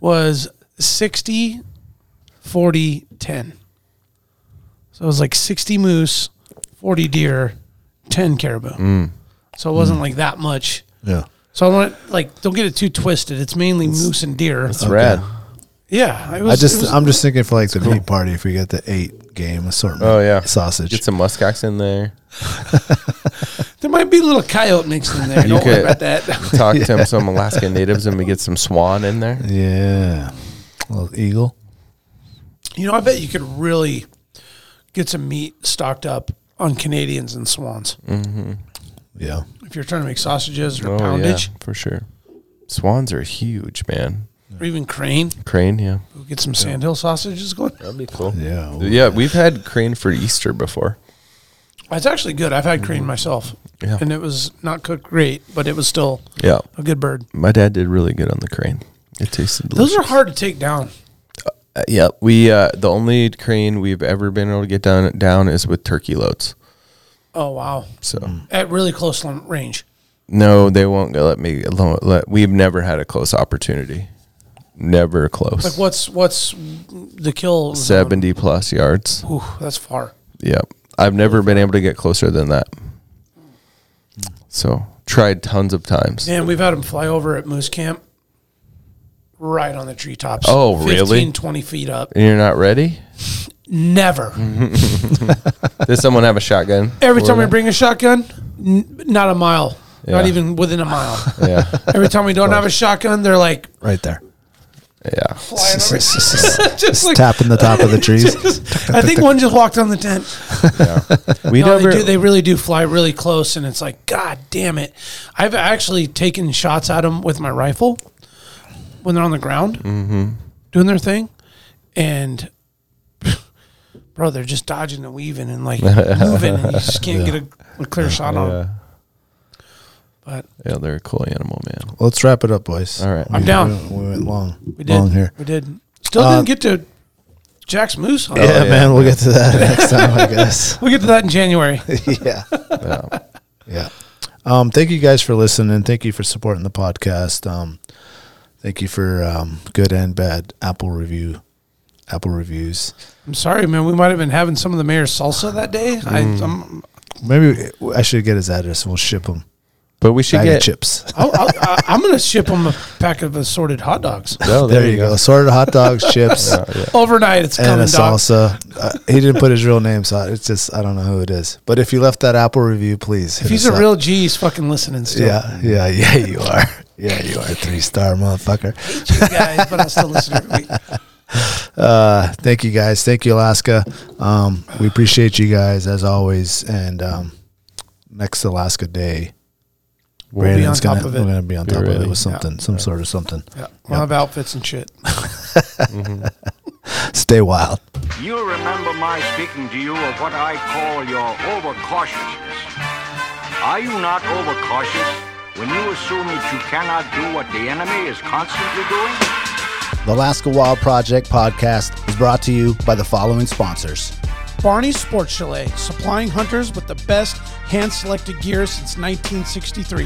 Speaker 3: was 60 40 10 so it was like 60 moose 40 deer 10 caribou so it wasn't like that much
Speaker 2: Yeah.
Speaker 3: so i want like don't get it too twisted it's mainly moose and deer
Speaker 5: It's rad.
Speaker 3: yeah it was,
Speaker 2: I
Speaker 3: it
Speaker 2: just,
Speaker 3: was-
Speaker 2: I'm just thinking for like the meat party, if we get the eight game assortment,
Speaker 5: Oh yeah.
Speaker 2: sausage.
Speaker 5: Get some muskox in there.
Speaker 3: there might be a little coyote mixed in there
Speaker 5: You
Speaker 3: don't worry
Speaker 5: could-
Speaker 3: about that
Speaker 5: Talk to 'em to some Alaska natives and we get some swan in there.
Speaker 2: yeah, a little eagle.
Speaker 3: you know i bet you could really get some meat stocked up on canadians and swans
Speaker 2: Yeah,
Speaker 3: if you're trying to make sausages or
Speaker 5: Oh
Speaker 3: poundage
Speaker 5: yeah, for sure. Swans are huge, man.
Speaker 3: or even crane.
Speaker 5: Crane, yeah.
Speaker 3: We'll get some sandhill sausages going.
Speaker 5: That'd be cool.
Speaker 2: yeah.
Speaker 5: Yeah, we've had crane for Easter before.
Speaker 3: It's actually good. I've had crane myself,
Speaker 5: Mm-hmm. Yeah.
Speaker 3: and it was not cooked great, but it was still
Speaker 5: Yeah.
Speaker 3: a good bird.
Speaker 5: My dad did really good on the crane. It tasted delicious.
Speaker 3: Those are hard to take down.
Speaker 5: Uh, yeah, we uh, the only crane we've ever been able to get down down is with turkey loads.
Speaker 3: Oh wow,
Speaker 5: So
Speaker 3: at really close lim- range.
Speaker 5: no, they won't let me. alone- Let, we've never had a close opportunity. Never close.
Speaker 3: Like what's what's the kill? zone?
Speaker 5: Seventy plus yards.
Speaker 3: Ooh, that's far.
Speaker 5: Yep. I've never been able to get closer than that.
Speaker 3: Mm.
Speaker 5: So tried tons of times.
Speaker 3: And we've had them fly over at Moose Camp, right on the treetops.
Speaker 5: Oh, really?
Speaker 3: 20 feet up.
Speaker 5: And you're not ready?
Speaker 3: Never.
Speaker 5: Mm-hmm. Does someone have a shotgun?
Speaker 3: Every
Speaker 5: for
Speaker 3: time we
Speaker 5: them?
Speaker 3: bring a shotgun, n- not a mile, not
Speaker 5: Yeah.
Speaker 3: even within a mile.
Speaker 5: Yeah.
Speaker 3: Every time we don't have a shotgun, they're like
Speaker 8: right there.
Speaker 5: Yeah.
Speaker 3: flying over. just like
Speaker 8: Tapping the top of the trees.
Speaker 3: I think one just walked on the tent.
Speaker 5: We
Speaker 3: No,
Speaker 5: never
Speaker 3: they, do, they really do fly really close, and it's like, God damn it! I've actually taken shots at them with my rifle when they're on the ground doing their thing, and bro, they're just dodging and weaving and like moving, and you just can't get a, a clear shot on. 'em. But
Speaker 5: Yeah, they're a cool animal, man.
Speaker 8: Let's wrap it up, boys.
Speaker 5: All right.
Speaker 3: I'm down.
Speaker 8: We went long.
Speaker 3: We did.
Speaker 8: Long here.
Speaker 3: We did. Still didn't get to Jack's moose hunt.
Speaker 8: Oh, yeah, man. We'll get to that next time, I guess.
Speaker 3: We'll get to that in January.
Speaker 8: yeah. Yeah. Um, thank you guys for listening. Thank you for supporting the podcast. Um, thank you for um, good and bad Apple review, Apple reviews.
Speaker 3: I'm sorry, man. We might have been having some of the mayor's salsa that day. I, I'm,
Speaker 8: Maybe I should get his address and we'll ship him
Speaker 5: But we should
Speaker 8: bag of
Speaker 5: get
Speaker 8: chips.
Speaker 3: I'll, I'll, I- I'm going to ship them a pack of assorted hot dogs
Speaker 5: Oh,
Speaker 8: there, you go. Assorted hot dogs, chips,
Speaker 3: overnight. It's
Speaker 8: and a
Speaker 3: coming, dog.
Speaker 8: salsa. Uh, he didn't put his real name, so it's just I don't know who it is. But if you left that Apple review, please.
Speaker 3: If he's a real G, he's fucking listening still.
Speaker 8: yeah, yeah, yeah, you are. Yeah, you are a three star motherfucker.
Speaker 3: You guys, but I still listen every week.
Speaker 8: Uh, thank you guys. Thank you, Alaska. Um, we appreciate you guys as always. And um, next Alaska Day,
Speaker 3: We'll be on top
Speaker 8: gonna,
Speaker 3: of it.
Speaker 8: We're gonna be on top of
Speaker 5: ready.
Speaker 8: it with something, some sort of something.
Speaker 3: Yeah. We'll have outfits and shit.
Speaker 8: Stay wild.
Speaker 10: You'll remember my speaking to you of what I call your overcautiousness. Are you not overcautious when you assume that you cannot do what the enemy is constantly doing?
Speaker 2: The Alaska Wild Project podcast is brought to you by the following sponsors.
Speaker 3: Barney's Sports Chalet, supplying hunters with the best hand selected gear since 1963.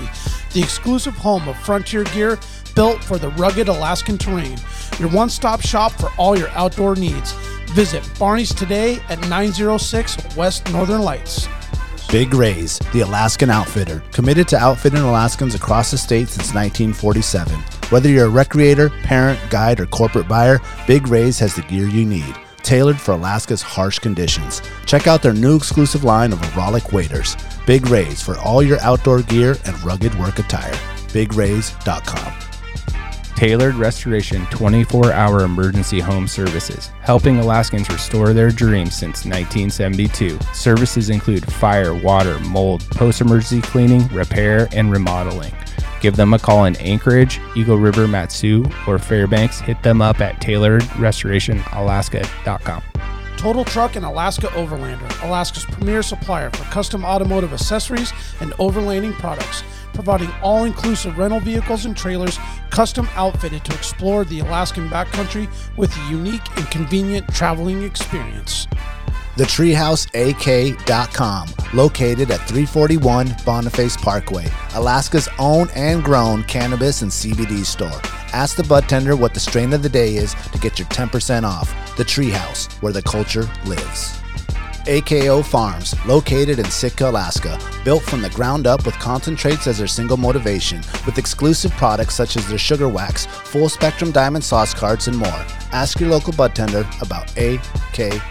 Speaker 3: The exclusive home of frontier gear built for the rugged Alaskan terrain. Your one stop shop for all your outdoor needs. Visit Barney's today at 906 West Northern Lights.
Speaker 2: Big Rays, the Alaskan outfitter, committed to outfitting Alaskans across the state since 1947. Whether you're a recreator, parent, guide, or corporate buyer, Big Rays has the gear you need, tailored for Alaska's harsh conditions. Check out their new exclusive line of Arolic waders. Big Rays for all your outdoor gear and rugged work attire. BigRays.com.
Speaker 4: Tailored Restoration 24 hour emergency home services, helping Alaskans restore their dreams since 1972. Services include fire, water, mold, post emergency cleaning, repair, and remodeling. Give them a call in Anchorage, Eagle River, Matsu, or Fairbanks. Hit them up at tailoredrestorationalaska.com.
Speaker 3: Total Truck and Alaska Overlander, Alaska's premier supplier for custom automotive accessories and overlanding products, providing all inclusive rental vehicles and trailers custom outfitted to explore the Alaskan backcountry with a unique and convenient traveling experience.
Speaker 2: TheTreehouseAK.com, located at 341 Boniface Parkway, Alaska's own and grown cannabis and CBD store. Ask the bud tender what the strain of the day is to get your 10% off. The Treehouse, where the culture lives. AKO Farms, located in Sitka, Alaska, built from the ground up with concentrates as their single motivation, with exclusive products such as their sugar wax, full spectrum diamond sauce cards, and more. Ask your local bud tender about AKO.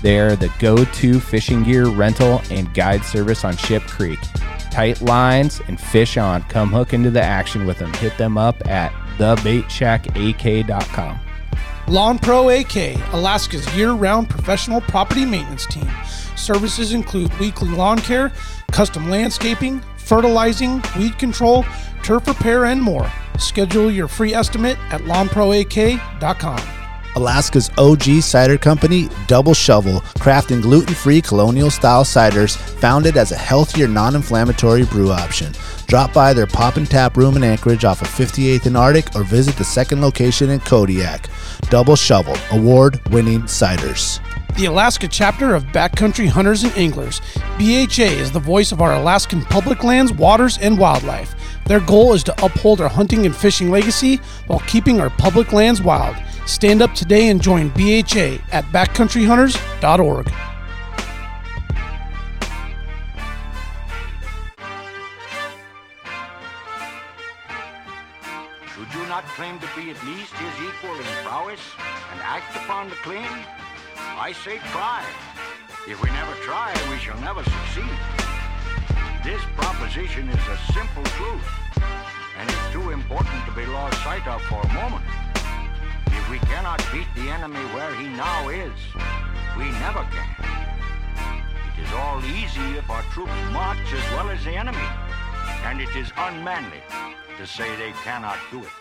Speaker 4: They're the go to fishing gear rental and guide service on Ship Creek. Tight lines and fish on. Come hook into the action with them. Hit them up at thebaitshackak.com.
Speaker 3: Lawn Pro AK, Alaska's year round professional property maintenance team. Services include weekly lawn care, custom landscaping, fertilizing, weed control, turf repair, and more. Schedule your free estimate at lawnproak.com.
Speaker 2: Alaska's OG cider company, Double Shovel, crafting gluten free colonial style ciders founded as a healthier, non inflammatory brew option. Drop by their Pop and Tap Room in Anchorage off of 58th and Arctic or visit the second location in Kodiak. Double Shovel, award winning ciders.
Speaker 3: The Alaska chapter of Backcountry Hunters and Anglers, BHA is the voice of our Alaskan public lands, waters, and wildlife. Their goal is to uphold our hunting and fishing legacy while keeping our public lands wild. Stand up today and join BHA at backcountryhunters.org.
Speaker 11: Should you not claim to be at least his equal in prowess and act upon the claim? I say try. If we never try, we shall never succeed. This proposition is a simple truth, and is too important to be lost sight of for a moment. If we cannot beat the enemy where he now is, we never can. It is all easy if our troops march as well as the enemy, and it is unmanly to say they cannot do it.